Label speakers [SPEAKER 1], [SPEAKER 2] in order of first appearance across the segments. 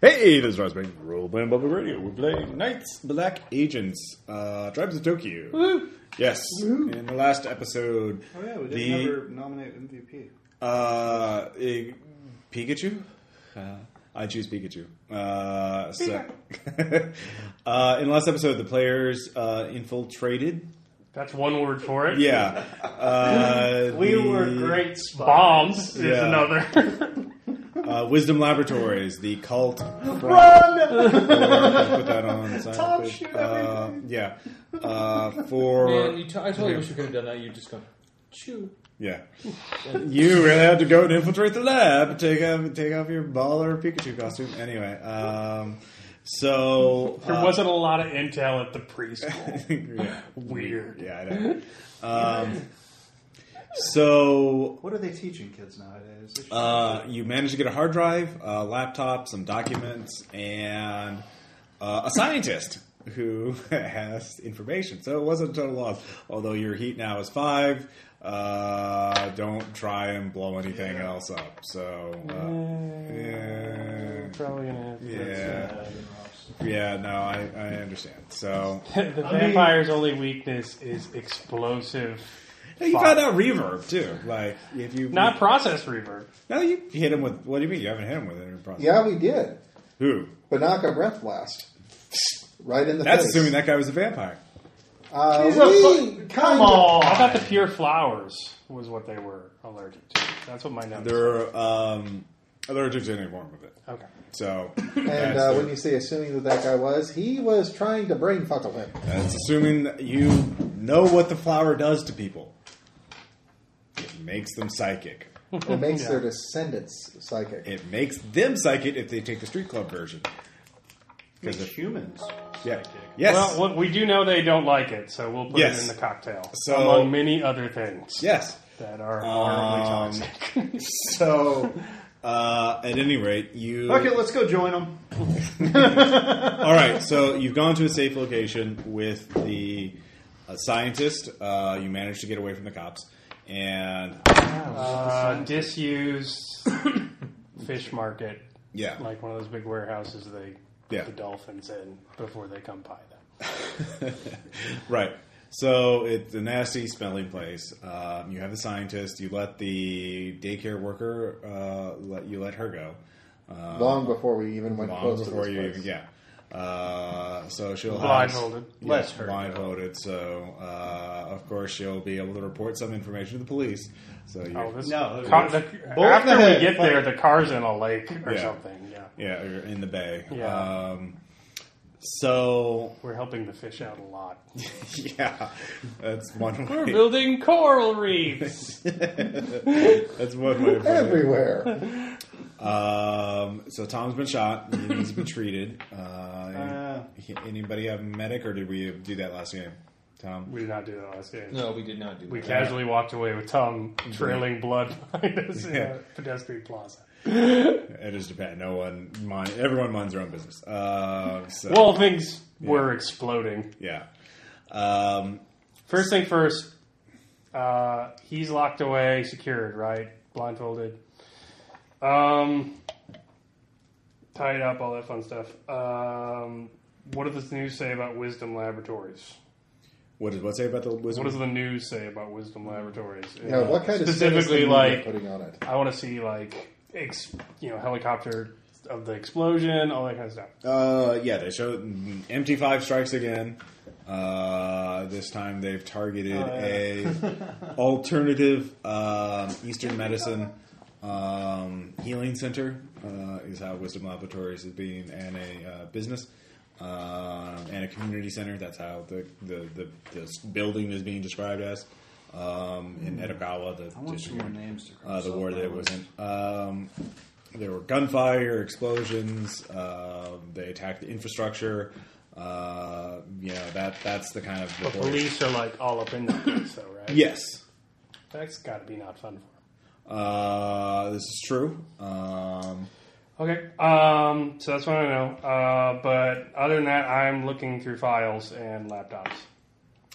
[SPEAKER 1] Hey, this is Ross Bank, Roleplaying Public Radio. We're playing Knights Black Agents, uh, Tribes of Tokyo. Yes. In the last episode,
[SPEAKER 2] Oh yeah, we didn't
[SPEAKER 1] the
[SPEAKER 2] ever nominate MVP.
[SPEAKER 1] uh, eh, Pikachu. Uh, I choose Pikachu. Uh, so, uh, in the last episode, the players uh, infiltrated.
[SPEAKER 3] That's one word for it.
[SPEAKER 1] Yeah. Uh,
[SPEAKER 4] We
[SPEAKER 1] the-
[SPEAKER 4] were great spies.
[SPEAKER 3] Bombs is
[SPEAKER 1] Yeah.
[SPEAKER 3] another.
[SPEAKER 1] Uh, Wisdom Laboratories, the cult.
[SPEAKER 4] Run!
[SPEAKER 1] Put that on.
[SPEAKER 4] Tom, shoot
[SPEAKER 1] uh, yeah. Uh, for
[SPEAKER 5] Man, you t- I totally wish you could have done that. You just go, chew.
[SPEAKER 1] Yeah. you really had to go and infiltrate the lab. Take off, take off your baller Pikachu costume. Anyway, um, so
[SPEAKER 3] There
[SPEAKER 1] uh,
[SPEAKER 3] wasn't a lot of intel at the preschool.
[SPEAKER 1] yeah,
[SPEAKER 3] Weird.
[SPEAKER 1] yeah, I know. Um, so
[SPEAKER 2] What are they teaching kids nowadays? They should-
[SPEAKER 1] uh, you managed to get a hard drive, a laptop, some documents, and uh, a scientist who has information. So it wasn't a total loss. Although your heat now is five. Uh, don't try and blow anything else up. So uh, yeah.
[SPEAKER 3] Probably gonna
[SPEAKER 1] Yeah. Yeah, no, I, I understand. So
[SPEAKER 3] the vampire's only weakness is explosive.
[SPEAKER 1] Hey, you
[SPEAKER 3] Fuck.
[SPEAKER 1] found out reverb too. Like if you
[SPEAKER 3] Not process reverb.
[SPEAKER 1] no, you hit him with what do you mean? You haven't hit him with any problem?
[SPEAKER 6] Yeah, we did.
[SPEAKER 1] Who?
[SPEAKER 6] Banaka Breath Blast. Right in the
[SPEAKER 1] That's
[SPEAKER 6] face.
[SPEAKER 1] assuming that guy was a vampire.
[SPEAKER 6] Uh,
[SPEAKER 4] He's a
[SPEAKER 6] we
[SPEAKER 4] fu-
[SPEAKER 6] kind
[SPEAKER 4] Come
[SPEAKER 6] of-
[SPEAKER 3] I
[SPEAKER 4] on.
[SPEAKER 3] thought the pure flowers was what they were allergic to. That's what my notes.
[SPEAKER 1] They're um, allergic to any form of it.
[SPEAKER 3] Okay.
[SPEAKER 1] So
[SPEAKER 6] And
[SPEAKER 1] that's,
[SPEAKER 6] uh, when you say assuming that that guy was, he was trying to brain fuckle him.
[SPEAKER 1] that's assuming that you know what the flower does to people. It makes them psychic.
[SPEAKER 6] It makes their descendants psychic.
[SPEAKER 1] It makes them psychic if they take the street club version.
[SPEAKER 2] Makes
[SPEAKER 1] they're-
[SPEAKER 2] humans.
[SPEAKER 1] Yeah. Yes.
[SPEAKER 3] Well, what- we do know they don't like it, so we'll put
[SPEAKER 1] Yes.
[SPEAKER 3] it in the cocktail,
[SPEAKER 1] So-
[SPEAKER 3] among many other things
[SPEAKER 1] yes.
[SPEAKER 3] that are
[SPEAKER 1] Um,
[SPEAKER 3] horribly toxic.
[SPEAKER 1] So, uh, at any rate, you.
[SPEAKER 2] Okay, let's go join them.
[SPEAKER 1] All right, so you've gone to a safe location with the uh, scientist. Uh, you managed to get away from the cops, and
[SPEAKER 3] Uh, disused fish market,
[SPEAKER 1] yeah,
[SPEAKER 3] like one of those big warehouses they put
[SPEAKER 1] Yeah.
[SPEAKER 3] the dolphins in before they come by them.
[SPEAKER 1] right. So it's a nasty smelling place. Um, you have the scientist. You let the daycare worker. Uh, let you let her go. Uh,
[SPEAKER 6] long before we even went
[SPEAKER 1] long
[SPEAKER 6] close
[SPEAKER 1] before
[SPEAKER 6] to this
[SPEAKER 1] you
[SPEAKER 6] place.
[SPEAKER 1] even yeah. Uh, so she'll
[SPEAKER 3] Blindfolded.
[SPEAKER 1] Have,
[SPEAKER 4] Let
[SPEAKER 1] yes,
[SPEAKER 4] her
[SPEAKER 1] blindfolded. So uh, of course she'll be able to report some information to the police. So you,
[SPEAKER 3] Oh, this
[SPEAKER 2] No,
[SPEAKER 3] car, the,
[SPEAKER 2] Bull in the
[SPEAKER 3] after we
[SPEAKER 2] head,
[SPEAKER 3] get
[SPEAKER 2] fuck
[SPEAKER 3] there,
[SPEAKER 2] it.
[SPEAKER 3] the car's in a lake or
[SPEAKER 1] Yeah.
[SPEAKER 3] something. Yeah,
[SPEAKER 1] yeah, or in the bay.
[SPEAKER 3] Yeah.
[SPEAKER 1] Um, so
[SPEAKER 3] we're helping the fish out a lot.
[SPEAKER 1] yeah, that's one
[SPEAKER 5] We're
[SPEAKER 1] way.
[SPEAKER 5] building coral reefs.
[SPEAKER 1] That's one way. Of putting it.
[SPEAKER 6] Everywhere.
[SPEAKER 1] Um, so Tom's been shot. He needs to be treated. Uh,
[SPEAKER 2] Uh.
[SPEAKER 1] any- anybody have a medic, or did we do that last game? Tom.
[SPEAKER 3] We did not do that last game.
[SPEAKER 5] no, we did not do
[SPEAKER 3] We
[SPEAKER 5] that.
[SPEAKER 3] casually walked away with Tom trailing blood behind us in a pedestrian plaza.
[SPEAKER 1] It is Japan. No one mind. Everyone minds their own business. Uh, so,
[SPEAKER 3] Well, things were exploding.
[SPEAKER 1] yeah. Um,
[SPEAKER 3] First thing first, uh, he's locked away, secured, right? Blindfolded. Um, tied up, all that fun stuff. Um, what does the news say about Wisdom Laboratories?
[SPEAKER 1] what does what say about the
[SPEAKER 3] What
[SPEAKER 1] wizard?
[SPEAKER 3] does the news say about Wisdom Laboratories?
[SPEAKER 6] Yeah, what kind of
[SPEAKER 3] specifically
[SPEAKER 6] specifically
[SPEAKER 3] like
[SPEAKER 6] putting on it?
[SPEAKER 3] I want to see like ex, you know helicopter of the explosion, all that kind of stuff.
[SPEAKER 1] Uh, yeah, they show MT5 strikes again. Uh, this time they've targeted
[SPEAKER 2] Oh,
[SPEAKER 1] a alternative um Eastern medicine um, healing center. Uh, is how Wisdom Laboratories is being and a uh, business um, and a community center. That's how the the, the this building is being described as um, in Edogawa, the
[SPEAKER 2] Hmm. I want some
[SPEAKER 1] district
[SPEAKER 2] more names to
[SPEAKER 1] uh,
[SPEAKER 2] cross
[SPEAKER 1] the
[SPEAKER 2] off
[SPEAKER 1] war
[SPEAKER 2] my
[SPEAKER 1] that it
[SPEAKER 2] list.
[SPEAKER 1] wasn't. Um, there were gunfire, explosions. Um, they attacked the infrastructure. Uh, you know that that's the kind of
[SPEAKER 3] The
[SPEAKER 1] before-
[SPEAKER 3] police are like all up in that, so right?
[SPEAKER 1] Yes,
[SPEAKER 3] that's got to be not fun for them.
[SPEAKER 1] uh, this is true. Um,
[SPEAKER 3] Okay, um, so that's what I know. Uh, but other than that, I'm looking through files and laptops.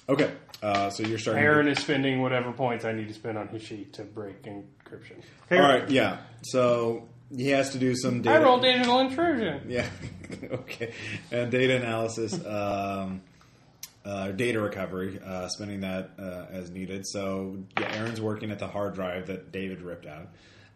[SPEAKER 1] okay, uh, so you're starting. to-
[SPEAKER 3] Aaron is spending whatever points I need to spend on his sheet to break encryption.
[SPEAKER 1] All right, yeah. So he has to do some
[SPEAKER 7] I
[SPEAKER 1] data.
[SPEAKER 7] rolled digital intrusion.
[SPEAKER 1] Yeah. okay. And data analysis, um, uh, data recovery, uh, spending that uh, as needed. So yeah, Aaron's working at the hard drive that David ripped out.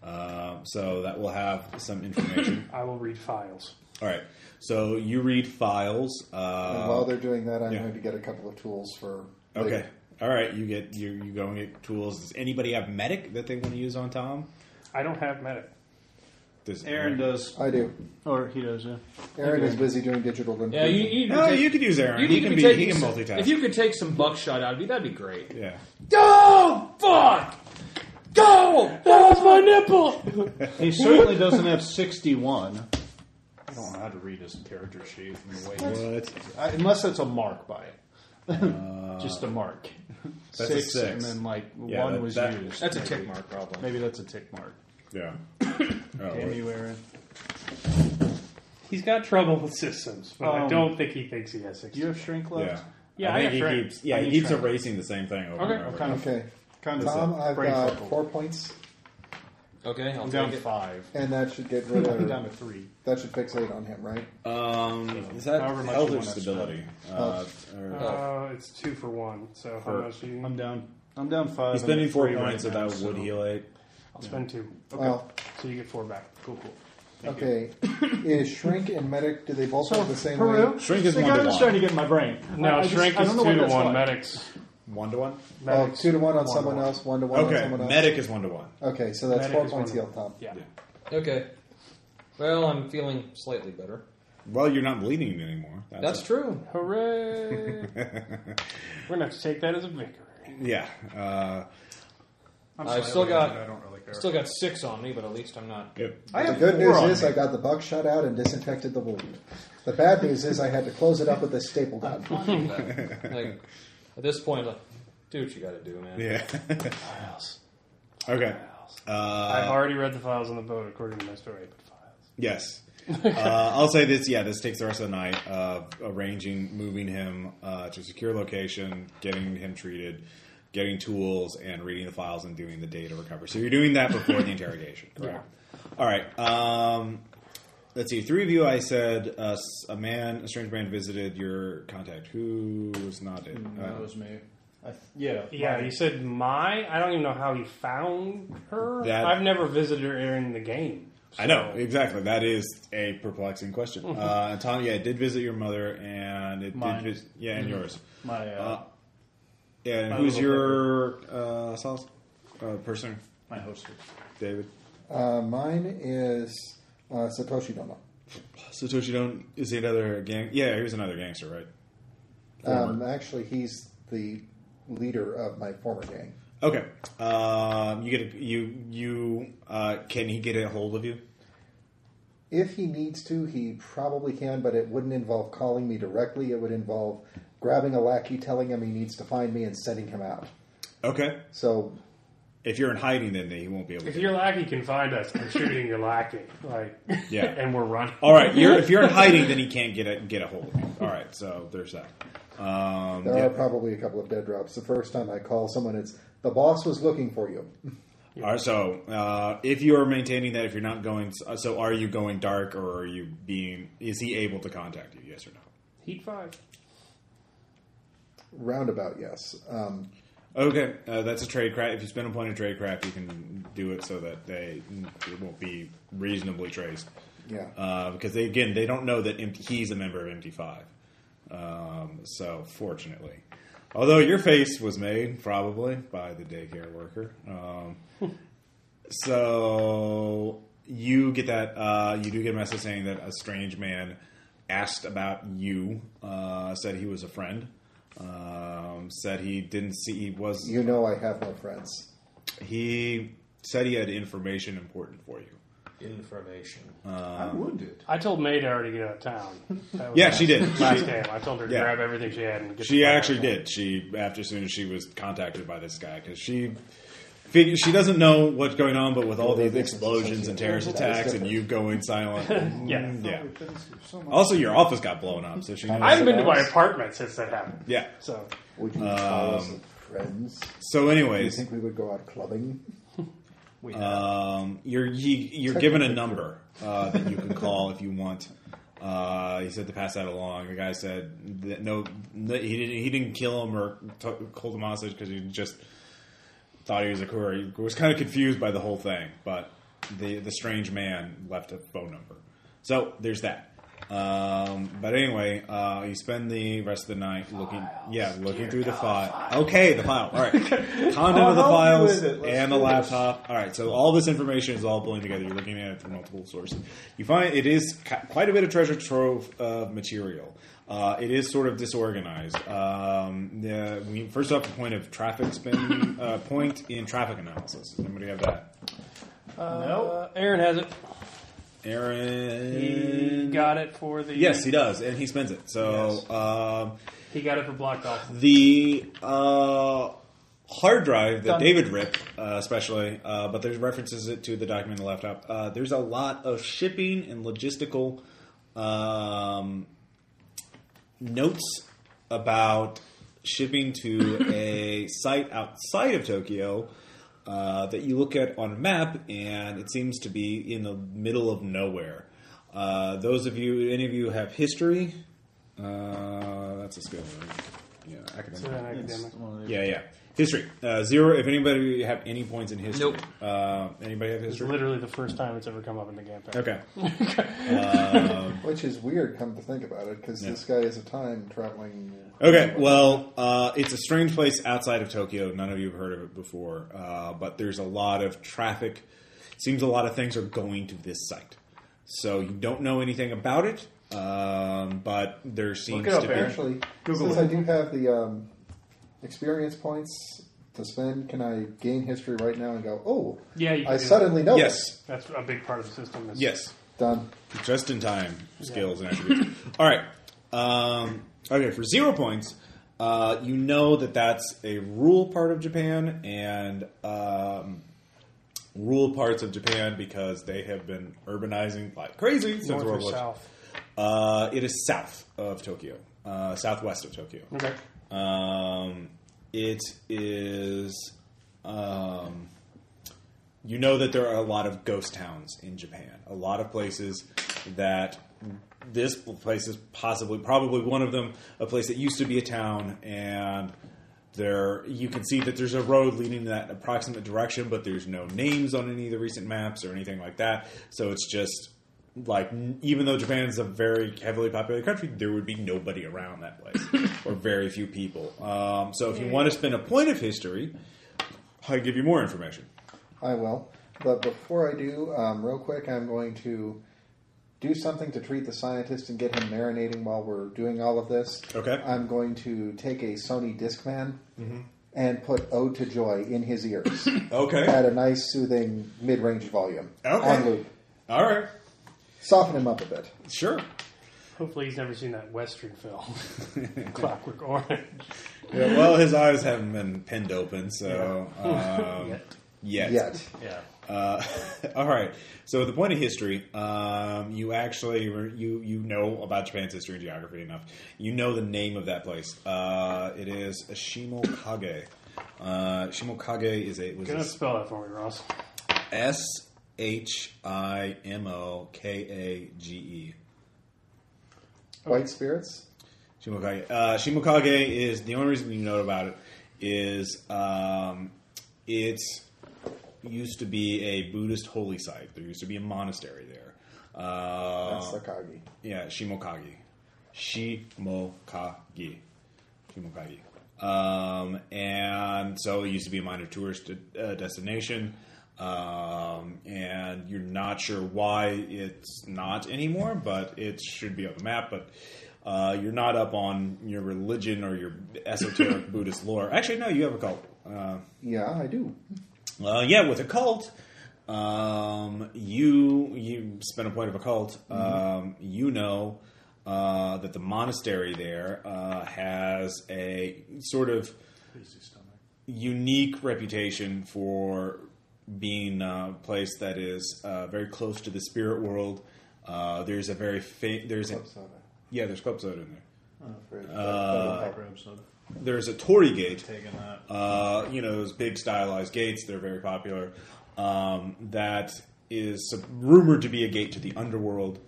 [SPEAKER 1] Um, so that will have some information.
[SPEAKER 7] I will read files.
[SPEAKER 1] All right. So you read files. Uh,
[SPEAKER 6] and while they're doing that, I'm
[SPEAKER 1] yeah.
[SPEAKER 6] going to get a couple of tools for.
[SPEAKER 1] okay. All right. You get you you go and get tools. Does anybody have medic that they want to use on Tom?
[SPEAKER 7] I don't have medic.
[SPEAKER 1] Does
[SPEAKER 2] Aaron does,
[SPEAKER 6] I do.
[SPEAKER 2] or he does. Yeah.
[SPEAKER 6] Aaron is busy doing digital.
[SPEAKER 8] Yeah, you, you
[SPEAKER 1] No,
[SPEAKER 8] could
[SPEAKER 1] you could use Aaron.
[SPEAKER 8] you
[SPEAKER 1] he
[SPEAKER 8] could
[SPEAKER 1] can
[SPEAKER 8] be
[SPEAKER 1] be, he
[SPEAKER 8] taking
[SPEAKER 1] can
[SPEAKER 8] some-
[SPEAKER 1] multitask.
[SPEAKER 8] If you could take some buckshot out of me, that'd be great.
[SPEAKER 1] yeah.
[SPEAKER 8] Go! Fuck! Go! That was my nipple!
[SPEAKER 2] He certainly doesn't have sixty-one. I don't know how to read his character sheet. I mean, wait.
[SPEAKER 1] What?
[SPEAKER 2] I, unless that's a mark by it. Just a mark.
[SPEAKER 1] That's a six.
[SPEAKER 2] and then like
[SPEAKER 1] Yeah,
[SPEAKER 2] one
[SPEAKER 1] that-
[SPEAKER 2] was
[SPEAKER 1] that-
[SPEAKER 2] used.
[SPEAKER 8] That's a
[SPEAKER 2] Maybe-
[SPEAKER 8] tick mark problem.
[SPEAKER 2] Maybe that's a tick mark.
[SPEAKER 1] Yeah. Oh,
[SPEAKER 2] Damn
[SPEAKER 1] what-
[SPEAKER 2] you, Aaron.
[SPEAKER 7] He's got trouble with systems, but I
[SPEAKER 2] Um,
[SPEAKER 7] don't think he thinks he has
[SPEAKER 2] Do you
[SPEAKER 7] six.
[SPEAKER 2] have shrink
[SPEAKER 1] Yeah.
[SPEAKER 2] left?
[SPEAKER 7] Yeah,
[SPEAKER 1] I
[SPEAKER 7] I
[SPEAKER 1] think
[SPEAKER 7] got
[SPEAKER 1] he
[SPEAKER 7] trained.
[SPEAKER 1] keeps yeah,
[SPEAKER 2] I
[SPEAKER 1] he
[SPEAKER 2] need
[SPEAKER 1] keeps
[SPEAKER 2] trained.
[SPEAKER 1] erasing the same thing over
[SPEAKER 8] Okay,
[SPEAKER 1] and over.
[SPEAKER 8] what kind
[SPEAKER 6] Okay.
[SPEAKER 2] Kind of.
[SPEAKER 6] Tom, I've
[SPEAKER 2] brain
[SPEAKER 6] got
[SPEAKER 2] fuckle.
[SPEAKER 6] four points,
[SPEAKER 8] Okay, I'll
[SPEAKER 2] I'm down
[SPEAKER 8] take it.
[SPEAKER 2] five.
[SPEAKER 6] and that should get rid
[SPEAKER 2] I'm down to
[SPEAKER 6] of.
[SPEAKER 2] three.
[SPEAKER 6] that should fixate on him, right?
[SPEAKER 1] um, is that
[SPEAKER 2] However much
[SPEAKER 1] health
[SPEAKER 2] you
[SPEAKER 1] or
[SPEAKER 2] want to
[SPEAKER 1] stability? Uh, or,
[SPEAKER 2] Oh.
[SPEAKER 7] Uh, it's two for one. So how
[SPEAKER 1] For-
[SPEAKER 7] much do you
[SPEAKER 2] I'm down. I'm down five.
[SPEAKER 1] he's
[SPEAKER 2] I'm at
[SPEAKER 1] spending four
[SPEAKER 2] three right
[SPEAKER 1] points, so
[SPEAKER 2] now,
[SPEAKER 1] that would heal eight.
[SPEAKER 7] I'll spend two, Uh,
[SPEAKER 6] Well,
[SPEAKER 7] so you get four back.
[SPEAKER 2] Cool, cool.
[SPEAKER 6] okay. is shrink and medic? Do they both
[SPEAKER 2] So
[SPEAKER 6] have the same
[SPEAKER 2] Peru,
[SPEAKER 6] weight?
[SPEAKER 1] Shrink is
[SPEAKER 2] See,
[SPEAKER 1] one
[SPEAKER 2] I'm
[SPEAKER 1] to one.
[SPEAKER 2] starting to get in my brain.
[SPEAKER 7] No,
[SPEAKER 2] I just-
[SPEAKER 7] shrink
[SPEAKER 2] I
[SPEAKER 7] is
[SPEAKER 2] don't know
[SPEAKER 7] two
[SPEAKER 2] what
[SPEAKER 7] to
[SPEAKER 2] that's
[SPEAKER 7] one.
[SPEAKER 2] like.
[SPEAKER 7] Medics.
[SPEAKER 1] One to one.
[SPEAKER 6] Oh,
[SPEAKER 7] Medics.
[SPEAKER 6] two to one on
[SPEAKER 7] to
[SPEAKER 6] someone
[SPEAKER 7] one.
[SPEAKER 6] else, one to one on
[SPEAKER 1] Okay,
[SPEAKER 6] someone else.
[SPEAKER 1] medic is one to one.
[SPEAKER 6] Okay, so that's
[SPEAKER 7] Medic
[SPEAKER 6] four
[SPEAKER 7] is
[SPEAKER 6] points
[SPEAKER 7] one
[SPEAKER 6] heal,
[SPEAKER 7] of them.
[SPEAKER 6] Tom.
[SPEAKER 7] Yeah.
[SPEAKER 1] Yeah.
[SPEAKER 8] Okay. Well, I'm feeling slightly better.
[SPEAKER 1] Well, you're not bleeding anymore.
[SPEAKER 8] That's true.
[SPEAKER 7] Hooray! We're gonna have to take that as a victory.
[SPEAKER 1] Yeah. Uh,
[SPEAKER 2] I'm
[SPEAKER 8] I've
[SPEAKER 2] slightly
[SPEAKER 8] still got-
[SPEAKER 2] injured, I don't really care.
[SPEAKER 8] Still got six on me, but at least I'm not.
[SPEAKER 1] yep.
[SPEAKER 2] I
[SPEAKER 6] The
[SPEAKER 2] have
[SPEAKER 6] good
[SPEAKER 2] four
[SPEAKER 6] news
[SPEAKER 2] on
[SPEAKER 6] is
[SPEAKER 2] me.
[SPEAKER 6] I got the buck shot out and disinfected the wound. The bad news is I had to close it up with a staple gun.
[SPEAKER 8] Like, at this point, like, do what you gotta do, man.
[SPEAKER 1] Yeah. okay. Uh,
[SPEAKER 7] I've already read the files on the boat according to my story. But files.
[SPEAKER 1] yes. uh, I'll say this. Yeah, this takes the rest of the night of arranging, moving him uh, to a secure location, getting him treated, getting tools, and reading the files and doing the data recovery. So you're doing that before the interrogation, correct? All right. Um, let's see. Three of you. I said uh, s- a man, a strange man, visited your contact. Who was not it?
[SPEAKER 2] Mm, That
[SPEAKER 1] Uh,
[SPEAKER 2] was me. I th- yeah.
[SPEAKER 7] Yeah,
[SPEAKER 2] my-
[SPEAKER 7] you said my. I don't even know how he found her.
[SPEAKER 1] That-
[SPEAKER 7] I've never visited her in the game.
[SPEAKER 1] I know exactly. That is a perplexing question. Uh, and Tom, yeah, it did visit your mother, and it
[SPEAKER 2] Mine. Mm-hmm.
[SPEAKER 1] did. Vis- yeah, and yours.
[SPEAKER 2] my uh,
[SPEAKER 1] Uh, yeah, and
[SPEAKER 2] My
[SPEAKER 1] who's
[SPEAKER 2] little
[SPEAKER 1] your uh, sauce uh, person?
[SPEAKER 2] my hostess.
[SPEAKER 1] David
[SPEAKER 6] Uh, mine is uh, Satoshi Dono.
[SPEAKER 1] Satoshi Don is he another gang? Yeah, he was another gangster, right?
[SPEAKER 6] Um, actually, he's the leader of my former gang.
[SPEAKER 1] Okay, um, you get a, you you uh, can he get a hold of you?
[SPEAKER 6] If he needs to, he probably can, but it wouldn't involve calling me directly. It would involve grabbing a lackey, telling him he needs to find me, and sending him out.
[SPEAKER 1] Okay,
[SPEAKER 6] So
[SPEAKER 1] if you're in hiding, then he won't be able.
[SPEAKER 7] If
[SPEAKER 1] to.
[SPEAKER 7] your lackey can find us, I'm shooting your lackey. Like,
[SPEAKER 1] Yeah. Oh.
[SPEAKER 7] and we're running.
[SPEAKER 1] All right, you're, if you're in hiding, then he can't get a get a hold of you. All right, so there's that. Um,
[SPEAKER 6] there
[SPEAKER 1] yeah.
[SPEAKER 6] are probably a couple of dead drops. The first time I call someone, it's the boss was looking for you.
[SPEAKER 1] All right, so uh, if you are maintaining that, if you're not going, uh, so are you going dark or are you being? Is he able to contact you? Yes or no?
[SPEAKER 7] Heat five.
[SPEAKER 6] Roundabout, yes. Um,
[SPEAKER 1] Okay, uh, that's a trade craft. If you spend a point of trade craft, you can do it so that they it won't be reasonably traced.
[SPEAKER 6] yeah.
[SPEAKER 1] Uh, because they again, they don't know that empty, he's a member of MT5. Um, so fortunately, although your face was made probably by the daycare worker, um, so you get that uh, you do get a message saying that a strange man asked about you, uh, said he was a friend, um, said he didn't see he was
[SPEAKER 6] You know I have no friends.
[SPEAKER 1] he said he had information important for you.
[SPEAKER 8] Information.
[SPEAKER 2] I'm wounded.
[SPEAKER 7] I told May to already get out of town. That was
[SPEAKER 1] Yeah,
[SPEAKER 7] last-
[SPEAKER 1] she did.
[SPEAKER 7] Last
[SPEAKER 1] She-
[SPEAKER 7] game, I told her to
[SPEAKER 1] Yeah.
[SPEAKER 7] grab everything she had and get the
[SPEAKER 1] She
[SPEAKER 7] fuck out of
[SPEAKER 1] actually
[SPEAKER 7] town.
[SPEAKER 1] did. She after as soon as she was contacted by this guy because she figures she doesn't know what's going on, but with all these explosions and terrorist attacks and you going silent,
[SPEAKER 7] Yeah.
[SPEAKER 1] Mm, yeah.
[SPEAKER 2] So much.
[SPEAKER 1] Also, your office got blown up, so she knows.
[SPEAKER 7] I haven't been to my apartment since that happened.
[SPEAKER 1] yeah.
[SPEAKER 7] So
[SPEAKER 1] um,
[SPEAKER 6] Would you call us friends?
[SPEAKER 1] So,
[SPEAKER 6] Do you
[SPEAKER 1] anyways,
[SPEAKER 6] think we would go out clubbing?
[SPEAKER 2] We have.
[SPEAKER 1] Um, you're you, you're given a number uh, that you can call if you want. Uh, he said to pass that along. The guy said that no, that he didn't. He didn't kill him or t- hold him hostage because he just thought he was a courier. He was kind of confused by the whole thing, but the the strange man left a phone number. So there's that. Um, but anyway, uh, you spend the rest of the night looking, yeah, looking through the file. Okay, the file. All right,
[SPEAKER 2] Oh,
[SPEAKER 1] content of the
[SPEAKER 2] I'll help you
[SPEAKER 1] files
[SPEAKER 2] with it. Let's
[SPEAKER 1] and the
[SPEAKER 2] do this.
[SPEAKER 1] laptop. Uh, All right, so all this information is all pulling together. You're looking at it from multiple sources. You find it is ki- quite a bit of treasure trove of material. Uh, it is sort of disorganized. Um, the, we, first off, the point of traffic spin uh, point in traffic analysis. Does anybody have that?
[SPEAKER 2] no.
[SPEAKER 7] Uh, Aaron has it.
[SPEAKER 1] Aaron
[SPEAKER 7] He got it for the.
[SPEAKER 1] Yes, he does, and he spends it. So
[SPEAKER 2] Yes.
[SPEAKER 1] um,
[SPEAKER 7] He got it for block golf.
[SPEAKER 1] the uh, hard drive that
[SPEAKER 2] Done.
[SPEAKER 1] David ripped, uh, especially, uh, but there's references it to the document on the laptop. Uh, there's a lot of shipping and logistical um, notes about shipping to a site outside of Tokyo. Uh, that you look at on a map, and it seems to be in the middle of nowhere. Uh, those of you, any of you, have history. Uh, that's a skill. right? Yeah, academic.
[SPEAKER 7] So then academic.
[SPEAKER 2] It's one of the-
[SPEAKER 1] Yeah, yeah. History uh, zero. If anybody have any points in history,
[SPEAKER 8] Nope.
[SPEAKER 1] uh, anybody have
[SPEAKER 7] It's
[SPEAKER 1] history?
[SPEAKER 7] literally the first time it's ever come up in the game.
[SPEAKER 1] Okay. um,
[SPEAKER 6] Which is weird, come to think about it, because
[SPEAKER 1] Yeah.
[SPEAKER 6] this guy is a time traveling.
[SPEAKER 1] okay. Well, uh, it's a strange place outside of Tokyo. None of you have heard of it before, uh, but there's a lot of traffic. Seems a lot of things are going to this site, so you don't know anything about it. Um, but there seems
[SPEAKER 2] it up,
[SPEAKER 1] to be.
[SPEAKER 2] Aaron.
[SPEAKER 6] Actually,
[SPEAKER 2] Google
[SPEAKER 6] since
[SPEAKER 2] it.
[SPEAKER 6] I do have the um, experience points to spend, can I gain history right now and go, oh,
[SPEAKER 7] Yeah, you can
[SPEAKER 6] I
[SPEAKER 7] do that.
[SPEAKER 6] suddenly know
[SPEAKER 1] Yes.
[SPEAKER 7] That's a big part of the system. Is
[SPEAKER 1] Yes.
[SPEAKER 6] this. Done.
[SPEAKER 1] just in time skills and attributes. All right. Um, okay, for zero points, uh, you know that that's a rural part of Japan and um, rural parts of Japan because they have been urbanizing like crazy since
[SPEAKER 7] North or
[SPEAKER 1] World War
[SPEAKER 7] south.
[SPEAKER 1] Uh, it is south of Tokyo, uh, southwest of Tokyo.
[SPEAKER 7] Okay.
[SPEAKER 1] Um, it is. Um, you know that there are a lot of ghost towns in Japan. A lot of places that this place is possibly, probably one of them, a place that used to be a town, and there you can see that there's a road leading in that approximate direction, but there's no names on any of the recent maps or anything like that. So it's just like n- even though Japan is a very heavily populated country, there would be nobody around that place or very few people. Um, so if you want to spend a point of history, I give you more information.
[SPEAKER 6] I will. But before I do, um, real quick, I'm going to do something to treat the scientist and get him marinating while we're doing all of this.
[SPEAKER 1] Okay. Mm-hmm.
[SPEAKER 6] I'm going to take a Sony Discman and put Ode to Joy in his ears
[SPEAKER 1] Okay.
[SPEAKER 6] at a nice, soothing mid range volume.
[SPEAKER 1] Okay.
[SPEAKER 6] On loop.
[SPEAKER 1] All right.
[SPEAKER 6] Soften him up a bit.
[SPEAKER 1] Sure.
[SPEAKER 7] Hopefully, he's never seen that Western film, Clockwork Orange.
[SPEAKER 1] Yeah, well, his eyes haven't been pinned open, so um,
[SPEAKER 7] Yet.
[SPEAKER 1] yet.
[SPEAKER 6] Yet.
[SPEAKER 2] Yeah.
[SPEAKER 1] Uh, all right. So at the point of history, um, you actually you you know about Japan's history and geography enough. You know the name of that place. Uh, it is Shimokage. Uh, Shimokage is a was
[SPEAKER 7] Gonna
[SPEAKER 1] a
[SPEAKER 7] spell that for me, Ross.
[SPEAKER 1] S H I M O K A G E.
[SPEAKER 6] White spirits?
[SPEAKER 1] Shimokage. Uh, Shimokage is the only reason you know about it is um, it's used to be a Buddhist holy site. There used to be a monastery there. Uh,
[SPEAKER 6] That's Sakagi.
[SPEAKER 1] yeah, Shimokagi. Shimokagi. Shimokagi. Um, and so it used to be a minor tourist uh, destination. Um, and you're not sure why it's not anymore, but it should be on the map. But uh, you're not up on your religion or your esoteric Buddhist lore. Actually, no, you have a cult. Uh,
[SPEAKER 6] Yeah, I do.
[SPEAKER 1] uh, yeah, with a cult, um, you you spend a point of a cult. Um, you know uh, that the monastery there uh, has a sort of unique reputation for being a place that is uh, very close to the spirit world. Uh, there's a very fa- there's a
[SPEAKER 6] Club soda.
[SPEAKER 1] yeah there's club soda in there.
[SPEAKER 6] Fruit.
[SPEAKER 2] Uh,
[SPEAKER 1] There's a Torii gate
[SPEAKER 2] Taking that.
[SPEAKER 1] uh, you know, those big stylized gates, they're very popular. um, that is sup- rumored to be a gate to the underworld.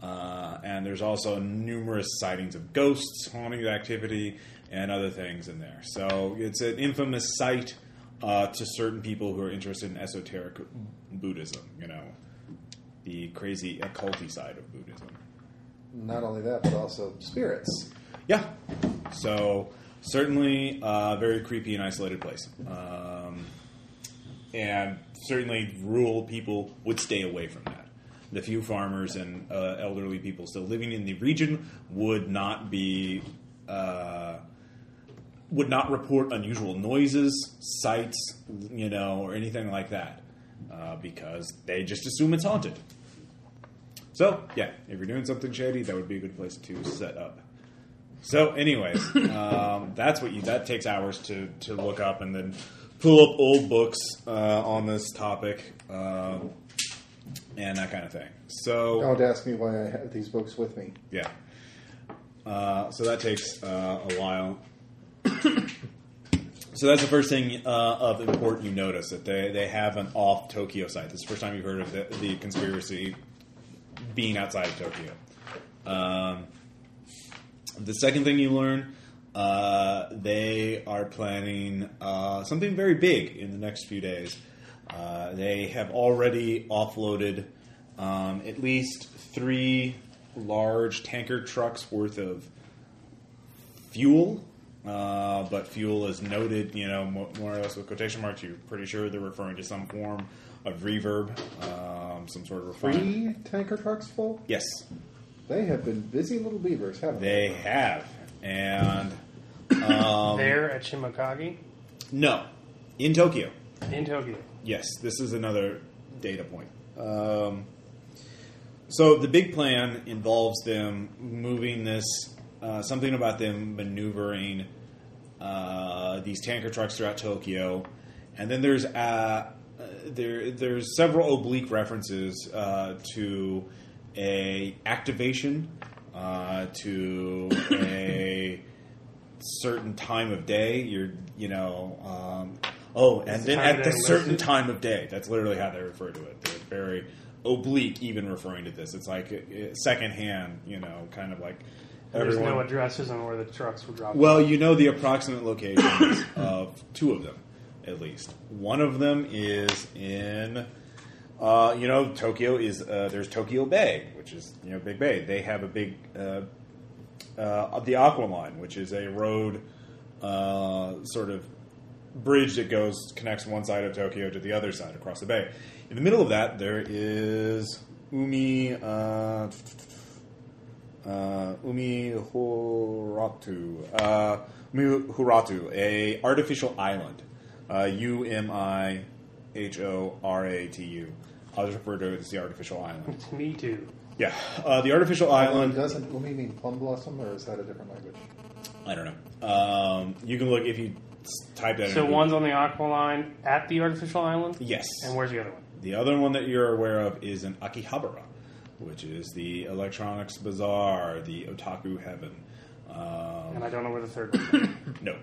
[SPEAKER 1] Uh, and there's also numerous sightings of ghosts, haunting activity, and other things in there. So it's an infamous site uh, to certain people who are interested in esoteric Buddhism, you know, the crazy occulty side of Buddhism.
[SPEAKER 6] Not only that, but also spirits.
[SPEAKER 1] Yeah. So certainly a very creepy and isolated place. Um, and certainly rural people would stay away from that. The few farmers and uh, elderly people still living in the region would not be. Uh, would not report unusual noises, sights, you know, or anything like that, uh, because they just assume it's haunted. So, yeah, if you're doing something shady, that would be a good place to set up. So, anyways, um, that's what you. That takes hours to to look up and then pull up old books uh, on this topic um, and that kind of thing. So,
[SPEAKER 6] Don't ask me why I have these books with me.
[SPEAKER 1] yeah. Uh, so that takes uh, a while. so that's the first thing uh, of import you notice that they they have an off Tokyo site. This is the first time you've heard of the, the conspiracy being outside of Tokyo. Um, the second thing you learn, uh, they are planning uh, something very big in the next few days. Uh, they have already offloaded um, at least three large tanker trucks worth of fuel. Uh, but fuel is noted, you know, mo- more or less with quotation marks. You're pretty sure they're referring to some form of reverb, um, some sort of refinement.
[SPEAKER 6] Three tanker trucks full?
[SPEAKER 1] Yes,
[SPEAKER 6] They have been busy little beavers, haven't
[SPEAKER 1] they have, and Um,
[SPEAKER 7] there at Shimakagi
[SPEAKER 1] no, in Tokyo.
[SPEAKER 7] in Tokyo.
[SPEAKER 1] Yes, this is another data point. Um, so the big plan involves them moving this, uh, something about them maneuvering uh, these tanker trucks throughout Tokyo, and then there's uh, uh, there there's several oblique references uh, to a activation, uh, to a certain time of day. You're you know. Um, Oh, and
[SPEAKER 7] the
[SPEAKER 1] then
[SPEAKER 7] time of
[SPEAKER 1] at
[SPEAKER 7] day
[SPEAKER 1] the certain
[SPEAKER 7] listed?
[SPEAKER 1] time of day. That's literally how they refer to it. They're very oblique, even referring to this. It's like uh, secondhand, you know, kind of like
[SPEAKER 7] There's no
[SPEAKER 1] everyone.
[SPEAKER 7] addresses on where the trucks were dropped.
[SPEAKER 1] Well, you know the approximate locations of two of them, at least. One of them is in, uh, you know, Tokyo is uh, there's Tokyo Bay, which is you know Big Bay. They have a big uh, uh, the Aqualine, which is a road uh, sort of bridge that goes connects one side of Tokyo to the other side across the bay. In the middle of that, there is Umi uh, uh, Umi Huratu, uh, Umi Huratu, a artificial island. Uh, U M I H O R A T U. I'll just refer to it as the artificial island.
[SPEAKER 7] Me too.
[SPEAKER 1] Yeah, uh, the artificial
[SPEAKER 6] they? Well,
[SPEAKER 1] island.
[SPEAKER 6] doesn't Umi mean plum blossom, or is that a different language?
[SPEAKER 1] I don't know. Um, you can look if you s- type that. in.
[SPEAKER 7] So
[SPEAKER 1] Google.
[SPEAKER 7] one's on the aqua line at the artificial island.
[SPEAKER 1] Yes.
[SPEAKER 7] And where's the other one?
[SPEAKER 1] The other one that you're aware of is in Akihabara, which is the electronics bazaar, the otaku heaven. Um,
[SPEAKER 7] And I don't know where the third one. is.
[SPEAKER 1] no,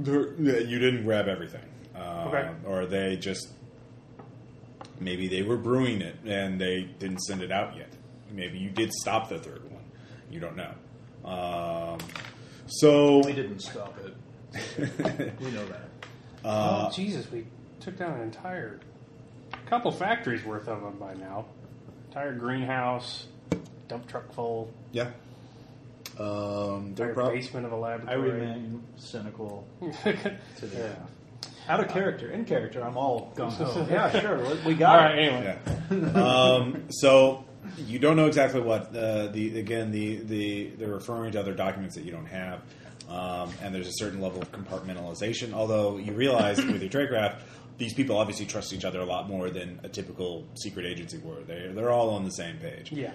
[SPEAKER 1] There- yeah, you didn't grab everything, um,
[SPEAKER 7] Okay.
[SPEAKER 1] or they just maybe they were brewing it and they didn't send it out yet. Maybe you did stop the third one. You don't know. Um, so
[SPEAKER 2] We didn't stop it. we know that.
[SPEAKER 7] oh Jesus, we took down an entire couple factories worth of them by now. Entire greenhouse, dump truck full,
[SPEAKER 1] yeah, um,
[SPEAKER 7] entire
[SPEAKER 1] they're prob-
[SPEAKER 7] basement of a
[SPEAKER 2] I
[SPEAKER 7] laboratory.
[SPEAKER 2] remain cynical to the
[SPEAKER 7] yeah.
[SPEAKER 2] Out of character, in character, I'm all gung ho. yeah, sure, we- we
[SPEAKER 7] All
[SPEAKER 2] got
[SPEAKER 7] right.
[SPEAKER 2] it.
[SPEAKER 7] Anyway.
[SPEAKER 1] Yeah. Um, so you don't know exactly what uh, the again the the they're referring to other documents that you don't have, um, and there's a certain level of compartmentalization. Although you realize with your tradecraft, these people obviously trust each other a lot more than a typical secret agency would. They they're all on the same page.
[SPEAKER 7] Yeah.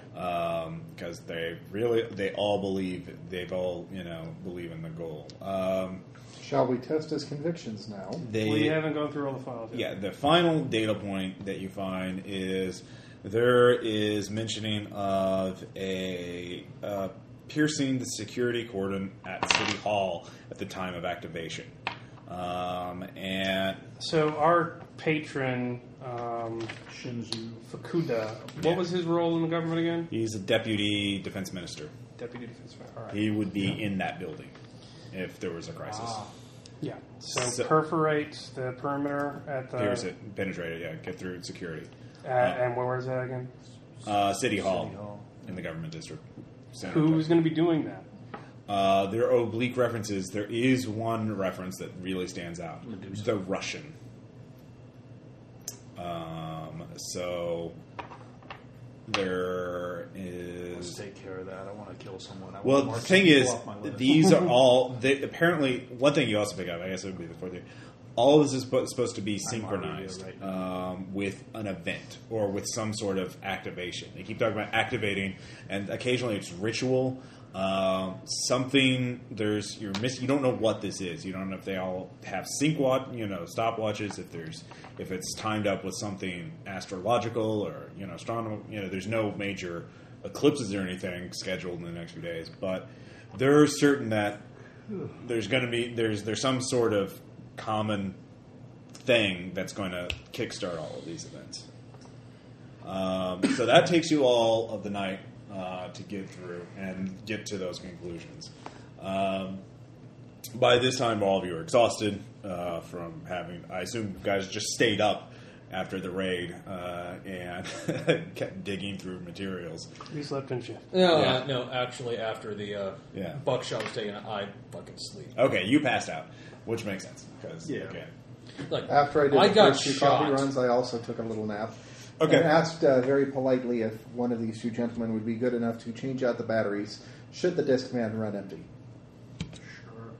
[SPEAKER 1] Because they really they all believe they've all you know believe in the goal. Um,
[SPEAKER 6] Shall we test his convictions now?
[SPEAKER 1] they
[SPEAKER 7] We haven't gone through all the files. yet.
[SPEAKER 1] yeah, the final data point that you find is there is mentioning of a uh, piercing the security cordon at City Hall at the time of activation. Um, and
[SPEAKER 7] So our patron
[SPEAKER 3] um,
[SPEAKER 2] Shinzu.
[SPEAKER 3] Fukuda. What was his role in the government again?
[SPEAKER 1] He's a deputy defense minister.
[SPEAKER 3] Deputy Defense Minister. All right.
[SPEAKER 1] He would be in that building if there was a crisis.
[SPEAKER 3] Yeah. So,
[SPEAKER 1] So-
[SPEAKER 3] perforate the perimeter at the.
[SPEAKER 1] Pierce it, penetrate it, yeah, get through security.
[SPEAKER 3] uh, and where was that again?
[SPEAKER 1] Uh, City, Hall
[SPEAKER 2] Hall.
[SPEAKER 1] in the government district. Standard
[SPEAKER 3] Who's going to be doing that?
[SPEAKER 1] Uh, there are oblique references. There is one reference that really stands out:
[SPEAKER 2] Medusa.
[SPEAKER 1] the Russian. Um, so there
[SPEAKER 2] Let's
[SPEAKER 1] is.
[SPEAKER 2] take care of that. I want to kill someone. I
[SPEAKER 1] Well,
[SPEAKER 2] wanna
[SPEAKER 1] the
[SPEAKER 2] march
[SPEAKER 1] thing
[SPEAKER 2] people
[SPEAKER 1] is,
[SPEAKER 2] off my list.
[SPEAKER 1] these are all. They, apparently, one thing you also pick up, I guess it would be the fourth thing. All of this is spo- supposed to be synchronized
[SPEAKER 2] already there
[SPEAKER 1] um, with an event or with some sort of activation. They keep talking about activating, and occasionally it's ritual. Um, something there's you're miss. You don't know what this is. You don't know if they all have sync watch, you know, stopwatches. If there's if it's timed up with something astrological or you know astronomical. You know, there's no major eclipses or anything scheduled in the next few days, but they're certain that there's going to be there's there's some sort of common thing that's going to kickstart all of these events. Um, so that takes you all of the night uh, to get through and get to those conclusions. Um, by this time, all of you are exhausted uh, from having. I assume you guys just stayed up after the raid uh, and kept digging through materials.
[SPEAKER 3] We slept in shift.
[SPEAKER 8] No,
[SPEAKER 1] Yeah.
[SPEAKER 8] uh, no. Actually, after the uh,
[SPEAKER 1] Yeah.
[SPEAKER 8] buckshot was taken, I fucking sleep.
[SPEAKER 1] Okay, you passed out, which makes sense because
[SPEAKER 2] Yeah.
[SPEAKER 1] okay.
[SPEAKER 8] Like
[SPEAKER 6] After I did the
[SPEAKER 8] got
[SPEAKER 6] first two
[SPEAKER 8] shot.
[SPEAKER 6] coffee runs, I also took a little nap.
[SPEAKER 1] Okay.
[SPEAKER 6] And asked uh, very politely if one of these two gentlemen would be good enough to change out the batteries should the disc man run empty.
[SPEAKER 2] Sure,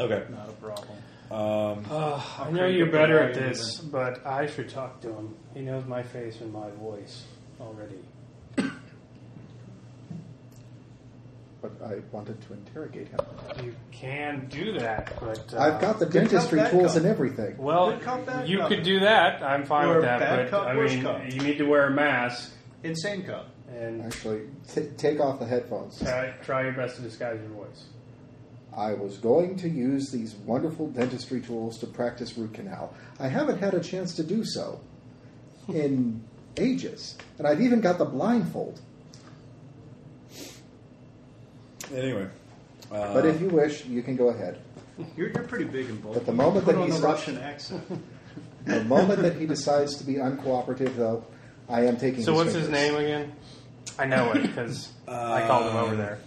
[SPEAKER 1] Okay. um,
[SPEAKER 2] not a problem.
[SPEAKER 3] Uh, I know you're better at this, but I should talk to him. He knows my face and my voice already.
[SPEAKER 6] But I wanted to interrogate him.
[SPEAKER 3] You can do that, but uh,
[SPEAKER 6] I've got the
[SPEAKER 2] Good
[SPEAKER 6] dentistry
[SPEAKER 2] cop, bad
[SPEAKER 6] tools
[SPEAKER 2] cop.
[SPEAKER 6] and everything.
[SPEAKER 3] Well,
[SPEAKER 2] Good cop, bad
[SPEAKER 3] you
[SPEAKER 2] cop.
[SPEAKER 3] could do that. I'm fine
[SPEAKER 2] Or
[SPEAKER 3] with that, but
[SPEAKER 2] bad cop,
[SPEAKER 3] I
[SPEAKER 2] worse
[SPEAKER 3] mean,
[SPEAKER 2] cop.
[SPEAKER 3] you need to wear a mask
[SPEAKER 2] Insane cup.
[SPEAKER 3] and
[SPEAKER 6] Actually, t- take off the headphones.
[SPEAKER 3] try, try your best to disguise your voice.
[SPEAKER 6] I was going to use these wonderful dentistry tools to practice root canal. I haven't had a chance to do so in ages. And I've even got the blindfold.
[SPEAKER 1] Anyway. Uh,
[SPEAKER 6] But if you wish, you can go ahead.
[SPEAKER 2] You're, you're pretty big and bold.
[SPEAKER 6] But the moment
[SPEAKER 2] Put
[SPEAKER 6] that
[SPEAKER 2] on
[SPEAKER 6] he
[SPEAKER 2] the
[SPEAKER 6] stops-
[SPEAKER 2] Russian accent,
[SPEAKER 6] The moment that he decides to be uncooperative, though, I am taking.
[SPEAKER 3] So, what's his
[SPEAKER 6] fingers.
[SPEAKER 3] name again? I know it because I called him over
[SPEAKER 1] Um,
[SPEAKER 3] there.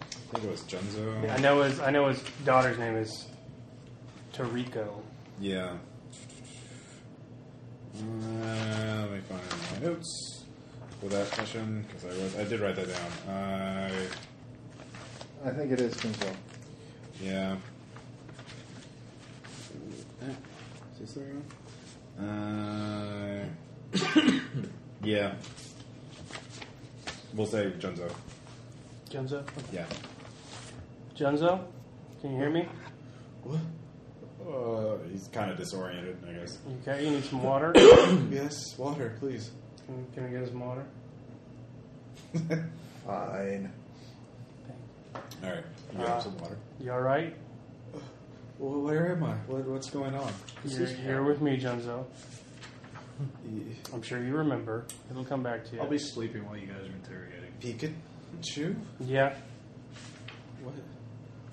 [SPEAKER 1] I think it was Junzo.
[SPEAKER 3] Uh, I know his. I know his daughter's name is Tariko.
[SPEAKER 1] Yeah. Uh, let me find my notes for that session because I wrote, I did write that down. Uh,
[SPEAKER 6] I think it is Kinzo.
[SPEAKER 1] yeah. Eh, Is this the right one? Uh, yeah. We'll say Junzo.
[SPEAKER 3] Junzo.
[SPEAKER 1] Yeah.
[SPEAKER 3] Junzo, can you hear me?
[SPEAKER 1] What? Uh, he's kind of disoriented, I guess.
[SPEAKER 3] You okay? You need some water.
[SPEAKER 1] yes, water, please.
[SPEAKER 3] Can, Mm, can I get us some water?
[SPEAKER 6] Fine.
[SPEAKER 1] All right, you have
[SPEAKER 3] Uh,
[SPEAKER 1] some water.
[SPEAKER 3] You all right?
[SPEAKER 1] Well, where am I? What, what's going on?
[SPEAKER 3] You're here with me, Junzo. I'm sure you remember. It'll come back to you.
[SPEAKER 2] I'll be sleeping while you guys are interrogating.
[SPEAKER 1] Pikachu?
[SPEAKER 3] yeah.
[SPEAKER 1] What?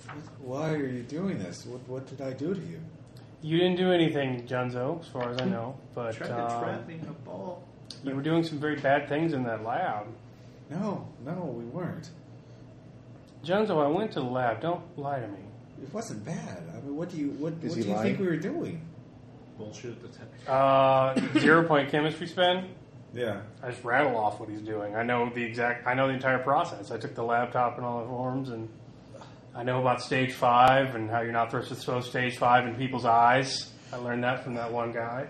[SPEAKER 1] what? Why are you doing this? What, what did I do to you?
[SPEAKER 3] You didn't do anything, Junzo, as far as I know. But
[SPEAKER 2] Try to
[SPEAKER 3] uh,
[SPEAKER 2] trap me in a ball.
[SPEAKER 3] you were doing some very bad things in that lab.
[SPEAKER 1] No, no, we weren't.
[SPEAKER 3] Junzo, I went to the lab. Don't lie to me.
[SPEAKER 1] It wasn't bad. I mean, what do you what,
[SPEAKER 6] Is
[SPEAKER 1] what
[SPEAKER 6] he
[SPEAKER 1] do you
[SPEAKER 6] lying?
[SPEAKER 1] think we were doing?
[SPEAKER 2] Bullshit detector.
[SPEAKER 3] Uh, zero point chemistry spin.
[SPEAKER 1] Yeah.
[SPEAKER 3] I just rattle off what he's doing. I know the exact. I know the entire process. I took the laptop and all the forms, and I know about stage five and how you're not supposed to throw stage five in people's eyes. I learned that from that one guy.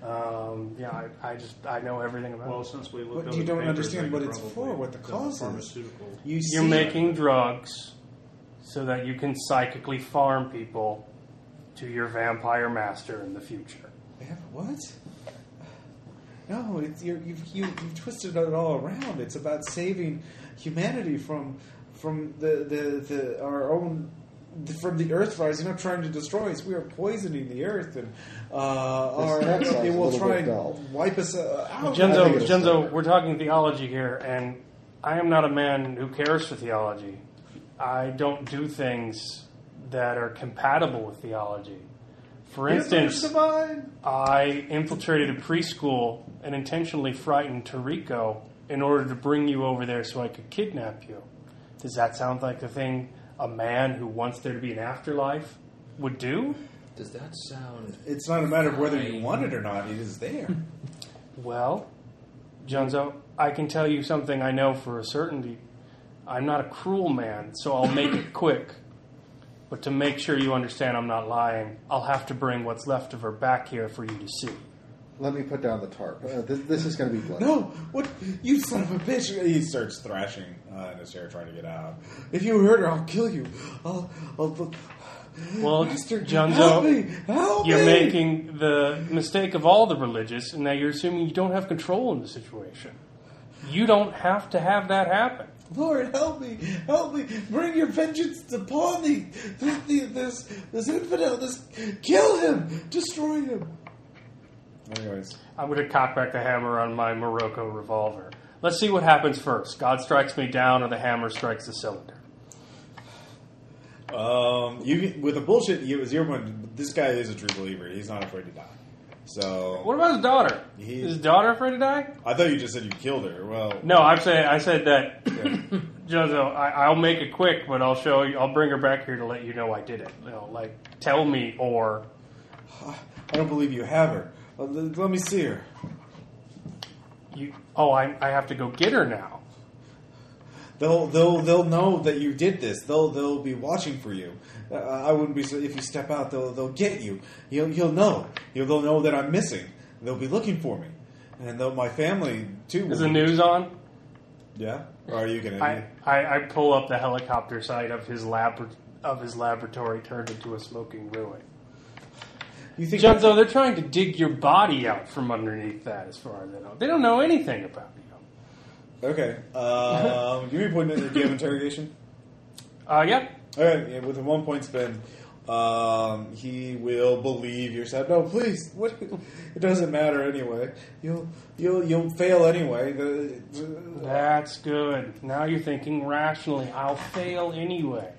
[SPEAKER 3] Um, yeah, I, I just I know everything about.
[SPEAKER 2] Well,
[SPEAKER 3] it.
[SPEAKER 2] since we
[SPEAKER 1] What-
[SPEAKER 2] looked, up
[SPEAKER 1] you
[SPEAKER 2] the
[SPEAKER 1] don't
[SPEAKER 2] papers,
[SPEAKER 1] understand
[SPEAKER 2] they
[SPEAKER 1] what
[SPEAKER 2] could
[SPEAKER 1] it's
[SPEAKER 2] probably
[SPEAKER 1] for, what the
[SPEAKER 2] done
[SPEAKER 1] cause is.
[SPEAKER 2] Pharmaceutical.
[SPEAKER 1] You
[SPEAKER 3] You're making drugs so that you can psychically farm people to your vampire master in the future.
[SPEAKER 1] Yeah, What? No, it's, you're, you've, you, you've twisted it all around. It's about saving humanity from from the, the, the our own from the earth rising up trying to destroy us. We are poisoning the earth, and uh, our,
[SPEAKER 6] This next
[SPEAKER 1] it
[SPEAKER 6] song's a
[SPEAKER 1] will
[SPEAKER 6] little
[SPEAKER 1] try
[SPEAKER 6] bit
[SPEAKER 1] and
[SPEAKER 6] dull.
[SPEAKER 1] wipe us uh, out.
[SPEAKER 6] I
[SPEAKER 3] Genzo,
[SPEAKER 6] think it's-
[SPEAKER 3] Genzo, we're talking theology here, and I am not a man who cares for theology. I don't do things that are compatible with theology. For instance, I infiltrated a preschool and intentionally frightened Tariko in order to bring you over there so I could kidnap you. Does that sound like the thing a man who wants there to be an afterlife would do?
[SPEAKER 8] Does that sound?
[SPEAKER 1] It's not a matter of whether you want it or not; it is there.
[SPEAKER 3] Well, Junzo, I can tell you something I know for a certainty. I'm not a cruel man, so I'll make it quick. But to make sure you understand I'm not lying, I'll have to bring what's left of her back here for you to see.
[SPEAKER 6] Let me put down the tarp. Uh, this, this is going to be bloody.
[SPEAKER 1] No, what you son of a bitch! He starts thrashing uh, in his chair, trying to get out. If you hurt her, I'll kill you. I'll, I'll,
[SPEAKER 3] Well,
[SPEAKER 1] Master,
[SPEAKER 3] Junzo,
[SPEAKER 1] help me! Help
[SPEAKER 3] you're
[SPEAKER 1] me!
[SPEAKER 3] making the mistake of all the religious, and now you're assuming you don't have control in the situation. You don't have to have that happen.
[SPEAKER 1] Lord, help me! Help me! Bring your vengeance upon thee! This, the- this, this infidel! This, kill him! Destroy him! Anyways,
[SPEAKER 3] I'm going to cock back the hammer on my Morocco revolver. Let's see what happens first. God strikes me down, or the hammer strikes the cylinder.
[SPEAKER 1] um, you with the bullshit it was your one. This guy is a true believer. He's not afraid to die. So
[SPEAKER 3] What about his daughter?
[SPEAKER 1] He-
[SPEAKER 3] Is his daughter afraid to die?
[SPEAKER 1] I thought you just said you killed her. Well,
[SPEAKER 3] No, I'm saying I said that,
[SPEAKER 1] yeah.
[SPEAKER 3] Jozo. I, I'll make it quick, but I'll show you. I'll bring her back here to let you know I did it. You know, like tell me or
[SPEAKER 1] I don't believe you have her. Uh, l- Let me see her.
[SPEAKER 3] you. Oh, I, I have to go get her now.
[SPEAKER 1] They'll they'll they'll know that you did this. They'll they'll be watching for you. Uh, I wouldn't be so- if you step out. They'll they'll get you. You'll you'll know. You'll, they'll know that I'm missing. They'll be looking for me, and though my family too. will
[SPEAKER 3] Is the
[SPEAKER 1] be-
[SPEAKER 3] news on?
[SPEAKER 1] Yeah. Or you can.
[SPEAKER 3] I, I, I pull up the helicopter site of his lab of his laboratory turned into a smoking ruin.
[SPEAKER 1] you think
[SPEAKER 3] Jozo, they're trying to dig your body out from underneath that. As far as I know, they don't know anything about you.
[SPEAKER 1] Okay. Um, give me a point in the game interrogation.
[SPEAKER 3] Uh, yeah.
[SPEAKER 1] Okay. Yeah, with a one point spend, um, he will believe your side. No, please. What? It doesn't matter anyway. You'll you'll you'll fail anyway. The, the-
[SPEAKER 3] That's good. Now you're thinking rationally. I'll fail anyway.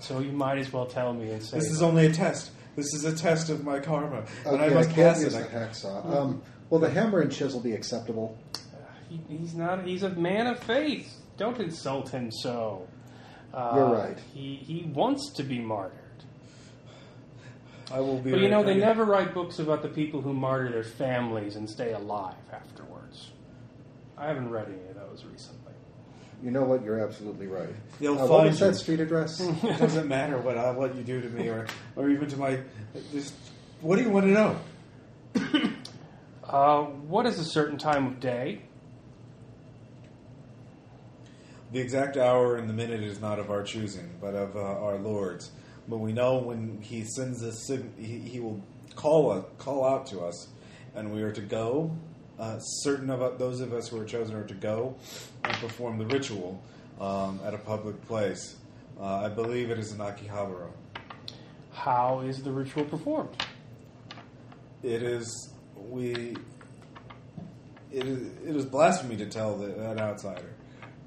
[SPEAKER 3] So you might as well tell me and say,
[SPEAKER 1] This is only a test. This is a test of my karma, and
[SPEAKER 6] Okay,
[SPEAKER 1] I must
[SPEAKER 6] can't
[SPEAKER 1] pass
[SPEAKER 6] use
[SPEAKER 1] it.
[SPEAKER 6] the
[SPEAKER 1] I-
[SPEAKER 6] hacksaw. Um, will the hammer and chisel be acceptable?
[SPEAKER 3] he, he's not. He's a man of faith. Don't insult him so. Uh,
[SPEAKER 6] You're right.
[SPEAKER 3] He he wants to be martyred.
[SPEAKER 1] I will be.
[SPEAKER 3] But you know they
[SPEAKER 1] ready.
[SPEAKER 3] never write books about the people who martyr their families and stay alive afterwards. I haven't read any of those recently.
[SPEAKER 6] You know what? You're absolutely right.
[SPEAKER 1] They'll
[SPEAKER 6] Uh,
[SPEAKER 1] find
[SPEAKER 6] what was
[SPEAKER 1] you. Hmm.
[SPEAKER 6] that street address?
[SPEAKER 1] It doesn't matter what I, what you do to me, or or even to my. Just, what do you want to know?
[SPEAKER 3] Uh, what is a certain time of day?
[SPEAKER 1] The exact hour and the minute is not of our choosing, but of uh, our Lord's. But we know when He sends a sig- he, he will call a, call out to us, and we are to go. Uh, certain of u- those of us who are chosen are to go and perform the ritual um, at a public place. Uh, I believe it is in Akihabara.
[SPEAKER 3] How is the ritual performed?
[SPEAKER 1] It is we. It is it is blasphemy to tell the, an outsider.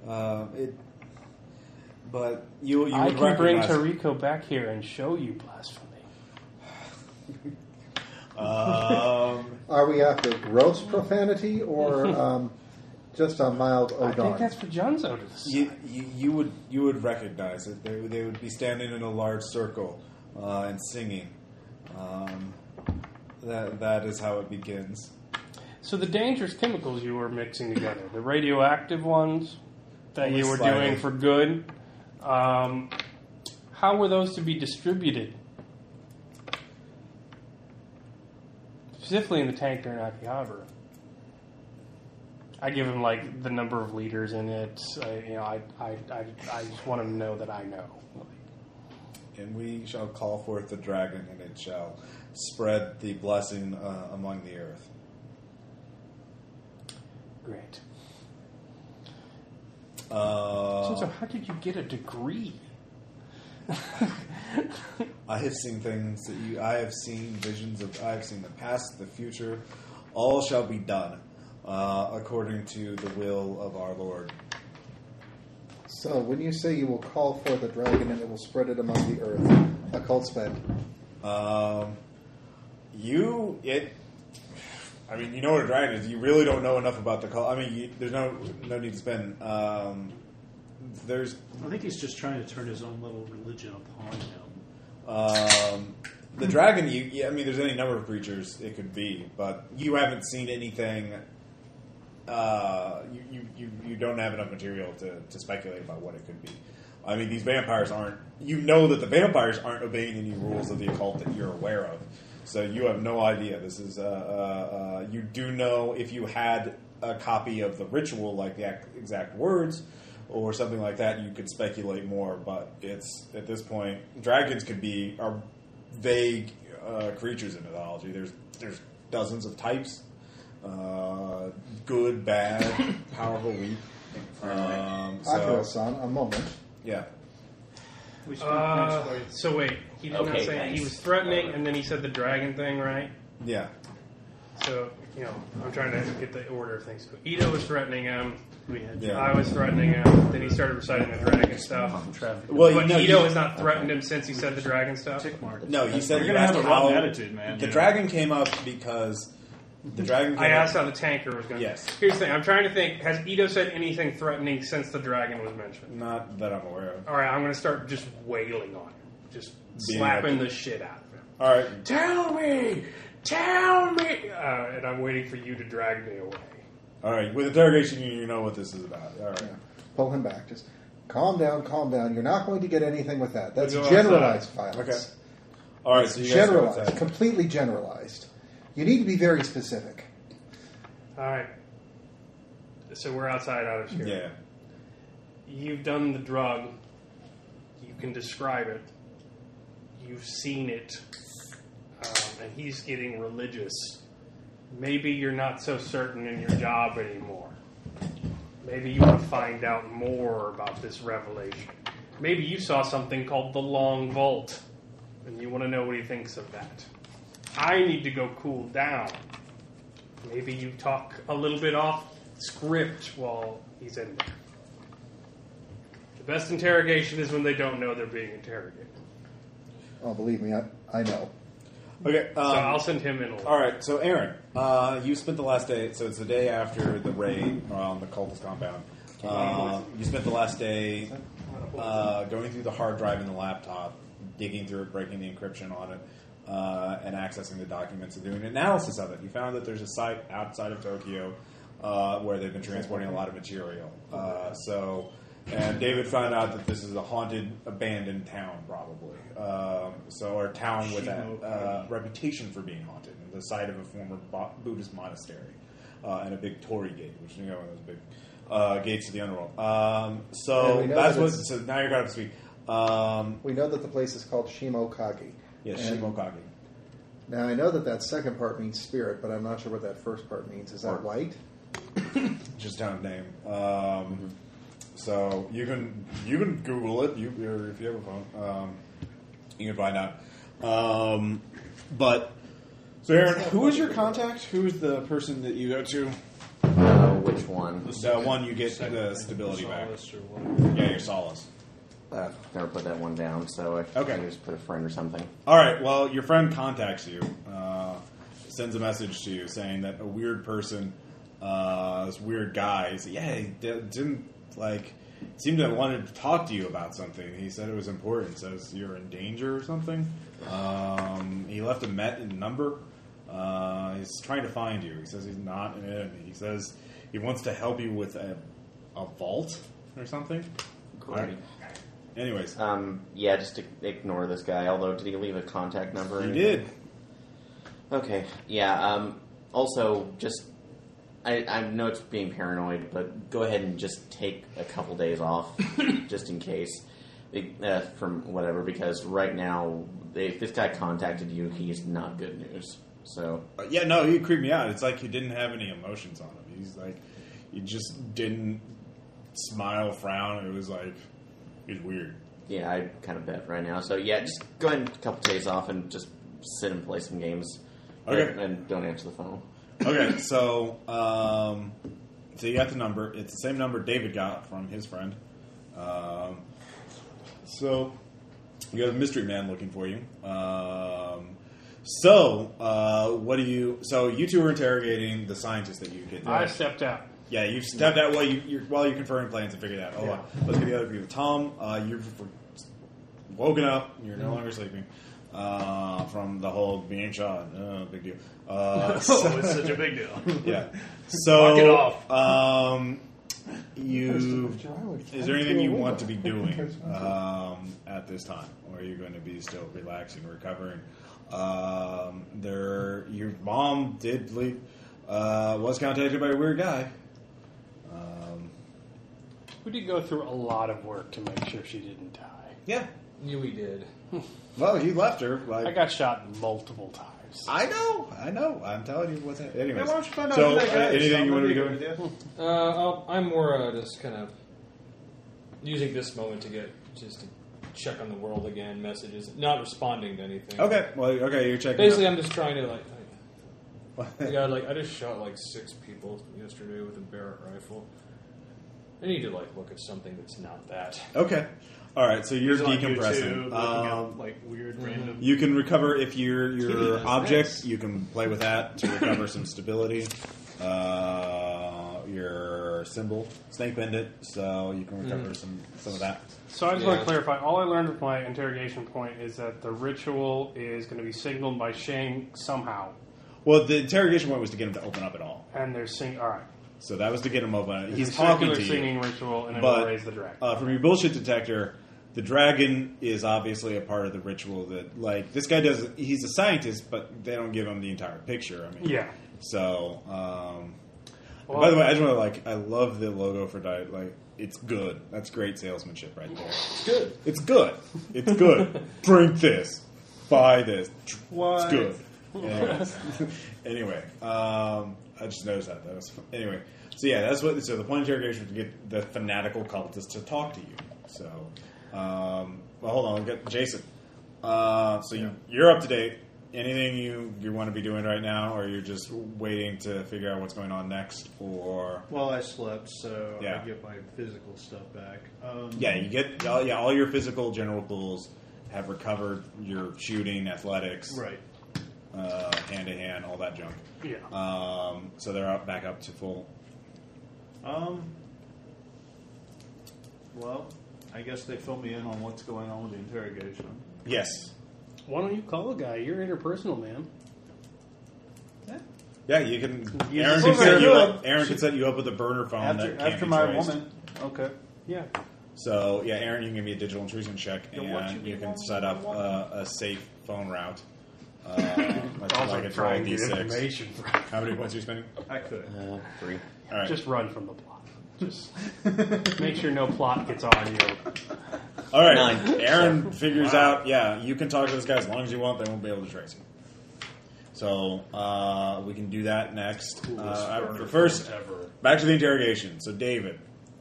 [SPEAKER 1] Um, it, but you you
[SPEAKER 3] I
[SPEAKER 1] would
[SPEAKER 3] can bring
[SPEAKER 1] recognize-
[SPEAKER 3] Tariko back here and show you blasphemy.
[SPEAKER 1] Um,
[SPEAKER 6] Are we after gross profanity or um, just a mild oh
[SPEAKER 3] I think
[SPEAKER 6] darn?
[SPEAKER 3] that's for Junzo to decide.
[SPEAKER 1] you, you, you would you would recognize it. They, they would be standing in a large circle uh, and singing. Um, that that is how it begins.
[SPEAKER 3] So the dangerous chemicals you were mixing together, the radioactive ones that
[SPEAKER 1] Only
[SPEAKER 3] you were
[SPEAKER 1] slightly.
[SPEAKER 3] doing for good, um, how were those to be distributed? Specifically in the tank during Akihabara. I give him like the number of liters in it. I, you know, I, I, I, I just want him to know that I know.
[SPEAKER 1] And we shall call forth the dragon, and it shall spread the blessing uh, among the earth.
[SPEAKER 3] Great.
[SPEAKER 1] Uh,
[SPEAKER 3] so, so how did you get a degree?
[SPEAKER 1] I have seen things that you. I have seen visions of. I have seen the past, the future. All shall be done uh, according to the will of our Lord.
[SPEAKER 6] So when you say you will call forth a dragon and it will spread it among the earth, occult spend.
[SPEAKER 1] Um, you it. I mean, you know what a dragon is. You really don't know enough about the call. I mean, you, there's no no need to spend. Um, there's
[SPEAKER 2] I think he's just trying to turn his own little religion upon him.
[SPEAKER 1] Um, the dragon, you, yeah, I mean, there's any number of creatures it could be, but you haven't seen anything. Uh, you, you, you, you don't have enough material to, to speculate about what it could be. I mean, these vampires aren't. You know that the vampires aren't obeying any rules of the occult that you're aware of. So you have no idea. This is. Uh, uh, uh, you do know if you had a copy of the ritual, like the ac- exact words, or something like that, you could speculate more. But it's at this point, dragons could be are vague uh, creatures in mythology. There's there's dozens of types, uh, good, bad, powerful, weak. Um, so,
[SPEAKER 6] Akira-san, a moment.
[SPEAKER 1] yeah,
[SPEAKER 2] We should
[SPEAKER 3] Uh,
[SPEAKER 2] next place.
[SPEAKER 3] so wait, he did not
[SPEAKER 9] Okay,
[SPEAKER 3] say
[SPEAKER 9] thanks.
[SPEAKER 3] he was threatening, and then he said the dragon thing, right?
[SPEAKER 1] yeah.
[SPEAKER 3] So you know, I'm trying to get the order of things. Ito was threatening him.
[SPEAKER 2] we had
[SPEAKER 1] Yeah.
[SPEAKER 3] I was threatening him. Then he started reciting the dragon stuff.
[SPEAKER 2] traffic.
[SPEAKER 1] Well,
[SPEAKER 3] but
[SPEAKER 1] no,
[SPEAKER 3] Ito
[SPEAKER 1] you-
[SPEAKER 3] has not threatened him since he said the dragon stuff.
[SPEAKER 2] Tick mark.
[SPEAKER 1] No, he said
[SPEAKER 10] You're
[SPEAKER 1] you
[SPEAKER 10] gonna have
[SPEAKER 1] asked
[SPEAKER 10] a rotten
[SPEAKER 1] how-
[SPEAKER 10] attitude, man,
[SPEAKER 1] The
[SPEAKER 10] you know.
[SPEAKER 1] dragon came up because the dragon. Came
[SPEAKER 3] I
[SPEAKER 1] up-
[SPEAKER 3] asked how the tanker was going. to
[SPEAKER 1] Yes.
[SPEAKER 3] Here's the thing. I'm trying to think. Has Ito said anything threatening since the dragon was mentioned?
[SPEAKER 1] Not that I'm aware of.
[SPEAKER 3] All right, I'm going to start just wailing on him, just
[SPEAKER 1] Being
[SPEAKER 3] slapping the shit out of him.
[SPEAKER 1] All right,
[SPEAKER 3] Tell me, tell me, uh, and I'm waiting for you to drag me away.
[SPEAKER 1] all right. With interrogation, you, you know what this is about. All right.
[SPEAKER 6] Yeah. Pull him back. Just calm down, calm down. You're not going to get anything with that. That's
[SPEAKER 1] We'll go
[SPEAKER 6] generalized
[SPEAKER 1] Okay.
[SPEAKER 6] violence.
[SPEAKER 1] All right. So you guys go
[SPEAKER 6] Generalized,
[SPEAKER 1] outside.
[SPEAKER 6] completely generalized. You need to be very specific.
[SPEAKER 3] All right. So we're outside out of here.
[SPEAKER 1] Yeah.
[SPEAKER 3] You've done the drug. You can describe it. You've seen it. Um, and he's getting religious. Maybe you're not so certain in your job anymore. Maybe you want to find out more about this revelation. Maybe you saw something called the long vault and you want to know what he thinks of that. I need to go cool down. Maybe you talk a little bit off script while he's in there. The best interrogation is when they don't know they're being interrogated.
[SPEAKER 6] Oh, believe me, I, I know.
[SPEAKER 1] Okay.
[SPEAKER 3] So
[SPEAKER 1] Um,
[SPEAKER 3] I'll send him in. A
[SPEAKER 1] all right. So Aaron, uh, you spent the last day. So it's the day after the raid on the cultist compound. Uh, you spent the last day uh, going through the hard drive in the laptop, digging through it, breaking the encryption on it, uh, and accessing the documents and doing an analysis of it. You found that there's a site outside of Tokyo uh, where they've been transporting a lot of material. Uh, so, and David found out that this is a haunted, abandoned town, probably. Um, so, or town with a uh, reputation for being haunted, and the site of a former Bo- Buddhist monastery uh, and a big Torii gate, which you know those big uh, gates to the underworld. Um, so
[SPEAKER 6] Yeah, we know
[SPEAKER 1] that's
[SPEAKER 6] that
[SPEAKER 1] what.
[SPEAKER 6] it's-
[SPEAKER 1] So now you're caught up to speed. Um,
[SPEAKER 6] We know that the place is called Shimokagi.
[SPEAKER 1] yes,
[SPEAKER 6] And
[SPEAKER 1] Shimokagi.
[SPEAKER 6] Now I know that that second part means spirit, but I'm not sure what that first part means. Is that
[SPEAKER 1] Or-
[SPEAKER 6] white?
[SPEAKER 1] just town name. Um, So you can you can Google it. You or if you have a phone, um, you can find out. Um, but so Aaron, who is your contact? Who is the person that you go to?
[SPEAKER 9] Uh, which one?
[SPEAKER 1] The one you get the stability back.
[SPEAKER 2] Solace or whatever.
[SPEAKER 1] Yeah, your solace.
[SPEAKER 9] Uh, never put that one down, so I
[SPEAKER 1] Okay.
[SPEAKER 9] think I just put a friend or something.
[SPEAKER 1] All right. Well, your friend contacts you, uh, sends a message to you saying that a weird person, uh, this weird guy, he said, yeah, he d- didn't like seemed to have wanted to talk to you about something. He said it was important. Says you're in danger or something. Um, he left a met and number. Uh, he's trying to find you. He says he's not an enemy. He says he wants to help you with a, a vault or something.
[SPEAKER 9] Great.
[SPEAKER 1] Anyways,
[SPEAKER 9] Um, yeah, just ig- ignore this guy. Although, did he leave a contact number?
[SPEAKER 1] you did.
[SPEAKER 9] Okay. Yeah. Um, also, just I, I know it's being paranoid, but go ahead and just take a couple days off, just in case, Be- uh, from whatever. Because right now, if this guy contacted you, he's not good news. So
[SPEAKER 1] Uh, Yeah, no, he creeped me out. It's like he didn't have any emotions on him. He's like, he just didn't smile, frown. It was like, he's weird.
[SPEAKER 9] yeah, I kind of bet right now. So yeah, just go ahead and a couple days off and just sit and play some games.
[SPEAKER 1] Okay.
[SPEAKER 9] And don't answer the phone.
[SPEAKER 1] Okay, so um, so you got the number. It's the same number David got from his friend. Um, so you have a mystery man looking for you. Um, so uh, what do you? So you two are interrogating the scientist that you get.
[SPEAKER 7] I stepped out.
[SPEAKER 1] Yeah, you've stepped out while you, you're while you're conferring plans and figured out. Oh, uh, let's get the other people. Tom, uh, you've woken up. You're no longer sleeping uh, from the whole being shot. Uh, big deal. Uh, so-
[SPEAKER 11] Oh, it's such a big deal.
[SPEAKER 1] yeah. So
[SPEAKER 11] Knock it off.
[SPEAKER 1] Um, you is there anything you want to be doing um, at this time, or are you going to be still relaxing, recovering? Um, there, your mom did leave, uh, was contacted by a weird guy. Um,
[SPEAKER 7] We did go through a lot of work to make sure she didn't die.
[SPEAKER 1] yeah.
[SPEAKER 8] Knew we did.
[SPEAKER 1] Well, you left her. Like,
[SPEAKER 7] I got shot multiple times.
[SPEAKER 1] I know, I know. I'm telling you what's happening. Anyways,
[SPEAKER 2] why don't you find out
[SPEAKER 1] so
[SPEAKER 2] who that guy
[SPEAKER 1] uh,
[SPEAKER 2] is?
[SPEAKER 1] anything you
[SPEAKER 2] That
[SPEAKER 1] want to be
[SPEAKER 2] might
[SPEAKER 1] doing?
[SPEAKER 2] a good idea.
[SPEAKER 8] Uh, I'll, I'm more uh, just kind of using this moment to get just to check on the world again. Messages, not responding to anything.
[SPEAKER 1] Okay, well, okay, you're checking.
[SPEAKER 8] Basically, I'm just trying to like.
[SPEAKER 1] out.
[SPEAKER 8] I got like I just shot like six people yesterday with a Barrett rifle. I need to like look at something that's not that.
[SPEAKER 1] okay, all right. So you're
[SPEAKER 11] He's on YouTube,
[SPEAKER 1] decompressing.
[SPEAKER 11] looking
[SPEAKER 1] Um,
[SPEAKER 11] up, like weird
[SPEAKER 7] Mm-hmm.
[SPEAKER 11] random.
[SPEAKER 1] You can recover if your
[SPEAKER 11] Kitty
[SPEAKER 1] your
[SPEAKER 11] does
[SPEAKER 1] object. You can play with that to recover some stability. Uh, your symbol, snake bend it, so you can recover some some of that.
[SPEAKER 7] So I just want
[SPEAKER 8] Yeah.
[SPEAKER 7] to clarify. All I learned with my interrogation point is that the ritual is going to be signaled by Shang somehow,
[SPEAKER 1] Well, the interrogation point was to get him to open up at all.
[SPEAKER 7] and they're singing. All right,
[SPEAKER 1] So that was to get him open. He's
[SPEAKER 7] It's a
[SPEAKER 1] talking
[SPEAKER 7] circular
[SPEAKER 1] to you.
[SPEAKER 7] singing ritual, and it'll
[SPEAKER 1] but
[SPEAKER 7] raise the dragon.
[SPEAKER 1] Uh, from your bullshit detector, the dragon is obviously a part of the ritual that, like, this guy does. He's a scientist, but they don't give him the entire picture. I mean,
[SPEAKER 7] Yeah.
[SPEAKER 1] So, um,
[SPEAKER 7] Well-
[SPEAKER 1] by the way, I just want to like, I love the logo for Diet. Like, it's good. That's great salesmanship right there.
[SPEAKER 8] It's good.
[SPEAKER 1] It's good. It's good. Drink this. Buy this. It's
[SPEAKER 2] What?
[SPEAKER 1] good. Anyway, anyway um, I just noticed that. That was anyway. So yeah, that's what. So the point of interrogation is to get the fanatical cultist to talk to you. So, um, well, hold on. We've got Jason. Uh, so you, you're up to date. Anything you you want to be doing right now, or you're just waiting to figure out what's going on next, or
[SPEAKER 2] Well, I slept, so
[SPEAKER 1] Yeah.
[SPEAKER 2] I get my physical stuff back. Um,
[SPEAKER 1] Yeah, you get all, yeah all your physical general pools have recovered. Your shooting, athletics,
[SPEAKER 2] Right.
[SPEAKER 1] hand to hand, all that junk.
[SPEAKER 7] yeah.
[SPEAKER 1] Um, so they're up back up to full.
[SPEAKER 2] Um. Well, I guess they fill me in on what's going on with the interrogation.
[SPEAKER 1] Yes.
[SPEAKER 7] Why don't you call a guy? You're interpersonal, man.
[SPEAKER 1] Yeah, you can.
[SPEAKER 7] You
[SPEAKER 1] Aaron
[SPEAKER 7] just-
[SPEAKER 1] can
[SPEAKER 7] Okay,
[SPEAKER 1] set you
[SPEAKER 2] good.
[SPEAKER 1] up. Aaron can set you up with a burner phone
[SPEAKER 2] after
[SPEAKER 1] that can't
[SPEAKER 2] after
[SPEAKER 1] be
[SPEAKER 2] my
[SPEAKER 1] traced.
[SPEAKER 2] woman. Okay.
[SPEAKER 7] Yeah.
[SPEAKER 1] So yeah, Aaron, you can give me a digital intrusion check,
[SPEAKER 2] Yeah, what
[SPEAKER 1] and
[SPEAKER 2] you
[SPEAKER 1] you can
[SPEAKER 2] want,
[SPEAKER 1] set up
[SPEAKER 2] what?
[SPEAKER 1] uh, a safe phone route. Uh, like, like it's roll d6.
[SPEAKER 7] information. from-
[SPEAKER 1] How many points are you spending?
[SPEAKER 2] I could.
[SPEAKER 9] Uh, three.
[SPEAKER 1] All right.
[SPEAKER 7] Just run from the plot. Just make sure no plot gets on you.
[SPEAKER 1] All right,
[SPEAKER 9] Nine.
[SPEAKER 1] Aaron figures out. Yeah, you can talk to this guy as long as you want. They won't be able to trace you. So uh, we can do that next. Uh, I- first, back to the interrogation. So David,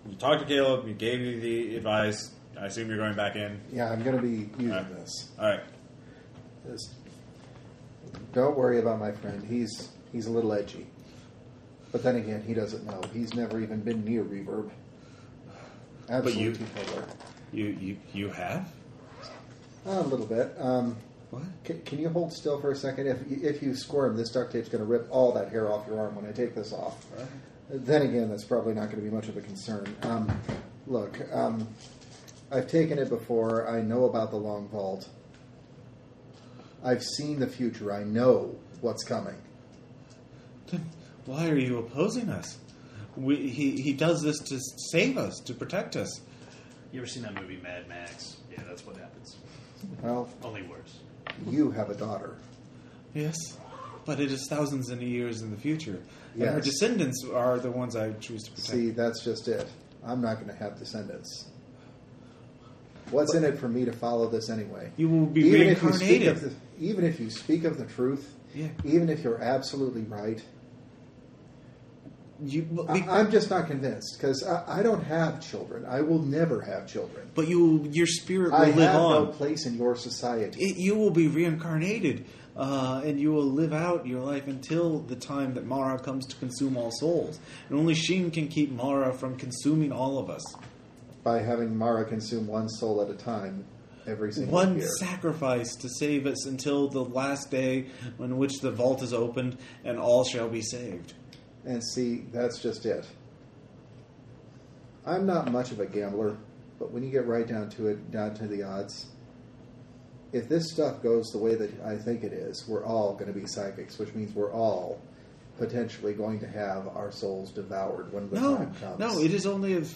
[SPEAKER 1] you talked to Caleb. You gave you the advice. I assume you're going back in.
[SPEAKER 6] Yeah, I'm going to be using
[SPEAKER 1] Alright.
[SPEAKER 6] this.
[SPEAKER 1] All right.
[SPEAKER 6] Just don't worry about my friend. He's he's a little edgy, but then again, he doesn't know. He's never even been near reverb.
[SPEAKER 1] you-
[SPEAKER 6] Absolutely killer.
[SPEAKER 1] You you you have
[SPEAKER 6] A little bit. Um,
[SPEAKER 1] what?
[SPEAKER 6] can, can you hold still for a second? If if you squirm, this duct tape's going to rip all that hair off your arm when I take this off. Then again, that's probably not going to be much of a concern. Um, look, um, I've taken it before. I know about the long vault. I've seen the future. I know what's coming.
[SPEAKER 1] Then why are you opposing us? We, he he does this to save us, to protect us.
[SPEAKER 11] You ever seen that movie Mad Max? Yeah, that's what happens.
[SPEAKER 6] Well,
[SPEAKER 11] Only worse.
[SPEAKER 6] you have a daughter.
[SPEAKER 1] Yes, but it is thousands of years in the future, and her
[SPEAKER 6] Yes.
[SPEAKER 1] descendants are the ones I choose to protect.
[SPEAKER 6] See, that's just it. I'm not going to have descendants. What's in it for me to follow this anyway?
[SPEAKER 1] You will be
[SPEAKER 6] even if you speak
[SPEAKER 1] reincarnated.
[SPEAKER 6] of the, even if you speak of the truth,
[SPEAKER 1] Yeah.
[SPEAKER 6] even if you're absolutely right,
[SPEAKER 1] you, but,
[SPEAKER 6] I,
[SPEAKER 1] be-
[SPEAKER 6] I'm just not convinced because I, I don't have children. I will never have children.
[SPEAKER 1] but you, your spirit will
[SPEAKER 6] I
[SPEAKER 1] live
[SPEAKER 6] have
[SPEAKER 1] on.
[SPEAKER 6] no place in your society.
[SPEAKER 1] it, you will be reincarnated, uh, and you will live out your life until the time that Mara comes to consume all souls. And only Sheen can keep Mara from consuming all of us.
[SPEAKER 6] by having Mara consume one soul at a time every single
[SPEAKER 1] One
[SPEAKER 6] year.
[SPEAKER 1] sacrifice to save us until the last day in which the vault is opened and all shall be saved.
[SPEAKER 6] and see, that's just it. I'm not much of a gambler, but when you get right down to it, down to the odds, if this stuff goes the way that I think it is, we're all going to be psychics, which means we're all potentially going to have our souls devoured when the
[SPEAKER 1] No,
[SPEAKER 6] time comes.
[SPEAKER 1] no, it is only if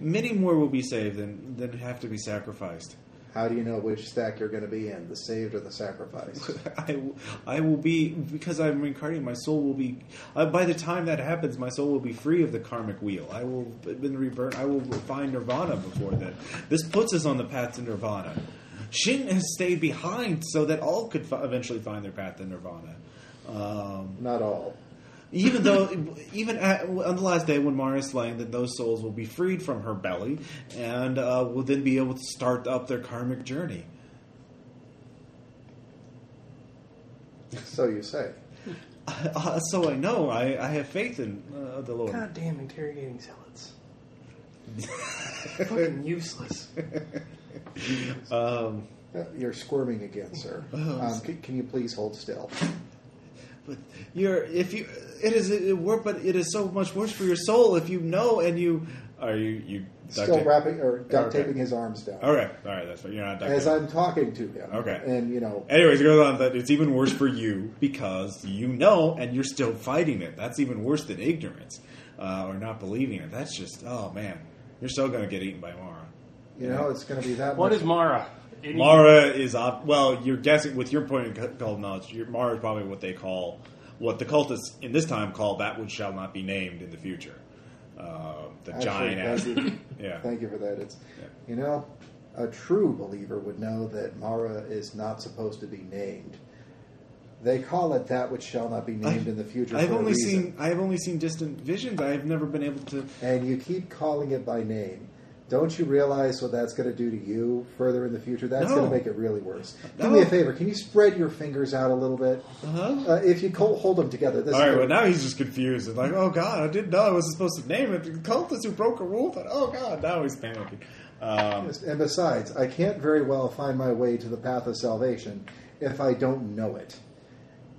[SPEAKER 1] many more will be saved than, than have to be sacrificed.
[SPEAKER 6] How do you know which stack you're going to be in, the saved or the sacrificed?
[SPEAKER 1] I, will- I will be because I'm reincarnating. My soul will be. Uh, by the time that happens, my soul will be free of the karmic wheel. I will have been rebirth. I will find nirvana before then. This puts us on the path to nirvana. Shin has stayed behind so that all could fi- eventually find their path to nirvana. Um,
[SPEAKER 6] Not all.
[SPEAKER 1] even though, even at, on the last day when Mara is slain, then those souls will be freed from her belly and uh, will then be able to start up their karmic journey.
[SPEAKER 6] So you say.
[SPEAKER 1] Uh, so I know. I, I have faith in uh, the Lord.
[SPEAKER 7] Goddamn interrogating zealots. Fucking useless.
[SPEAKER 1] Um,
[SPEAKER 6] Uh, You're squirming again, sir.
[SPEAKER 1] Oh,
[SPEAKER 6] Um, c- can you please hold still?
[SPEAKER 1] but you're if you it is it work, but it is so much worse for your soul if you know and you are you you duct
[SPEAKER 6] Still
[SPEAKER 1] tape-
[SPEAKER 6] wrapping or duct
[SPEAKER 1] Okay.
[SPEAKER 6] taping his arms down
[SPEAKER 1] All right, all right, that's fine. You're not duct
[SPEAKER 6] as
[SPEAKER 1] taping.
[SPEAKER 6] I'm talking to him.
[SPEAKER 1] Okay.
[SPEAKER 6] and you know,
[SPEAKER 1] Anyways, it goes on that it's even worse for you because you know and you're still fighting it. That's even worse than ignorance uh, or not believing it. That's just oh man, you're still gonna get eaten by Mara.
[SPEAKER 6] you know, it's going to be that.
[SPEAKER 7] What
[SPEAKER 6] much.
[SPEAKER 7] is Mara? Any-
[SPEAKER 1] Mara is op- well. You're guessing with your point of cult knowledge. Your, Mara is probably what they call what the cultists in this time call that which shall not be named in the future. Um the
[SPEAKER 6] Actually,
[SPEAKER 1] giant ass.
[SPEAKER 6] Thank you,
[SPEAKER 1] Yeah.
[SPEAKER 6] thank you for that. It's
[SPEAKER 1] Yeah.
[SPEAKER 6] you know, a true believer would know that Mara is not supposed to be named. They call it that which shall not be named in the future.
[SPEAKER 1] I've
[SPEAKER 6] for a
[SPEAKER 1] only
[SPEAKER 6] reason.
[SPEAKER 1] seen I've only seen distant visions. I've never been able to.
[SPEAKER 6] and you keep calling it by name. Don't you realize what that's going to do to you further in the future? That's
[SPEAKER 1] No.
[SPEAKER 6] going to make it really worse. Do
[SPEAKER 1] No.
[SPEAKER 6] me a favor. Can you spread your fingers out a little bit?
[SPEAKER 1] Uh-huh.
[SPEAKER 6] Uh, if you co- hold them together, this
[SPEAKER 1] All right,
[SPEAKER 6] is
[SPEAKER 1] well now he's just confused. It's like, oh god, I didn't know I wasn't supposed to name it. The cultists who broke a rule. Thought, oh god, now he's panicking. Um,
[SPEAKER 6] And besides, I can't very well find my way to the path of salvation if I don't know it.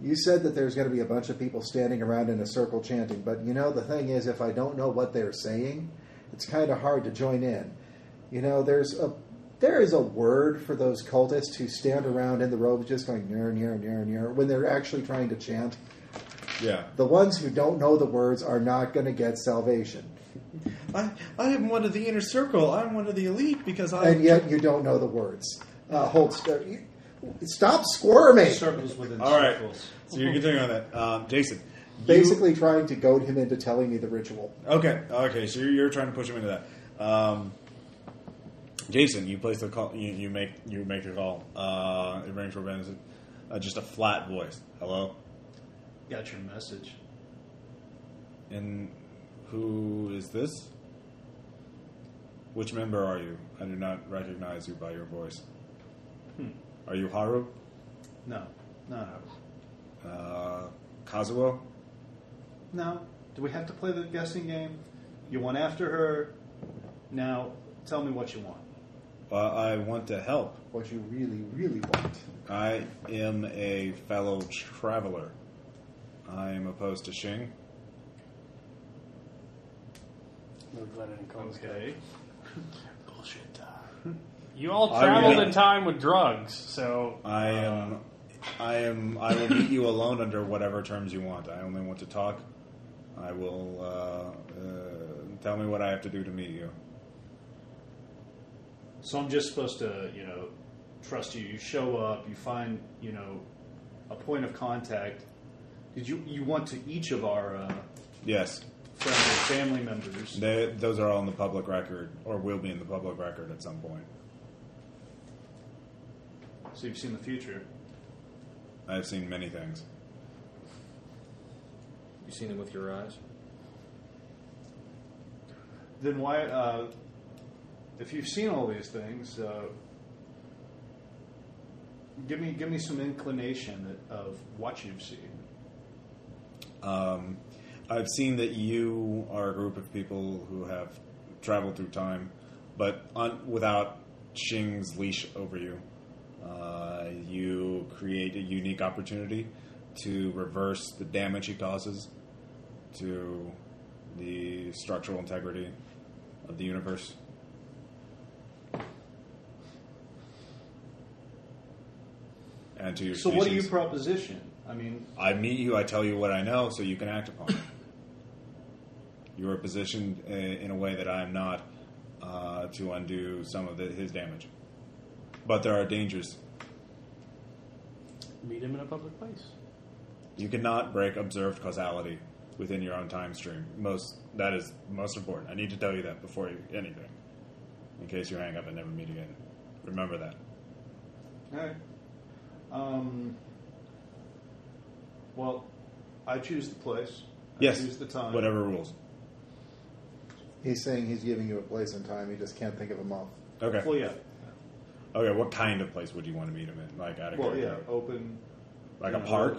[SPEAKER 6] You said that there's going to be a bunch of people standing around in a circle chanting, but you know, the thing is, if I don't know what they're saying, it's kind of hard to join in. You know, there's a there is a word for those cultists who stand around in the robes just going near, near, near, near when they're actually trying to chant.
[SPEAKER 1] yeah.
[SPEAKER 6] The ones who don't know the words are not going to get salvation.
[SPEAKER 1] I I am one of the inner circle. I'm one of the elite because I
[SPEAKER 6] and yet you don't know the words. Uh, hold, st- you- stop squirming.
[SPEAKER 11] Circles within
[SPEAKER 1] All right.
[SPEAKER 11] circles.
[SPEAKER 1] So you're continuing on that, um, Jason. you-
[SPEAKER 6] Basically, trying to goad him into telling me the ritual.
[SPEAKER 1] okay, okay. So you're, you're trying to push him into that. Um, Jason, you place the call. You, you make you make the call. Uh, it rings for Benson. Uh, just a flat voice. Hello.
[SPEAKER 11] Got your message.
[SPEAKER 1] And who is this? Which member are you? I do not recognize you by your voice. Are you Haru?
[SPEAKER 11] No, no, no.
[SPEAKER 1] Uh, Kazuo?
[SPEAKER 11] No. Do we have to play the guessing game? You went after her. Now, tell me what you want.
[SPEAKER 1] Uh, I want to help.
[SPEAKER 6] What you really, really want.
[SPEAKER 1] I am a fellow traveler. I am opposed to Shing.
[SPEAKER 7] No, glad I didn't call this guy.
[SPEAKER 11] Okay.
[SPEAKER 7] Bullshit. You all
[SPEAKER 1] I
[SPEAKER 7] traveled
[SPEAKER 1] really-
[SPEAKER 7] in time with drugs, so
[SPEAKER 1] I am. I am. I will meet you alone under whatever terms you want. I only want to talk. I will. Uh, uh, tell me what I have to do to meet you.
[SPEAKER 11] So I'm just supposed to, you know, trust you. You show up. You find, you know, a point of contact. Did you you want to each of our uh,
[SPEAKER 1] Yes,
[SPEAKER 11] friends or family members?
[SPEAKER 1] they, those are all in the public record, or will be in the public record at some point.
[SPEAKER 11] So you've seen the future.
[SPEAKER 1] I have seen many things.
[SPEAKER 8] You seen them with your eyes?
[SPEAKER 11] Then why, uh, if you've seen all these things, uh, give me give me some inclination of what you've seen.
[SPEAKER 1] Um, I've seen that you are a group of people who have traveled through time, but un- without Shing's leash over you. Uh, you create a unique opportunity to reverse the damage he causes to the structural integrity of the universe. And to your
[SPEAKER 11] So, what do you
[SPEAKER 1] species.
[SPEAKER 11] proposition? I mean,
[SPEAKER 1] I meet you, I tell you what I know, so you can act upon it. You are positioned uh, in a way that I am not uh, to undo some of the, his damage. But there are dangers.
[SPEAKER 7] Meet him in a public place.
[SPEAKER 1] You cannot break observed causality within your own time stream. Most that is most important. I need to tell you that before you, anything, in case you hang up and never meet again. Remember that.
[SPEAKER 11] all right. Um, well, I choose the place. I
[SPEAKER 1] yes.
[SPEAKER 11] Choose the time.
[SPEAKER 1] Whatever rules.
[SPEAKER 6] He's saying he's giving you a place and time. He just can't think of a month.
[SPEAKER 1] Okay.
[SPEAKER 11] Well, yeah.
[SPEAKER 1] Okay. What kind of place would you want to meet him in? Like out of
[SPEAKER 11] Well, yeah. Open,
[SPEAKER 1] like a park.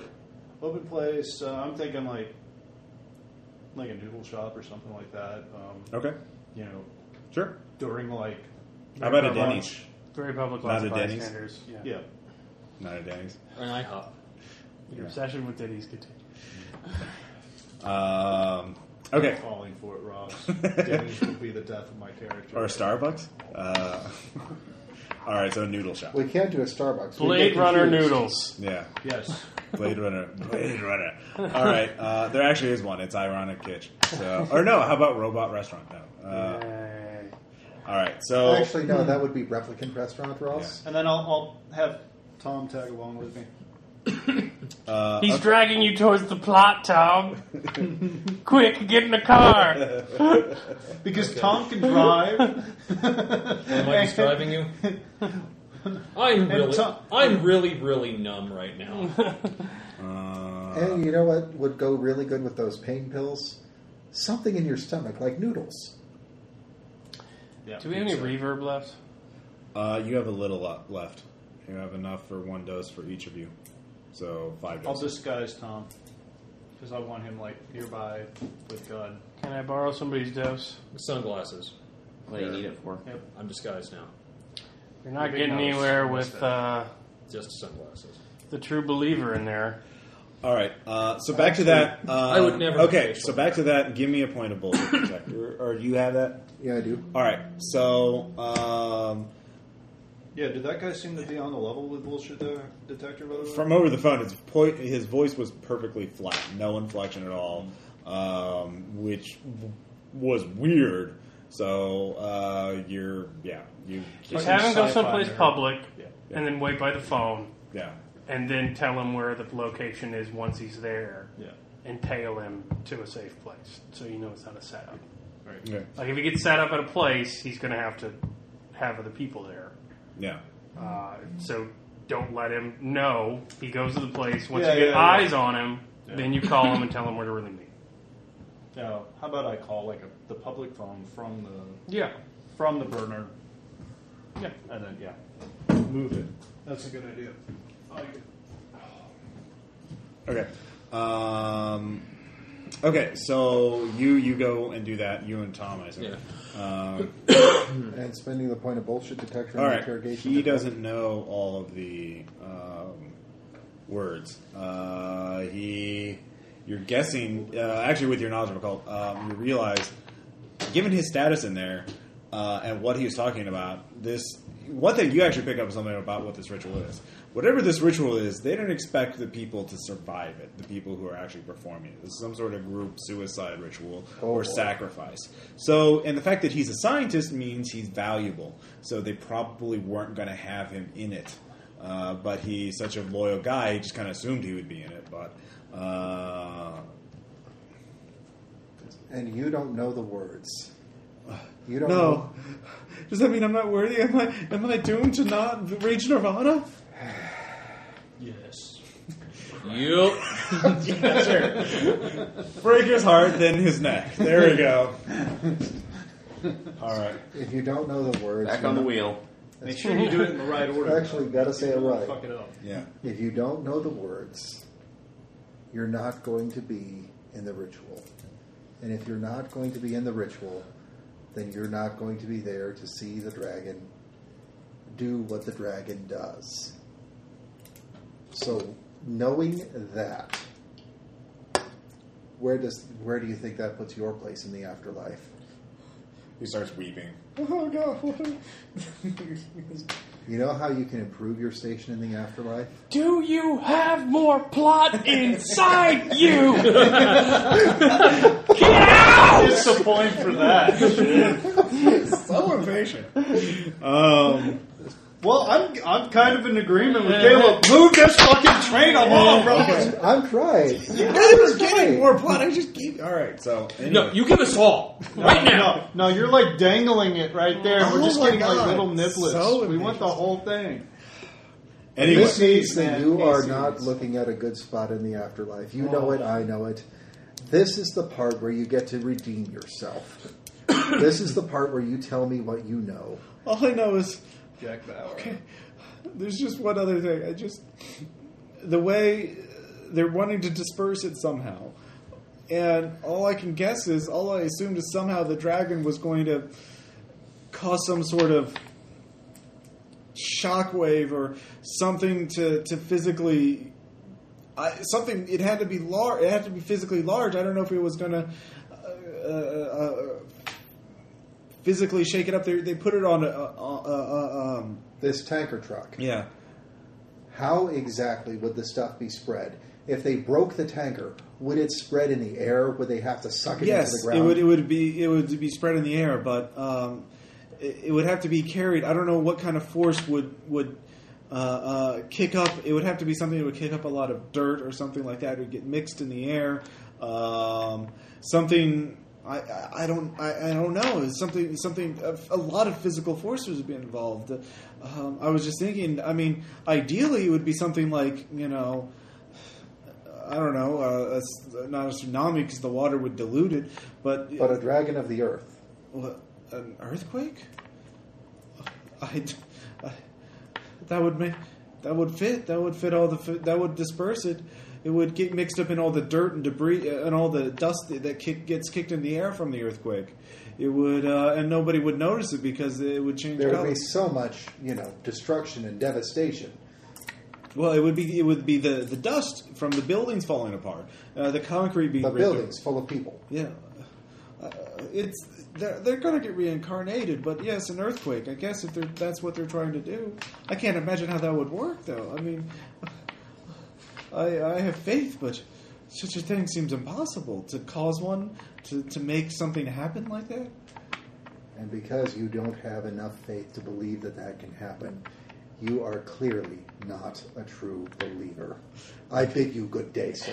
[SPEAKER 11] open place. Uh, I'm thinking like, like a noodle shop or something like that. Um,
[SPEAKER 1] Okay.
[SPEAKER 11] You know,
[SPEAKER 1] Sure.
[SPEAKER 11] during like,
[SPEAKER 1] How about a
[SPEAKER 7] Very public-
[SPEAKER 1] Denny's?
[SPEAKER 7] Very public
[SPEAKER 1] Not
[SPEAKER 7] lots
[SPEAKER 1] a
[SPEAKER 7] of
[SPEAKER 1] Denny's?
[SPEAKER 7] bystanders. Yeah.
[SPEAKER 11] yeah.
[SPEAKER 1] Not a Denny's.
[SPEAKER 8] Or an IHOP.
[SPEAKER 7] Your obsession with Denny's continues.
[SPEAKER 1] Um, okay.
[SPEAKER 11] Calling for it, Ross. Denny's will be the death of my character.
[SPEAKER 1] Or Starbucks? Uh, all right, so a noodle shop.
[SPEAKER 6] We can't do a Starbucks. We
[SPEAKER 7] Blade
[SPEAKER 6] get
[SPEAKER 7] Runner
[SPEAKER 6] confused.
[SPEAKER 7] noodles.
[SPEAKER 1] Yeah,
[SPEAKER 11] Yes.
[SPEAKER 1] Blade Runner. Blade Runner. All right, uh, there actually is one. It's Ironic Kitchen. So, or no, how about Robot Restaurant? No. Uh,
[SPEAKER 7] Yay.
[SPEAKER 1] all right, so
[SPEAKER 6] Actually, no, that would be Replicant Restaurant, Ross.
[SPEAKER 11] And then I'll, I'll have Tom tag along with me.
[SPEAKER 1] uh,
[SPEAKER 7] He's dragging you towards the plot, Tom. Quick, get in the car.
[SPEAKER 11] Because Tom can drive.
[SPEAKER 8] Am I describing you? I'm really,
[SPEAKER 11] Tom-
[SPEAKER 8] I'm really, really numb right now.
[SPEAKER 1] uh,
[SPEAKER 6] And you know what would go really good with those pain pills? Something in your stomach, like noodles.
[SPEAKER 11] Yeah.
[SPEAKER 7] Do we have any reverb left?
[SPEAKER 1] uh, you have a little lo- left. You have enough for one dose for each of you. So five
[SPEAKER 11] I'll
[SPEAKER 1] doses.
[SPEAKER 11] disguise Tom. Because I want him, like, nearby with God.
[SPEAKER 7] Can I borrow somebody's dose?
[SPEAKER 8] Sunglasses.
[SPEAKER 9] What do you need it for?
[SPEAKER 11] Yep.
[SPEAKER 8] I'm disguised now.
[SPEAKER 7] You're not
[SPEAKER 11] Big
[SPEAKER 7] getting
[SPEAKER 11] nose.
[SPEAKER 7] anywhere
[SPEAKER 11] What's
[SPEAKER 7] with
[SPEAKER 11] that?
[SPEAKER 7] uh,
[SPEAKER 8] Just sunglasses.
[SPEAKER 7] the true believer in there.
[SPEAKER 1] All right. Uh, so back to that. Um,
[SPEAKER 8] I would never
[SPEAKER 1] Okay.
[SPEAKER 8] have facial
[SPEAKER 1] So back to that. Give me a point of bullshit detector, or do you have that?
[SPEAKER 6] Yeah, I do.
[SPEAKER 1] All right. So um,
[SPEAKER 11] Yeah, did that guy seem to be on the level with Bullshit de- Detector, by the way?
[SPEAKER 1] from over the phone, his po- his voice was perfectly flat, no inflection at all, um, which w- was weird. So uh, you're yeah you
[SPEAKER 7] Just
[SPEAKER 11] Fucking
[SPEAKER 7] have him go
[SPEAKER 11] sci-fi
[SPEAKER 7] someplace
[SPEAKER 11] nerd.
[SPEAKER 7] public,
[SPEAKER 11] Yeah.
[SPEAKER 7] and then wait by the phone,
[SPEAKER 1] yeah
[SPEAKER 7] and then tell him where the location is once he's there,
[SPEAKER 11] Yeah.
[SPEAKER 7] and tail him to a safe place, so you know it's not a setup.
[SPEAKER 11] Right.
[SPEAKER 1] yeah
[SPEAKER 7] Like if he gets set up at a place, he's going to have to have other people there.
[SPEAKER 1] yeah.
[SPEAKER 7] Uh, so don't let him know. He goes to the place. Once
[SPEAKER 11] Yeah,
[SPEAKER 7] you get
[SPEAKER 11] yeah, yeah.
[SPEAKER 7] eyes on him,
[SPEAKER 11] Yeah.
[SPEAKER 7] then you call him and tell him where to really meet.
[SPEAKER 11] Now, how about I call, like, a, the public phone from the
[SPEAKER 7] Yeah.
[SPEAKER 11] from the burner?
[SPEAKER 7] Yeah.
[SPEAKER 11] And then, yeah. Move it. That's a good idea. I like it.
[SPEAKER 1] Okay. Um, okay. So you you go and do that. You and Tom, I assume. Um,
[SPEAKER 6] And spending the point of bullshit detector
[SPEAKER 1] All
[SPEAKER 6] and
[SPEAKER 1] right.
[SPEAKER 6] interrogation.
[SPEAKER 1] He
[SPEAKER 6] detector.
[SPEAKER 1] doesn't know all of the um, words. Uh, he, you're guessing. Uh, actually, with your knowledge of occult, um, you realize, given his status in there uh, and what he was talking about, this one thing you actually pick up something about what this ritual is. Whatever this ritual is, they don't expect the people to survive it. The people who are actually performing it. This is some sort of group suicide ritual or
[SPEAKER 6] boy.
[SPEAKER 1] sacrifice sacrifice. So, and the fact that he's a scientist means he's valuable. So they probably weren't going to have him in it. Uh, but he's such a loyal guy, he just kind of assumed he would be in it. But uh,
[SPEAKER 6] And you don't know the words. You don't
[SPEAKER 1] no,
[SPEAKER 6] know.
[SPEAKER 1] does that mean I'm not worthy? Am I am I doomed to not reach nirvana?
[SPEAKER 11] Yes.
[SPEAKER 8] Yup.
[SPEAKER 1] Break his heart, then his neck. There we go. All right.
[SPEAKER 6] If you don't know the words,
[SPEAKER 9] Back
[SPEAKER 6] you
[SPEAKER 9] on the
[SPEAKER 6] know-
[SPEAKER 9] wheel.
[SPEAKER 2] Make sure you do it in the right order.
[SPEAKER 6] Actually, gotta say it
[SPEAKER 2] Don't
[SPEAKER 6] right.
[SPEAKER 2] Fuck it up.
[SPEAKER 1] Yeah.
[SPEAKER 6] If you don't know the words, you're not going to be in the ritual. And if you're not going to be in the ritual, then you're not going to be there to see the dragon do what the dragon does. So, knowing that, where does where do you think that puts your place in the afterlife?
[SPEAKER 1] He starts weeping.
[SPEAKER 6] You know how you can improve your station in the afterlife?
[SPEAKER 8] Do you have more plot inside you?
[SPEAKER 2] It's a point for that.
[SPEAKER 1] so impatient. Um,
[SPEAKER 2] well, I'm I'm kind of in agreement with Caleb. Move this fucking train along, bro.
[SPEAKER 6] I'm trying.
[SPEAKER 1] there's getting more plot. I just keep. All right. So anyway.
[SPEAKER 8] No, you give us all right now.
[SPEAKER 2] No, no, you're like dangling it right there. We're
[SPEAKER 1] Oh
[SPEAKER 2] just
[SPEAKER 1] my
[SPEAKER 2] getting
[SPEAKER 1] God.
[SPEAKER 2] like little niblets.
[SPEAKER 1] So
[SPEAKER 2] we want the whole thing.
[SPEAKER 1] Anyway.
[SPEAKER 6] This means that
[SPEAKER 2] man,
[SPEAKER 6] you are
[SPEAKER 2] Casey
[SPEAKER 6] not
[SPEAKER 2] is-
[SPEAKER 6] looking at a good spot in the afterlife. You
[SPEAKER 1] Oh.
[SPEAKER 6] know it, I know it. This is the part where you get to redeem yourself. this is the part where you tell me what you know.
[SPEAKER 1] All I know is
[SPEAKER 2] Jack Bauer.
[SPEAKER 1] there's just one other thing. I just the way uh, they're wanting to disperse it somehow, and all I can guess is all I assumed is somehow the dragon was going to cause some sort of shockwave or something to to physically. I, something it had to be large. It had to be physically large. I don't know if it was going to uh, uh, uh, physically shake it up. They, they put it on a, a, a, a um,
[SPEAKER 6] This tanker truck.
[SPEAKER 1] yeah.
[SPEAKER 6] How exactly would the stuff be spread? If they broke the tanker, would it spread in the air? Would they have to suck it into
[SPEAKER 1] Yes,
[SPEAKER 6] the
[SPEAKER 1] it
[SPEAKER 6] ground?
[SPEAKER 1] would. It would be. It would be spread in the air, but um, it, it would have to be carried. I don't know what kind of force would would uh, uh, kick up. It would have to be something that would kick up a lot of dirt or something like that. It would get mixed in the air. Um, something. I, I I don't I, I don't know It's something something a, a lot of physical forces would be involved. Um, I was just thinking. I mean, ideally, it would be something like you know I don't know, uh, a s- not a tsunami because the water would dilute it, but,
[SPEAKER 6] But a dragon of the earth.
[SPEAKER 1] What, an earthquake. I, I- that would make that would fit. That would fit all the fi- that would disperse it. It would get mixed up in all the dirt and debris uh, and all the dust that that kick, gets kicked in the air from the earthquake. It would uh, and nobody would notice it because it would change
[SPEAKER 6] There would
[SPEAKER 1] color.
[SPEAKER 6] be so much, you know, destruction and devastation.
[SPEAKER 1] Well, it would be it would be the, the dust from the buildings falling apart, uh, the concrete being
[SPEAKER 6] The
[SPEAKER 1] ripped
[SPEAKER 6] building's full of people.
[SPEAKER 1] Yeah, uh, it's they're, they're going to get reincarnated, but yes, an earthquake. I guess if they're, that's what they're trying to do, I can't imagine how that would work, though. I mean, I, I have faith, but such a thing seems impossible to cause one to to make something happen like that.
[SPEAKER 6] And because you don't have enough faith to believe that that can happen, you are clearly not a true believer. I bid you good day, sir.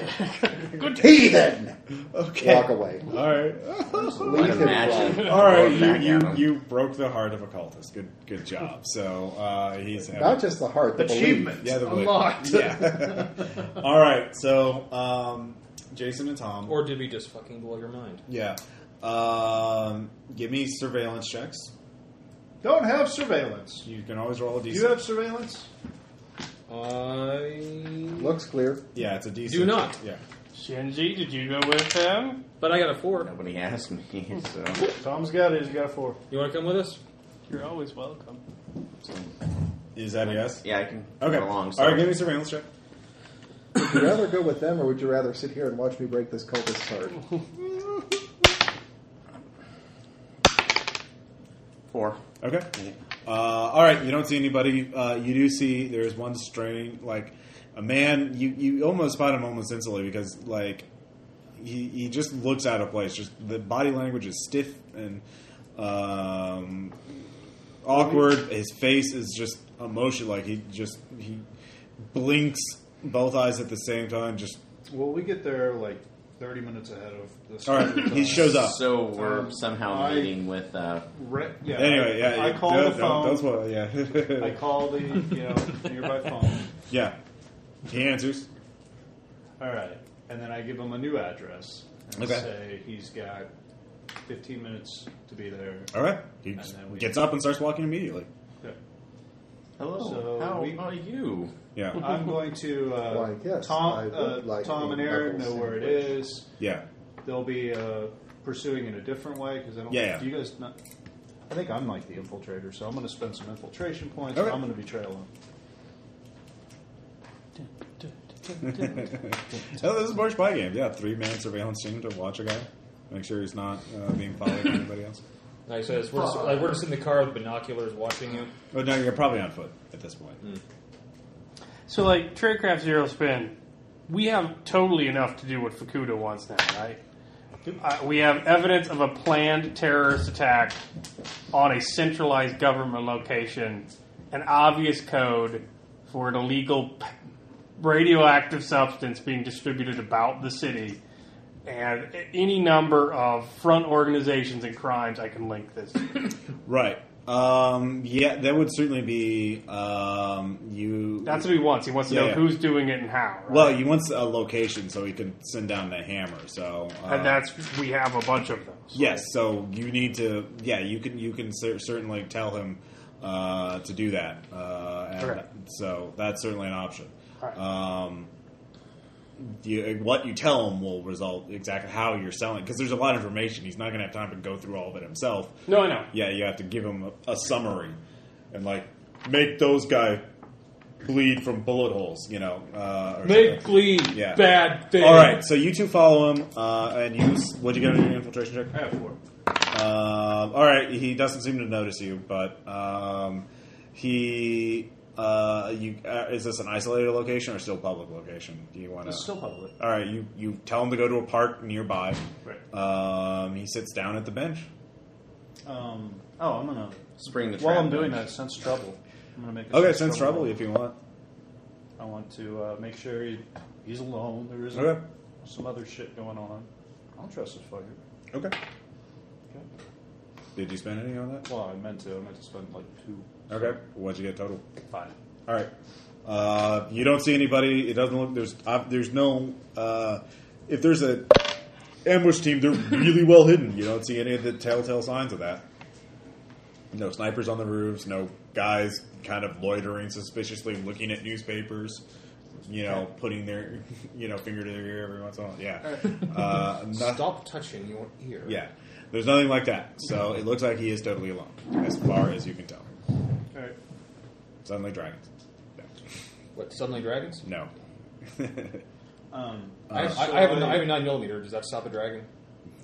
[SPEAKER 6] Heathen!
[SPEAKER 1] Okay,
[SPEAKER 6] Walk away.
[SPEAKER 1] all right,
[SPEAKER 9] But
[SPEAKER 6] Leave him alone.
[SPEAKER 9] imagine.
[SPEAKER 11] All right, you,
[SPEAKER 9] Back at
[SPEAKER 11] you,
[SPEAKER 9] him.
[SPEAKER 11] you broke the heart of a cultist. Good good job. So uh, he's happy.
[SPEAKER 6] Not just the heart, the
[SPEAKER 2] Achievement
[SPEAKER 11] Yeah, the blade.
[SPEAKER 2] unlocked.
[SPEAKER 11] Yeah. All right. So um, Jason and Tom.
[SPEAKER 8] Or did we just fucking blow your mind?
[SPEAKER 11] yeah. Um, give me surveillance checks.
[SPEAKER 2] Don't have surveillance.
[SPEAKER 11] You can always roll a
[SPEAKER 2] Do
[SPEAKER 11] d6.
[SPEAKER 2] you have surveillance?
[SPEAKER 8] I
[SPEAKER 6] belief. Looks clear.
[SPEAKER 11] yeah, it's a d6.
[SPEAKER 8] Do not.
[SPEAKER 11] Yeah.
[SPEAKER 12] Shinji, did you go with him?
[SPEAKER 8] but I got a four.
[SPEAKER 9] Nobody asked me, so.
[SPEAKER 2] Tom's got it. He's got four.
[SPEAKER 8] You want to come with us?
[SPEAKER 12] You're always welcome.
[SPEAKER 11] Is that a yes?
[SPEAKER 9] Yeah, I can
[SPEAKER 11] Okay.
[SPEAKER 9] come along. So.
[SPEAKER 11] All right. Give me surveillance check.
[SPEAKER 6] Would you rather go with them, or would you rather sit here and watch me break this cultist's heart?
[SPEAKER 9] Four.
[SPEAKER 11] Okay. Uh, all right. You don't see anybody. Uh, you do see there's one strain, like a man. You you almost spot him almost instantly because like he he just looks out of place. Just the body language is stiff and um, awkward. His face is just emotion. Like he just he blinks both eyes at the same time. Just
[SPEAKER 2] Well, we get there like 30 minutes ahead of this.
[SPEAKER 11] all right. He shows up.
[SPEAKER 9] So we're
[SPEAKER 2] Um,
[SPEAKER 9] somehow
[SPEAKER 2] I-
[SPEAKER 9] meeting with. Uh,
[SPEAKER 2] Re- yeah,
[SPEAKER 11] Anyway, yeah,
[SPEAKER 2] I,
[SPEAKER 11] you-
[SPEAKER 2] call
[SPEAKER 11] no,
[SPEAKER 2] the
[SPEAKER 11] no,
[SPEAKER 2] phone.
[SPEAKER 11] That's what, yeah,
[SPEAKER 2] I call the you know nearby phone.
[SPEAKER 11] yeah. He answers.
[SPEAKER 2] All right, and then I give him a new address and
[SPEAKER 11] Okay.
[SPEAKER 2] say he's got 15 minutes to be there.
[SPEAKER 1] All right. He
[SPEAKER 2] And
[SPEAKER 1] just
[SPEAKER 2] then we-
[SPEAKER 1] gets up and starts walking immediately.
[SPEAKER 2] Okay.
[SPEAKER 9] Hello.
[SPEAKER 2] So
[SPEAKER 9] how
[SPEAKER 2] we-
[SPEAKER 9] are you?
[SPEAKER 1] Yeah.
[SPEAKER 2] I'm going to. Uh,
[SPEAKER 6] Why, yes, I
[SPEAKER 2] Tom,
[SPEAKER 6] would
[SPEAKER 2] uh,
[SPEAKER 6] like
[SPEAKER 2] Tom
[SPEAKER 6] a
[SPEAKER 2] and Aaron know
[SPEAKER 6] double
[SPEAKER 2] where it
[SPEAKER 6] sandwich.
[SPEAKER 2] is.
[SPEAKER 1] Yeah.
[SPEAKER 2] They'll be uh, pursuing in a different way because I don't.
[SPEAKER 1] Yeah, yeah.
[SPEAKER 2] Do you guys not? I think I'm like the infiltrator, so I'm going to spend some infiltration points.
[SPEAKER 1] Okay.
[SPEAKER 2] And I'm going to be trailing.
[SPEAKER 1] Oh, this is Marsh Spy Game. Yeah, three man surveillance team to watch a guy, make sure he's not uh, being followed by anybody else.
[SPEAKER 8] Like I said, we're just, like, we're just in the car with binoculars watching you.
[SPEAKER 1] But no, you're probably on foot at this point.
[SPEAKER 3] Mm. So, like, Tradecraft Zero Spin, we have totally enough to do what Fukuda wants now, right? Uh, we have evidence of a planned terrorist attack on a centralized government location, an obvious code for an illegal p- radioactive substance being distributed about the city, and a- any number of front organizations and crimes I can link this to.
[SPEAKER 1] Right. Um, yeah, that would certainly be um, you.
[SPEAKER 3] That's what he wants. He wants to
[SPEAKER 1] Yeah,
[SPEAKER 3] know
[SPEAKER 1] yeah.
[SPEAKER 3] who's doing it and how. Right?
[SPEAKER 1] well, he wants a location so he can send down the hammer. So uh,
[SPEAKER 3] and that's we have a bunch of those.
[SPEAKER 1] Yes, so you need to. Yeah, you can. You can cer- certainly tell him uh, to do that. Uh, and
[SPEAKER 3] Okay.
[SPEAKER 1] So that's certainly an option.
[SPEAKER 3] All right.
[SPEAKER 1] Um, you, what you tell him will result exactly how you're selling because there's a lot of information. He's not going to have time to go through all of it himself.
[SPEAKER 3] No, I know.
[SPEAKER 1] Yeah, you have to give him a, a summary and like make those guy bleed from bullet holes. You know, uh, or
[SPEAKER 8] Make Glee
[SPEAKER 1] Yeah.
[SPEAKER 8] bad thing.
[SPEAKER 1] All right, so you two follow him, uh, and you. s- What'd you get on your infiltration check?
[SPEAKER 2] I have four.
[SPEAKER 1] Um, all right, he doesn't seem to notice you, but um, he. Uh, you uh, is this an isolated location or still public location? Do you want to?
[SPEAKER 2] It's still public.
[SPEAKER 1] All right, you you tell him to go to a park nearby.
[SPEAKER 2] Right.
[SPEAKER 1] Um, he sits down at the bench.
[SPEAKER 2] Um, oh, I'm going to.
[SPEAKER 9] Spring the
[SPEAKER 2] While
[SPEAKER 9] trap
[SPEAKER 2] I'm doing
[SPEAKER 9] bench.
[SPEAKER 2] that, sense trouble. I'm going to make. A
[SPEAKER 1] Okay, sense trouble if you want.
[SPEAKER 2] I want to uh, make sure he, he's alone. There isn't
[SPEAKER 1] Okay.
[SPEAKER 2] some other shit going on. I don't trust this fucker.
[SPEAKER 1] Okay.
[SPEAKER 2] Okay.
[SPEAKER 1] Did you spend anything on that?
[SPEAKER 2] Well, I meant to. I meant to spend like two.
[SPEAKER 1] Okay. What'd you get total?
[SPEAKER 2] Five.
[SPEAKER 1] All right. Uh, you don't see anybody. It doesn't look there's uh, there's no uh, if there's a ambush team, they're really well hidden. You don't see any of the telltale signs of that. No snipers on the roofs. No guys kind of loitering suspiciously, looking at newspapers. You know, putting their you know finger to their ear every once in a while. Yeah. Uh, noth-
[SPEAKER 8] Stop touching your ear.
[SPEAKER 1] yeah. There's nothing like that. So it looks like he is totally alone, as far as you can tell.
[SPEAKER 2] All right.
[SPEAKER 1] Suddenly, dragons.
[SPEAKER 8] What? Suddenly dragons?
[SPEAKER 1] No. no.
[SPEAKER 2] Um,
[SPEAKER 1] Uh,
[SPEAKER 8] I, have, I, I have a, I have a nine millimeter. Does that stop a dragon?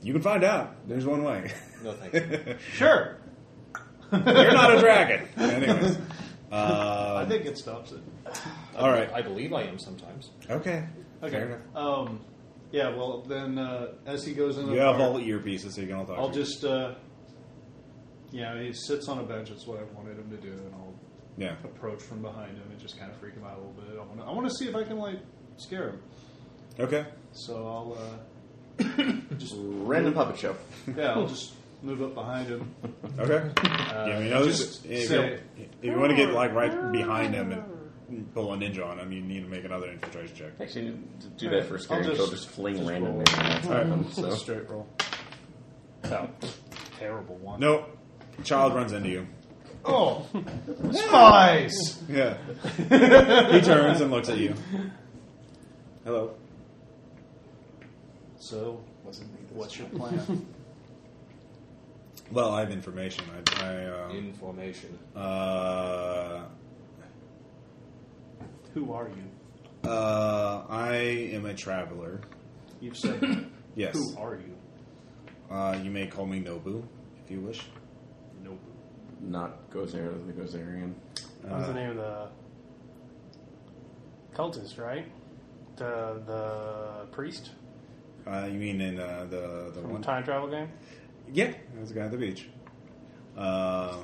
[SPEAKER 1] You can find out. There's one way.
[SPEAKER 8] No, thank you.
[SPEAKER 2] sure.
[SPEAKER 1] You're not a dragon. Anyways. Uh,
[SPEAKER 2] I think it stops it.
[SPEAKER 1] all right.
[SPEAKER 8] I believe I am sometimes.
[SPEAKER 1] Okay. Fair
[SPEAKER 2] Okay.
[SPEAKER 1] enough.
[SPEAKER 2] Um, yeah. Well, then uh, as he goes in, the
[SPEAKER 1] You have
[SPEAKER 2] car,
[SPEAKER 1] all the earpieces, so you can all talk.
[SPEAKER 2] I'll
[SPEAKER 1] to each-
[SPEAKER 2] just. Uh, yeah, he sits on a bench. That's what I wanted him to do, and I'll
[SPEAKER 1] yeah.
[SPEAKER 2] approach from behind him and just kind of freak him out a little bit. I want to. I want to see if I can like scare him.
[SPEAKER 1] Okay.
[SPEAKER 2] So I'll. Uh, just
[SPEAKER 9] Random puppet show.
[SPEAKER 2] yeah. I'll just move up behind him.
[SPEAKER 1] Okay.
[SPEAKER 2] Uh,
[SPEAKER 1] yeah, you know,
[SPEAKER 2] just
[SPEAKER 1] if,
[SPEAKER 2] say-
[SPEAKER 1] you, if you want to get like right behind him and pull a ninja on him, you need to make another infiltration check.
[SPEAKER 9] Actually, to do that for
[SPEAKER 2] I'll
[SPEAKER 9] scaring.
[SPEAKER 2] just-
[SPEAKER 9] She'll just fling
[SPEAKER 2] just
[SPEAKER 9] random
[SPEAKER 2] roll.
[SPEAKER 9] things at them. So
[SPEAKER 2] straight roll. No, terrible one.
[SPEAKER 1] No. Child runs into you.
[SPEAKER 2] Oh, spies.
[SPEAKER 1] Yeah. he turns and looks at you. Hello.
[SPEAKER 2] So,
[SPEAKER 6] Wasn't me this
[SPEAKER 2] what's
[SPEAKER 6] time.
[SPEAKER 2] your plan?
[SPEAKER 1] Well, I have information. I, I um,
[SPEAKER 8] Information.
[SPEAKER 1] uh,
[SPEAKER 2] Who are you?
[SPEAKER 1] Uh, I am a traveler.
[SPEAKER 2] You've said. that.
[SPEAKER 1] Yes.
[SPEAKER 2] Who are you?
[SPEAKER 1] Uh, you may call me Nobu if you wish.
[SPEAKER 2] Nope.
[SPEAKER 9] not Gozer, the Gozerian.
[SPEAKER 3] What was the name of the cultist, right? The the priest
[SPEAKER 1] Uh, you mean in uh, the the
[SPEAKER 3] from the
[SPEAKER 1] one?
[SPEAKER 3] time travel game.
[SPEAKER 1] Yeah, it was a guy at the beach. Uh,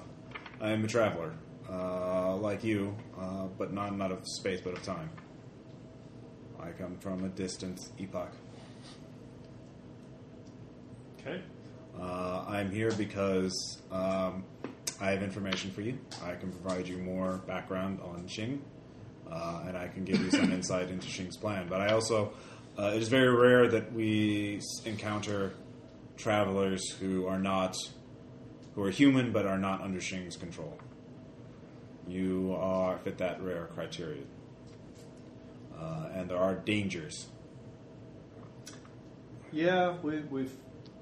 [SPEAKER 1] I am a traveler, uh, like you, uh, but not not of space, but of time. I come from a distant epoch.
[SPEAKER 2] Okay.
[SPEAKER 1] Uh, I'm here because um, I have information for you. I can provide you more background on Shing, uh, and I can give you some insight into Shing's plan. But I also, uh, it is very rare that we s- encounter travelers who are not who are human but are not under Shing's control. You are fit that rare criterion, uh, and there are dangers.
[SPEAKER 11] Yeah, we, we've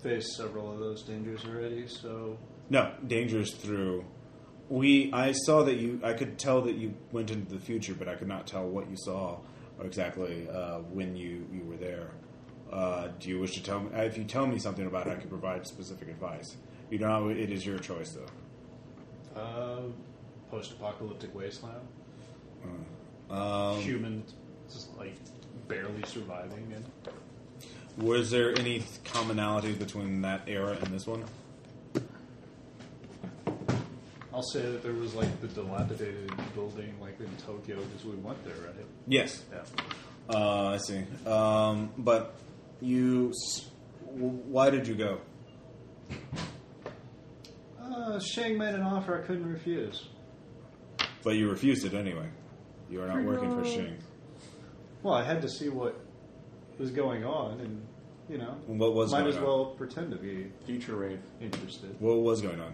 [SPEAKER 11] faced several of those dangers already, so
[SPEAKER 1] No, dangers through. We I saw that you. I could tell that you went into the future, but I could not tell what you saw or exactly uh, when you you were there. Uh, do you wish to tell me? If you tell me something about it, I can provide specific advice. You know, it is your choice, though.
[SPEAKER 11] uh, post apocalyptic wasteland.
[SPEAKER 1] Um,
[SPEAKER 11] Human, just like barely surviving. And
[SPEAKER 1] Was there any commonality between that era and this one?
[SPEAKER 11] I'll say that there was like the dilapidated building, like in Tokyo, because we went there, right?
[SPEAKER 1] Yes.
[SPEAKER 11] Yeah.
[SPEAKER 1] Uh, I see. Um, but you. s- w- Why did you go?
[SPEAKER 11] Uh, Shang made an offer I couldn't refuse.
[SPEAKER 1] But you refused it anyway. You are not working for Shing.
[SPEAKER 11] Well, I had to see what was going on, and you know,
[SPEAKER 1] And what was
[SPEAKER 11] might
[SPEAKER 1] going
[SPEAKER 11] as
[SPEAKER 1] on?
[SPEAKER 11] well pretend to be
[SPEAKER 9] Future rave.
[SPEAKER 11] interested.
[SPEAKER 1] What was going on?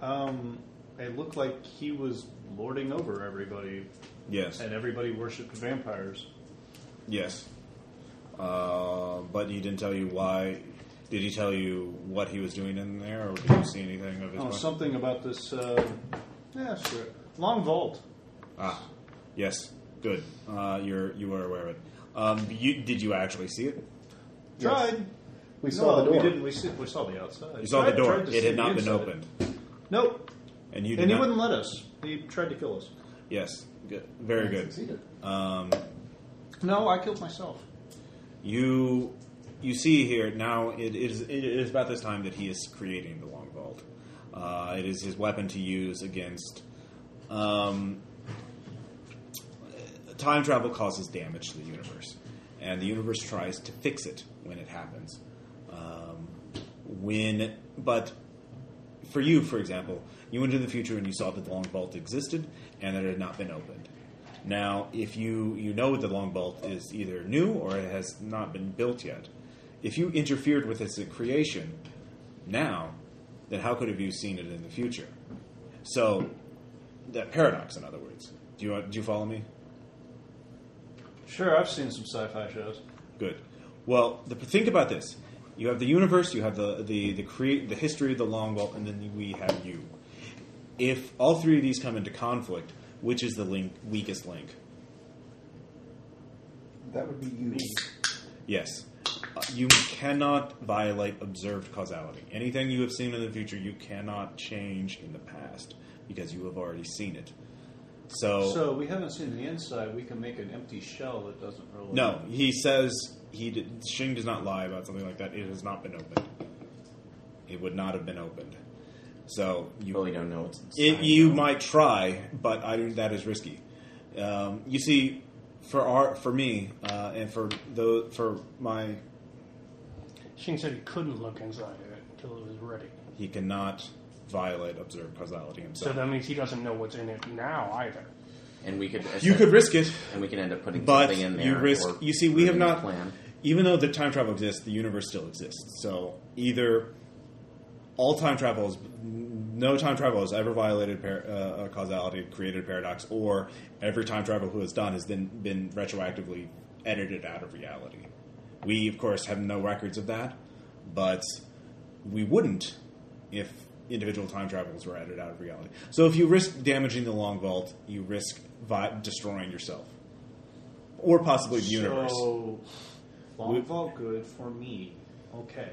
[SPEAKER 11] Um, it looked like he was lording over everybody,
[SPEAKER 1] Yes.
[SPEAKER 11] and everybody worshipped vampires.
[SPEAKER 1] Yes. Uh, but he didn't tell you why. Did he tell you what he was doing in there, or did you see anything of his?
[SPEAKER 11] Oh,
[SPEAKER 1] plan?
[SPEAKER 11] something about this. Uh, yeah, sure. Long vault.
[SPEAKER 1] Ah, yes. Good. Uh, you're you were aware of it. Um, you, did you actually see it?
[SPEAKER 11] Tried.
[SPEAKER 6] We saw the door.
[SPEAKER 11] We didn't. We, see, we saw the outside.
[SPEAKER 1] You saw the
[SPEAKER 11] Tried-
[SPEAKER 1] door.
[SPEAKER 11] tried to
[SPEAKER 1] It
[SPEAKER 11] see
[SPEAKER 1] had
[SPEAKER 11] the
[SPEAKER 1] not been
[SPEAKER 11] inside.
[SPEAKER 1] opened,
[SPEAKER 11] Nope.
[SPEAKER 1] and you did
[SPEAKER 11] And he
[SPEAKER 1] not.
[SPEAKER 11] wouldn't let us. He tried to kill us.
[SPEAKER 1] Yes, good. very good.
[SPEAKER 6] Succeeded.
[SPEAKER 1] Um,
[SPEAKER 11] No, I killed myself.
[SPEAKER 1] you you see here now. It is it is about this time that he is creating the long vault. Uh, it is his weapon to use against. Um, time travel causes damage to the universe, and the universe tries to fix it when it happens. Um, when, but for you, for example, you went to the future and you saw that the long vault existed and that it had not been opened. Now, if you you know that the long vault is either new or it has not been built yet, if you interfered with its creation now, then how could have you seen it in the future? So, that paradox, in other words. Do you do you follow me?
[SPEAKER 11] Sure, I've seen some sci-fi shows.
[SPEAKER 1] Good. Well, the, think about this. You have the universe, you have the the the, crea- the history of the long vault, and then we have you. If all three of these come into conflict, which is the link, weakest link?
[SPEAKER 6] That would be you.
[SPEAKER 1] Yes. Uh, You cannot violate observed causality. Anything you have seen in the future, you cannot change in the past because you have already seen it. So,
[SPEAKER 11] So we haven't seen the inside. We can make an empty shell that doesn't really.
[SPEAKER 1] no, he says he did, Shing does not lie about something like that. It has not been opened. It would not have been opened. So you
[SPEAKER 9] You really don't know what's inside.
[SPEAKER 1] It, you
[SPEAKER 9] though.
[SPEAKER 1] might try, but I that is risky. Um, you see, for our for me uh, and for the for my
[SPEAKER 7] Shing said he couldn't look inside of it until it was ready.
[SPEAKER 1] he cannot violate observed causality
[SPEAKER 7] So
[SPEAKER 1] himself.
[SPEAKER 7] that means he doesn't know what's in it now either.
[SPEAKER 9] And we could.
[SPEAKER 1] you could risk it,
[SPEAKER 9] And we can end up putting
[SPEAKER 1] but
[SPEAKER 9] something in there.
[SPEAKER 1] you risk.
[SPEAKER 9] or
[SPEAKER 1] You see, we have
[SPEAKER 9] ruining the
[SPEAKER 1] not.
[SPEAKER 9] Plan.
[SPEAKER 1] Even though the time travel exists, the universe still exists. So either all time travel is no time travel has ever violated par- uh, a causality, created a paradox, or every time travel who has done has then been retroactively edited out of reality. We, of course, have no records of that, but we wouldn't if individual time travels were edited out of reality. So if you risk damaging the long vault, you risk vi- destroying yourself. Or possibly the universe.
[SPEAKER 11] So, long vault good for me. Okay.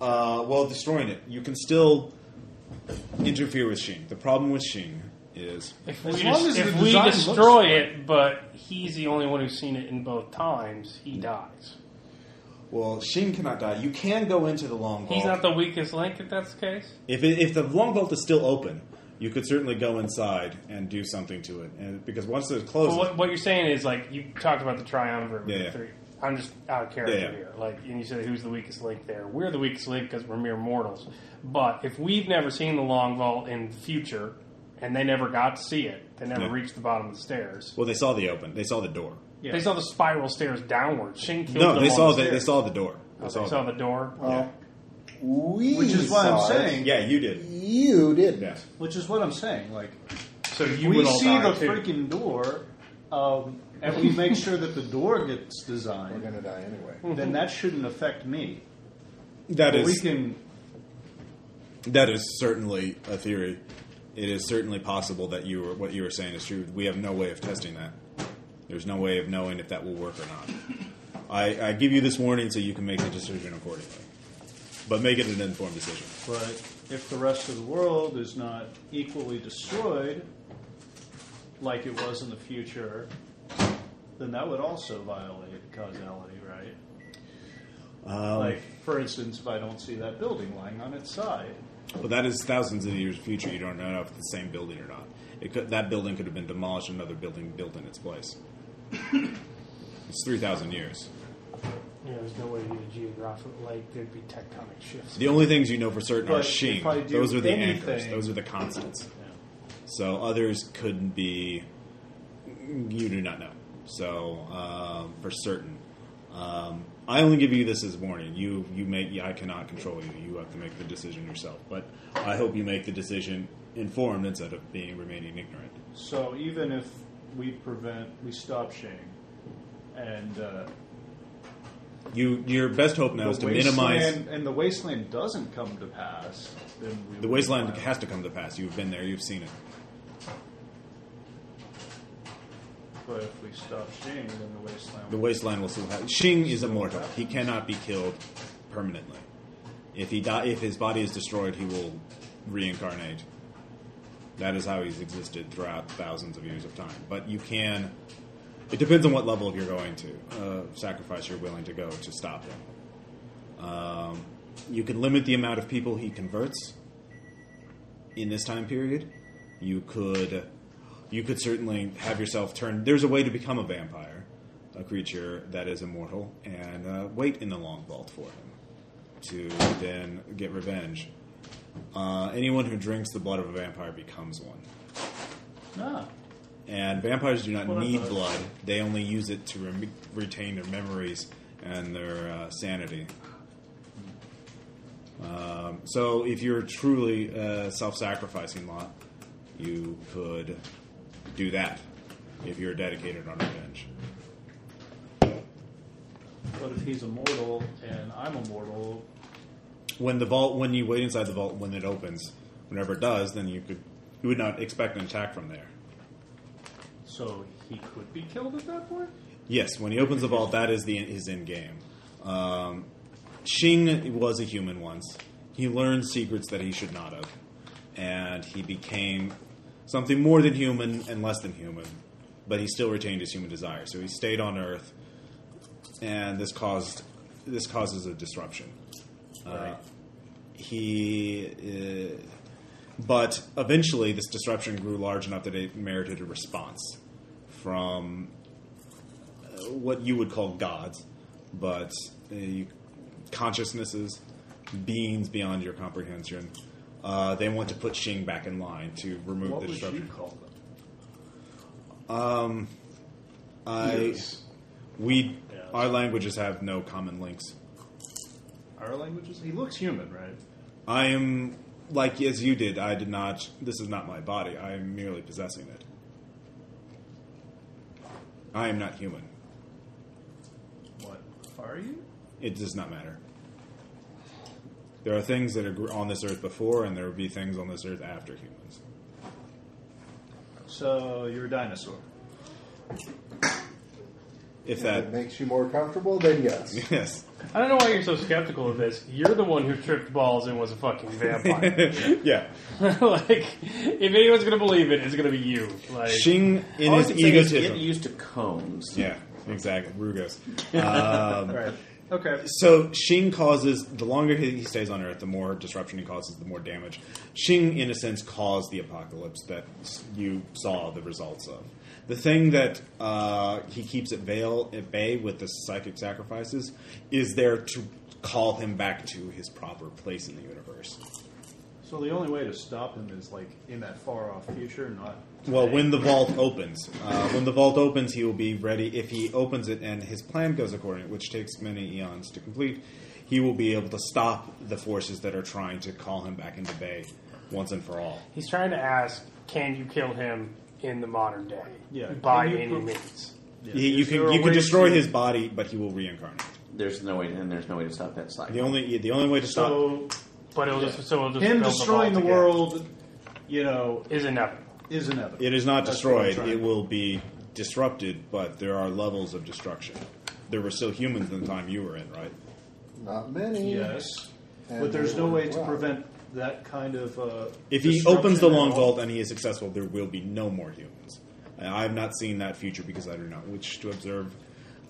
[SPEAKER 1] uh, while destroying it. You can still interfere with Sheen. The problem with Sheen is
[SPEAKER 7] If
[SPEAKER 11] As
[SPEAKER 7] we,
[SPEAKER 11] long
[SPEAKER 7] des-
[SPEAKER 11] as the
[SPEAKER 7] if we
[SPEAKER 11] design looks
[SPEAKER 7] destroy
[SPEAKER 11] right.
[SPEAKER 7] it, but he's the only one who's seen it in both times, he dies.
[SPEAKER 1] well, Sheen cannot die. You can go into the long vault.
[SPEAKER 7] He's not the weakest link if that's the case.
[SPEAKER 1] if it, if the long vault is still open, you could certainly go inside and do something to it. And because once it
[SPEAKER 7] But
[SPEAKER 1] closes,
[SPEAKER 7] what, what you're saying is like you talked about the triumvirate of
[SPEAKER 1] Yeah,
[SPEAKER 7] the
[SPEAKER 1] yeah.
[SPEAKER 7] three. I'm just out of character
[SPEAKER 1] Yeah, yeah.
[SPEAKER 7] here. Like, and you said who's the weakest link there? We're the weakest link because we're mere mortals. But if we've never seen the long vault in the future, and they never got to see it, they never
[SPEAKER 1] Yeah.
[SPEAKER 7] reached the bottom of the stairs.
[SPEAKER 1] well, they saw the open. They saw the door.
[SPEAKER 11] Yeah.
[SPEAKER 7] They saw the spiral stairs downward. Shin killed
[SPEAKER 1] No,
[SPEAKER 7] them
[SPEAKER 1] they
[SPEAKER 7] on
[SPEAKER 1] saw
[SPEAKER 7] the
[SPEAKER 1] the, they
[SPEAKER 7] stairs.
[SPEAKER 1] saw the door. They
[SPEAKER 7] Oh,
[SPEAKER 1] saw
[SPEAKER 7] they saw
[SPEAKER 1] the-
[SPEAKER 7] the door.
[SPEAKER 6] Well, we
[SPEAKER 11] Which is why I'm
[SPEAKER 6] saw it.
[SPEAKER 11] saying.
[SPEAKER 1] yeah, you did.
[SPEAKER 6] you didn't.
[SPEAKER 1] Yes.
[SPEAKER 11] Which is what I'm saying. Like
[SPEAKER 7] So you
[SPEAKER 11] we
[SPEAKER 7] would all
[SPEAKER 11] see
[SPEAKER 7] die
[SPEAKER 11] the
[SPEAKER 7] too.
[SPEAKER 11] freaking door, um, and we make sure that the door gets
[SPEAKER 6] We're
[SPEAKER 11] designed.
[SPEAKER 6] gonna die anyway.
[SPEAKER 7] Mm-hmm.
[SPEAKER 11] Then that shouldn't affect me.
[SPEAKER 1] That
[SPEAKER 11] But
[SPEAKER 1] is
[SPEAKER 11] we can.
[SPEAKER 1] that is certainly a theory. It is certainly possible that you were what you were saying is true. We have no way of testing that. There's no way of knowing if that will work or not. I, I give you this warning so you can make the decision accordingly, but make it an informed decision.
[SPEAKER 11] But if the rest of the world is not equally destroyed, like it was in the future, then that would also violate causality, right?
[SPEAKER 1] Um,
[SPEAKER 11] like, for instance, if I don't see that building lying on its side,
[SPEAKER 1] But that is thousands of years future. You don't know if it's the same building or not. It could, that building could have been demolished, another building built in its place. it's three thousand years.
[SPEAKER 7] Yeah, there's no way to get a geographic like there'd be tectonic shifts.
[SPEAKER 1] The only things you know for certain are
[SPEAKER 11] But
[SPEAKER 1] Shing.
[SPEAKER 11] if I do
[SPEAKER 1] Those are the
[SPEAKER 11] anything-
[SPEAKER 1] anchors. Those are the constants. So others could be. You do not know. So um, for certain, um, I only give you this as warning. You you make. I cannot control you. You have to make the decision yourself. But I hope you make the decision informed instead of being remaining ignorant.
[SPEAKER 11] So even if we prevent, we stop Shane, and uh,
[SPEAKER 1] You your best hope now is to minimize.
[SPEAKER 11] and the wasteland doesn't come to pass, then we
[SPEAKER 1] The wasteland has to come to pass. You've been there. You've seen it.
[SPEAKER 11] But if we stop Shane, then the wasteland.
[SPEAKER 1] The wasteland will still have. Shing is immortal. He cannot be killed permanently. If he die, if his body is destroyed, he will reincarnate. That is how he's existed throughout thousands of years of time. But you can. It depends on what level you're going to uh, sacrifice you're willing to go to stop him. Um, you can limit the amount of people he converts in this time period. You could, you could certainly have yourself turn. There's a way to become a vampire, a creature that is immortal, and uh, wait in the long vault for him to then get revenge. Uh, anyone who drinks the blood of a vampire becomes one,
[SPEAKER 11] Ah,
[SPEAKER 1] and vampires do not
[SPEAKER 11] Well, that's
[SPEAKER 1] need
[SPEAKER 11] nice.
[SPEAKER 1] blood. They only use it to rem retain their memories and their uh, sanity. Um, so if you're truly a self-sacrificing lot, you could do that if you're dedicated on revenge.
[SPEAKER 11] but if he's immortal and I'm immortal,
[SPEAKER 1] When the vault, when you wait inside the vault, when it opens, whenever it does, then you could you would not expect an attack from there.
[SPEAKER 11] so he could be killed at that point.
[SPEAKER 1] Yes, when he opens the vault, that is the his end game. Um, Shing was a human once. He learned secrets that he should not have, and he became something more than human and less than human. But he still retained his human desire, so he stayed on Earth, and this caused this causes a disruption. Uh, he, uh, but eventually, this disruption grew large enough that it merited a response from uh, what you would call gods, but uh, you- consciousnesses, beings beyond your comprehension. Uh, they want to put Shing back in line to remove
[SPEAKER 11] What
[SPEAKER 1] the
[SPEAKER 11] would you
[SPEAKER 1] disruption.
[SPEAKER 11] call them?
[SPEAKER 1] I, we,
[SPEAKER 11] Yeah.
[SPEAKER 1] our languages have no common links.
[SPEAKER 11] Our languages. He looks human, right?
[SPEAKER 1] I am like as you did. I did not. This is not my body. I am merely possessing it. I am not human.
[SPEAKER 11] What are you?
[SPEAKER 1] It does not matter. There are things that are gr- on this earth before, and there will be things on this earth after humans.
[SPEAKER 11] So you're a dinosaur.
[SPEAKER 1] If
[SPEAKER 6] If it
[SPEAKER 1] that,
[SPEAKER 6] makes you more comfortable, then yes.
[SPEAKER 1] yes,
[SPEAKER 7] I don't know why you're so skeptical of this. You're the one who tripped balls and was a fucking vampire.
[SPEAKER 1] yeah.
[SPEAKER 7] like, if anyone's gonna believe it, it's gonna be you. Like,
[SPEAKER 1] Shing in
[SPEAKER 9] All I
[SPEAKER 1] his
[SPEAKER 9] can say is get
[SPEAKER 1] egotism.
[SPEAKER 9] used to combs.
[SPEAKER 1] Yeah, exactly. Rugos.
[SPEAKER 11] All right. Okay.
[SPEAKER 1] So Shing causes the longer he he stays on Earth, the more disruption he causes, the more damage. Shing, in a sense, caused the apocalypse that s- you saw the results of. The thing that uh, he keeps at veil at bay with the psychic sacrifices is there to call him back to his proper place in the universe.
[SPEAKER 2] So the only way to stop him is like in that far off future, not
[SPEAKER 1] Well,
[SPEAKER 2] today.
[SPEAKER 1] when the vault opens, uh, when the vault opens, he will be ready. If he opens it and his plan goes according, which takes many eons to complete, he will be able to stop the forces that are trying to call him back into bay once and for all.
[SPEAKER 3] He's trying to ask, can you kill him in the modern day?
[SPEAKER 2] Yeah.
[SPEAKER 3] By
[SPEAKER 2] Can you
[SPEAKER 3] any
[SPEAKER 2] prove-
[SPEAKER 3] means.
[SPEAKER 2] Yeah.
[SPEAKER 1] He, you
[SPEAKER 2] Is there
[SPEAKER 1] can
[SPEAKER 2] a
[SPEAKER 1] you can
[SPEAKER 2] way
[SPEAKER 1] destroy
[SPEAKER 2] to-
[SPEAKER 1] his body, but he will reincarnate.
[SPEAKER 9] There's no way, and there's no way to stop that cycle.
[SPEAKER 1] The only the only way to stop.
[SPEAKER 2] So
[SPEAKER 3] But it'll just, so it'll just
[SPEAKER 2] him
[SPEAKER 3] build
[SPEAKER 2] destroying the
[SPEAKER 3] vault again.
[SPEAKER 2] world, you know,
[SPEAKER 3] is inevitable.
[SPEAKER 2] is inevitable.
[SPEAKER 1] It is not
[SPEAKER 2] That's what I'm
[SPEAKER 1] destroyed.
[SPEAKER 2] trying
[SPEAKER 1] It
[SPEAKER 2] to-
[SPEAKER 1] will be disrupted, but there are levels of destruction. There were still humans in the time you were in, right?
[SPEAKER 6] Not many.
[SPEAKER 2] Yes,
[SPEAKER 6] And
[SPEAKER 2] but there's
[SPEAKER 6] they
[SPEAKER 2] no
[SPEAKER 6] were
[SPEAKER 2] way to
[SPEAKER 6] wrong.
[SPEAKER 2] prevent that kind of. Uh,
[SPEAKER 1] If he
[SPEAKER 2] destruction
[SPEAKER 1] opens the
[SPEAKER 2] at
[SPEAKER 1] long
[SPEAKER 2] all.
[SPEAKER 1] vault and he is successful, there will be no more humans. And I have not seen that future because I do not wish to observe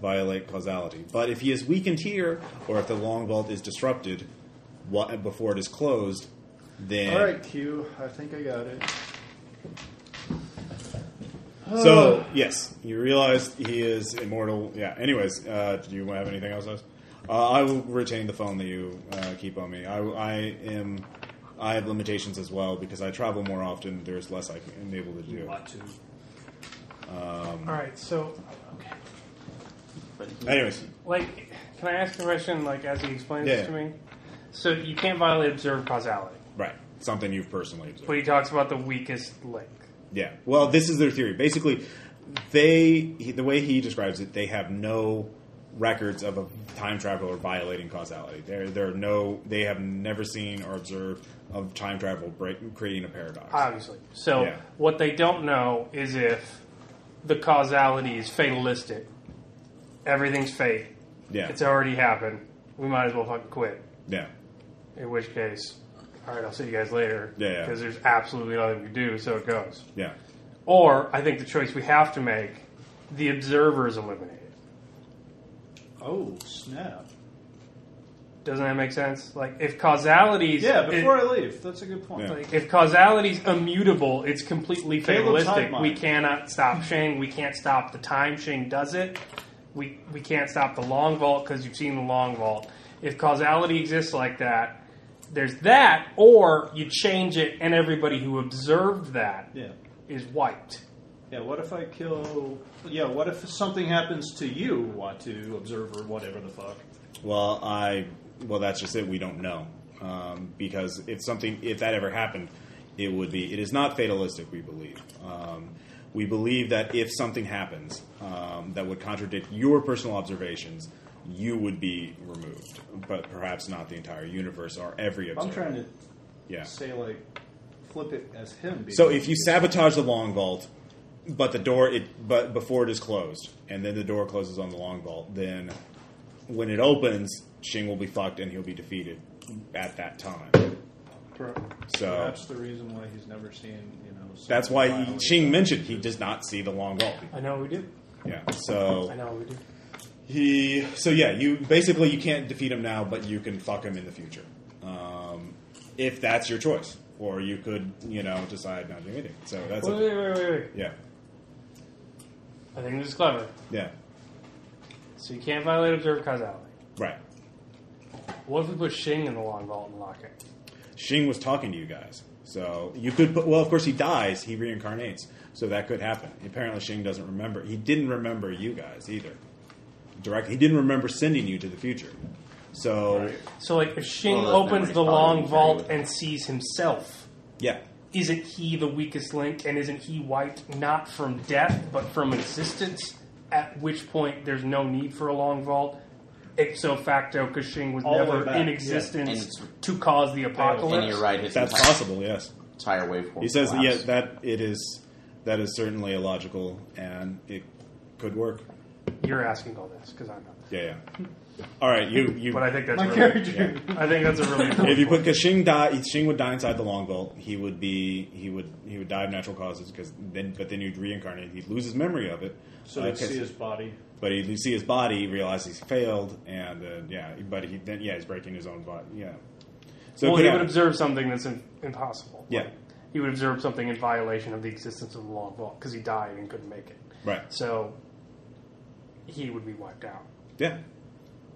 [SPEAKER 1] violate causality. But if he is weakened here, or if the long vault is disrupted wha- before it is closed, then
[SPEAKER 2] all right, Q. I think I got it.
[SPEAKER 1] So yes, you realize he is immortal. Yeah. Anyways, uh, do you have anything else? Les? Uh, I will retain the phone that you uh, keep on me. I, I am. I have limitations as well because I travel more often. There's less I can, am able to do.
[SPEAKER 3] All right, so okay.
[SPEAKER 1] Anyways,
[SPEAKER 3] like, can I ask a question? Like, as he explains
[SPEAKER 1] Yeah.
[SPEAKER 3] this to me, so you can't violate observed causality,
[SPEAKER 1] right. Something you've personally observed.
[SPEAKER 3] but he talks about the weakest link.
[SPEAKER 1] Yeah. Well, this is their theory. Basically, they he, the way he describes it, they have no records of a time traveler violating causality. There, there are no. They have never seen or observed of time travel break, creating a paradox.
[SPEAKER 3] Obviously, so
[SPEAKER 1] Yeah.
[SPEAKER 3] what they don't know is if the causality is fatalistic. Everything's fate.
[SPEAKER 1] yeah.
[SPEAKER 3] It's already happened. We might as well fucking quit.
[SPEAKER 1] yeah.
[SPEAKER 3] In which case, all right, I'll see you guys later.
[SPEAKER 1] Yeah, yeah.
[SPEAKER 3] Because there's absolutely nothing we can do, so it goes.
[SPEAKER 1] Yeah.
[SPEAKER 3] Or I think the choice we have to make, the observer is eliminated.
[SPEAKER 2] Oh snap!
[SPEAKER 3] Doesn't that make sense? Like if causality's
[SPEAKER 2] Yeah, before
[SPEAKER 3] it-
[SPEAKER 2] I leave, that's a good point.
[SPEAKER 1] Yeah.
[SPEAKER 3] like, if causality's immutable, it's completely
[SPEAKER 2] Caleb
[SPEAKER 3] fatalistic.
[SPEAKER 2] Timeline.
[SPEAKER 3] We cannot stop Shang. We can't stop the time Shang does it. We we can't stop the long vault because you've seen the long vault. If causality exists like that, there's that, or you change it, and everybody who observed that is
[SPEAKER 2] yeah.
[SPEAKER 3] wiped.
[SPEAKER 2] Yeah, what if I kill? Yeah, what if something happens to you, Watu, Observer, whatever the fuck?
[SPEAKER 1] Well, I. Well, that's just it. We don't know um, because if something, if that ever happened, it would be. It is not fatalistic. We believe. Um, we believe that if something happens um, that would contradict your personal observations, you would be removed. But perhaps not the entire universe or every
[SPEAKER 2] I'm
[SPEAKER 1] observer.
[SPEAKER 2] trying to
[SPEAKER 1] Yeah.
[SPEAKER 2] say like flip it as him. Being
[SPEAKER 1] So if you sabotage the long vault, but the door it but before it is closed, and then the door closes on the long vault, then when it opens, Shing will be fucked and he'll be defeated at that time.
[SPEAKER 2] Per-
[SPEAKER 1] So-
[SPEAKER 2] perhaps the reason why he's never seen you know. some
[SPEAKER 1] That's why he,
[SPEAKER 2] violence.
[SPEAKER 1] Shing mentioned he does not see the long vault.
[SPEAKER 3] I know we do.
[SPEAKER 1] Yeah. So
[SPEAKER 3] I know we do.
[SPEAKER 1] he so yeah, you basically you can't defeat him now, but you can fuck him in the future, um, if that's your choice, or you could you know decide not to do anything. So that's
[SPEAKER 3] Wait,
[SPEAKER 1] a,
[SPEAKER 3] wait, wait, wait, wait.
[SPEAKER 1] yeah,
[SPEAKER 3] I think this is clever.
[SPEAKER 1] yeah,
[SPEAKER 3] So you can't violate observed causality.
[SPEAKER 1] right.
[SPEAKER 3] What if we put Shing in the long vault and lock it?
[SPEAKER 1] Shing was talking to you guys. So you could put, well, of course, he dies, he reincarnates. So that could happen. Apparently, Shing doesn't remember. He didn't remember you guys either. Direct. He didn't remember sending you to the future. So,
[SPEAKER 3] So, like, if Shing
[SPEAKER 9] Well, those
[SPEAKER 3] opens
[SPEAKER 9] memories
[SPEAKER 3] the
[SPEAKER 9] probably
[SPEAKER 3] long
[SPEAKER 9] won't
[SPEAKER 3] vault
[SPEAKER 9] carry with
[SPEAKER 3] and sees himself,
[SPEAKER 1] yeah.
[SPEAKER 3] isn't he the weakest link? And isn't he wiped not from death, but from existence? At which point, there's no need for a long vault. Ipso facto, because Shing was
[SPEAKER 2] All the way
[SPEAKER 3] never
[SPEAKER 2] back,
[SPEAKER 3] in
[SPEAKER 2] yeah.
[SPEAKER 9] And
[SPEAKER 3] existence
[SPEAKER 9] it's-
[SPEAKER 3] to cause the apocalypse.
[SPEAKER 9] and you're right. His
[SPEAKER 1] That's
[SPEAKER 9] entire,
[SPEAKER 1] possible, yes.
[SPEAKER 9] entire waveform.
[SPEAKER 1] He says,
[SPEAKER 9] collapse.
[SPEAKER 1] yes, that it is. That is certainly illogical, and it could work.
[SPEAKER 3] You're asking all this because I'm not.
[SPEAKER 1] Yeah, yeah. All right, you, you.
[SPEAKER 3] But I think that's
[SPEAKER 2] My
[SPEAKER 3] really,
[SPEAKER 2] character.
[SPEAKER 1] yeah.
[SPEAKER 3] I think that's a really important
[SPEAKER 1] if you put
[SPEAKER 3] point.
[SPEAKER 1] because Shing die, Shing would die inside the long vault. He would be he would he would die of natural causes because then but then you'd reincarnate. He'd lose his memory of it.
[SPEAKER 2] So
[SPEAKER 1] uh,
[SPEAKER 2] they
[SPEAKER 1] 'cause-
[SPEAKER 2] see his body.
[SPEAKER 1] but he'd see his body, realize he's failed, and uh, yeah, but he then yeah he's breaking his own body. Yeah. So it
[SPEAKER 3] well,
[SPEAKER 1] could
[SPEAKER 3] he would
[SPEAKER 1] happen.
[SPEAKER 3] observe something that's in, impossible.
[SPEAKER 1] Yeah.
[SPEAKER 3] Like, he would observe something in violation of the existence of the long vault because he died and couldn't make it.
[SPEAKER 1] right.
[SPEAKER 3] So he would be wiped out,
[SPEAKER 1] Yeah.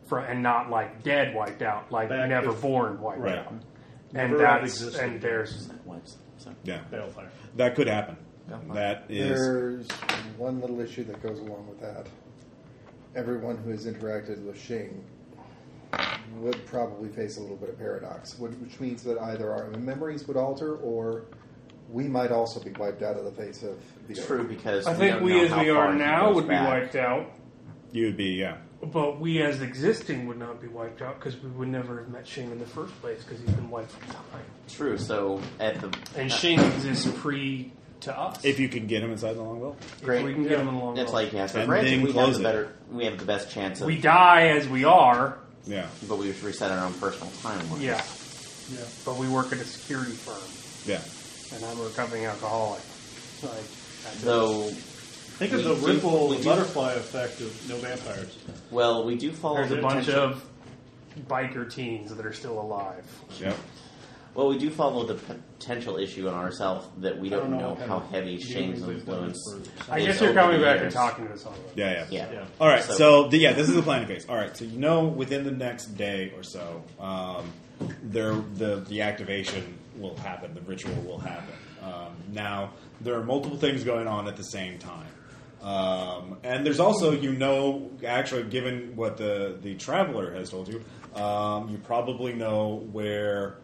[SPEAKER 3] for, and not like dead wiped out, like
[SPEAKER 2] Back
[SPEAKER 3] never
[SPEAKER 2] if-
[SPEAKER 3] born wiped
[SPEAKER 1] Right.
[SPEAKER 3] out.
[SPEAKER 7] and
[SPEAKER 11] Never
[SPEAKER 7] that's
[SPEAKER 11] existed.
[SPEAKER 7] and there's
[SPEAKER 9] What's- so-
[SPEAKER 1] Yeah,
[SPEAKER 11] Balefire.
[SPEAKER 1] that could happen.
[SPEAKER 9] Yeah.
[SPEAKER 1] That is
[SPEAKER 6] There's one little issue that goes along with that. Everyone who has interacted with Shing would probably face a little bit of paradox, would- which means that either our memories would alter or we might also be wiped out of the face of the earth.
[SPEAKER 9] True, because
[SPEAKER 7] I
[SPEAKER 9] we
[SPEAKER 7] think
[SPEAKER 9] don't
[SPEAKER 7] we
[SPEAKER 9] know
[SPEAKER 7] as
[SPEAKER 9] how
[SPEAKER 7] we
[SPEAKER 9] far
[SPEAKER 7] are
[SPEAKER 9] he
[SPEAKER 7] now
[SPEAKER 9] goes
[SPEAKER 7] would
[SPEAKER 9] back.
[SPEAKER 7] be wiped out,
[SPEAKER 1] you would be yeah.
[SPEAKER 7] but we as existing would not be wiped out because we would never have met Shing in the first place because he's been wiped from time.
[SPEAKER 9] True. So at the
[SPEAKER 7] And Shing exists pre to us.
[SPEAKER 1] If you can get him inside the longbow,
[SPEAKER 7] If
[SPEAKER 9] great,
[SPEAKER 7] we can get him in the long
[SPEAKER 9] it's
[SPEAKER 7] run.
[SPEAKER 9] like yeah. So
[SPEAKER 1] And
[SPEAKER 9] granted,
[SPEAKER 1] then
[SPEAKER 9] we have
[SPEAKER 1] close
[SPEAKER 9] the
[SPEAKER 1] it.
[SPEAKER 9] better, we have the best chance of,
[SPEAKER 7] we die as we are.
[SPEAKER 1] yeah,
[SPEAKER 9] but we reset our own personal timeline.
[SPEAKER 7] Yeah. Yeah. But we work at a security firm,
[SPEAKER 1] yeah.
[SPEAKER 7] and I'm a recovering alcoholic. Like, that's
[SPEAKER 9] Though,
[SPEAKER 11] Think of
[SPEAKER 9] We
[SPEAKER 11] the
[SPEAKER 9] do-
[SPEAKER 11] ripple,
[SPEAKER 9] we
[SPEAKER 11] the
[SPEAKER 9] do-
[SPEAKER 11] butterfly effect of no vampires.
[SPEAKER 9] well, we do follow.
[SPEAKER 7] there's
[SPEAKER 9] the
[SPEAKER 7] a bunch
[SPEAKER 9] potential-
[SPEAKER 7] of biker teens that are still alive.
[SPEAKER 1] Yep.
[SPEAKER 9] Well, we do follow the potential issue in ourselves that we don't,
[SPEAKER 11] don't know
[SPEAKER 9] know,
[SPEAKER 11] what kind
[SPEAKER 9] how
[SPEAKER 11] of
[SPEAKER 9] heavy
[SPEAKER 11] dealings
[SPEAKER 9] Shane's
[SPEAKER 11] they've done
[SPEAKER 9] influence.
[SPEAKER 11] for-
[SPEAKER 7] I
[SPEAKER 9] is
[SPEAKER 7] guess you're
[SPEAKER 9] over
[SPEAKER 7] coming
[SPEAKER 9] the
[SPEAKER 7] back and
[SPEAKER 9] years.
[SPEAKER 7] talking to us on that.
[SPEAKER 1] Yeah, yeah,
[SPEAKER 9] Yeah.
[SPEAKER 11] Yeah.
[SPEAKER 1] All right,
[SPEAKER 9] So-
[SPEAKER 1] so, the, yeah, this is the planning phase. All right, so you know within the next day or so, um, there the the activation will happen, the ritual will happen. Um, now there are multiple things going on at the same time, um, and there's also you know actually given what the the traveler has told you, um, you probably know where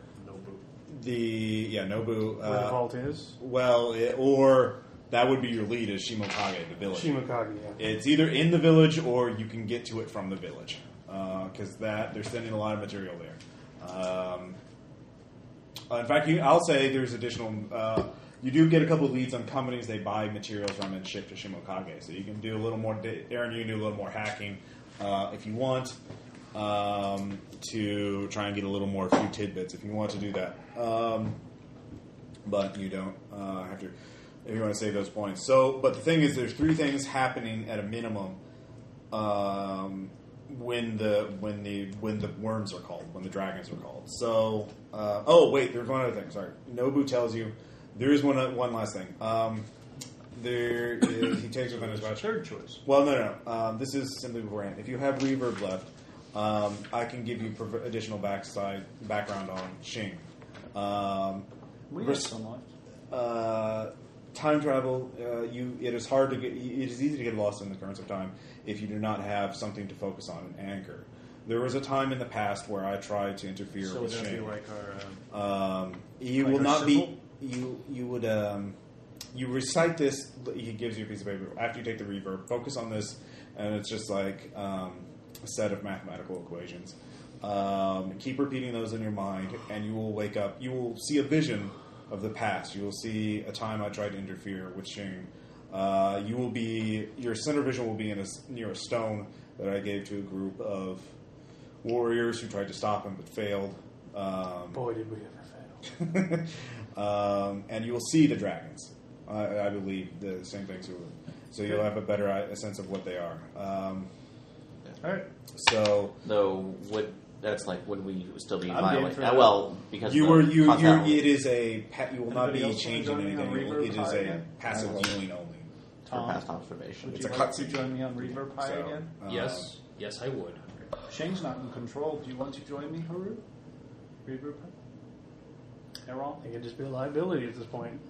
[SPEAKER 1] the yeah Nobu
[SPEAKER 7] Where the
[SPEAKER 1] uh,
[SPEAKER 7] vault is?
[SPEAKER 1] well it, or that would be your lead is Shimokage the village.
[SPEAKER 7] Shimokagi, yeah.
[SPEAKER 1] It's either in the village or you can get to it from the village because that they're sending a lot of material there. Um, uh, in fact, you, I'll say there's additional. Uh, you do get a couple of leads on companies they buy materials from and ship to Shimokage, so you can do a little more. di- Aaron, you can do a little more hacking uh, if you want um, to try and get a little more a few tidbits if you want to do that. Um, but you don't uh, have to if you want to save those points. So, but the thing is, there's three things happening at a minimum um, when the when the when the worms are called, when the dragons are called. So, uh, oh wait, there's one other thing. Sorry, Nobu tells you there is one uh, one last thing. Um, there is, he takes within his watch.
[SPEAKER 11] Third choice.
[SPEAKER 1] Well, no, no. no. Um, this is simply beforehand. If you have reverb left, um, I can give you prov- additional backside background on Shing. Um,
[SPEAKER 11] We have
[SPEAKER 1] res-
[SPEAKER 11] some left.
[SPEAKER 1] uh, time travel, uh, you it is hard to get. It is easy to get lost in the currents of time if you do not have something to focus on and anchor. There was a time in the past where I tried to interfere
[SPEAKER 11] So would
[SPEAKER 1] with
[SPEAKER 11] that be
[SPEAKER 1] Shane.
[SPEAKER 11] like our? Um,
[SPEAKER 1] um, you
[SPEAKER 11] like
[SPEAKER 1] will
[SPEAKER 11] a
[SPEAKER 1] not
[SPEAKER 11] symbol?
[SPEAKER 1] be. You you would um, you recite this. He gives you a piece of paper after you take the reverb. Focus on this, and it's just like um, a set of mathematical equations. Um, keep repeating those in your mind, and you will wake up. You will see a vision of the past. You will see a time I tried to interfere with Shing. Uh, you will be your center vision will be in a s near a stone that I gave to a group of warriors who tried to stop him but failed. Um,
[SPEAKER 7] Boy, did we ever fail.
[SPEAKER 1] um, and you will see the dragons. I, I believe the same things. You will. So you'll have a better i- a sense of what they are. Um,
[SPEAKER 11] all right.
[SPEAKER 1] so
[SPEAKER 9] Though would that's like would we still be
[SPEAKER 11] I'm game
[SPEAKER 9] violating?
[SPEAKER 11] for
[SPEAKER 9] Uh,
[SPEAKER 11] that.
[SPEAKER 9] well, because
[SPEAKER 1] you
[SPEAKER 9] the
[SPEAKER 1] were you
[SPEAKER 9] Hot
[SPEAKER 1] you're,
[SPEAKER 9] Towel-
[SPEAKER 1] it is a pa- you will not
[SPEAKER 11] Anybody
[SPEAKER 1] be
[SPEAKER 11] else wanna
[SPEAKER 1] changing
[SPEAKER 11] join me on
[SPEAKER 1] anything. It will-
[SPEAKER 11] Reverb
[SPEAKER 1] It is
[SPEAKER 11] High
[SPEAKER 1] a
[SPEAKER 11] again?
[SPEAKER 1] passive viewing only.
[SPEAKER 9] for
[SPEAKER 11] Tom,
[SPEAKER 9] past observation.
[SPEAKER 11] would
[SPEAKER 1] It's
[SPEAKER 11] you
[SPEAKER 1] a
[SPEAKER 11] like to
[SPEAKER 1] cutscene.
[SPEAKER 11] join me on Reverb High
[SPEAKER 1] So,
[SPEAKER 11] again?
[SPEAKER 1] uh,
[SPEAKER 8] yes, yes, I would.
[SPEAKER 11] Shane's not in control. Do you want to join me, Haru? Reverb High. Errol.
[SPEAKER 7] It could just be a liability at this point.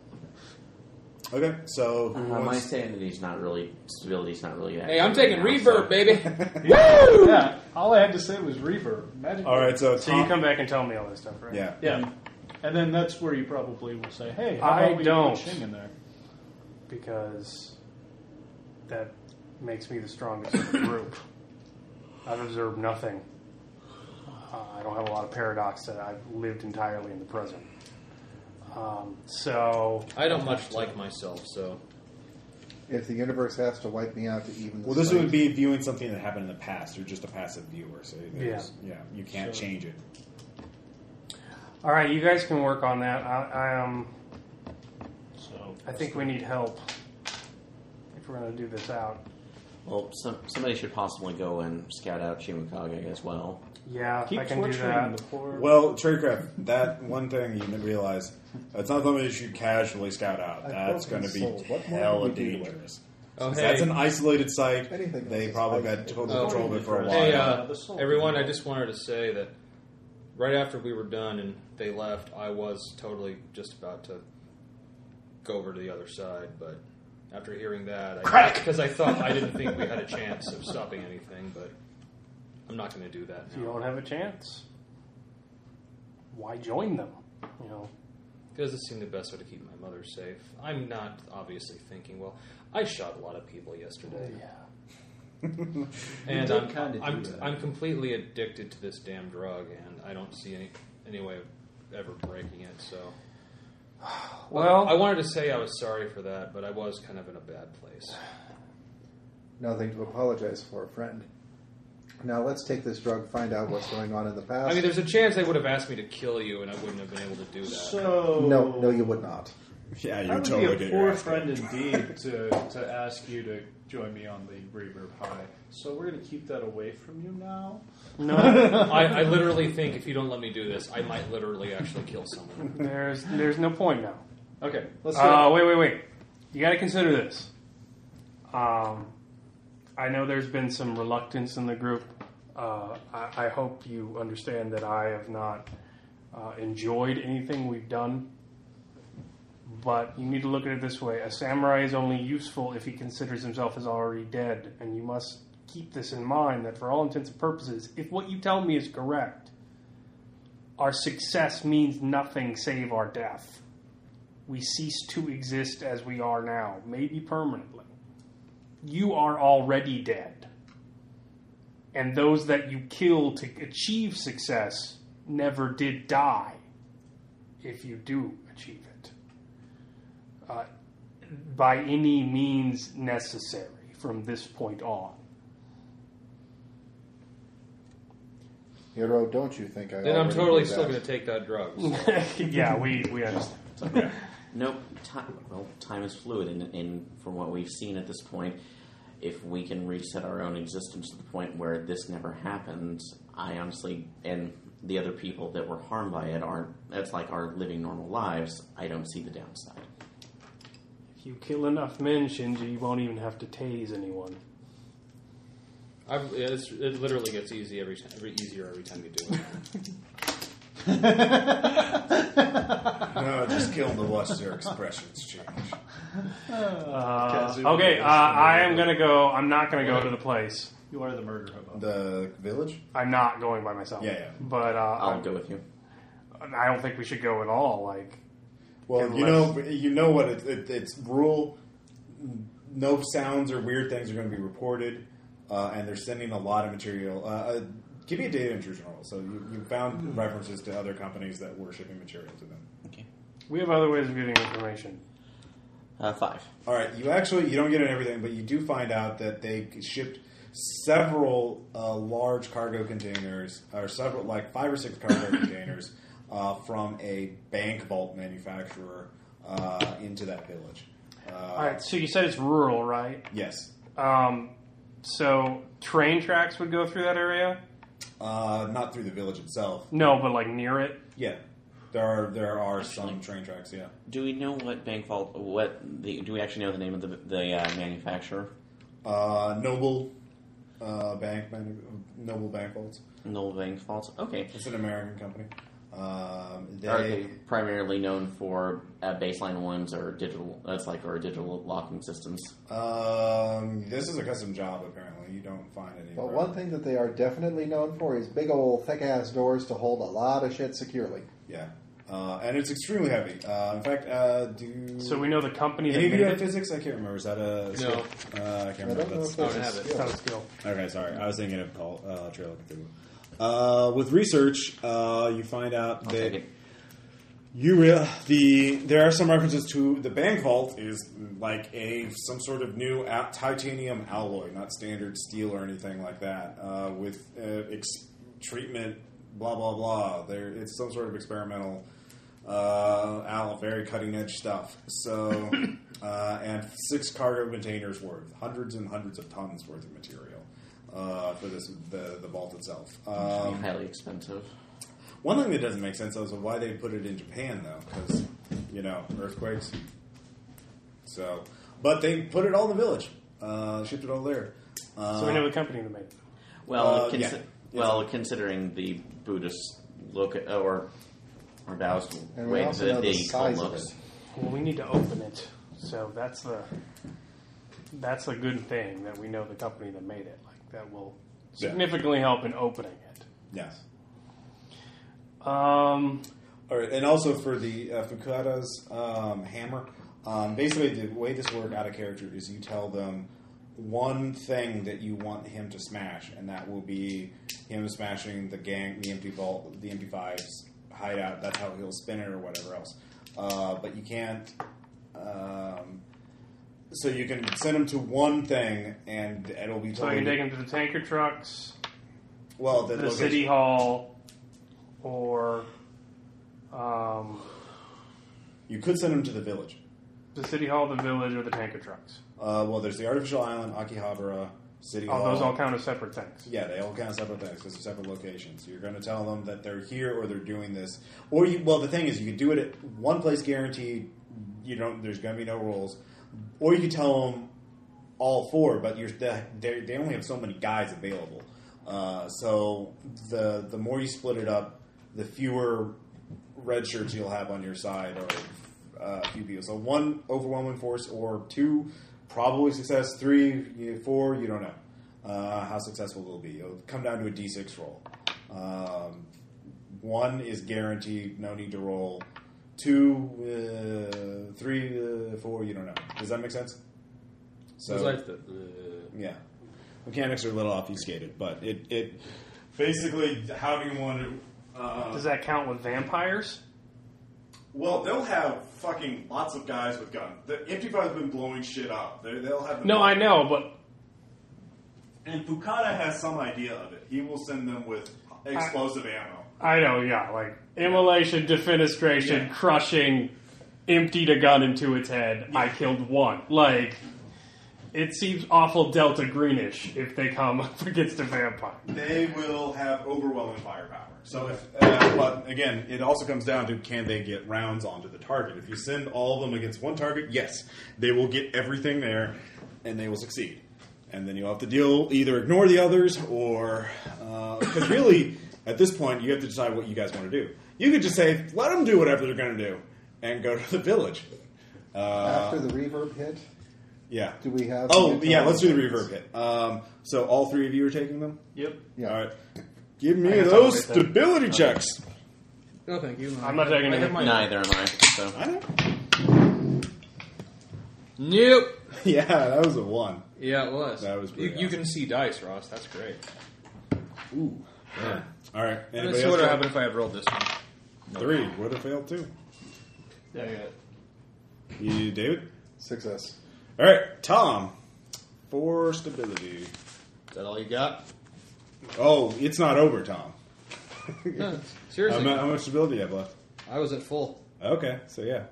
[SPEAKER 1] Okay. So
[SPEAKER 9] Uh,
[SPEAKER 1] who
[SPEAKER 9] my
[SPEAKER 1] wants?
[SPEAKER 9] sanity's not really stability's not really.
[SPEAKER 8] Hey, I'm taking reverb, baby.
[SPEAKER 11] Yeah. All I had to say was reverb. Magic.
[SPEAKER 1] All right. So,
[SPEAKER 7] So you come back and tell me all this stuff, right?
[SPEAKER 1] Yeah.
[SPEAKER 11] Yeah. And then that's where you probably will say, "Hey, how
[SPEAKER 7] I
[SPEAKER 11] about we
[SPEAKER 7] don't.
[SPEAKER 11] put Shing in there?"
[SPEAKER 7] Because that makes me the strongest of the group. I've observed nothing. Uh, I don't have a lot of paradox that I've lived entirely in the present. Um, so
[SPEAKER 8] I don't much like myself, so
[SPEAKER 6] If the universe has to wipe me out to even the
[SPEAKER 1] Well, this
[SPEAKER 6] slate,
[SPEAKER 1] would be viewing something that happened in the past. You're just a passive viewer, so there's- yeah, you can't
[SPEAKER 11] So-
[SPEAKER 1] change it.
[SPEAKER 7] All right, you guys can work on that. I, I, um,
[SPEAKER 11] So
[SPEAKER 7] I think we need help if we're going to do this out.
[SPEAKER 9] Well, some, somebody should possibly go and scout out Chimukage as well.
[SPEAKER 7] Yeah,
[SPEAKER 11] keep
[SPEAKER 7] I can do
[SPEAKER 11] torturing
[SPEAKER 7] that.
[SPEAKER 11] the poor.
[SPEAKER 1] Well, tradecraft. That one thing you didn't realize. That's not something you should casually scout out.
[SPEAKER 6] I
[SPEAKER 1] That's going
[SPEAKER 6] broke
[SPEAKER 1] to
[SPEAKER 6] his
[SPEAKER 1] be
[SPEAKER 6] soul. What more
[SPEAKER 1] hella
[SPEAKER 6] did we do to it?
[SPEAKER 1] dangerous.
[SPEAKER 8] Oh,
[SPEAKER 1] 'Cause
[SPEAKER 8] hey.
[SPEAKER 1] That's an isolated site.
[SPEAKER 6] Anything
[SPEAKER 1] they
[SPEAKER 6] else
[SPEAKER 1] probably
[SPEAKER 6] is
[SPEAKER 1] got
[SPEAKER 6] isolated.
[SPEAKER 1] total
[SPEAKER 8] Oh.
[SPEAKER 1] control of it for a while.
[SPEAKER 8] Hey,
[SPEAKER 11] Yeah,
[SPEAKER 8] uh,
[SPEAKER 11] the soul.
[SPEAKER 8] everyone, I just wanted to say that right after we were done and they left, I was totally just about to go over to the other side, but after hearing that, I, because I thought I didn't think we had a chance of stopping anything, but I'm not going to do that
[SPEAKER 3] If you
[SPEAKER 8] now
[SPEAKER 3] don't have a chance, why join them? You know,
[SPEAKER 8] because it seemed the best way to keep my mother safe. I'm not obviously thinking well. I shot a lot of people yesterday, and
[SPEAKER 11] did
[SPEAKER 8] I'm
[SPEAKER 11] kinda do
[SPEAKER 8] I'm,
[SPEAKER 11] that.
[SPEAKER 8] I'm completely addicted to this damn drug, and I don't see any any way of ever breaking it. So. I
[SPEAKER 3] Well,
[SPEAKER 8] wanted to say I was sorry for that, but I was kind of in a bad place.
[SPEAKER 6] Nothing to apologize for, friend. Now let's take this drug, find out what's going on in the past.
[SPEAKER 8] I mean, there's a chance they would have asked me to kill you, and I wouldn't have been able to do that.
[SPEAKER 11] So
[SPEAKER 8] oh.
[SPEAKER 6] no, no, you would not.
[SPEAKER 13] Yeah, you
[SPEAKER 11] I would
[SPEAKER 13] totally
[SPEAKER 11] be
[SPEAKER 13] get your
[SPEAKER 11] a poor
[SPEAKER 13] ass
[SPEAKER 11] friend
[SPEAKER 13] kicked.
[SPEAKER 11] indeed to, to ask you to join me on the reverb high. So we're going to keep that away from you now.
[SPEAKER 3] no,
[SPEAKER 8] I, I literally think if you don't let me do this, I might literally actually kill someone.
[SPEAKER 3] there's there's no point now.
[SPEAKER 11] Okay, let's do
[SPEAKER 3] Uh,
[SPEAKER 11] it.
[SPEAKER 3] wait, wait, wait. You got to consider this. Um, I know there's been some reluctance in the group. Uh, I, I hope you understand that I have not uh, enjoyed anything we've done. But you need to look at it this way: a samurai is only useful if he considers himself as already dead, and you must keep this in mind. That for all intents and purposes, if what you tell me is correct, our success means nothing save our death we cease to exist as we are now, maybe permanently. You are already dead. And those that you kill to achieve success never did die if you do achieve it. Uh, by any means necessary from this point on.
[SPEAKER 6] Hero, don't you think I?
[SPEAKER 8] Then I'm
[SPEAKER 6] already
[SPEAKER 8] totally
[SPEAKER 6] knew
[SPEAKER 8] still
[SPEAKER 6] that?
[SPEAKER 8] going to take that drug. so-
[SPEAKER 3] yeah, we, we understand.
[SPEAKER 9] Nope. Time, well, time is fluid, and, and from what we've seen at this point, if we can reset our own existence to the point where this never happens, I honestly, and the other people that were harmed by it aren't, that's like our living normal lives, I don't see the downside.
[SPEAKER 3] If you kill enough men, Shinji, you won't even have to tase anyone.
[SPEAKER 8] I've, it's, it literally gets easy every time, every easier every time you do it.
[SPEAKER 1] No, just kill to watch their expressions change.
[SPEAKER 3] Uh,
[SPEAKER 11] Kazuo
[SPEAKER 3] okay,
[SPEAKER 11] is
[SPEAKER 3] uh,
[SPEAKER 11] the
[SPEAKER 3] I am
[SPEAKER 11] murderer.
[SPEAKER 3] going to go. I'm not going to go to the place.
[SPEAKER 11] You are the murder hobo.
[SPEAKER 1] The village?
[SPEAKER 3] I'm not going by myself.
[SPEAKER 1] Yeah, yeah.
[SPEAKER 3] But uh, I,
[SPEAKER 9] I'll go with you.
[SPEAKER 3] I don't think we should go at all. Like,
[SPEAKER 1] Well, you
[SPEAKER 3] Unless-
[SPEAKER 1] know, you know what it, it, it's rule. No sounds or weird things are going to be reported, uh, and they're sending a lot of material. Uh, uh, give me a data intrusion roll. So you, you found references to other companies that were shipping material to them.
[SPEAKER 3] we have other ways of getting information.
[SPEAKER 9] Uh, five.
[SPEAKER 1] All right, you actually you don't get in everything, but you do find out that they shipped several uh, large cargo containers, or several like five or six cargo containers uh, from a bank vault manufacturer uh, into that village. Uh,
[SPEAKER 3] All right. So you said it's rural, right?
[SPEAKER 1] Yes.
[SPEAKER 3] Um, so train tracks would go through that area.
[SPEAKER 1] Uh, not through the village itself.
[SPEAKER 3] No, but like near it.
[SPEAKER 1] Yeah, there are there are some train tracks. Yeah,
[SPEAKER 9] Do we know what bank vault, what, the, do we actually know the name of the, the uh, manufacturer?
[SPEAKER 1] uh, noble uh, bank, man- noble bank vaults.
[SPEAKER 9] Noel Bank Vault? Okay.
[SPEAKER 1] It's an American company. Um, they,
[SPEAKER 9] Are they primarily known for uh, baseline ones or digital, that's like our digital locking systems?
[SPEAKER 1] Um, this is a custom job. Apparently, you don't find any.
[SPEAKER 6] But one thing that they are definitely known for is big old thick ass doors to hold a lot of shit securely.
[SPEAKER 1] Yeah, uh, and it's extremely heavy. Uh, in fact, uh, do
[SPEAKER 3] So we know the company that
[SPEAKER 1] any of
[SPEAKER 3] made
[SPEAKER 1] you have
[SPEAKER 3] it.
[SPEAKER 1] physics? I can't remember. Is that a
[SPEAKER 8] No.
[SPEAKER 1] Uh, I
[SPEAKER 6] I
[SPEAKER 1] can't
[SPEAKER 6] don't
[SPEAKER 1] remember.
[SPEAKER 6] know
[SPEAKER 1] That's
[SPEAKER 6] if there's
[SPEAKER 8] I
[SPEAKER 6] a
[SPEAKER 8] don't have it.
[SPEAKER 6] skill.
[SPEAKER 3] Not a skill.
[SPEAKER 1] Okay, sorry. I was thinking of Paul, uh, Trail of Cthulhu. Uh, with research, uh, you find out
[SPEAKER 9] take
[SPEAKER 1] that
[SPEAKER 9] it.
[SPEAKER 1] you real the there are some references to the bank vault is like a some sort of new a- titanium alloy, not standard steel or anything like that. Uh, with uh, ex- treatment, blah blah blah. There, it's some sort of experimental uh, al- very cutting edge stuff. So, uh, and six cargo containers worth, hundreds and hundreds of tons worth of material uh, for this the, the vault itself. Um,
[SPEAKER 9] highly expensive.
[SPEAKER 1] one thing that doesn't make sense though is why they put it in Japan though, because you know earthquakes. So, but they put it all in the village, uh, shipped it all there. Uh,
[SPEAKER 3] So we know the company that made it.
[SPEAKER 9] Well,
[SPEAKER 1] Uh,
[SPEAKER 9] consi-
[SPEAKER 1] yeah.
[SPEAKER 9] well, considering the Buddhist look at or or Dow's
[SPEAKER 6] And we
[SPEAKER 9] way
[SPEAKER 6] also
[SPEAKER 9] that
[SPEAKER 6] know
[SPEAKER 9] the
[SPEAKER 6] the
[SPEAKER 9] eagle
[SPEAKER 6] size of
[SPEAKER 9] looks.
[SPEAKER 6] it.
[SPEAKER 7] Well, we need to open it, so that's the that's a good thing that we know the company that made it. Like that will
[SPEAKER 1] Yeah.
[SPEAKER 7] significantly help in opening it.
[SPEAKER 1] Yes.
[SPEAKER 7] Um,
[SPEAKER 1] All right, and also for the uh, Fukada's um, hammer, um, basically the way this work out of character is you tell them one thing that you want him to smash, and that will be him smashing the gang, the empty vault, the empty fives hideout. That's how he'll spin it or whatever else. Uh, but you can't. Um, so you can send him to one thing, and it'll be
[SPEAKER 7] so we
[SPEAKER 1] totally
[SPEAKER 7] can take them to the tanker trucks,
[SPEAKER 1] well. The,
[SPEAKER 7] the
[SPEAKER 1] location-
[SPEAKER 7] city hall, or um,
[SPEAKER 1] You could send him to the village.
[SPEAKER 7] the city hall, the village, or the tanker trucks.
[SPEAKER 1] Uh, well, there's the artificial island, Akihabara, City
[SPEAKER 7] All
[SPEAKER 1] Hall.
[SPEAKER 7] Oh, those all count as separate things.
[SPEAKER 1] Yeah, they all count as separate things because they're separate locations. You're going to tell them that they're here or they're doing this, or you. Well, the thing is, you could do it at one place guaranteed. You don't. There's going to be no rules, or you could tell them all four, but you're they they they only have so many guys available. Uh, so the the more you split it up, the fewer red shirts you'll have on your side or uh, few people. So one overwhelming force or two probably success, three, you- four, you don't know uh, how successful it'll be. It'll come down to a d6 roll. Um, one is guaranteed, no need to roll. Two, uh, three, uh, four, you don't know. Does that make sense? So yeah. Mechanics are a little obfuscated, but it, it basically how do you want to? Uh,
[SPEAKER 7] Does that count with vampires?
[SPEAKER 1] well, they'll have fucking lots of guys with guns. The empty five's been blowing shit up. they they'll have.
[SPEAKER 7] No, I know, but
[SPEAKER 1] And Fukada has some idea of it. He will send them with explosive ammo.
[SPEAKER 7] I know, yeah, like immolation,
[SPEAKER 1] Yeah.
[SPEAKER 7] defenestration, crushing, emptied a gun into its head. I killed one. Like, it seems awful Delta Greenish if they come up against a vampire.
[SPEAKER 1] They will have overwhelming firepower. So if, uh, but again, it also comes down to can they get rounds onto the target. If you send all of them against one target, yes, they will get everything there, and they will succeed. And then you'll have to deal either ignore the others or because really at this point you have to decide what you guys want to do. You could just say let them do whatever they're going to do and go to the village.
[SPEAKER 6] After the reverb hit,
[SPEAKER 1] Yeah.
[SPEAKER 6] Do we have-
[SPEAKER 1] Oh yeah, let's do the reverb hit. Um, so all three of you are taking them.
[SPEAKER 11] Yep.
[SPEAKER 6] yeah.
[SPEAKER 1] All right. Give me
[SPEAKER 7] guess I'll
[SPEAKER 1] those
[SPEAKER 7] wait then.
[SPEAKER 1] stability checks.
[SPEAKER 14] No, thank you.
[SPEAKER 7] I'm not taking
[SPEAKER 8] I have
[SPEAKER 7] it.
[SPEAKER 8] my
[SPEAKER 9] Neither am I. So
[SPEAKER 1] I don't.
[SPEAKER 14] Nope.
[SPEAKER 1] Yeah, that was a one.
[SPEAKER 14] Yeah, it was.
[SPEAKER 1] That was
[SPEAKER 8] You,
[SPEAKER 1] pretty
[SPEAKER 8] you
[SPEAKER 1] awesome.
[SPEAKER 8] can see dice, Ross. That's great.
[SPEAKER 1] Ooh. Yeah. All right.
[SPEAKER 8] Let's
[SPEAKER 1] Anybody
[SPEAKER 8] see
[SPEAKER 1] else?
[SPEAKER 8] what
[SPEAKER 1] got-
[SPEAKER 8] would happen if I had rolled this one.
[SPEAKER 1] Three would have failed too.
[SPEAKER 11] Yeah, I got it.
[SPEAKER 1] You, David.
[SPEAKER 6] Success.
[SPEAKER 1] All right, Tom. Four stability.
[SPEAKER 8] Is that all you got?
[SPEAKER 1] Oh, it's not over, Tom.
[SPEAKER 14] No,
[SPEAKER 1] How,
[SPEAKER 8] Uh,
[SPEAKER 14] seriously,
[SPEAKER 1] mu- how much stability do you have left?
[SPEAKER 14] I was at full.
[SPEAKER 1] Okay, so yeah.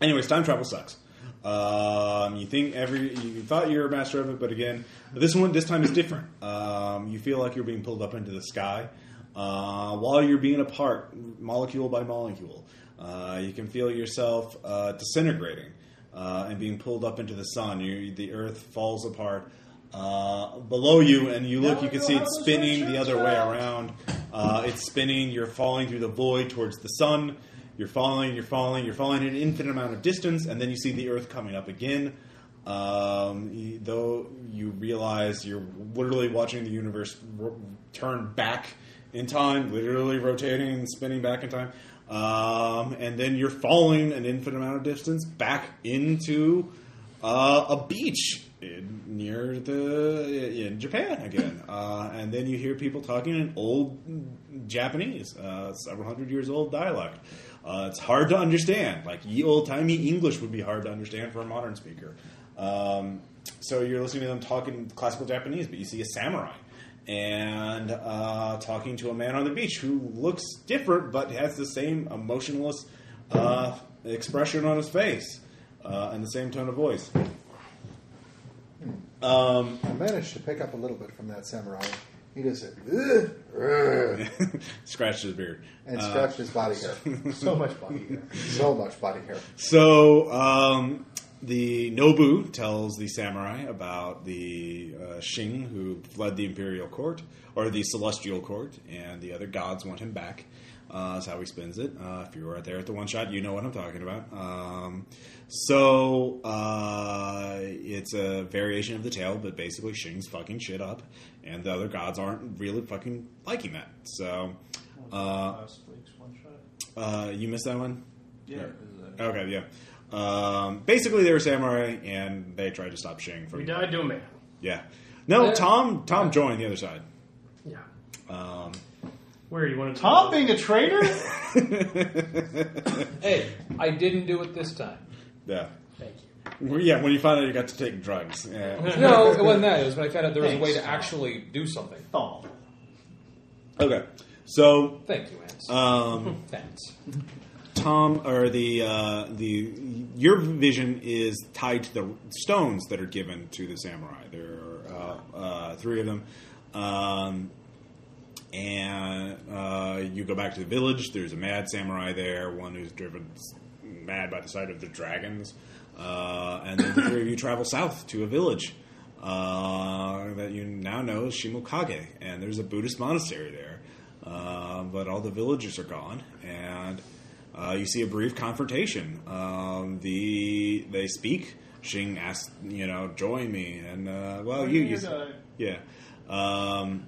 [SPEAKER 1] Anyways, time travel sucks. Um, you think every you thought you were a master of it, but again, this one this time is different. Um, you feel like you're being pulled up into the sky uh, while you're being apart, molecule by molecule. Uh, you can feel yourself uh, disintegrating uh, and being pulled up into the sun. You, the Earth falls apart uh, below you, and you look. You can see it spinning the other way around. Uh, it's spinning. You're falling through the void towards the sun. You're falling. You're falling. You're falling an infinite amount of distance, and then you see the Earth coming up again. Um, you- though you realize you're literally watching the universe ro- turn back in time, literally rotating and spinning back in time. Um, and then you're falling an infinite amount of distance back into uh, a beach in, near the in Japan again, uh, and then you hear people talking in old Japanese, uh, several hundred years old dialect. Uh, it's hard to understand. Like ye old timey English would be hard to understand for a modern speaker. Um, so you're listening to them talking classical Japanese, but you see a samurai and uh, talking to a man on the beach who looks different but has the same emotionless uh, expression on his face uh, and the same tone of voice. Um,
[SPEAKER 6] I managed to pick up a little bit from that samurai. He just said, "Ugh, ugh,"
[SPEAKER 1] scratched his beard.
[SPEAKER 6] and
[SPEAKER 1] Uh,
[SPEAKER 6] scratched his body hair. so much body hair. So much body hair.
[SPEAKER 1] So um, the Nobu tells the samurai about the uh, Shing who fled the imperial court or the celestial court, and the other gods want him back. Uh, that's how he spins it. Uh, if you were there at the one shot, you know what I'm talking about. Um, so uh, it's a variation of the tale, but basically Shing's fucking shit up, and the other gods aren't really fucking liking that. So uh,
[SPEAKER 11] last week's one shot.
[SPEAKER 1] uh, you missed that one.
[SPEAKER 11] Yeah.
[SPEAKER 1] Okay, yeah. Um, basically, they were samurai, and they tried to stop Shing from.
[SPEAKER 7] We died to a man.
[SPEAKER 1] Yeah. No,
[SPEAKER 14] Yeah.
[SPEAKER 1] Tom. Tom joined the other side.
[SPEAKER 7] Yeah.
[SPEAKER 1] Um,
[SPEAKER 7] Where you want to
[SPEAKER 11] Tom being a traitor?
[SPEAKER 14] Hey, I didn't do it this time.
[SPEAKER 1] yeah.
[SPEAKER 7] Thank you.
[SPEAKER 1] Well, yeah. When you found out you got to take drugs. Yeah.
[SPEAKER 8] No, it wasn't that. It was when I found out there was a way to actually do something.
[SPEAKER 11] oh.
[SPEAKER 1] okay. So
[SPEAKER 8] Thank you, Ants.
[SPEAKER 1] um,
[SPEAKER 8] Thanks.
[SPEAKER 1] Tom, or the uh, the your vision is tied to the stones that are given to the samurai. There are uh, uh, three of them. Um, and uh, you go back to the village. There's a mad samurai there, one who's driven s- mad by the sight of the dragons. Uh, and then the three of you travel south to a village uh, that you now know is Shimokage, and there's a Buddhist monastery there. Uh, but all the villagers are gone, and uh, you see a brief confrontation. Um, the they speak. Shing asks, you know, join me, and uh, well, you, you,
[SPEAKER 11] You're the-
[SPEAKER 1] yeah. Um,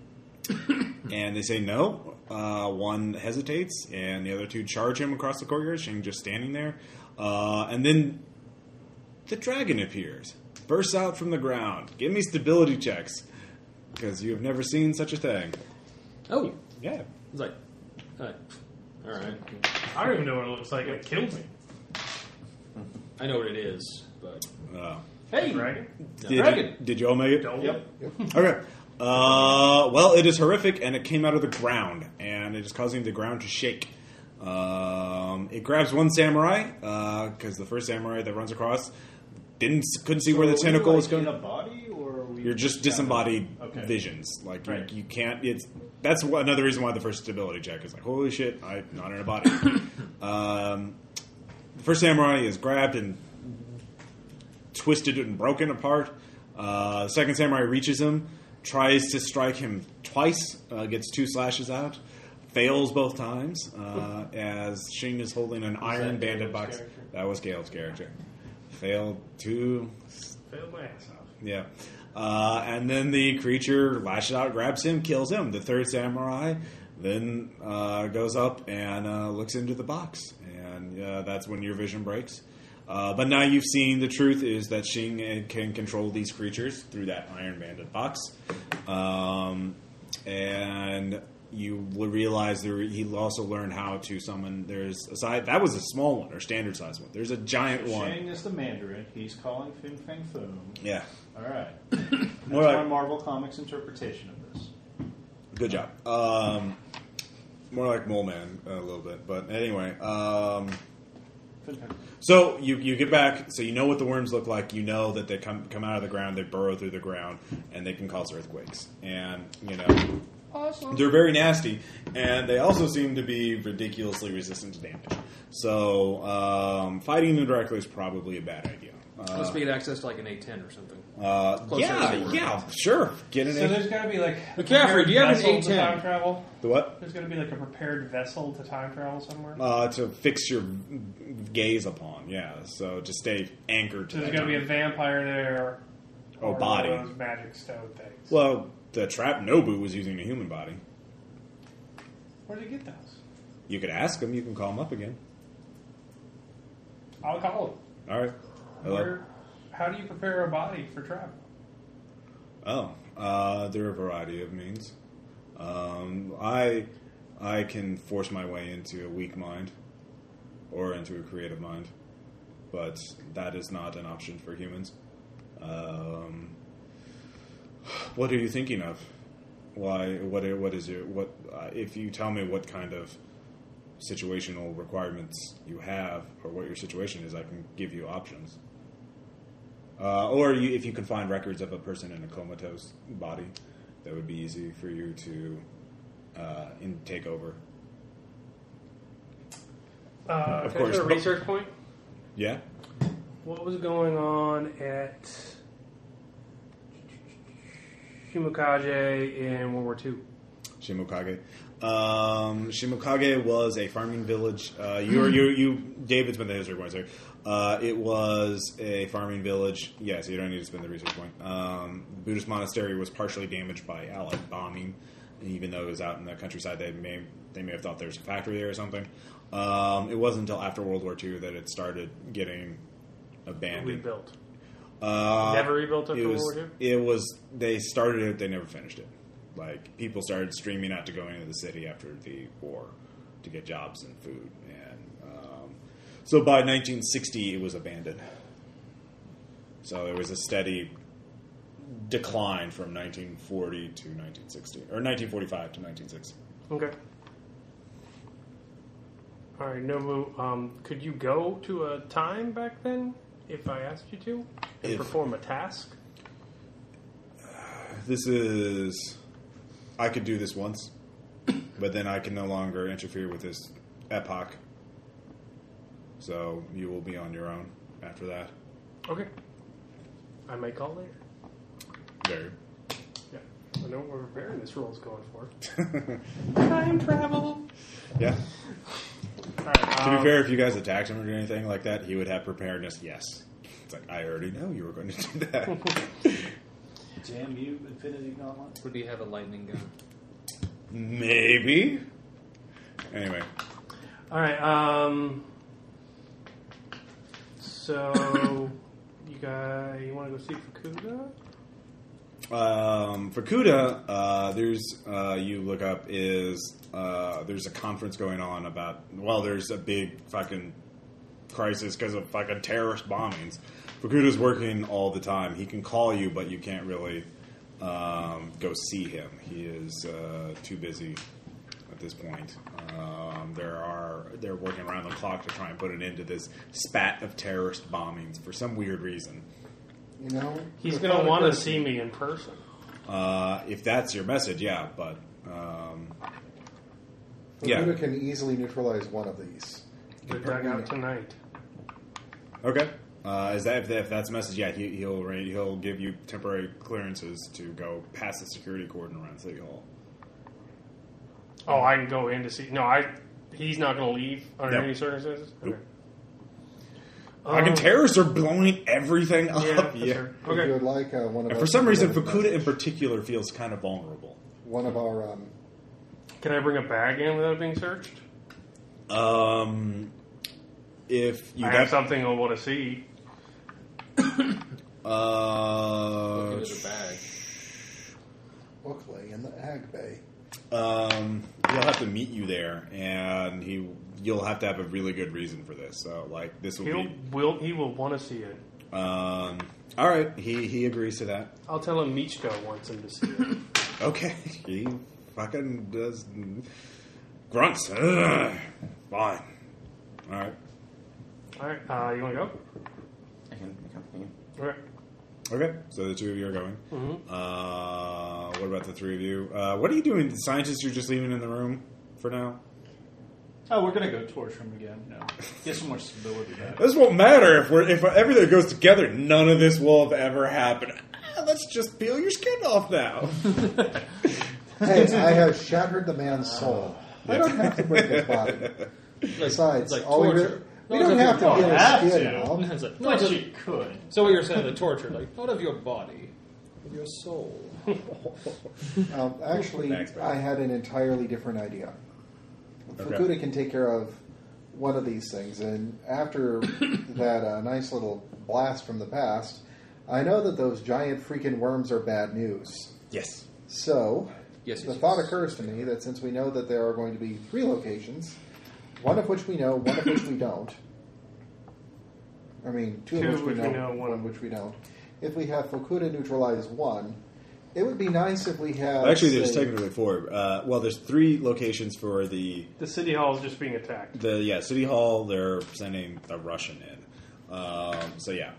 [SPEAKER 1] and they say no. Uh, one hesitates, and the other two charge him across the courtyard. Shang just standing there. Uh, and then the dragon appears, bursts out from the ground. Give me stability checks, because you have never seen such a thing.
[SPEAKER 14] Oh,
[SPEAKER 1] Yeah.
[SPEAKER 14] it's like, all right.
[SPEAKER 8] All right.
[SPEAKER 7] I don't even know what it looks like. It killed me.
[SPEAKER 8] I know what it is, but
[SPEAKER 1] Uh,
[SPEAKER 11] Hey,
[SPEAKER 7] Dragon.
[SPEAKER 1] did,
[SPEAKER 11] Dragon.
[SPEAKER 1] You, did you all make it?
[SPEAKER 11] Yep.
[SPEAKER 1] Okay. Uh, well, it is horrific, and it came out of the ground, and it is causing the ground to shake. Um, it grabs one samurai because the first samurai that runs across didn't couldn't see where the
[SPEAKER 11] So are we,
[SPEAKER 1] tentacle
[SPEAKER 11] like,
[SPEAKER 1] was coming.
[SPEAKER 11] In a body, or are we
[SPEAKER 1] You're just disembodied
[SPEAKER 11] Okay.
[SPEAKER 1] visions. Like
[SPEAKER 11] Right.
[SPEAKER 1] you, you can't. It's that's wh- another reason why the first stability check is like, holy shit, I'm not in a body. um, the first samurai is grabbed and twisted and broken apart. Uh, the second samurai reaches him, tries to strike him twice, uh, gets two slashes out, fails both times. Uh, as Shing is holding an iron bandit box.
[SPEAKER 7] character?
[SPEAKER 1] That was Gale's character. Failed two
[SPEAKER 7] Failed my ass off.
[SPEAKER 1] yeah. Uh, and then the creature lashes out, grabs him, kills him. The third samurai then uh, goes up and uh, looks into the box. And uh, that's when your vision breaks. Uh, but now you've seen the truth is that Shing can control these creatures through that Iron Bandit box. Um, and you will realize there, he'll also learn how to summon. There's a side that was a small one or standard size one. There's a giant one.
[SPEAKER 11] Shang is the Mandarin. He's calling Fin Fang Foom.
[SPEAKER 1] Yeah.
[SPEAKER 11] All right. That's
[SPEAKER 1] More like-
[SPEAKER 11] my Marvel Comics interpretation of this.
[SPEAKER 1] Good job. Um, more like Mole Man uh, a little bit, but anyway. Um,
[SPEAKER 11] Fin Fang.
[SPEAKER 1] so you you get back, so you know what the worms look like. You know that they come come out of the ground, they burrow through the ground, and they can cause earthquakes. And you know they're very nasty, and they also seem to be ridiculously resistant to damage. So um, fighting them directly is probably a bad idea. Uh,
[SPEAKER 14] Let's make it access to like an A10 or something.
[SPEAKER 1] uh,
[SPEAKER 14] closer to the
[SPEAKER 1] yeah,
[SPEAKER 14] worm.
[SPEAKER 1] yeah, sure. Get an
[SPEAKER 7] So there's got to be like
[SPEAKER 14] McCaffrey, do you have an
[SPEAKER 7] prepared vessel to
[SPEAKER 14] A10?
[SPEAKER 7] time travel?
[SPEAKER 1] the what?
[SPEAKER 7] There's going to be like a prepared vessel to time travel somewhere.
[SPEAKER 1] uh, to fix your gaze upon. Yeah, so to stay anchored to
[SPEAKER 7] so there's
[SPEAKER 1] that
[SPEAKER 7] going to be a
[SPEAKER 1] time.
[SPEAKER 7] vampire there.
[SPEAKER 1] Oh,
[SPEAKER 7] or
[SPEAKER 1] body.
[SPEAKER 7] one of Those magic stone things.
[SPEAKER 1] well, the trap Nobu was using a human body.
[SPEAKER 7] Where would you get those?
[SPEAKER 1] You could ask him. You can call him up again.
[SPEAKER 7] I'll call them.
[SPEAKER 1] All right. Hello.
[SPEAKER 7] Where, how do you prepare a body for travel?
[SPEAKER 1] Oh, uh, there are a variety of means. Um, I I can force my way into a weak mind or into a creative mind, but that is not an option for humans. Um, what are you thinking of? Why? What? are- What is your? What? Uh, if you tell me what kind of situational requirements you have or what your situation is, I can give you options. Uh, or you, if you can find records of a person in a comatose body, that would be easy for you to uh, in, take over.
[SPEAKER 7] Uh,
[SPEAKER 1] Of
[SPEAKER 7] can I
[SPEAKER 1] course.
[SPEAKER 7] put a research point.
[SPEAKER 1] Yeah?
[SPEAKER 7] What was going on at Shumikage in World War II?
[SPEAKER 1] Shimokage. Um, Shimokage was a farming village. Uh, you, you, you, David spent the history point. Sorry, uh, it was a farming village. Yeah, so you don't need to spend the research point. Um, the Buddhist monastery was partially damaged by Allied bombing, and even though it was out in the countryside. They may they may have thought there was a factory there or something. Um, it wasn't until after World War II that it started getting abandoned.
[SPEAKER 7] Rebuilt.
[SPEAKER 1] Uh,
[SPEAKER 7] Never rebuilt after
[SPEAKER 1] it was,
[SPEAKER 7] World War
[SPEAKER 1] It was they started it, they never finished it. Like people started streaming out to go into the city after the war to get jobs and food, and um, so by 1960 it was abandoned. So there was a steady decline from 1940 to 1960, or 1945 to 1960.
[SPEAKER 7] Okay. All right, Nobu. Um, could you go to a time back then, if I asked you to, and
[SPEAKER 1] If-
[SPEAKER 7] perform a task?
[SPEAKER 1] This is. I could do this once, but then I can no longer interfere with this epoch. So you will be on your own after that.
[SPEAKER 7] Okay. I might call later.
[SPEAKER 1] Very.
[SPEAKER 7] Yeah. I know what we're preparing this role's going for.
[SPEAKER 1] Yeah.
[SPEAKER 7] All right.
[SPEAKER 1] To be
[SPEAKER 7] um,
[SPEAKER 1] fair, if you guys attacked him or did anything like that, he would have preparedness. Yes. It's like I already know you were going to do that.
[SPEAKER 11] Damn you, Infinity Gauntlet.
[SPEAKER 14] Would he have a lightning gun?
[SPEAKER 1] Maybe. Anyway,
[SPEAKER 7] All right. Um. So, you guys, you want to go see Fukuda?
[SPEAKER 1] um, for Kuda, uh, there's uh, you look up is uh, there's a conference going on about well, there's a big fucking crisis because of fucking terrorist bombings. Fukuda's working all the time. He can call you, but you can't really um, go see him. He is uh, too busy at this point. Um, there are they're working around the clock to try and put an end to this spat of terrorist bombings for some weird reason.
[SPEAKER 6] You know,
[SPEAKER 7] He's
[SPEAKER 6] we're
[SPEAKER 7] gonna
[SPEAKER 6] probably
[SPEAKER 7] want to
[SPEAKER 6] good.
[SPEAKER 7] see me in person.
[SPEAKER 1] Uh, if that's your message, yeah, but um,
[SPEAKER 6] Bermuda
[SPEAKER 1] yeah,
[SPEAKER 6] can easily neutralize one of these.
[SPEAKER 7] They're dug out tonight.
[SPEAKER 1] okay. Uh, is that if, that if that's the message? Yeah, he, he'll arra- he'll give you temporary clearances to go past the security cordon around City Hall.
[SPEAKER 7] Oh, I can go in to see. No, I. He's not going to leave under
[SPEAKER 1] No.
[SPEAKER 7] any circumstances.
[SPEAKER 1] Nope.
[SPEAKER 7] Okay.
[SPEAKER 3] Oh.
[SPEAKER 1] Fucking
[SPEAKER 7] Um,
[SPEAKER 1] terrorists are blowing everything
[SPEAKER 7] Yeah.
[SPEAKER 1] up.
[SPEAKER 7] that's fair.
[SPEAKER 6] If you
[SPEAKER 7] Okay.
[SPEAKER 6] would like uh, one of
[SPEAKER 1] And
[SPEAKER 6] our
[SPEAKER 1] for some reason,
[SPEAKER 6] one
[SPEAKER 1] Fukuda in particular feels kind of vulnerable.
[SPEAKER 6] of our um,
[SPEAKER 7] Can I bring a bag in without being searched?
[SPEAKER 1] Um, if you
[SPEAKER 7] I
[SPEAKER 1] got
[SPEAKER 7] have something I want to see.
[SPEAKER 1] uh,
[SPEAKER 8] Into the bag.
[SPEAKER 6] Bookley in the Ag Bay.
[SPEAKER 1] um, he'll have to meet you there, and he you'll have to have a really good reason for this. So, like, this will
[SPEAKER 7] He'll
[SPEAKER 1] be.
[SPEAKER 7] will he will want to see it.
[SPEAKER 1] Um, all right, he he agrees to that.
[SPEAKER 7] I'll tell him Michko wants him to see it.
[SPEAKER 1] Okay, he fucking does grunts. Ugh. Fine. All right.
[SPEAKER 7] All right. Uh, you want to
[SPEAKER 9] I can accompany him.
[SPEAKER 7] go? Okay.
[SPEAKER 1] Okay, so the two of you are going.
[SPEAKER 7] Mhm.
[SPEAKER 1] Uh, what about the three of you? Uh, what are you doing? The scientists you're just leaving in the room for now?
[SPEAKER 11] Oh, we're gonna go torture him again. No, get some more stability back.
[SPEAKER 1] This won't matter if we're if everything goes together. None of this will have ever happened. Ah, Let's just peel your skin off now.
[SPEAKER 6] Hey, I have shattered the man's soul. I don't have to break his body. Besides,
[SPEAKER 14] it's like
[SPEAKER 6] all we,
[SPEAKER 14] torture.
[SPEAKER 6] really, we
[SPEAKER 14] No,
[SPEAKER 6] don't
[SPEAKER 14] it's
[SPEAKER 6] have to
[SPEAKER 8] Oh,
[SPEAKER 14] okay.
[SPEAKER 11] You have
[SPEAKER 6] get his
[SPEAKER 11] to.
[SPEAKER 6] skin off.
[SPEAKER 14] It's like,
[SPEAKER 11] But
[SPEAKER 14] not of-
[SPEAKER 11] you could.
[SPEAKER 14] so what you're saying, the torture, like not of your body, of your soul.
[SPEAKER 6] Um, actually,
[SPEAKER 1] Thanks, man.
[SPEAKER 6] I had an entirely different idea. Fukuda can take care of one of these things, and after that uh, nice little blast from the past, I know that those giant freaking worms are bad news.
[SPEAKER 1] Yes.
[SPEAKER 6] So,
[SPEAKER 14] Yes,
[SPEAKER 6] the
[SPEAKER 14] yes,
[SPEAKER 6] thought
[SPEAKER 14] yes.
[SPEAKER 6] occurs to me that since we know that there are going to be three locations, one of which we know, one of which we don't. I mean, two, of which, we, know, one of which we don't. If we have Fukuda neutralize one, it would be nice if we have.
[SPEAKER 1] Actually, there's
[SPEAKER 6] say-
[SPEAKER 1] technically four. Uh, well, there's three locations for the
[SPEAKER 7] The city hall is just being attacked.
[SPEAKER 1] the yeah city hall. They're sending the Russian in. Um, so yeah,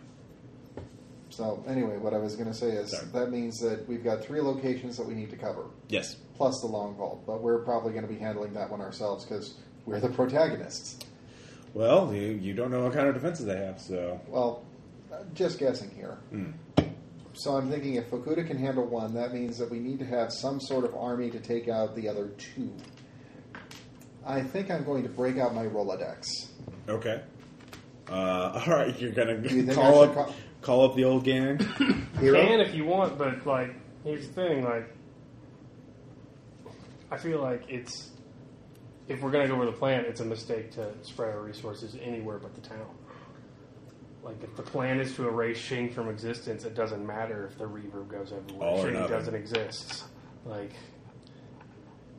[SPEAKER 6] So anyway, what I was going to say is
[SPEAKER 1] Sorry.
[SPEAKER 6] that means that we've got three locations that we need to cover,
[SPEAKER 1] yes.
[SPEAKER 6] plus the long vault. But we're probably going to be handling that one ourselves because we're the protagonists.
[SPEAKER 1] Well, you, you don't know what kind of defenses they have, so
[SPEAKER 6] Well, uh, just guessing here. so I'm thinking if Fukuda can handle one, that means that we need to have some sort of army to take out the other two. I think I'm going to break out my Rolodex.
[SPEAKER 1] Okay. Uh, all right, you're gonna
[SPEAKER 6] Do you think
[SPEAKER 1] call
[SPEAKER 6] I
[SPEAKER 1] up
[SPEAKER 6] should call-
[SPEAKER 1] call up the old gang.
[SPEAKER 6] Hero?
[SPEAKER 7] Can if you want, but like, here's the thing: like, I feel like it's if we're gonna go over the plan, it's a mistake to spread our resources anywhere but the town. Like, if the plan is to erase Shing from existence, it doesn't matter if the reverb goes everywhere.
[SPEAKER 1] All or
[SPEAKER 7] Shing
[SPEAKER 1] nothing.
[SPEAKER 7] doesn't exist. Like,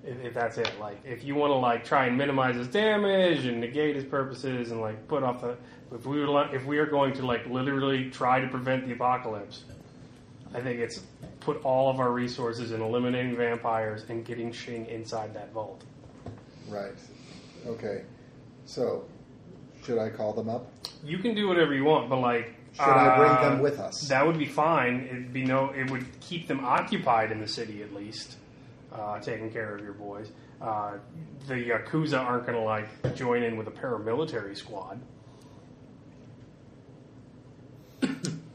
[SPEAKER 7] if, if that's it, like, if you want to like try and minimize his damage and negate his purposes and like put off the, if we were li- if we are going to like literally try to prevent the apocalypse, I think it's put all of our resources in eliminating vampires and getting Shing inside that vault.
[SPEAKER 6] Right. Okay. So, should I call them up?
[SPEAKER 7] You can do whatever you want, but like,
[SPEAKER 6] Should I bring
[SPEAKER 7] uh,
[SPEAKER 6] them with us?
[SPEAKER 7] That would be fine. It'd be no. It would keep them occupied in the city at least, uh, taking care of your boys. Uh, the yakuza aren't going to like join in with a paramilitary squad.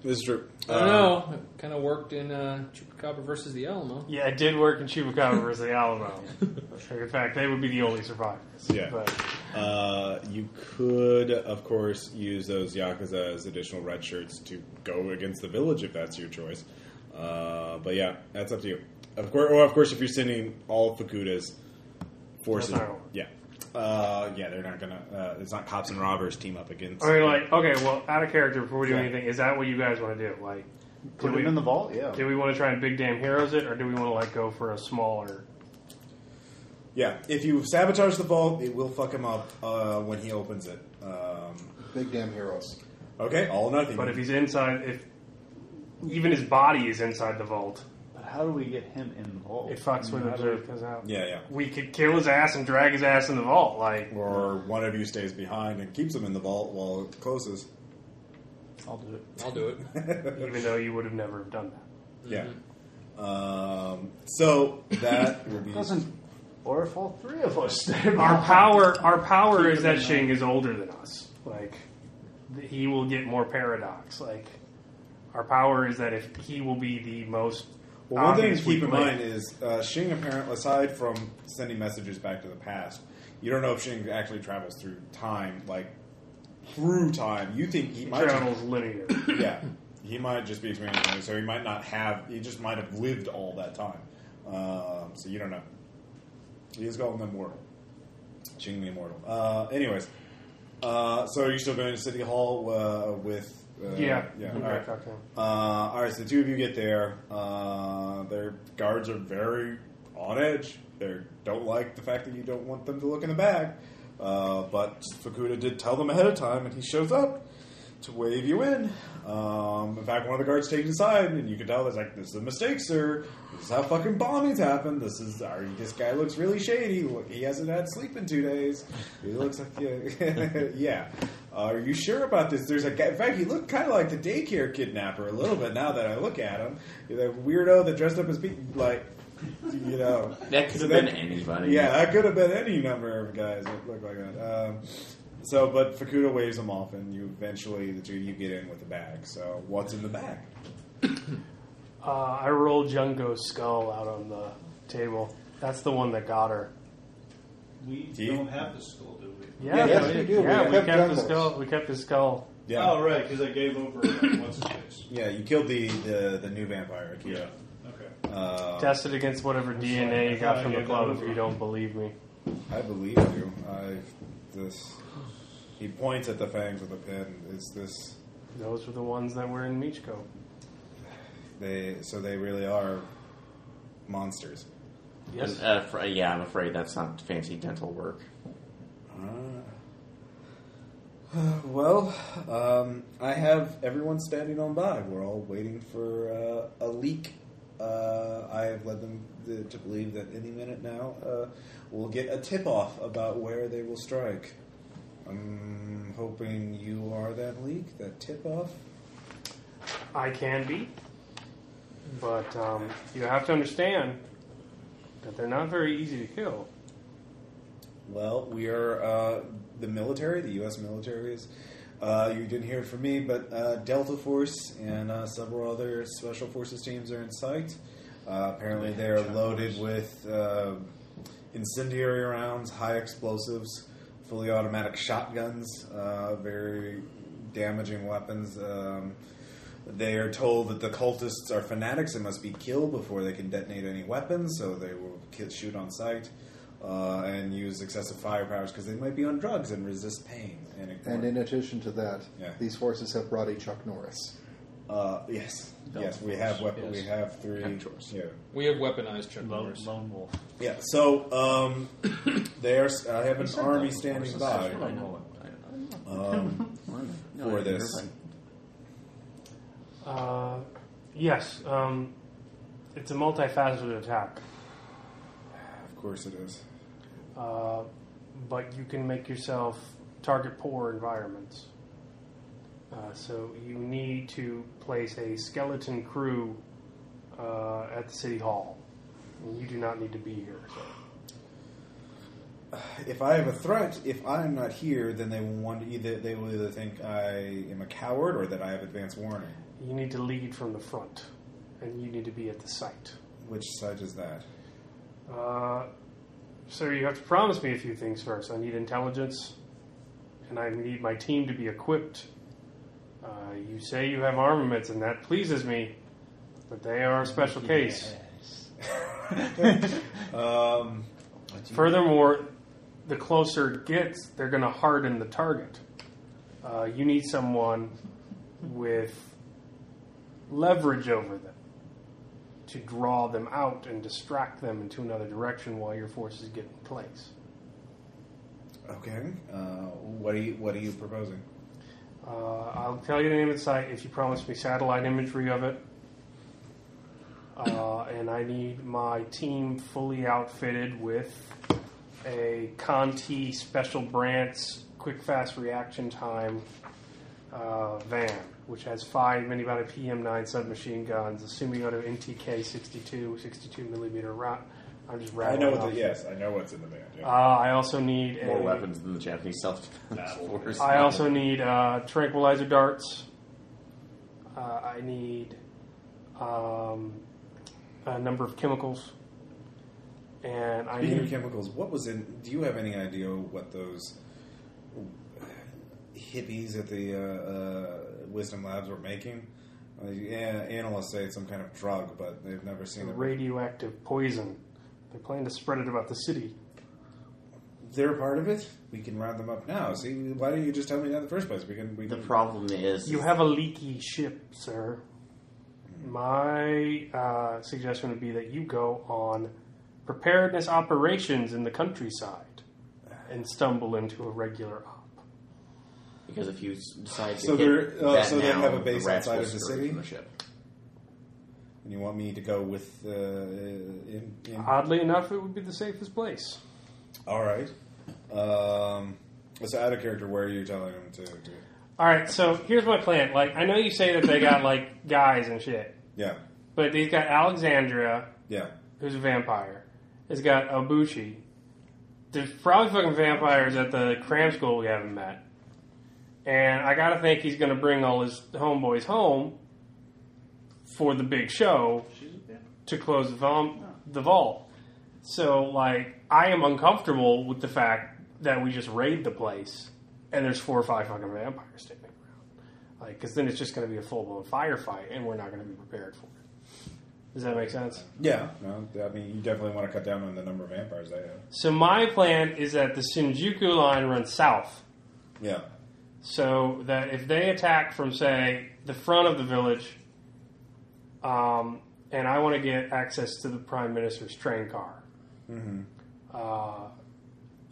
[SPEAKER 1] This is true.
[SPEAKER 14] I don't know. It kind of worked in uh, Chupacabra versus the Alamo.
[SPEAKER 7] Yeah, it did work in Chupacabra versus the Alamo. In fact, they would be the only survivors.
[SPEAKER 1] Yeah.
[SPEAKER 7] But,
[SPEAKER 1] Uh, you could, of course, use those yakuza as additional red shirts to go against the village if that's your choice. Uh, but yeah, that's up to you. Of course, or of course, if you're sending all Fukuda's forces,
[SPEAKER 7] That's not how
[SPEAKER 1] yeah, uh, yeah, they're not gonna. Uh, it's not cops and robbers team up against.
[SPEAKER 7] I mean, like, okay, well, out of character before we do
[SPEAKER 1] Yeah.
[SPEAKER 7] anything, is that what you guys want to do? Like, do
[SPEAKER 2] Put him
[SPEAKER 7] we,
[SPEAKER 2] in the vault. Yeah.
[SPEAKER 7] do we want to try and big damn heroes it, or do we want to like go for a smaller?
[SPEAKER 1] yeah, if you sabotage the vault, it will fuck him up uh, when he opens it. Um,
[SPEAKER 6] Big damn heroes.
[SPEAKER 1] okay, all or nothing.
[SPEAKER 7] But if he's inside, if even his body is inside the vault,
[SPEAKER 2] But how do we get him involved?
[SPEAKER 7] it fucks with
[SPEAKER 2] How do we-
[SPEAKER 7] observe because out.
[SPEAKER 1] yeah, yeah.
[SPEAKER 7] We could kill his ass and drag his ass in the vault. Like,
[SPEAKER 1] Or one of you stays behind and keeps him in the vault while it closes.
[SPEAKER 2] I'll do it.
[SPEAKER 14] I'll do it.
[SPEAKER 7] even though you would have never have done that.
[SPEAKER 1] Yeah. Um, so that will be.
[SPEAKER 2] Doesn't. Or if all three of us stay
[SPEAKER 7] Our
[SPEAKER 2] behind.
[SPEAKER 7] power, our power is that Shing is older than us. Like, th- he will get more paradox. Like, our power is that if he will be the most.
[SPEAKER 1] Well, one thing to
[SPEAKER 7] obvious
[SPEAKER 1] keep in
[SPEAKER 7] weak link.
[SPEAKER 1] mind is uh, Shing apparently, aside from sending messages back to the past, you don't know if Shing actually travels through time, like through time. You think he
[SPEAKER 7] He
[SPEAKER 1] might,
[SPEAKER 7] travels linear.
[SPEAKER 1] yeah, he might just be experiencing, it, so he might not have. He just might have lived all that time. Um, so you don't know. He is called an immortal. Shing the immortal. Uh, anyways, uh, so are you still going to City Hall uh, with? Uh,
[SPEAKER 7] yeah.
[SPEAKER 1] yeah.
[SPEAKER 7] You
[SPEAKER 1] all
[SPEAKER 7] gotta
[SPEAKER 1] right.
[SPEAKER 7] talk to him.
[SPEAKER 1] Uh, all right, so the two of you get there. Uh, their guards are very on edge. They don't like the fact that you don't want them to look in the bag. Uh, but Fukuda did tell them ahead of time, and he shows up to wave you in. Um, in fact, one of the guards takes you aside, and you can tell there's like, this is a mistake, sir. This is how fucking bombings happen. This is, our, this guy looks really shady. Look, He hasn't had sleep in two days. He looks like, yeah. yeah. are you sure about this? There's a guy, in fact, he looked kind of like the daycare kidnapper a little bit now that I look at him. That weirdo that dressed up as people, like, you know.
[SPEAKER 9] That could
[SPEAKER 1] So
[SPEAKER 9] have been anybody.
[SPEAKER 1] Yeah, that could have been any number of guys that look like that. Um, so, but Fukuda waves them off, and you eventually the two of you get in with the bag. So, what's in the bag?
[SPEAKER 7] Uh, I rolled Jungo's skull out on the table. That's the one that got her.
[SPEAKER 11] We
[SPEAKER 1] Do you-
[SPEAKER 11] don't have the skull, do we?
[SPEAKER 7] Yeah,
[SPEAKER 6] yes, we do.
[SPEAKER 7] Yeah,
[SPEAKER 6] We
[SPEAKER 7] we,
[SPEAKER 6] kept
[SPEAKER 7] kept, the
[SPEAKER 6] Jungo's.
[SPEAKER 7] skull. We kept the skull.
[SPEAKER 1] Yeah,
[SPEAKER 11] Oh, right, because I gave over uh, what's his face.
[SPEAKER 1] yeah, you killed the the, the new vampire, Akira.
[SPEAKER 11] Okay.
[SPEAKER 1] Uh,
[SPEAKER 7] Test it against whatever DNA you got
[SPEAKER 11] I
[SPEAKER 7] from the
[SPEAKER 11] gave that
[SPEAKER 7] club if
[SPEAKER 11] over.
[SPEAKER 7] you don't believe me.
[SPEAKER 1] I believe you. I this. He points at the fangs with a pin. It's this.
[SPEAKER 7] Those were the ones that were in Michiko.
[SPEAKER 1] They so they really are monsters.
[SPEAKER 7] Yes.
[SPEAKER 9] Uh, fr- yeah, I'm afraid that's not fancy dental work.
[SPEAKER 1] Uh, Well, um, I have everyone standing on by. We're all waiting for uh, a leak. Uh, I have led them th- to believe that any minute now uh, we'll get a tip off about where they will strike. I'm hoping you are that leak, that tip off.
[SPEAKER 7] I can be. But um, you have to understand that they're not very easy to kill.
[SPEAKER 1] Well, we are uh, the military. The U.S. military is Uh, you didn't hear it from me, but uh, Delta Force and uh, several other special forces teams are in sight. Uh, apparently, they are loaded with uh, incendiary rounds, high explosives, fully automatic shotguns, uh, very damaging weapons. Um, they are told that the cultists are fanatics and must be killed before they can detonate any weapons, so they will ki- shoot on sight uh, and use excessive firepowers because they might be on drugs and resist pain. And, ignore
[SPEAKER 6] And in addition to that,
[SPEAKER 1] Yeah.
[SPEAKER 6] these forces have brought a Chuck Norris.
[SPEAKER 1] uh, yes, yes, we have weapon. We have three. Yeah,
[SPEAKER 8] We have weaponized Chuck
[SPEAKER 11] Lone,
[SPEAKER 8] Norris.
[SPEAKER 11] lone wolf.
[SPEAKER 1] yeah. So um, they are. s- I have an army standing by um, for this.
[SPEAKER 7] Uh, yes, um, it's a multifaceted attack,
[SPEAKER 1] Of course, it is.
[SPEAKER 7] uh, but you can make yourself target poor environments. Uh, so you need to place a skeleton crew uh, at the city hall. You do not need to be here. So.
[SPEAKER 1] If I have a threat, if I am not here, then they will wonder either they will either think I am a coward or that I have advance warning.
[SPEAKER 7] You need to lead from the front, and you need to be at the site.
[SPEAKER 1] Which side is that?
[SPEAKER 7] Uh, sir, you have to promise me a few things first. I need intelligence, and I need my team to be equipped. Uh, you say you have armaments, and that pleases me, but they are a special case.
[SPEAKER 1] Um,
[SPEAKER 7] Furthermore, the closer it gets, they're going to harden the target. Uh, you need someone with leverage over them to draw them out and distract them into another direction while your forces get in place.
[SPEAKER 1] okay. Uh, what are you What are you proposing?
[SPEAKER 7] Uh, I'll tell you the name of the site if you promise me satellite imagery of it. Uh, and I need my team fully outfitted with a Conti Special Branch quick fast reaction time uh, van, which has five mini body PM9 submachine guns, a Sumioto NTK 62, 62 millimeter round. I'm just
[SPEAKER 1] I
[SPEAKER 7] rattling
[SPEAKER 1] know what.
[SPEAKER 7] off.
[SPEAKER 1] The, yes, I know what's in the band.
[SPEAKER 7] Uh,
[SPEAKER 1] Yeah.
[SPEAKER 7] I also need a,
[SPEAKER 9] More weapons than the Japanese self-defense force.
[SPEAKER 7] I also need uh, tranquilizer darts. Uh, I need um, a number of chemicals, and I
[SPEAKER 1] Speaking of
[SPEAKER 7] need
[SPEAKER 1] chemicals, what was in? Do you have any idea what those hippies at the uh, uh, Wisdom Labs were making? Uh, yeah, analysts say it's some kind of drug, but they've never seen it.
[SPEAKER 7] radioactive poison. They plan to spread it about the city.
[SPEAKER 1] They're a part of it. We can round them up now. See, why didn't you just tell me that in the first place? We can. We
[SPEAKER 9] The
[SPEAKER 1] can-
[SPEAKER 9] problem is,
[SPEAKER 7] You have a leaky ship, sir. My uh, suggestion would be that you go on preparedness operations in the countryside and stumble into a regular op.
[SPEAKER 9] because if you s- decide to
[SPEAKER 1] So
[SPEAKER 9] hit
[SPEAKER 1] they're- uh,
[SPEAKER 9] that
[SPEAKER 1] so they
[SPEAKER 9] now,
[SPEAKER 1] have a
[SPEAKER 9] the
[SPEAKER 1] base
[SPEAKER 9] rats
[SPEAKER 1] outside
[SPEAKER 9] will
[SPEAKER 1] of the
[SPEAKER 9] scurry
[SPEAKER 1] city?
[SPEAKER 9] from the ship.
[SPEAKER 1] And you want me to go with? Uh, in, in,
[SPEAKER 7] Oddly enough, it would be the safest place.
[SPEAKER 1] all right. Um, so out of character, where are you telling them to? to
[SPEAKER 7] All right, so here's my plan. Like, I know you say that they got like guys and shit,
[SPEAKER 1] yeah,
[SPEAKER 7] but they've got Alexandria,
[SPEAKER 1] yeah.
[SPEAKER 7] who's a vampire. It's got Obuchi. There's probably fucking vampires at the cram school we haven't met, and I gotta think he's gonna bring all his homeboys home for the big show to close the, vom- the vault. So, like, I am uncomfortable with the fact that we just raid the place and there's four or five fucking vampires standing around. Like, because then it's just going to be a full blown firefight and we're not going to be prepared for it. Does that make sense?
[SPEAKER 1] Yeah, no, I mean, you definitely want to cut down on the number of vampires they have.
[SPEAKER 7] So, my plan is that the Shinjuku line runs south.
[SPEAKER 1] Yeah,
[SPEAKER 7] So that if they attack from, say, the front of the village, um, and I want to get access to the prime minister's train car, uh,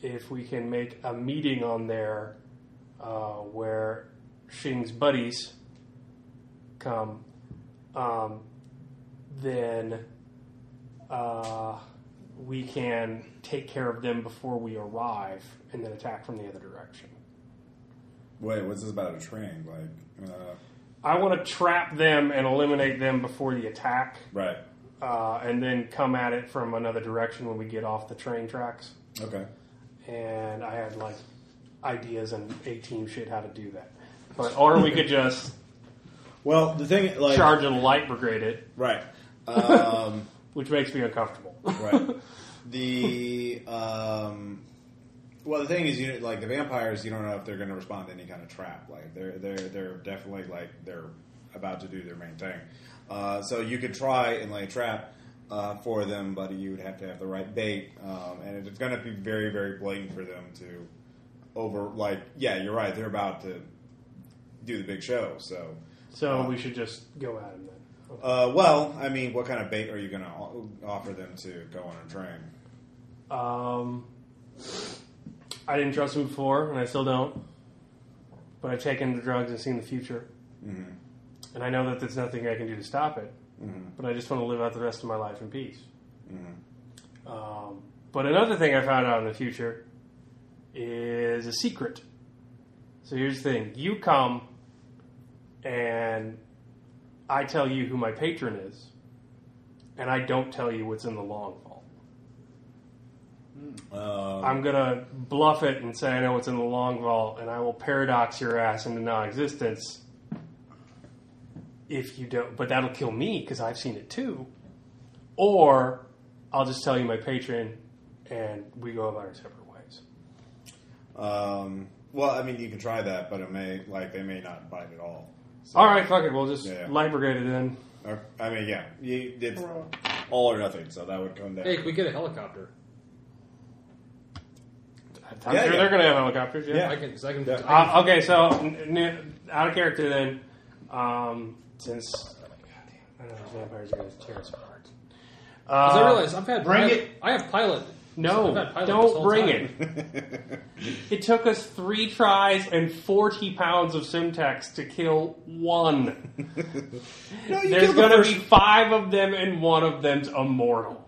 [SPEAKER 7] if we can make a meeting on there uh, where Shing's buddies come, um, then uh, we can take care of them before we arrive and then attack from the other direction.
[SPEAKER 1] Wait, what's this about a train? Like, uh,
[SPEAKER 7] I want to trap them and eliminate them before the attack,
[SPEAKER 1] right?
[SPEAKER 7] uh, and then come at it from another direction when we get off the train tracks.
[SPEAKER 1] Okay.
[SPEAKER 7] And I had like ideas and a team shit how to do that. But or we could just
[SPEAKER 1] Well, the thing, like,
[SPEAKER 7] charge and light brigade it,
[SPEAKER 1] right, um,
[SPEAKER 7] which makes me uncomfortable.
[SPEAKER 1] right. The um, well, the thing is, you like the vampires. You don't know if they're going to respond to any kind of trap. Like they're they're they're definitely like they're about to do their main thing. Uh, so you could try and lay a trap uh, for them, but you would have to have the right bait, um, and it's going to be very very blatant for them to over. Like, yeah, you're right. They're about to do the big show, so.
[SPEAKER 7] So we should just go at him then.
[SPEAKER 1] Uh, well, I mean, what kind of bait are you going to offer them to go on a train?
[SPEAKER 7] Um, I didn't trust him before, and I still don't. But I've taken the drugs and seen the future, and I know that there's nothing I can do to stop it. But I just want to live out the rest of my life in peace. Um, but another thing I found out in the future is a secret. So here's the thing: you come, and I tell you who my patron is, and I don't tell you what's in the long vault.
[SPEAKER 1] Um,
[SPEAKER 7] I'm gonna bluff it and say I know what's in the long vault, and I will paradox your ass into non-existence if you don't. But that'll kill me because I've seen it too. Or I'll just tell you my patron, and we go about our separate ways.
[SPEAKER 1] Um, well, I mean, you can try that, but it may like they may not bite at all.
[SPEAKER 7] All right, fuck it. We'll just
[SPEAKER 1] Yeah.
[SPEAKER 7] light brigade it then.
[SPEAKER 1] Or, I mean, yeah, you, it's all or nothing, so that would come down.
[SPEAKER 14] Hey, can we get a helicopter?
[SPEAKER 7] I'm
[SPEAKER 1] Yeah,
[SPEAKER 7] sure
[SPEAKER 1] yeah.
[SPEAKER 7] they're gonna have helicopters. Yeah.
[SPEAKER 14] I can, cause I can. I can-
[SPEAKER 7] Uh, okay, so n- n- out of character then, um, since I don't know these vampires are gonna tear us apart.
[SPEAKER 14] Cause I
[SPEAKER 7] Uh,
[SPEAKER 14] realize I've had
[SPEAKER 11] Bring
[SPEAKER 14] I have,
[SPEAKER 11] it.
[SPEAKER 14] I have pilot. I've
[SPEAKER 7] No,
[SPEAKER 14] had pilot this
[SPEAKER 7] don't
[SPEAKER 14] whole
[SPEAKER 7] bring
[SPEAKER 14] time.
[SPEAKER 7] it. It took us three tries and 40 pounds of Simtex to kill one.
[SPEAKER 1] no, you
[SPEAKER 7] There's
[SPEAKER 1] killed the
[SPEAKER 7] going to
[SPEAKER 1] first-
[SPEAKER 7] be five of them, and one of them's immortal.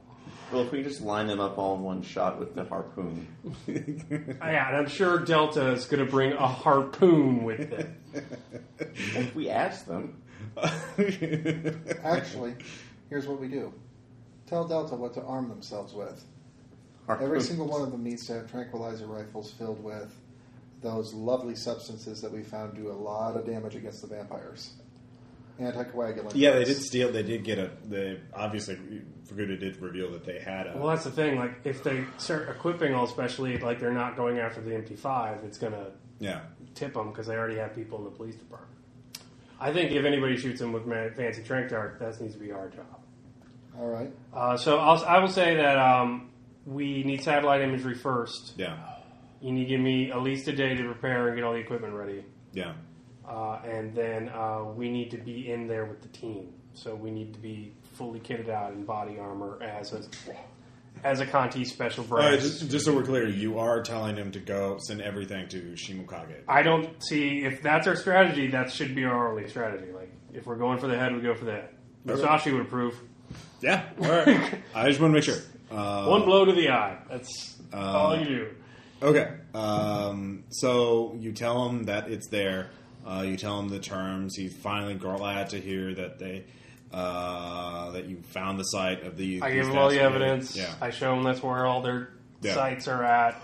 [SPEAKER 9] Well, if we just line them up all in one shot with the harpoon,
[SPEAKER 7] Yeah, and I'm sure Delta is going to bring a harpoon with it.
[SPEAKER 9] if we ask them,
[SPEAKER 6] Actually, here's what we do. Tell Delta what to arm themselves with. Every
[SPEAKER 9] harpoon.
[SPEAKER 6] single one of them needs to have tranquilizer rifles filled with those lovely substances that we found do a lot of damage against the vampires. Anticoagulant.
[SPEAKER 1] Yeah, they did steal. They did get a. They obviously Faguda did reveal that they had a.
[SPEAKER 7] Well, that's the thing. Like, if they start equipping all, especially like they're not going after the MT5, it's going to
[SPEAKER 1] Yeah,
[SPEAKER 7] tip them because they already have people in the police department. I think if anybody shoots them with ma- fancy trank dart, that needs to be our job.
[SPEAKER 6] All right.
[SPEAKER 7] Uh, so I'll, I will say that um, we need satellite imagery first.
[SPEAKER 1] yeah,
[SPEAKER 7] You need to give me at least a day to prepare and get all the equipment ready,
[SPEAKER 1] yeah.
[SPEAKER 7] uh, and then uh, we need to be in there with the team. So we need to be fully kitted out in body armor as a as a Conti special
[SPEAKER 1] All right,
[SPEAKER 7] branch.
[SPEAKER 1] just, just so we're clear, you are telling him to go send everything to Shimokage.
[SPEAKER 7] I don't see if that's our strategy. That should be our only strategy. Like if we're going for the head, we go for the head. Musashi would approve.
[SPEAKER 1] Yeah, all right. I just want to make sure. Uh,
[SPEAKER 7] One blow to the eye. That's all you do.
[SPEAKER 1] Okay. Um, so you tell him that it's there. Uh, you tell him the terms. He's finally glad to hear that they uh, that you found the site of the.
[SPEAKER 7] I
[SPEAKER 1] these
[SPEAKER 7] give him all the
[SPEAKER 1] guys.
[SPEAKER 7] evidence.
[SPEAKER 1] Yeah,
[SPEAKER 7] I show him that's where all their
[SPEAKER 1] Yeah.
[SPEAKER 7] sites are at.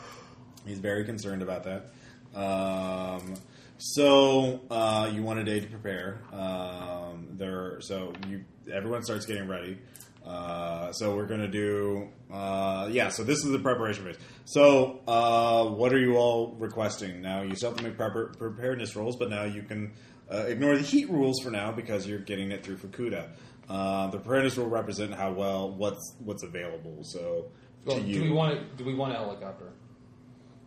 [SPEAKER 1] he's very concerned about that. Um, so uh, you want a day to prepare. Um, there, so you everyone starts getting ready. Uh, so we're gonna do, uh, yeah. So this is the preparation phase. So uh, what are you all requesting now? You still have to make prepar- preparedness rolls, but now you can uh, ignore the heat rules for now because you're getting it through Fukuda. Uh, the preparedness will represent how well what's what's available. So
[SPEAKER 14] Well,
[SPEAKER 1] to
[SPEAKER 14] do
[SPEAKER 1] you,
[SPEAKER 14] we want? Do we want a helicopter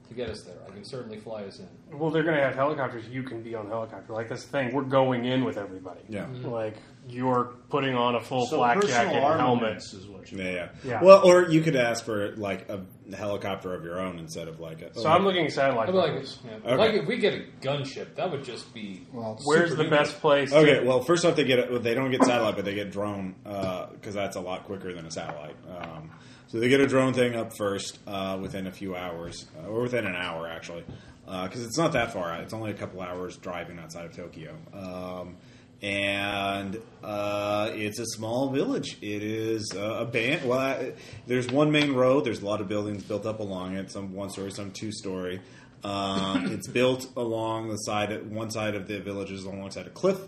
[SPEAKER 14] to get us there? I can certainly fly us in.
[SPEAKER 7] Well, they're going to have helicopters. You can be on the helicopter. Like that's the thing. We're going in with everybody.
[SPEAKER 1] Yeah.
[SPEAKER 14] Mm-hmm.
[SPEAKER 1] Mhm.
[SPEAKER 7] Like you're putting on a full
[SPEAKER 11] So
[SPEAKER 7] flak
[SPEAKER 11] personal
[SPEAKER 7] jacket and helmet.
[SPEAKER 11] armaments is what you
[SPEAKER 1] Yeah, yeah,
[SPEAKER 7] Yeah.
[SPEAKER 1] Well, or you could ask for like a helicopter of your own instead of like a.
[SPEAKER 7] So I'm looking at satellite.
[SPEAKER 14] I'd be like,
[SPEAKER 7] photos.
[SPEAKER 14] yeah.
[SPEAKER 1] Okay.
[SPEAKER 14] like if we get a gunship, that would just be.
[SPEAKER 6] Well,
[SPEAKER 7] Where's
[SPEAKER 14] super
[SPEAKER 7] the
[SPEAKER 14] duper.
[SPEAKER 7] best place?
[SPEAKER 1] Okay, well, first off, they get well, they don't get satellite, but they get drone because that's a lot quicker than a satellite. Um, so they get a drone thing up first uh, within a few hours, uh, or within an hour actually, because it's not that far. out. It's only a couple hours driving outside of Tokyo, um, and uh, it's a small village. It is uh, a band. Well, I, there's one main road. There's a lot of buildings built up along it. Some one story, some two story. Um, it's built along the side, one side of the village is alongside a cliff,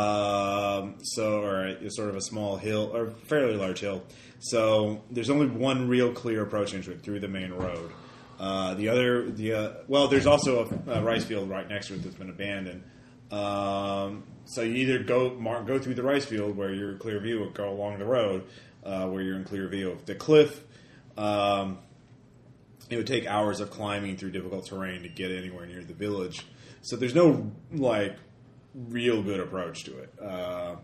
[SPEAKER 1] um, so or a, sort of a small hill or fairly large hill. So there's only one real clear approach into it through the main road. Uh, the other, the uh, well, there's also a, a rice field right next to it that's been abandoned. Um, so you either go mark, go through the rice field where you're in clear view, or go along the road uh, where you're in clear view of the cliff. Um, it would take hours of climbing through difficult terrain to get anywhere near the village. So there's no like real good approach to it uh,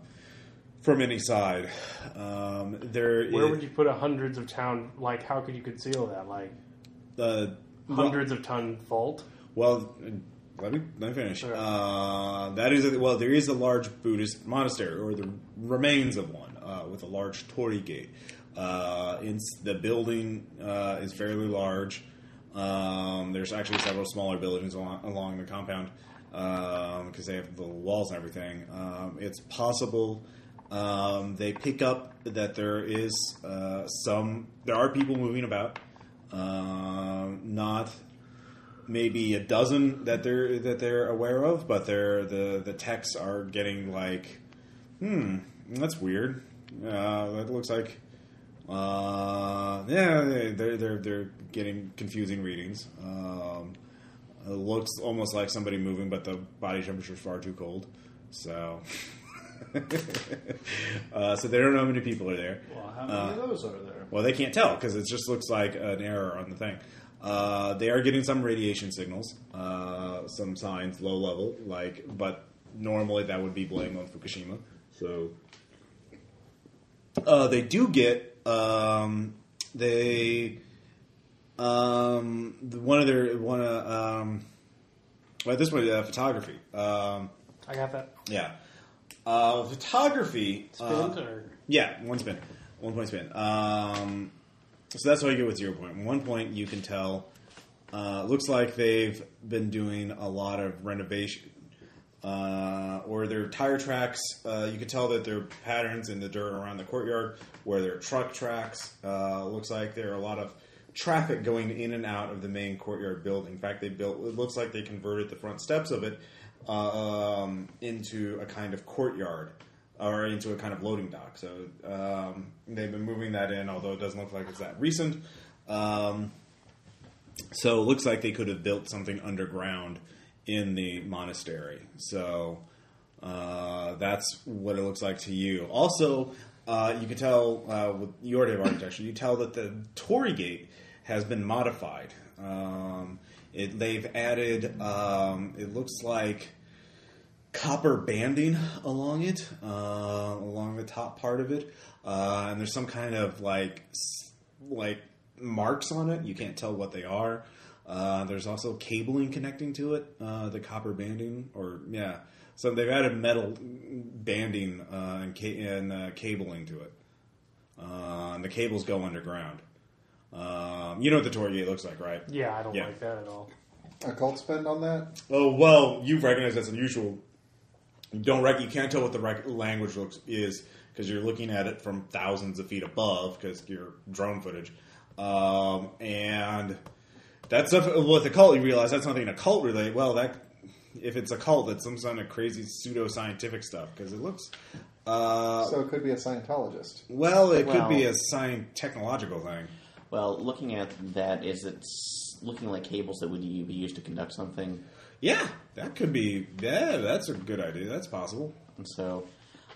[SPEAKER 1] from any side. Um, there,
[SPEAKER 7] Where
[SPEAKER 1] it-
[SPEAKER 7] would you put a hundreds of town? Like, how could you conceal that? Like,
[SPEAKER 1] the
[SPEAKER 7] hundreds of ton vault?
[SPEAKER 1] Well, let me let me finish. Uh, that is a, well, there is a large Buddhist monastery or the remains of one uh, with a large torii gate. Uh, it's, the building uh, is fairly large. Um, there's actually several smaller buildings along, along the compound because they have the walls and everything. Um, it's possible um, they pick up that there is uh, some there are people moving about. Um, not maybe a dozen that they're that they're aware of, but they're the the texts are getting like, hmm, that's weird. Uh, that looks like, uh, yeah, they're they're they're getting confusing readings. Um, it looks almost like somebody moving, but the body temperature is far too cold, so. uh, so they don't know how many people are there.
[SPEAKER 11] Well, how many of those are there?
[SPEAKER 1] Well, they can't tell because it just looks like an error on the thing. Uh, they are getting some radiation signals, uh, some signs, low level, like, but normally that would be blame on Fukushima. So uh, they do get um, they um, the- one of their one of um, well, this one uh, photography. Um,
[SPEAKER 7] I got that.
[SPEAKER 1] yeah, uh, photography. uh,
[SPEAKER 7] Spins or-
[SPEAKER 1] yeah, one spin, one point spin. Um, so that's why you get with zero point. One point you can tell. Uh, looks like they've been doing a lot of renovation, uh, or their tire tracks. Uh, you can tell that there are patterns in the dirt around the courtyard where there are truck tracks. Uh, looks like there are a lot of traffic going in and out of the main courtyard building. In fact, they built. It looks like they converted the front steps of it um, into a kind of courtyard or into a kind of loading dock. So um, they've been moving that in, although it doesn't look like it's that recent. Um, so it looks like they could have built something underground in the monastery. So uh, that's what it looks like to you. Also, uh, you can tell uh, with your day of architecture, you tell that the Tory gate has been modified. Um, it, they've added, um, it looks like copper banding along it, uh, along the top part of it, uh, and there's some kind of like s- like marks on it. You can't tell what they are. Uh, there's also cabling connecting to it, uh, the copper banding, or yeah. So they've added metal banding uh, and, ca- and uh, cabling to it, uh, and the cables go underground. Um, you know what the tour gate looks like, right?
[SPEAKER 7] Yeah, I don't
[SPEAKER 1] Yeah.
[SPEAKER 7] like that at all.
[SPEAKER 6] Occult spend on that?
[SPEAKER 1] Oh well, you recognize that's unusual. You don't rec- you can't tell what the rec- language looks is because you're looking at it from thousands of feet above because you're drone footage, um, and that's stuff with occult. You realize that's nothing occult related. Well, that if it's occult, it's some kind of crazy pseudo scientific stuff because it looks. Uh,
[SPEAKER 6] So it could be a Scientologist.
[SPEAKER 1] well, it could be
[SPEAKER 9] Well-
[SPEAKER 1] a science technological thing.
[SPEAKER 9] Well, looking at that, is it's looking like cables that would u- be used to conduct something.
[SPEAKER 1] Yeah, that could be. Yeah, that's a good idea. That's possible.
[SPEAKER 9] And so,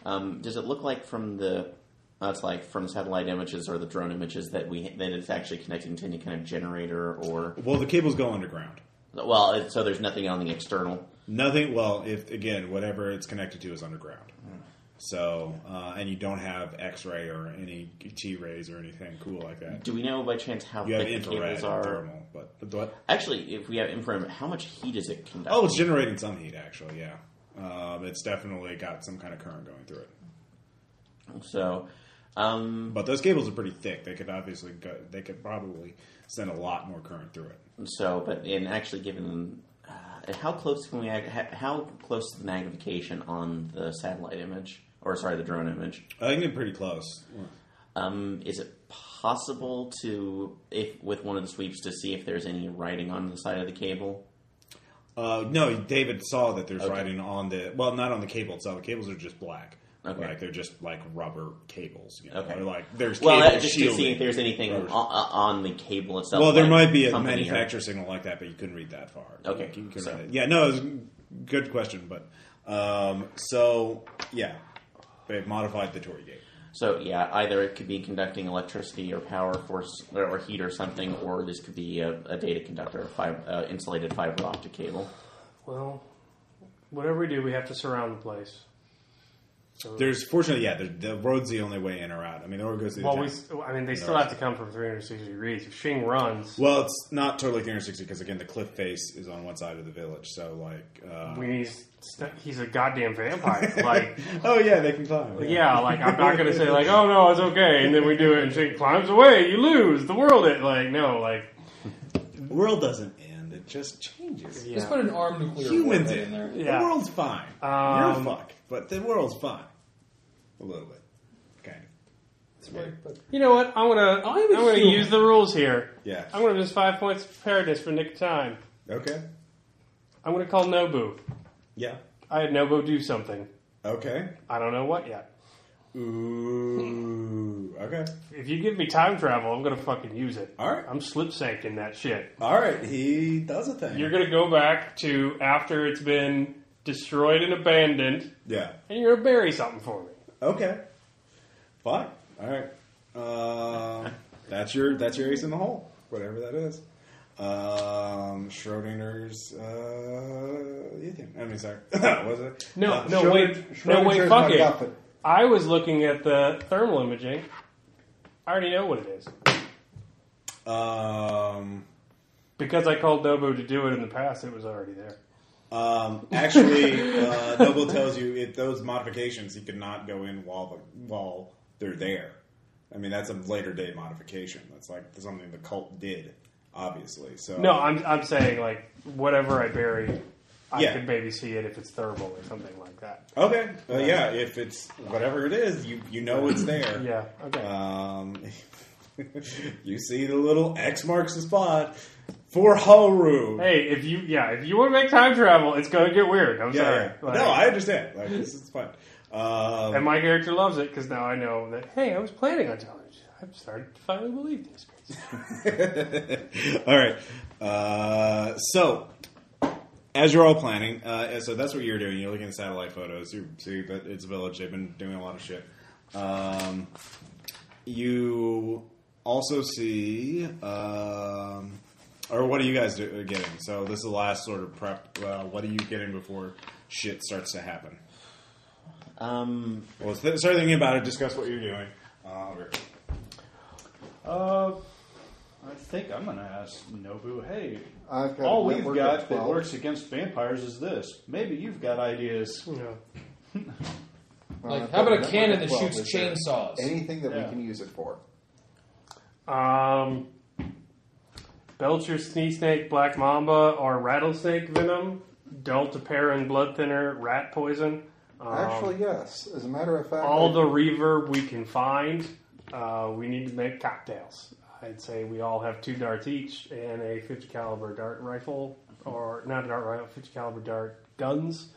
[SPEAKER 9] um, does it look like from the uh, it's like from satellite images or the drone images that we that it's actually connecting to any kind of generator or
[SPEAKER 1] Well, the cables go underground.
[SPEAKER 9] well, it, so there's nothing on the external.
[SPEAKER 1] Nothing. Well, if again, whatever it's connected to is underground. So, uh, and you don't have X-ray or any T rays or anything cool like that.
[SPEAKER 9] Do we know by chance how
[SPEAKER 1] You have
[SPEAKER 9] thick the
[SPEAKER 1] infrared,
[SPEAKER 9] cables
[SPEAKER 1] and
[SPEAKER 9] are?
[SPEAKER 1] thermal, but, but what?
[SPEAKER 9] Actually, if we have infrared, how much heat is it conducting?
[SPEAKER 1] Oh, it's generating some heat actually. Yeah, um, it's definitely got some kind of current going through it.
[SPEAKER 9] so. Um,
[SPEAKER 1] But those cables are pretty thick. They could obviously go, they could probably send a lot more current through it.
[SPEAKER 9] so, but in actually given uh, how close can we act- ha- how close is the magnification on the satellite image or sorry, the drone image?
[SPEAKER 1] I think they're pretty close.
[SPEAKER 9] Um, is it possible to, if with one of the sweeps, to see if there's any writing on the side of the cable?
[SPEAKER 1] Uh, no, David saw that there's
[SPEAKER 9] Okay.
[SPEAKER 1] writing on the well, not on the cable itself. The cables are just black.
[SPEAKER 9] Okay.
[SPEAKER 1] Like they're just like rubber cables. You know?
[SPEAKER 9] Okay.
[SPEAKER 1] They're like there's
[SPEAKER 9] Well,
[SPEAKER 1] cable
[SPEAKER 9] uh, just to
[SPEAKER 1] shielding.
[SPEAKER 9] see if there's anything on,
[SPEAKER 1] Rubber.
[SPEAKER 9] on the cable itself.
[SPEAKER 1] well, there
[SPEAKER 9] like
[SPEAKER 1] might be a
[SPEAKER 9] company or-
[SPEAKER 1] manufacturer signal like that, but you couldn't read that far.
[SPEAKER 9] Okay,
[SPEAKER 1] You couldn't
[SPEAKER 9] so-
[SPEAKER 1] read it. yeah, no, it's a good question, but um, so yeah, they've modified the Tory gate.
[SPEAKER 9] So yeah, either it could be conducting electricity or power force or, or heat or something, or this could be a, a data conductor, a fib uh, insulated fiber optic cable.
[SPEAKER 7] Well, whatever we do, we have to surround the place. So,
[SPEAKER 1] There's fortunately, yeah, the, the road's the only way in or out. I mean, the road goes through.
[SPEAKER 7] well,
[SPEAKER 1] the
[SPEAKER 7] we,
[SPEAKER 1] town.
[SPEAKER 7] I mean, they still have to come from 360 degrees. If Shing runs,
[SPEAKER 1] Well, it's not totally 360 because again, the cliff face is on one side of the village. So like, uh,
[SPEAKER 7] we need st- he's a goddamn vampire. Like,
[SPEAKER 1] oh yeah, they can climb.
[SPEAKER 7] yeah, like I'm not gonna say like, oh no, it's okay, and then we do it, and Shing climbs away. You lose the world. It like no, like
[SPEAKER 1] the world doesn't end; it just changes.
[SPEAKER 7] yeah.
[SPEAKER 14] Just put an armed nuclear
[SPEAKER 1] Humans
[SPEAKER 14] warhead
[SPEAKER 1] in
[SPEAKER 14] in there.
[SPEAKER 7] Yeah.
[SPEAKER 1] The world's fine.
[SPEAKER 7] Um,
[SPEAKER 1] You're fucked, but the world's fine. A little bit, kind of.
[SPEAKER 14] It's right, but
[SPEAKER 7] You know what? I'm gonna I'm, gonna use the rules here.
[SPEAKER 1] Yeah.
[SPEAKER 7] I'm gonna miss five points of preparedness for Nick time.
[SPEAKER 1] Okay.
[SPEAKER 7] I'm gonna call Nobu.
[SPEAKER 1] Yeah.
[SPEAKER 7] I had Nobu do something.
[SPEAKER 1] Okay.
[SPEAKER 7] I don't know what yet.
[SPEAKER 1] Ooh. Okay.
[SPEAKER 7] If you give me time travel, I'm gonna fucking use it.
[SPEAKER 1] All right.
[SPEAKER 7] I'm slip syncing that shit.
[SPEAKER 1] All right. He does a thing.
[SPEAKER 7] You're gonna go back to after it's been destroyed and abandoned,
[SPEAKER 1] yeah.
[SPEAKER 7] and you're gonna bury something for me.
[SPEAKER 1] Okay. Fine. All right. Um, that's your that's your ace in the hole, whatever that is. Um, Schrodinger's. Uh, Ethan. I mean, sorry. was it?
[SPEAKER 7] No,
[SPEAKER 1] Uh,
[SPEAKER 7] no,
[SPEAKER 6] Schrodinger-
[SPEAKER 7] wait, no, wait,
[SPEAKER 6] Schrodinger's
[SPEAKER 7] fuck
[SPEAKER 6] not
[SPEAKER 7] it.
[SPEAKER 6] Muppet.
[SPEAKER 7] I was looking at the thermal imaging. I already know what it is
[SPEAKER 1] Um,
[SPEAKER 7] because I called Nobu to do it in the past. It was already there.
[SPEAKER 1] um, actually, uh, Noble tells you it, those modifications he could not go in while the, while they're there. I mean, that's a later day modification. That's like something the cult did, obviously. So
[SPEAKER 7] No, I'm, I'm saying like whatever I bury, I
[SPEAKER 1] Yeah.
[SPEAKER 7] could maybe see it if it's thermal or something like that.
[SPEAKER 1] Okay. Well, yeah, if it's whatever it is, you you know it's there.
[SPEAKER 7] Yeah. Okay.
[SPEAKER 1] Um, you see the little X marks the spot for Haru.
[SPEAKER 7] hey, if you yeah, if you want to make time travel, it's going to get weird. I'm
[SPEAKER 1] yeah,
[SPEAKER 7] sorry.
[SPEAKER 1] yeah.
[SPEAKER 7] Like,
[SPEAKER 1] no, I understand. Like this is fun. Um,
[SPEAKER 7] and my character loves it because now I know that hey, I was planning on telling. you. I'm starting to finally believe this.
[SPEAKER 1] all right. Uh, so, as you're all planning, uh, so that's what you're doing. You're looking at satellite photos. You see that it's a village. They've been doing a lot of shit. Um, you also see, um, or what are you guys do, uh, getting? So this is the last sort of prep. Uh, what are you getting before shit starts to happen?
[SPEAKER 9] Um,
[SPEAKER 1] Well, th- start thinking about it. Discuss what you're doing. Uh, or-
[SPEAKER 11] Uh, I think I'm going to ask Nobu. Hey,
[SPEAKER 6] I've got
[SPEAKER 11] all
[SPEAKER 6] a
[SPEAKER 11] we've
[SPEAKER 6] network of
[SPEAKER 11] got that
[SPEAKER 6] 12.
[SPEAKER 11] works against vampires is this. Maybe you've got ideas.
[SPEAKER 7] You know,
[SPEAKER 6] Well,
[SPEAKER 14] like,
[SPEAKER 6] I've
[SPEAKER 14] how about
[SPEAKER 6] got
[SPEAKER 14] a
[SPEAKER 6] network
[SPEAKER 14] cannon that
[SPEAKER 6] of 12
[SPEAKER 14] shoots
[SPEAKER 6] this year.
[SPEAKER 14] chainsaws?
[SPEAKER 6] Anything that
[SPEAKER 11] Yeah.
[SPEAKER 6] we can use it for.
[SPEAKER 7] Um, Belcher, Snee Snake, Black Mamba, or Rattlesnake Venom, Deltaparin Blood Thinner, Rat Poison. Um,
[SPEAKER 6] Actually, yes. As a matter of fact,
[SPEAKER 7] all
[SPEAKER 6] I-
[SPEAKER 7] the reverb we can find. Uh, we need to make cocktails. I'd say we all have two darts each and a 50 caliber dart rifle, or not a dart rifle, 50 caliber dart guns.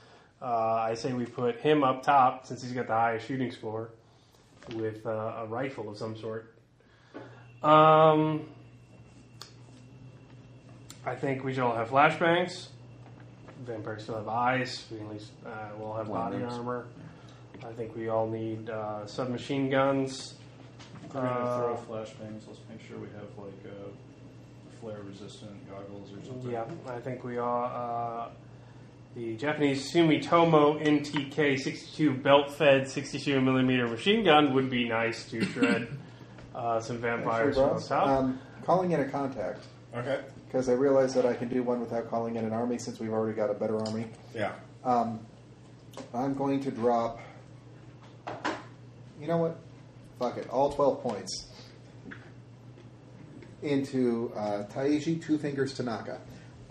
[SPEAKER 7] Uh, I say we put him up top since he's got the highest shooting score with uh, a rifle of some sort. Um, I think we should all have flashbangs. Vampires still have eyes. We at least uh, we'll have body
[SPEAKER 9] Blinders.
[SPEAKER 7] armor. I think we all need uh, submachine guns.
[SPEAKER 11] If We're going to
[SPEAKER 7] Uh,
[SPEAKER 11] throw flashbangs. Let's make sure we have like uh, flare resistant goggles or something.
[SPEAKER 7] Yeah, I think we are. Uh, the Japanese Sumitomo NTK 62 belt fed 62 millimeter machine gun would be nice to shred uh,
[SPEAKER 6] actually,
[SPEAKER 7] some vampires from up
[SPEAKER 6] Ross,
[SPEAKER 7] top.
[SPEAKER 6] um, calling in a contact
[SPEAKER 1] okay.
[SPEAKER 6] because I realized that I can do one without calling in an army since we've already got a better army.
[SPEAKER 1] Yeah.
[SPEAKER 6] Um, I'm going to drop. You know what? Fuck it. All 12 points into uh, Taiji Two Fingers Tanaka,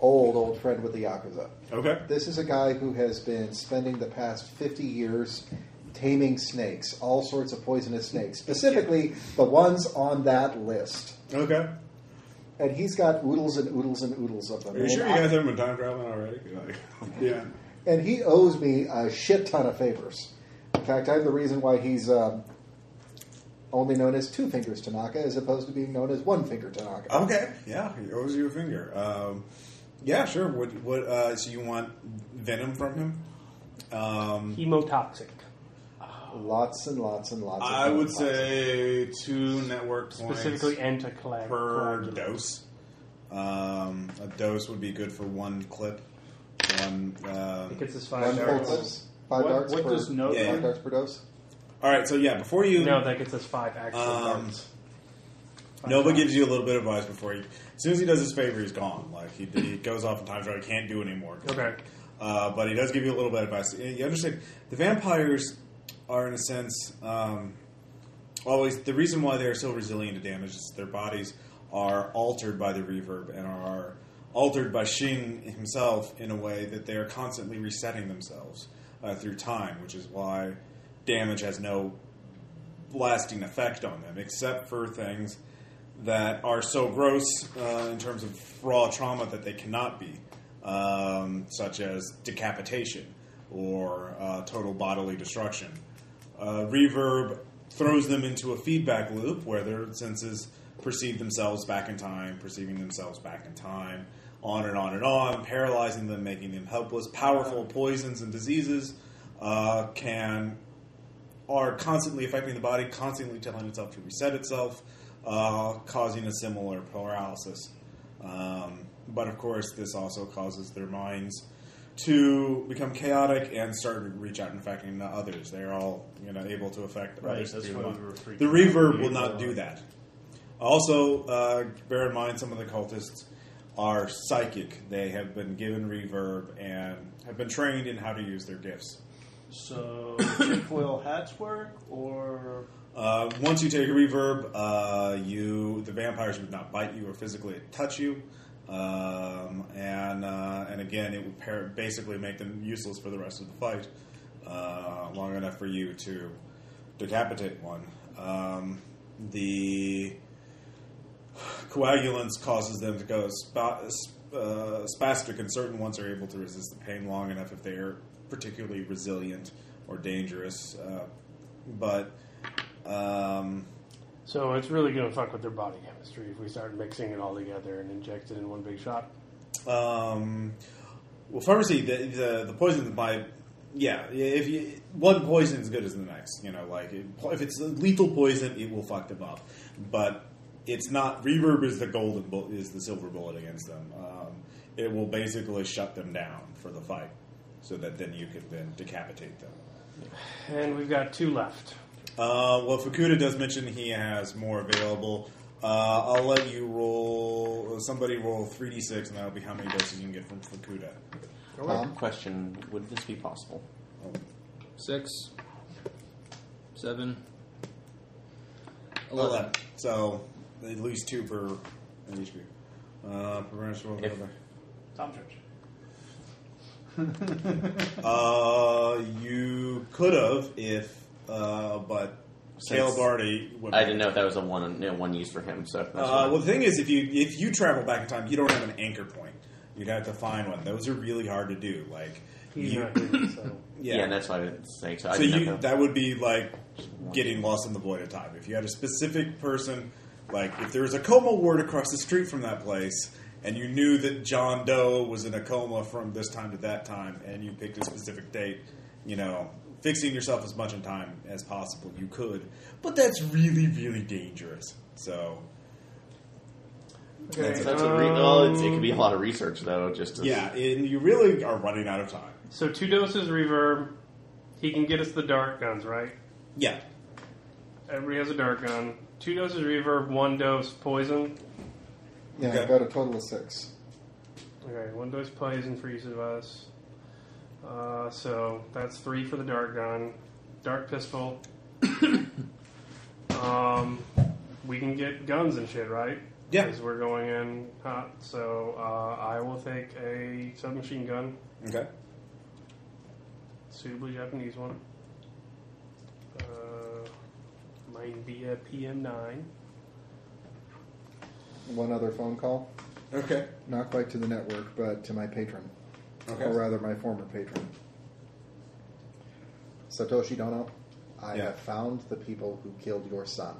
[SPEAKER 6] old, old friend with the Yakuza.
[SPEAKER 1] Okay.
[SPEAKER 6] This is a guy who has been spending the past 50 years taming snakes, all sorts of poisonous snakes, specifically the ones on that list.
[SPEAKER 1] Okay.
[SPEAKER 6] And he's got oodles and oodles and oodles of them.
[SPEAKER 1] Are you
[SPEAKER 6] And
[SPEAKER 1] sure you
[SPEAKER 6] I-
[SPEAKER 1] guys haven't been time traveling already? Like, yeah.
[SPEAKER 6] and he owes me a shit ton of favors. In fact, I'm the reason why he's um, only known as Two Fingers Tanaka as opposed to being known as One Finger
[SPEAKER 11] Uh,
[SPEAKER 6] Tanaka.
[SPEAKER 1] Okay. Yeah, he owes you a finger. Um, yeah, sure. What? What? Uh, so you want venom from him? Um,
[SPEAKER 7] Hemotoxic.
[SPEAKER 6] Lots and lots and lots. Of
[SPEAKER 1] I would
[SPEAKER 6] lots.
[SPEAKER 1] say two network points
[SPEAKER 7] Specifically anticoagulant.
[SPEAKER 1] per dose. Um, a dose would be good for one clip. One. Um,
[SPEAKER 7] Gets us
[SPEAKER 6] one
[SPEAKER 7] five
[SPEAKER 6] full
[SPEAKER 7] darts.
[SPEAKER 6] dose, five
[SPEAKER 11] What-
[SPEAKER 6] darts
[SPEAKER 11] what
[SPEAKER 6] per,
[SPEAKER 11] does no-
[SPEAKER 1] Yeah.
[SPEAKER 6] five darts per dose.
[SPEAKER 1] all right. So yeah, before you
[SPEAKER 7] No, that gets us five actual
[SPEAKER 1] Um,
[SPEAKER 7] darts.
[SPEAKER 1] Nova gives you a little bit of advice before he. As soon as he does his favor, he's gone. Like he, he goes off in time, so he can't do anymore.
[SPEAKER 7] Okay.
[SPEAKER 1] Uh, but he does give you a little bit of advice. You you understand? The vampires are, in a sense, um, always the reason why they are so resilient to damage is their bodies are altered by the reverb and are altered by Shing himself in a way that they are constantly resetting themselves uh, through time, which is why damage has no lasting effect on them, except for things that are so gross uh, in terms of raw trauma that they cannot be, um, such as decapitation or uh, total bodily destruction. Uh, reverb throws them into a feedback loop where their senses perceive themselves back in time, perceiving themselves back in time, on and on and on, paralyzing them, making them helpless. Powerful poisons and diseases uh, can are constantly affecting the body, constantly telling itself to reset itself, uh, causing a similar paralysis. Um, but of course, this also causes their minds to become chaotic and start to reach out and affecting others. They're all you know able to affect
[SPEAKER 11] Right,
[SPEAKER 1] others.
[SPEAKER 11] that's
[SPEAKER 1] through
[SPEAKER 11] why
[SPEAKER 1] love.
[SPEAKER 11] we were freaking
[SPEAKER 1] the
[SPEAKER 11] out.
[SPEAKER 1] reverb will not do that. Also, uh, bear in mind some of the cultists are psychic. They have been given reverb and have been trained in how to use their gifts.
[SPEAKER 11] So tinfoil hats work, or
[SPEAKER 1] Uh, once you take a reverb, uh, you the vampires would not bite you or physically touch you, um, and uh, and again it would par- basically make them useless for the rest of the fight, uh, long enough for you to decapitate one. Um, the coagulants causes them to go spa- uh, spastic, and certain ones are able to resist the pain long enough if they are particularly resilient or dangerous. Uh, but um,
[SPEAKER 7] So it's really going to fuck with their body chemistry if we start mixing it all together and inject it in one big shot.
[SPEAKER 1] um, well, pharmacy the the, the poisons might yeah if you one poison is good as the next you know like it- if it's a lethal poison it will fuck them up but it's not reverb is the golden bull is the silver bullet against them um, it will basically shut them down for the fight so that then you can then decapitate them.
[SPEAKER 7] And we've got two left.
[SPEAKER 1] Uh, well, Fukuda does mention he has more available. Uh, I'll let you roll. Somebody roll three d six, and that'll be how many doses you can get from Fukuda.
[SPEAKER 6] Um,
[SPEAKER 9] Question: Would this be possible?
[SPEAKER 14] Six, seven, eleven.
[SPEAKER 1] Eleven. So at least two per in each group. Uh, perverse roll the
[SPEAKER 9] If-
[SPEAKER 1] other.
[SPEAKER 11] Tom Church.
[SPEAKER 1] Uh, you could have if, uh, but
[SPEAKER 9] Since-
[SPEAKER 1] Caleb already. went
[SPEAKER 9] I
[SPEAKER 1] back.
[SPEAKER 9] didn't know if that was a one no, one use for him. So that's
[SPEAKER 1] Uh,
[SPEAKER 9] fine.
[SPEAKER 1] well, the thing is, if you if you travel back in time, you don't have an anchor point. You'd have to find one. Those are really hard to do. Like,
[SPEAKER 7] He's
[SPEAKER 1] you,
[SPEAKER 7] not here, so.
[SPEAKER 9] yeah. and that's why I didn't say so. I
[SPEAKER 1] So
[SPEAKER 9] didn't
[SPEAKER 1] you
[SPEAKER 9] know if that-
[SPEAKER 1] that would be like getting lost in the void of time. If you had a specific person, like if there was a coma ward across the street from that place, and you knew that John Doe was in a coma from this time to that time, and you picked a specific date, you know, fixing yourself as much in time as possible, you could. But that's really, really dangerous. So
[SPEAKER 9] that's, that's
[SPEAKER 7] um,
[SPEAKER 9] a re- oh. well, it's, it could be a lot of research though. Just to
[SPEAKER 1] yeah, and you really are running out of time.
[SPEAKER 7] So two doses reverb. He can get us the dart guns, right?
[SPEAKER 1] Yeah,
[SPEAKER 7] Everybody has a dart gun. Two doses reverb, one dose poison.
[SPEAKER 6] yeah,
[SPEAKER 1] Okay.
[SPEAKER 6] I got a total of six.
[SPEAKER 7] Okay, one dose poison for each of us. Uh, so that's three for the dart gun, dart pistol. um, we can get guns and shit, right?
[SPEAKER 1] Yeah.
[SPEAKER 7] Because we're going in hot. So uh, I will take a submachine gun,
[SPEAKER 1] okay.
[SPEAKER 7] suitably Japanese one. Uh, calling via PM9.
[SPEAKER 6] One other phone call,
[SPEAKER 1] Okay.
[SPEAKER 6] not quite to the network, but to my patron,
[SPEAKER 1] Okay.
[SPEAKER 6] or rather my former patron, Satoshi Dono. I
[SPEAKER 1] Yeah.
[SPEAKER 6] have found the people who killed your son.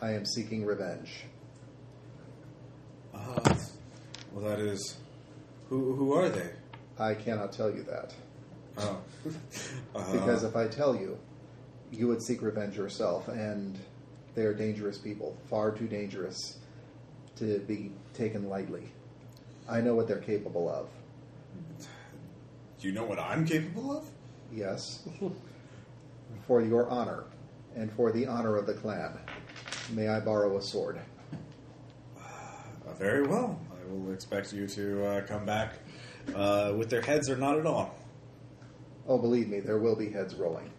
[SPEAKER 6] I am seeking revenge.
[SPEAKER 1] Ah, that's- well, that is. Who who are they?
[SPEAKER 6] I cannot tell you that
[SPEAKER 1] Oh. Uh,
[SPEAKER 6] because if I tell you, you would seek revenge yourself, and they are dangerous people, far too dangerous to be taken lightly. I know what they're capable of.
[SPEAKER 1] you know what I'm capable of?
[SPEAKER 6] Yes. for your honor and for the honor of the clan, may I borrow a sword?
[SPEAKER 1] Uh, very well. I will expect you to uh, come back uh, with their heads or not at all.
[SPEAKER 6] Oh, believe me, there will be heads rolling.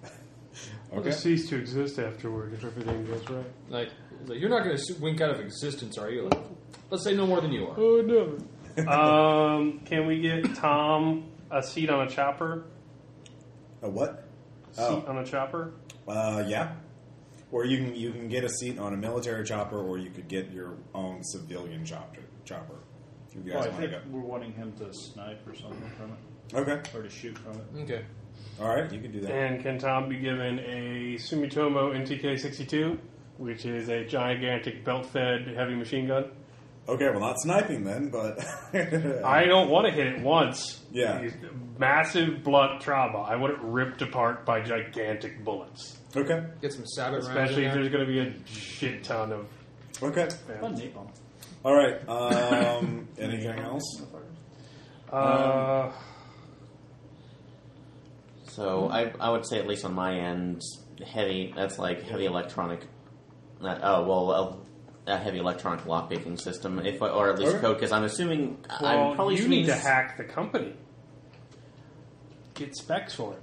[SPEAKER 7] It'll
[SPEAKER 1] Okay.
[SPEAKER 7] cease to exist afterward if everything goes right.
[SPEAKER 8] Like, like, you're not going to wink out of existence, are you? Like, let's say no more than you are.
[SPEAKER 7] Oh no. um, can we get Tom a seat on a chopper?
[SPEAKER 1] A what?
[SPEAKER 7] Seat
[SPEAKER 1] Oh.
[SPEAKER 7] on a chopper?
[SPEAKER 1] Uh, yeah. Or you can you can get a seat on a military chopper, or you could get your own civilian chopper. Chopper. If
[SPEAKER 11] Oh,
[SPEAKER 1] you
[SPEAKER 2] Well,
[SPEAKER 1] guys
[SPEAKER 2] I
[SPEAKER 1] want
[SPEAKER 2] think
[SPEAKER 1] to
[SPEAKER 2] we're wanting him to snipe or something from it,
[SPEAKER 1] go. Okay.
[SPEAKER 2] or to shoot from it.
[SPEAKER 8] Okay.
[SPEAKER 1] All right. You can do that.
[SPEAKER 7] And can Tom be given a Sumitomo NTK-62, which is a gigantic belt-fed heavy machine gun?
[SPEAKER 1] Okay. Well, not sniping then, but
[SPEAKER 7] I don't want to hit it once.
[SPEAKER 1] Yeah.
[SPEAKER 7] These Massive blunt trauma. I want it ripped apart by gigantic bullets.
[SPEAKER 1] okay.
[SPEAKER 8] Get some sabot rounds in
[SPEAKER 7] Especially if
[SPEAKER 8] there.
[SPEAKER 7] there's going to be a shit ton
[SPEAKER 1] Um,
[SPEAKER 7] of.
[SPEAKER 1] Okay.
[SPEAKER 2] Fun napalm.
[SPEAKER 1] All right. Um, anything else?
[SPEAKER 7] Uh,
[SPEAKER 9] So I, I would say at least on my end, heavy. That's like heavy electronic. Not, oh well, a, a heavy electronic lockpicking system, if or at least
[SPEAKER 1] Okay.
[SPEAKER 9] code. Because I'm assuming I'm
[SPEAKER 7] well,
[SPEAKER 9] probably
[SPEAKER 7] you
[SPEAKER 9] assuming
[SPEAKER 7] need to
[SPEAKER 9] this-
[SPEAKER 7] hack the company. Get specs for it.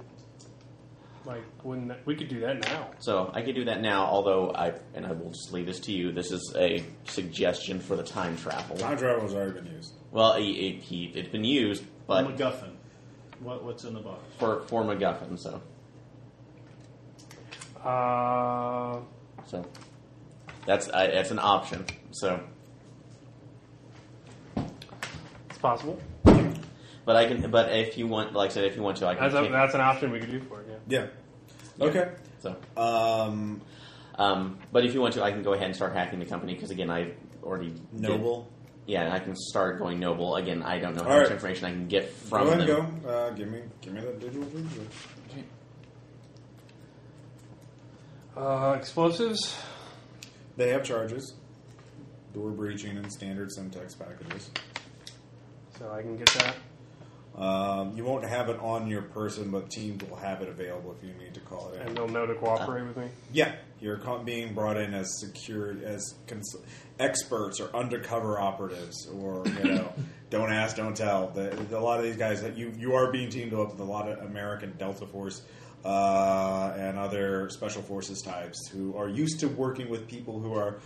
[SPEAKER 7] Like, wouldn't that, we could do that now?
[SPEAKER 9] So I could do that now. Although I and I will just leave this to you. This is a suggestion for the time travel.
[SPEAKER 1] Time travel has already been used.
[SPEAKER 9] Well, it, it, he, it's been used, but
[SPEAKER 2] MacGuffin. What, what's in the box?
[SPEAKER 9] for for MacGuffin. So
[SPEAKER 7] Uh,
[SPEAKER 9] so that's I, that's an option. So.
[SPEAKER 7] it's possible.
[SPEAKER 9] But I can. But if you want, like I said, if you want to, I can.
[SPEAKER 7] That's, a,
[SPEAKER 9] take-
[SPEAKER 7] that's an option we could do for it, yeah.
[SPEAKER 1] Yeah. Okay.
[SPEAKER 9] so,
[SPEAKER 1] Um,
[SPEAKER 9] um, but if you want to, I can go ahead and start hacking the company because again, I already did-
[SPEAKER 1] noble.
[SPEAKER 9] yeah, and I can start going noble again. I don't know how
[SPEAKER 1] All
[SPEAKER 9] much
[SPEAKER 1] right.
[SPEAKER 9] information I can get
[SPEAKER 1] Go
[SPEAKER 9] from
[SPEAKER 1] ahead and
[SPEAKER 9] them.
[SPEAKER 1] go. Uh, give me give me that digital visual.
[SPEAKER 7] Uh, explosives?
[SPEAKER 1] They have charges. Door breaching and standard syntax packages.
[SPEAKER 7] So I can get that.
[SPEAKER 1] Um, you won't have it on your person, but teams will have it available if you need to call it in.
[SPEAKER 7] And they'll know to cooperate with me.
[SPEAKER 1] Yeah, you're co- being brought in as secured as cons- experts or undercover operatives, or you know, don't ask, don't tell. The, the- a lot of these guys that you you are being teamed up with a lot of American Delta Force uh, and other special forces types who are used to working with people who are.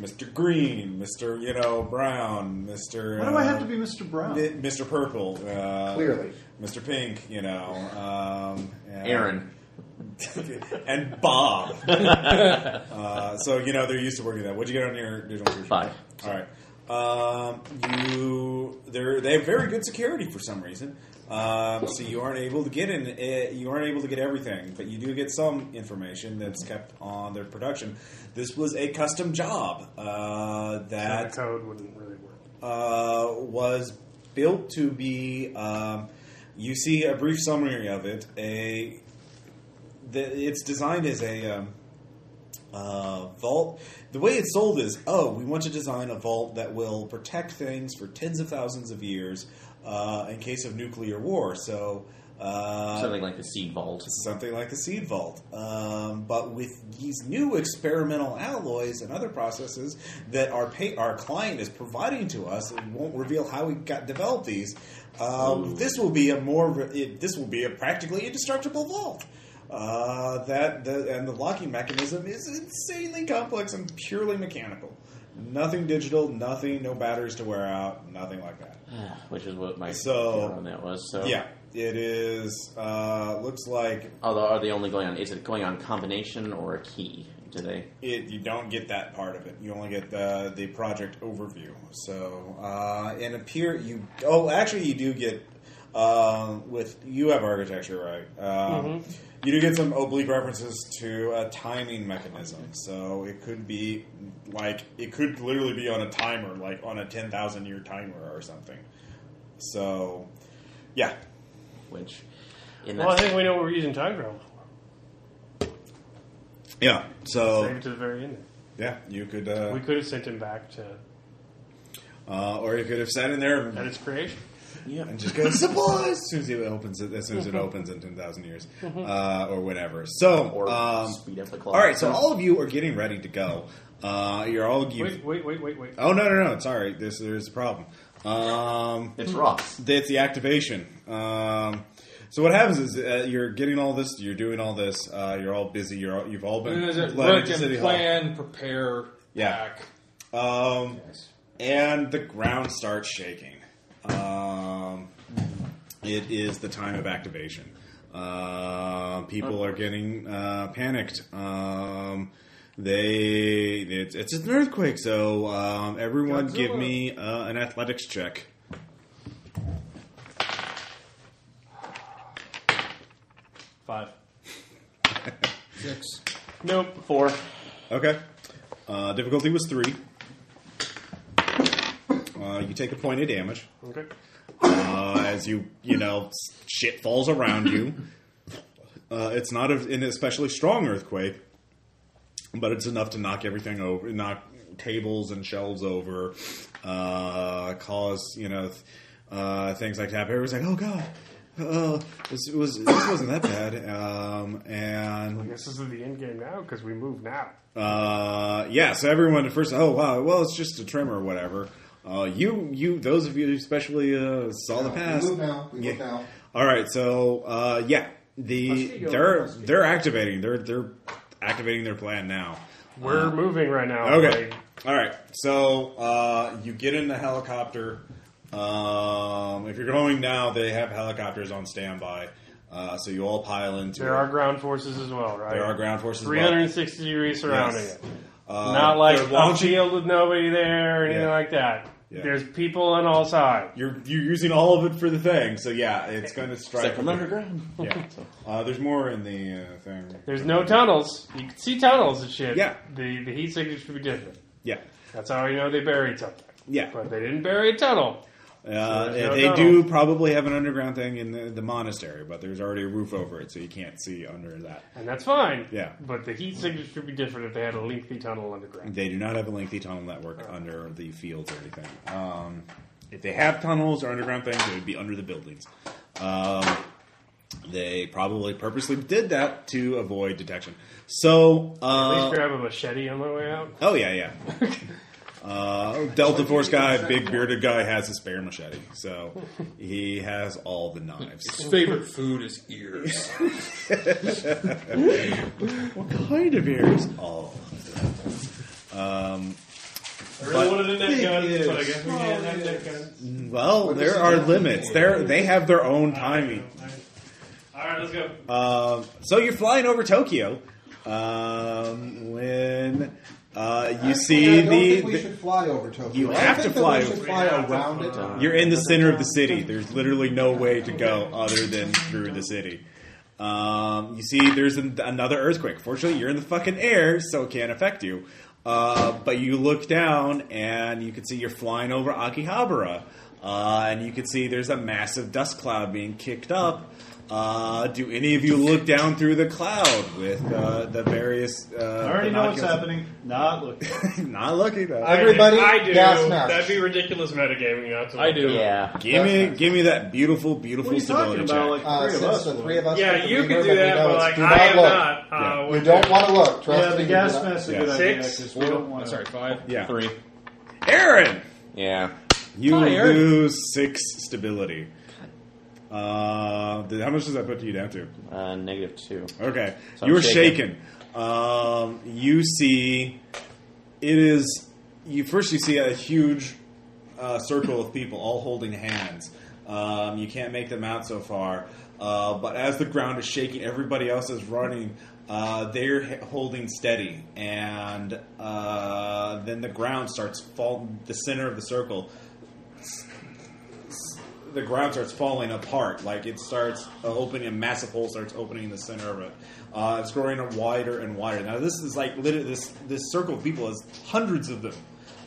[SPEAKER 1] Mr. Green, Mr. You know Brown, Mr.
[SPEAKER 2] Why do I
[SPEAKER 1] uh,
[SPEAKER 2] have to be Mr. Brown?
[SPEAKER 1] Mi- Mr. Purple, uh,
[SPEAKER 6] Clearly.
[SPEAKER 1] Mr. Pink, you know, um, and-
[SPEAKER 9] Aaron,
[SPEAKER 1] and Bob. uh, so you know they're used to working that. What'd you get on your digital future?
[SPEAKER 9] Five.
[SPEAKER 1] All right. Um, you they're they have very good security for some reason. Um, so you aren't able to get in. eh, You aren't able to get everything, but you do get some information that's kept on their production. This was a custom job uh,
[SPEAKER 7] So
[SPEAKER 1] that
[SPEAKER 7] the code wouldn't really work.
[SPEAKER 1] uh, was built to be. Um, you see a brief summary of it. A the, it's designed as a um, uh, vault. The way it's sold is, oh, we want to design a vault that will protect things for tens of thousands of years uh, in case of nuclear war. So. Uh,
[SPEAKER 9] something like the Seed Vault.
[SPEAKER 1] something like the seed vault. Um, but with these new experimental alloys and other processes that our pay- our client is providing to us, it won't reveal how we got developed these. Um, this will be a more re- it, this will be a practically indestructible vault. Uh, that the, and the locking mechanism is insanely complex and purely mechanical. Nothing digital, nothing, no batteries to wear out, nothing like that.
[SPEAKER 9] which is what my
[SPEAKER 1] So-
[SPEAKER 9] thought on that was. So
[SPEAKER 1] Yeah. It is uh, looks like
[SPEAKER 9] Although, are they only going on? Is it going on combination or a key? Do they?
[SPEAKER 1] it. You don't get that part of it. You only get the the project overview. So uh, and appear you. Oh, actually, you do get uh, with you have architecture right. Um, You do get some oblique references to a timing mechanism. So it could be like it could literally be on a timer, like on a ten thousand year timer or something. So yeah,
[SPEAKER 9] Which, in that
[SPEAKER 7] Well, I think we know what we're using time travel.
[SPEAKER 1] yeah. So
[SPEAKER 7] Save it to the very end.
[SPEAKER 1] Yeah, you could, Oh. uh,
[SPEAKER 7] We could have sent him back to
[SPEAKER 1] uh, or you could have sat in there
[SPEAKER 7] at
[SPEAKER 1] and,
[SPEAKER 7] its creation.
[SPEAKER 1] and just go supplies as soon as it opens it, as soon as it opens in ten thousand years uh, or whatever. So,
[SPEAKER 9] or
[SPEAKER 1] um,
[SPEAKER 9] speed up the clock.
[SPEAKER 1] all right, so all of you are getting ready to go. Uh, you're all you.
[SPEAKER 7] Wait, wait, wait, wait, wait.
[SPEAKER 1] Oh no, no, no! It's all right. There's there's a problem. Um,
[SPEAKER 9] it's Ross.
[SPEAKER 1] That's the activation. Um, so what happens is uh, you're getting all this, you're doing all this, uh, you're all busy, you're all, you've all been
[SPEAKER 14] Look
[SPEAKER 1] to
[SPEAKER 14] and
[SPEAKER 1] City Hall.
[SPEAKER 14] plan, prepare,
[SPEAKER 1] Yeah.
[SPEAKER 14] pack.
[SPEAKER 1] Um, and the ground starts shaking. Um, it is the time of activation. Uh, people are getting uh, panicked. Um, they it's, it's an earthquake, so um, everyone give me uh, an athletics check.
[SPEAKER 11] Five.
[SPEAKER 7] Nope. Four.
[SPEAKER 1] Okay. Uh, difficulty was three. Uh, you take a point of damage
[SPEAKER 7] Okay.
[SPEAKER 1] uh, as you you know s- shit falls around you. Uh, it's not a, an especially strong earthquake, but it's enough to knock everything over, knock tables and shelves over, uh, cause you know th- uh, things like that. Everyone's like, "Oh God, uh, this was this wasn't that bad," um, and
[SPEAKER 7] This is the end game now because we move now.
[SPEAKER 1] uh, yeah, so everyone at first, oh wow, well it's just a trim or whatever. Uh, you, you, those of you who especially uh, saw the
[SPEAKER 6] We
[SPEAKER 1] past.
[SPEAKER 6] move now. We move now.
[SPEAKER 1] All right, so uh, yeah, the they're they're activating, they're they're activating their plan now.
[SPEAKER 7] We're moving right now.
[SPEAKER 1] Uh, Okay,
[SPEAKER 7] Like,
[SPEAKER 1] all right, so uh, you get in the helicopter. Um, if you're going now, they have helicopters on standby, uh, so you all pile into.
[SPEAKER 7] there
[SPEAKER 1] it.
[SPEAKER 7] are ground forces as well, right?
[SPEAKER 1] there are ground forces. above.
[SPEAKER 7] 360 degrees surrounding
[SPEAKER 1] Yes.
[SPEAKER 7] it.
[SPEAKER 1] Uh,
[SPEAKER 7] Not like
[SPEAKER 1] they're
[SPEAKER 7] a
[SPEAKER 1] launching
[SPEAKER 7] field with nobody there or anything
[SPEAKER 1] Yeah.
[SPEAKER 7] like that.
[SPEAKER 1] Yeah.
[SPEAKER 7] There's people on all sides.
[SPEAKER 1] You're you're using all of it for the thing, so yeah, it's going to strike.
[SPEAKER 9] Except from underground.
[SPEAKER 1] Yeah, uh, there's more in the uh, thing.
[SPEAKER 7] There's no tunnels. You can see tunnels and shit.
[SPEAKER 1] Yeah.
[SPEAKER 7] The the heat signature should be different.
[SPEAKER 1] Yeah,
[SPEAKER 7] That's how you know they buried something.
[SPEAKER 1] yeah.
[SPEAKER 7] But they didn't bury a tunnel.
[SPEAKER 1] Uh,
[SPEAKER 7] there's no
[SPEAKER 1] they
[SPEAKER 7] tunnel.
[SPEAKER 1] do probably have an underground thing in the, the monastery, but there's already a roof over it, so you can't see under that.
[SPEAKER 7] And that's fine.
[SPEAKER 1] Yeah.
[SPEAKER 7] But the heat signature should be different if they had a lengthy tunnel underground.
[SPEAKER 1] They do not have a lengthy tunnel network
[SPEAKER 7] Oh.
[SPEAKER 1] under the fields or anything. Um, if they have tunnels or underground things, it would be under the buildings. Um, they probably purposely did that to avoid detection. So,
[SPEAKER 7] At
[SPEAKER 1] uh,
[SPEAKER 7] least grab a machete on my way out.
[SPEAKER 1] Oh yeah, yeah. Uh, Delta Force guy, big bearded guy, has a spare machete, so he has all the knives.
[SPEAKER 14] His favorite food is ears.
[SPEAKER 1] What kind of ears? All. Um,
[SPEAKER 7] I really
[SPEAKER 1] But-
[SPEAKER 7] wanted a net gun,
[SPEAKER 1] Yes.
[SPEAKER 7] but I guess we can't have net guns.
[SPEAKER 1] well, there are limits. There, they have their own timing.
[SPEAKER 7] All right, let's go.
[SPEAKER 1] Um, so you're flying over Tokyo um, when uh, you see
[SPEAKER 6] I don't
[SPEAKER 1] the.
[SPEAKER 6] think we
[SPEAKER 1] the-
[SPEAKER 6] should fly over Tokyo.
[SPEAKER 1] You
[SPEAKER 6] I
[SPEAKER 1] have
[SPEAKER 6] think
[SPEAKER 1] to
[SPEAKER 6] that
[SPEAKER 1] fly
[SPEAKER 6] We should
[SPEAKER 1] over- Uh,
[SPEAKER 6] fly around it.
[SPEAKER 1] You're in the center of the city. There's literally no way to go other than through the city. Um, you see, there's an, another earthquake. Fortunately, you're in the fucking air, so it can't affect you. Uh, but you look down, and you can see you're flying over Akihabara, uh, and you can see there's a massive dust cloud being kicked up. Uh, do any of you look down through the cloud with uh, the various? Uh,
[SPEAKER 11] I already know what's happening. Not looking.
[SPEAKER 1] happening. Not looking though.
[SPEAKER 6] Everybody,
[SPEAKER 7] I do.
[SPEAKER 6] gas mask.
[SPEAKER 7] That'd be ridiculous metagaming. Not to
[SPEAKER 14] I do.
[SPEAKER 9] Yeah.
[SPEAKER 1] Give me, give me that beautiful, beautiful
[SPEAKER 11] What are you
[SPEAKER 1] stability
[SPEAKER 11] talking about?
[SPEAKER 1] check.
[SPEAKER 11] Like
[SPEAKER 6] Uh,
[SPEAKER 11] three
[SPEAKER 6] since
[SPEAKER 11] of us.
[SPEAKER 6] the
[SPEAKER 11] would.
[SPEAKER 6] three of us,
[SPEAKER 7] Yeah,
[SPEAKER 6] have
[SPEAKER 7] you
[SPEAKER 6] the
[SPEAKER 7] can do
[SPEAKER 6] remote,
[SPEAKER 7] that,
[SPEAKER 6] we know
[SPEAKER 7] but
[SPEAKER 6] it's
[SPEAKER 7] like
[SPEAKER 6] do
[SPEAKER 7] I am
[SPEAKER 6] look.
[SPEAKER 7] not.
[SPEAKER 1] Yeah.
[SPEAKER 7] Uh,
[SPEAKER 6] We
[SPEAKER 7] with
[SPEAKER 6] don't want to look. Trust
[SPEAKER 11] Yeah,
[SPEAKER 6] me.
[SPEAKER 11] the
[SPEAKER 6] we
[SPEAKER 11] gas
[SPEAKER 6] do not-
[SPEAKER 11] mask is a
[SPEAKER 1] Yeah.
[SPEAKER 11] good idea
[SPEAKER 7] Six?
[SPEAKER 11] 'cause we don't
[SPEAKER 14] I'm
[SPEAKER 11] want to.
[SPEAKER 14] sorry, five.
[SPEAKER 1] Yeah,
[SPEAKER 9] Three.
[SPEAKER 1] Aaron.
[SPEAKER 9] Yeah.
[SPEAKER 1] You
[SPEAKER 14] Hi, Eric.
[SPEAKER 1] lose six stability. Uh, did- how much does that put you down to?
[SPEAKER 9] Uh, negative two.
[SPEAKER 1] Okay,
[SPEAKER 9] So I'm
[SPEAKER 1] you were shaken.
[SPEAKER 9] shaken.
[SPEAKER 1] Um, you see, it is. You first you see a huge uh, circle of people all holding hands, Um, you can't make them out so far. Uh, but as the ground is shaking, everybody else is running. Uh, they're h- holding steady, and uh, then the ground starts fall. The center of the circle the ground starts falling apart. Like it starts uh, opening, a massive hole starts opening in the center of it. Uh, it's growing wider and wider. Now this is like lit- this this circle of people is hundreds of them.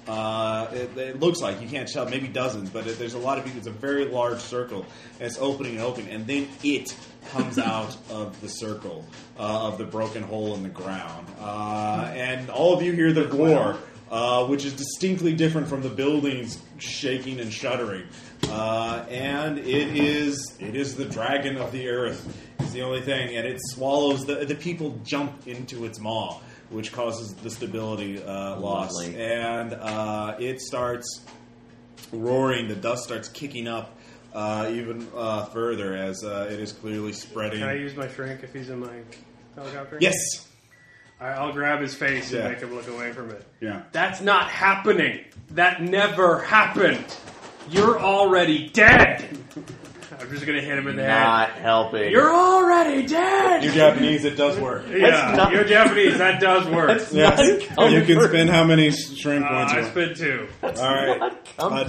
[SPEAKER 1] Uh, it, it looks like you can't tell, maybe dozens, but it, there's a lot of people. It's a very large circle, and it's opening and opening, and then it comes out of the circle uh, of the broken hole in the ground. Uh, and all of you hear the roar uh, which is distinctly different from the buildings shaking and shuddering. Uh, and it is it is the dragon of the earth. It's the only thing, and it swallows the the people jump into its maw, which causes the stability uh, loss.
[SPEAKER 9] Lovely.
[SPEAKER 1] And uh, it starts roaring. The dust starts kicking up. Uh, even uh, further, as uh, it is clearly spreading.
[SPEAKER 7] Can I use my shrink if he's in my helicopter?
[SPEAKER 1] yes.
[SPEAKER 7] I, I'll grab his face
[SPEAKER 1] Yeah.
[SPEAKER 7] and make him look away from it.
[SPEAKER 1] Yeah.
[SPEAKER 7] That's not happening. That never happened. You're already dead. I'm just gonna hit him in the
[SPEAKER 9] Not
[SPEAKER 7] head.
[SPEAKER 9] helping.
[SPEAKER 7] You're already dead.
[SPEAKER 1] You're Japanese. It does work.
[SPEAKER 7] yeah,
[SPEAKER 9] not-
[SPEAKER 7] you're Japanese. That does work.
[SPEAKER 1] Yes.
[SPEAKER 9] Not
[SPEAKER 1] You can
[SPEAKER 9] comfort.
[SPEAKER 1] spend how many shrimp
[SPEAKER 7] Uh,
[SPEAKER 1] points you
[SPEAKER 7] I
[SPEAKER 1] want.
[SPEAKER 7] spent two.
[SPEAKER 1] All right. Uh, does that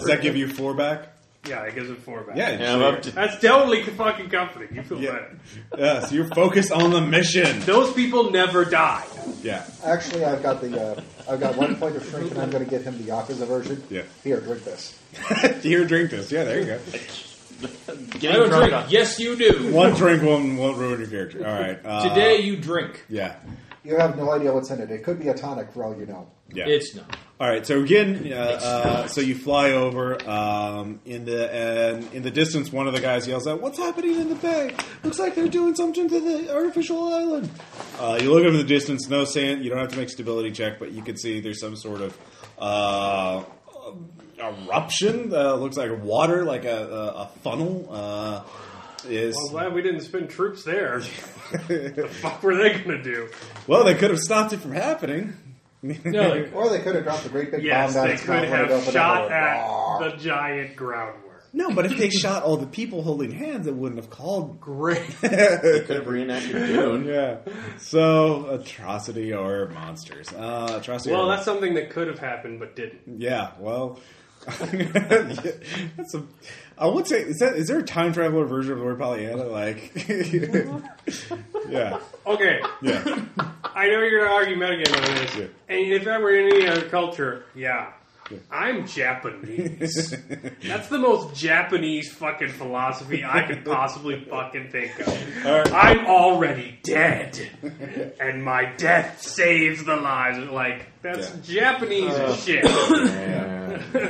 [SPEAKER 9] comforting.
[SPEAKER 1] give you four back?
[SPEAKER 7] Yeah, it gives him four back.
[SPEAKER 1] Yeah.
[SPEAKER 9] Yeah, I'm
[SPEAKER 1] sure.
[SPEAKER 9] up to-
[SPEAKER 7] That's totally fucking comforting. You feel
[SPEAKER 1] Yeah.
[SPEAKER 7] better.
[SPEAKER 1] yeah, so you're focused on the mission.
[SPEAKER 7] Those people never die.
[SPEAKER 1] Yeah.
[SPEAKER 6] Actually, I've got the uh, I've got one point of shrink, and I'm going to give him the Yakuza version.
[SPEAKER 1] Yeah.
[SPEAKER 6] Here, drink this.
[SPEAKER 1] Here, drink this. Yeah, there you go.
[SPEAKER 9] Getting
[SPEAKER 8] I don't
[SPEAKER 9] drunk
[SPEAKER 8] drink.
[SPEAKER 9] on-
[SPEAKER 8] Yes, you do.
[SPEAKER 1] One drink won't, won't ruin your character. All right. Uh,
[SPEAKER 8] Today you drink.
[SPEAKER 1] Yeah.
[SPEAKER 6] You have no idea what's in it. It could be a tonic, for all you know.
[SPEAKER 1] Yeah.
[SPEAKER 8] It's not.
[SPEAKER 1] All right. So again, uh, uh, so you fly over um, in the and in the distance. One of the guys yells out, "What's happening in the bay? Looks like they're doing something to the artificial island." Uh, you look over the distance. No sand. You don't have to make stability check, but you can see there's some sort of uh, eruption. Uh, looks like water, like a, a, a funnel. Uh, is
[SPEAKER 7] I'm glad we didn't spend troops there. the fuck were they gonna do?
[SPEAKER 1] well, they could have stopped it from happening.
[SPEAKER 8] No, like,
[SPEAKER 6] Or they could have dropped a great big bomb
[SPEAKER 7] Yes,
[SPEAKER 6] down
[SPEAKER 7] they
[SPEAKER 6] its
[SPEAKER 7] could
[SPEAKER 6] mouth when it
[SPEAKER 7] have
[SPEAKER 6] opened
[SPEAKER 7] shot
[SPEAKER 6] up.
[SPEAKER 7] at the giant groundwork.
[SPEAKER 1] No, but if they shot all the people holding hands, it wouldn't have called
[SPEAKER 7] Great.
[SPEAKER 9] Could have reenacted Dune.
[SPEAKER 1] Yeah. So atrocity or monsters? Uh, atrocity.
[SPEAKER 7] Well,
[SPEAKER 1] or
[SPEAKER 7] that's something that could have happened but didn't.
[SPEAKER 1] yeah. Well, that's a. I would say is that is there a time traveler version of the word Pollyanna? Like, yeah,
[SPEAKER 7] Okay,
[SPEAKER 1] yeah,
[SPEAKER 7] I know you're gonna argue metagame on this,
[SPEAKER 1] Yeah.
[SPEAKER 7] and if I were in any other culture, yeah, I'm Japanese. That's the most Japanese fucking philosophy I could possibly fucking think of.
[SPEAKER 1] Alright.
[SPEAKER 7] I'm already dead, and my death saves the lives. Like that's Japanese as shit.
[SPEAKER 1] Uh, yeah.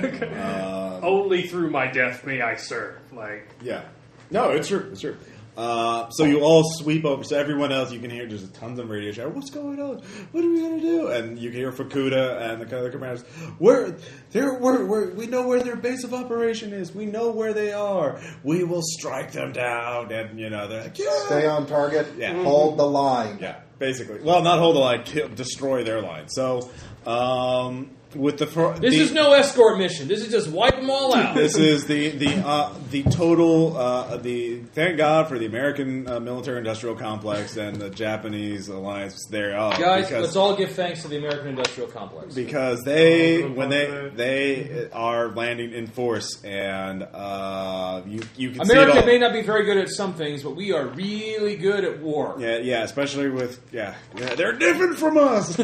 [SPEAKER 1] Uh,
[SPEAKER 7] Only through my death may I serve. Like
[SPEAKER 1] yeah. No, it's true. It's true. Uh, so you all sweep over. So everyone else, you can hear just tons of radio chatter. What's going on? What are we gonna do? And you can hear Fukuda and the other commanders. We're there. We're, we're, we know where their base of operation is. We know where they are. We will strike them down. And you know they're like, yeah,
[SPEAKER 6] Stay on target.
[SPEAKER 1] Yeah.
[SPEAKER 6] Hold the line.
[SPEAKER 1] yeah, basically. Well, not hold a line, kill, destroy their line. So um, with the fir-
[SPEAKER 8] this
[SPEAKER 1] the-
[SPEAKER 8] is no escort mission. This is just wipe them all out.
[SPEAKER 1] this is the the uh, the total uh, the thank God for the American uh, military industrial complex and the Japanese alliance thereof.
[SPEAKER 8] Guys,
[SPEAKER 1] because,
[SPEAKER 8] let's all give thanks to the American industrial complex.
[SPEAKER 1] because they
[SPEAKER 7] Oh,
[SPEAKER 1] when they
[SPEAKER 7] okay.
[SPEAKER 1] they are landing in force and uh, you you can see
[SPEAKER 8] America
[SPEAKER 1] it all.
[SPEAKER 8] may not be very good at some things, but we are really good at war.
[SPEAKER 1] yeah, yeah, especially with yeah, yeah they're different from us.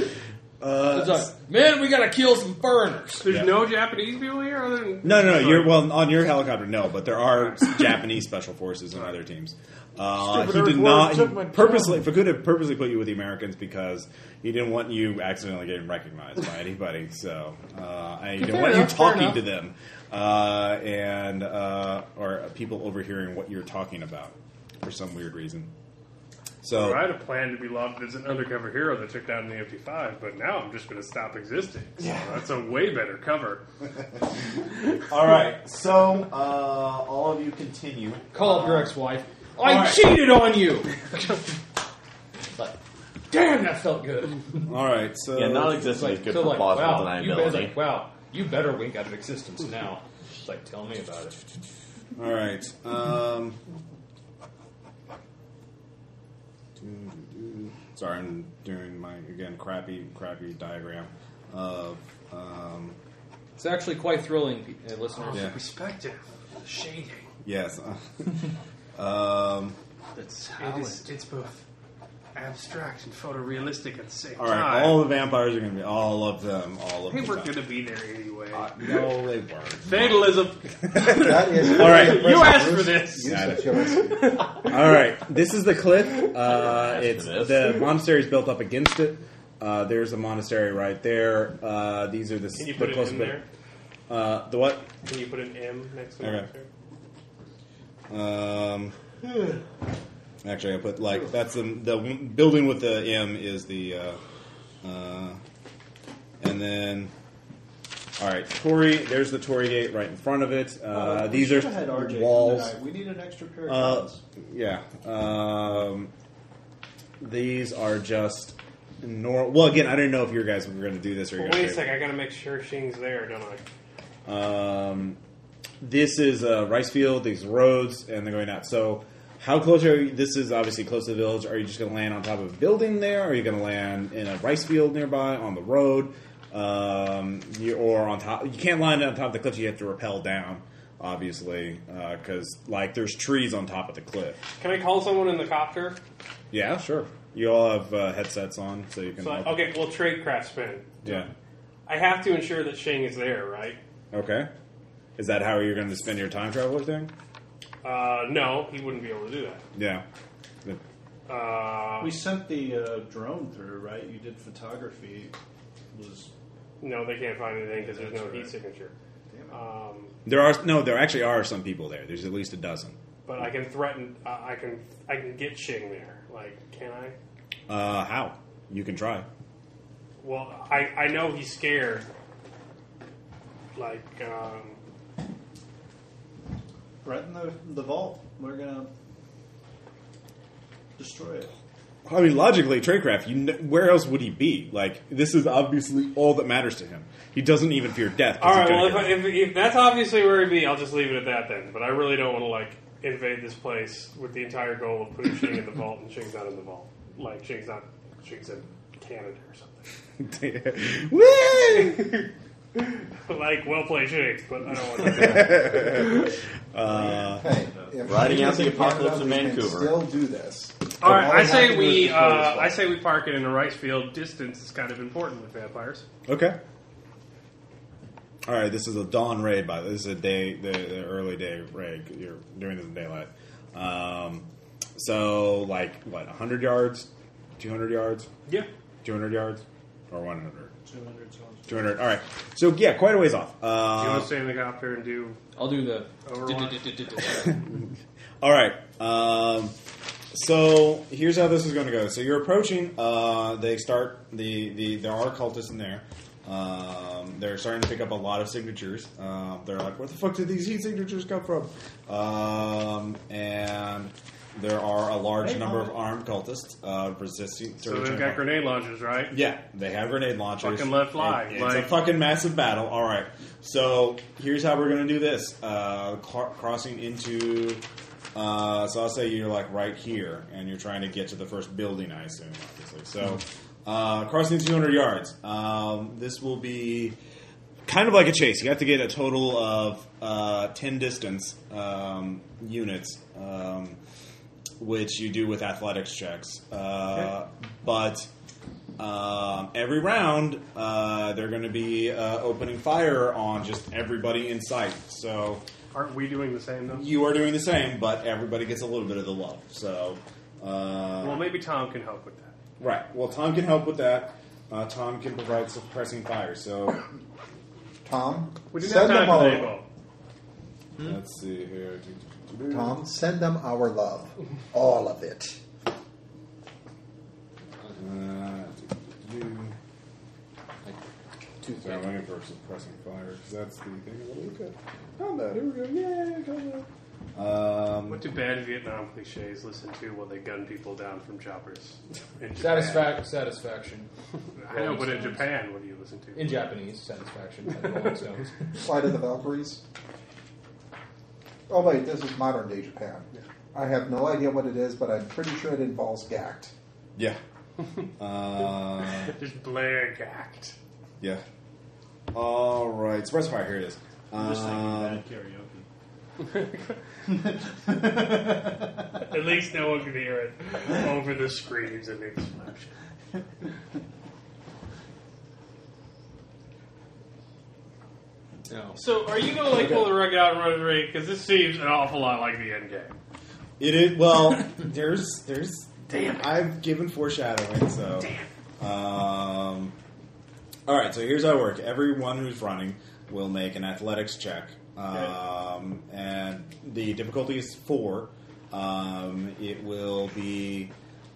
[SPEAKER 8] It's like, man, we gotta kill some foreigners.
[SPEAKER 7] there's
[SPEAKER 1] Yeah.
[SPEAKER 7] no Japanese people here other than
[SPEAKER 1] No, no, no.
[SPEAKER 7] Sorry.
[SPEAKER 1] You're well on your helicopter. No, but there are Japanese special forces and other teams. Uh, he
[SPEAKER 2] Stupid
[SPEAKER 1] did
[SPEAKER 2] Earthworm
[SPEAKER 1] not he
[SPEAKER 2] took my
[SPEAKER 1] purposely. Fakuda purposely put you with the Americans because he didn't want you accidentally getting recognized by anybody. So uh, I don't
[SPEAKER 8] fair
[SPEAKER 1] want
[SPEAKER 8] enough,
[SPEAKER 1] you
[SPEAKER 8] fair
[SPEAKER 1] talking
[SPEAKER 8] enough.
[SPEAKER 1] to them uh, and uh, or people overhearing what you're talking about for some weird reason. So
[SPEAKER 7] I had a plan to be loved as an undercover hero that took down the MT5, but now I'm just going to stop existing. So that's a way better cover.
[SPEAKER 3] All right, so uh, all of you continue.
[SPEAKER 8] Call up your ex-wife. I
[SPEAKER 3] All right.
[SPEAKER 8] cheated on you. Like, Damn, that felt good.
[SPEAKER 1] all right, so
[SPEAKER 9] Yeah, non-existent is good
[SPEAKER 8] So
[SPEAKER 9] for
[SPEAKER 8] like,
[SPEAKER 9] plausible
[SPEAKER 8] wow, you better,
[SPEAKER 9] deniability.
[SPEAKER 8] like, wow, you better wink out of existence now. It's like, tell me about it.
[SPEAKER 1] All right. Um, sorry, I'm doing my again crappy, crappy diagram of. Um,
[SPEAKER 8] It's actually quite thrilling, pe- uh, listeners.
[SPEAKER 1] yeah.
[SPEAKER 7] Perspective, shading.
[SPEAKER 1] Yes. uh, um,
[SPEAKER 7] That's it is. It's both abstract and photorealistic at the same
[SPEAKER 1] all
[SPEAKER 7] time.
[SPEAKER 1] right. All the vampires are going to be all of them. All of
[SPEAKER 7] they
[SPEAKER 1] the
[SPEAKER 7] were
[SPEAKER 1] time.
[SPEAKER 7] going to be there anyway.
[SPEAKER 1] Uh, no, they weren't.
[SPEAKER 7] Fatalism.
[SPEAKER 6] That is
[SPEAKER 1] All right.
[SPEAKER 7] You asked for this.
[SPEAKER 1] Got
[SPEAKER 6] Use
[SPEAKER 1] it.
[SPEAKER 6] of choice.
[SPEAKER 1] All right, this is the cliff. Uh,
[SPEAKER 9] Ask
[SPEAKER 1] it's
[SPEAKER 9] for this.
[SPEAKER 1] the monastery is built up against it. Uh, there's a monastery right there. Uh, these are the
[SPEAKER 7] Can you
[SPEAKER 1] the
[SPEAKER 7] put it
[SPEAKER 1] close
[SPEAKER 7] in
[SPEAKER 1] bit-
[SPEAKER 7] there?
[SPEAKER 1] Uh, the what?
[SPEAKER 7] Can you put an M next to
[SPEAKER 1] Okay.
[SPEAKER 7] it?
[SPEAKER 1] Um,
[SPEAKER 11] Hmm.
[SPEAKER 1] actually, I put like that's the the one- building with the M is the, uh, uh, and then. All right, Tory. There's the Tory gate right in front of it. Uh,
[SPEAKER 11] Oh, We
[SPEAKER 1] these are
[SPEAKER 11] should've had RJ come
[SPEAKER 1] walls.
[SPEAKER 11] tonight. We need an extra pair of
[SPEAKER 1] Uh,
[SPEAKER 11] hands.
[SPEAKER 1] yeah. Um, these are just normal. Well, again, I didn't know if your guys were going to do this or. you're
[SPEAKER 7] Well,
[SPEAKER 1] gonna
[SPEAKER 7] wait
[SPEAKER 1] do-
[SPEAKER 7] a sec. I got to make sure Shing's there, don't I?
[SPEAKER 1] Um, this is a rice field. These are roads, and they're going out. So, how close are you? This is obviously close to the village. Are you just going to land on top of a building there? Or are you going to land in a rice field nearby on the road? Um, you, or on top? You can't land on top of the cliff. You have to rappel down, obviously, because like there's trees on top of the cliff.
[SPEAKER 7] Can I call someone in the copter?
[SPEAKER 1] Yeah, sure. You all have uh, headsets on, so you can.
[SPEAKER 7] So I, okay, we'll trade craft spin.
[SPEAKER 1] Yeah.
[SPEAKER 7] I have to ensure that Shing is there, right?
[SPEAKER 1] Okay. Is that how you're going to spend your time traveler thing?
[SPEAKER 7] Uh, no, he wouldn't be able to do
[SPEAKER 1] Yeah.
[SPEAKER 7] that. Uh,
[SPEAKER 11] We sent the uh, drone through, right? You did photography. Was
[SPEAKER 7] no, they can't find anything because there's
[SPEAKER 11] That's
[SPEAKER 7] no heat
[SPEAKER 11] right.
[SPEAKER 7] signature.
[SPEAKER 11] damn it.
[SPEAKER 7] Um,
[SPEAKER 1] There are no. There actually are some people there. There's at least a dozen.
[SPEAKER 7] but I can threaten. Uh, I can. I can get Shing there. Like, can I?
[SPEAKER 1] Uh, how? You can try.
[SPEAKER 7] Well, I, I know he's scared. Like, um,
[SPEAKER 11] threaten the, the vault. We're gonna destroy it.
[SPEAKER 1] I mean, logically, tradecraft. You kn- where else would he be? Like this is obviously all that matters to him. He doesn't even fear death. 'cause
[SPEAKER 7] all
[SPEAKER 1] he
[SPEAKER 7] right.
[SPEAKER 1] could've
[SPEAKER 7] Well, if, I,
[SPEAKER 1] given
[SPEAKER 7] if, if that's obviously where he'd be, I'll just leave it at that then. But I really don't want to like invade this place with the entire goal of putting Shing in the vault and Shing's not in the vault. Like, Shing's not. Shing's in Canada or something.
[SPEAKER 1] up. Whee!
[SPEAKER 7] like, well played, Shing, but I don't want to. Do that.
[SPEAKER 6] Hey, if
[SPEAKER 9] Riding out the
[SPEAKER 6] we can
[SPEAKER 9] apocalypse
[SPEAKER 6] find
[SPEAKER 9] in
[SPEAKER 6] out we can
[SPEAKER 9] Vancouver.
[SPEAKER 6] Still do this.
[SPEAKER 7] All right,
[SPEAKER 6] All
[SPEAKER 7] I
[SPEAKER 6] we have
[SPEAKER 7] say
[SPEAKER 6] to do is
[SPEAKER 7] we.
[SPEAKER 6] destroy this
[SPEAKER 7] Uh,
[SPEAKER 6] wall.
[SPEAKER 7] I say we park it in a rice field. Distance is kind of important with vampires.
[SPEAKER 1] Okay. All right. This is a dawn raid. By the this is a day, the, the early day raid. You're doing this in daylight. Um, so like what, hundred yards, two hundred yards,
[SPEAKER 7] Yeah.
[SPEAKER 1] two hundred yards, or one hundred?
[SPEAKER 11] 200 zones.
[SPEAKER 1] Two hundred. All right. So yeah, quite a ways off.
[SPEAKER 7] Do you want to
[SPEAKER 1] Uh,
[SPEAKER 7] stay in the copter and do
[SPEAKER 14] I'll do the.
[SPEAKER 7] Overwatch?
[SPEAKER 1] all right. Um, so here's how this is going to go. So you're approaching. Uh, they start the, the there are cultists in there. Um, they're starting to pick up a lot of signatures. Um, they're like, where the fuck did these heat signatures come from? Um, and there are a large number of armed cultists uh, resisting. to
[SPEAKER 7] So they've
[SPEAKER 1] return
[SPEAKER 7] got
[SPEAKER 1] home.
[SPEAKER 7] grenade launchers, right?
[SPEAKER 1] Yeah, they have grenade launchers.
[SPEAKER 7] Fucking left line,
[SPEAKER 1] It- it's
[SPEAKER 7] like-
[SPEAKER 1] a fucking massive battle. All right, so here's how we're gonna do this: uh, cro- crossing into. Uh, so I'll say you're like right here, and you're trying to get to the first building, I assume, obviously. So uh, crossing 200 yards. Um, this will be kind of like a chase. You have to get a total of uh, 10 distance um, units. Um, which you do with athletics checks. Uh, But um, every round, uh, they're going to be uh, opening fire on just everybody in sight. So
[SPEAKER 7] Aren't we doing the same though?
[SPEAKER 1] you are doing the same, but everybody gets a little bit of the love. So, uh,
[SPEAKER 7] Well, maybe Tom can help with that.
[SPEAKER 1] right. Well, Tom can help with that. Uh, Tom can provide suppressing fire. So
[SPEAKER 6] Tom,
[SPEAKER 7] We didn't
[SPEAKER 6] send them
[SPEAKER 7] have time
[SPEAKER 6] our
[SPEAKER 7] today, Bo.
[SPEAKER 1] let's see here.
[SPEAKER 6] Tom, send them our love, all of it.
[SPEAKER 1] Uh, Sorry, I'm looking for suppressing fire because that's the thing I'm going to look at. Combat, here we go. Yay, combat. Um,
[SPEAKER 7] What do bad Vietnam cliches listen to while they gun people down from choppers? In Japan.
[SPEAKER 14] Satisfac- satisfaction.
[SPEAKER 7] I know, but in Japan, what do you listen to?
[SPEAKER 14] In Japanese, satisfaction. by the Rolling Stones.
[SPEAKER 6] Flight of the Valkyries. Oh wait, this is modern day Japan. I have no idea what it is, but I'm pretty sure it involves Gact.
[SPEAKER 1] Yeah. Uh,
[SPEAKER 7] Just Blair gacked.
[SPEAKER 1] yeah. All right. Suppress fire. Here it is.
[SPEAKER 11] I'm just thinking
[SPEAKER 7] Uh,
[SPEAKER 1] Um,
[SPEAKER 11] bad karaoke.
[SPEAKER 7] At least no one could hear it over the screams of explosion.
[SPEAKER 8] No.
[SPEAKER 7] So, are you gonna like pull the rug out and run it Because this seems an awful lot like the end game.
[SPEAKER 1] it is well. There's there's. Damn. I've given foreshadowing. So. Um, all right. So here's how it works. Everyone who's running will make an athletics check, um, and the difficulty is four. Um, it will be.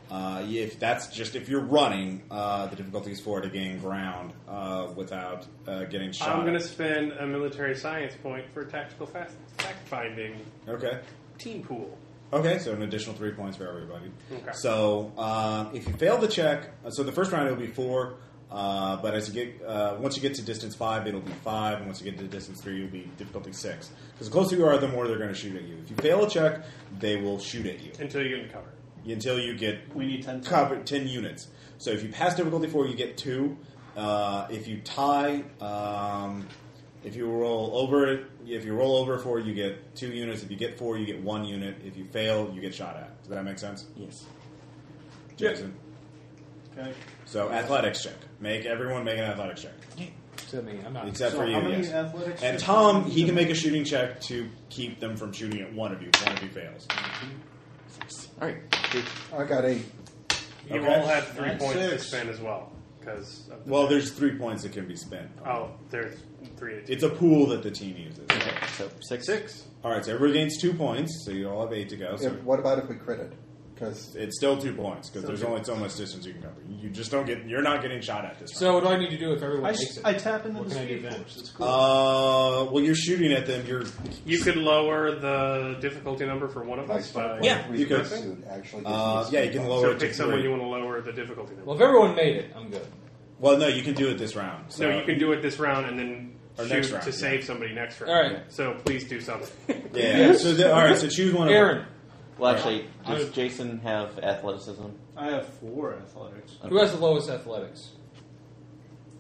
[SPEAKER 1] Uh, if that's just if you're running, uh, the difficulty is four to gain ground uh, without uh, getting shot.
[SPEAKER 7] I'm
[SPEAKER 1] at.
[SPEAKER 7] gonna spend a military science point for tactical fast, fact finding
[SPEAKER 1] okay.
[SPEAKER 7] team pool.
[SPEAKER 1] Okay, so an additional three points for everybody.
[SPEAKER 7] Okay.
[SPEAKER 1] So um, if you fail the check, uh, so the first round it'll be four, uh, but as you get uh, once you get to distance five, it'll be five, and once you get to distance three, it'll be difficulty six. Because the closer you are, the more they're going to shoot at you. If you fail a check, they will shoot at you
[SPEAKER 7] until you get in cover.
[SPEAKER 1] until you get
[SPEAKER 11] We need 10
[SPEAKER 1] cover ten units. So if you pass difficulty four, you get two. Uh, if you tie, um, if you roll over it, if you roll over four, you get two units. If you get four, you get one unit. If you fail, you get shot at. Does that make sense,
[SPEAKER 9] Yes.
[SPEAKER 1] Jason?
[SPEAKER 11] Okay.
[SPEAKER 1] So athletics check. Make everyone make an athletics check,
[SPEAKER 14] To me, I'm not.
[SPEAKER 1] except
[SPEAKER 11] Uh, So
[SPEAKER 1] for you.
[SPEAKER 11] how many
[SPEAKER 1] yes.
[SPEAKER 11] athletics
[SPEAKER 1] And
[SPEAKER 11] checks-
[SPEAKER 1] Tom, he can make a shooting check to keep them from shooting at one of you. if One of you fails.
[SPEAKER 9] All right.
[SPEAKER 6] I got eight.
[SPEAKER 7] You
[SPEAKER 1] Okay.
[SPEAKER 7] all have three
[SPEAKER 11] That's
[SPEAKER 7] points to
[SPEAKER 11] six.
[SPEAKER 7] spend as well. Because
[SPEAKER 1] Well, there's three points that can be spent.
[SPEAKER 7] oh, there's three. To two.
[SPEAKER 1] It's a pool that the team uses.
[SPEAKER 9] Okay. So six.
[SPEAKER 7] six.
[SPEAKER 1] All right, so everybody gains two points, so you all have eight to go. So
[SPEAKER 6] If, what about if we critted? Because
[SPEAKER 1] it's still two points because
[SPEAKER 6] So
[SPEAKER 1] there's
[SPEAKER 6] two.
[SPEAKER 1] only so much distance you can cover. You just don't get. You're not getting shot at this.
[SPEAKER 14] So what do I need to do if everyone
[SPEAKER 11] I,
[SPEAKER 14] makes
[SPEAKER 11] s-
[SPEAKER 14] it?
[SPEAKER 11] I tap into
[SPEAKER 14] What
[SPEAKER 11] the
[SPEAKER 14] can I do
[SPEAKER 11] speed
[SPEAKER 14] then?
[SPEAKER 11] force. It's cool.
[SPEAKER 1] round. Uh, well, you're shooting at them. You're
[SPEAKER 7] You could lower the difficulty number for one of
[SPEAKER 6] like
[SPEAKER 7] us.
[SPEAKER 6] five
[SPEAKER 7] By,
[SPEAKER 1] Yeah,
[SPEAKER 6] point three
[SPEAKER 1] you could.
[SPEAKER 6] pursuit actually. gives
[SPEAKER 1] uh,
[SPEAKER 6] me
[SPEAKER 1] yeah.
[SPEAKER 6] speed
[SPEAKER 1] You can
[SPEAKER 6] bonus.
[SPEAKER 1] lower
[SPEAKER 7] So
[SPEAKER 1] it to
[SPEAKER 7] pick someone you
[SPEAKER 1] three.
[SPEAKER 7] want to lower the difficulty number.
[SPEAKER 14] Well, if everyone made it, I'm good.
[SPEAKER 1] Well, no, you can do it this round. So
[SPEAKER 7] no, you can do it this round and then
[SPEAKER 1] Or
[SPEAKER 7] shoot
[SPEAKER 1] next round,
[SPEAKER 7] to
[SPEAKER 1] yeah.
[SPEAKER 7] save somebody next round.
[SPEAKER 14] All right.
[SPEAKER 7] So please do something.
[SPEAKER 1] Yeah. So the, all right. So choose one. of-
[SPEAKER 14] Aaron,
[SPEAKER 9] Well, actually, does
[SPEAKER 14] I-
[SPEAKER 9] Jason have athleticism?
[SPEAKER 11] I have four athletics.
[SPEAKER 14] who has the lowest athletics?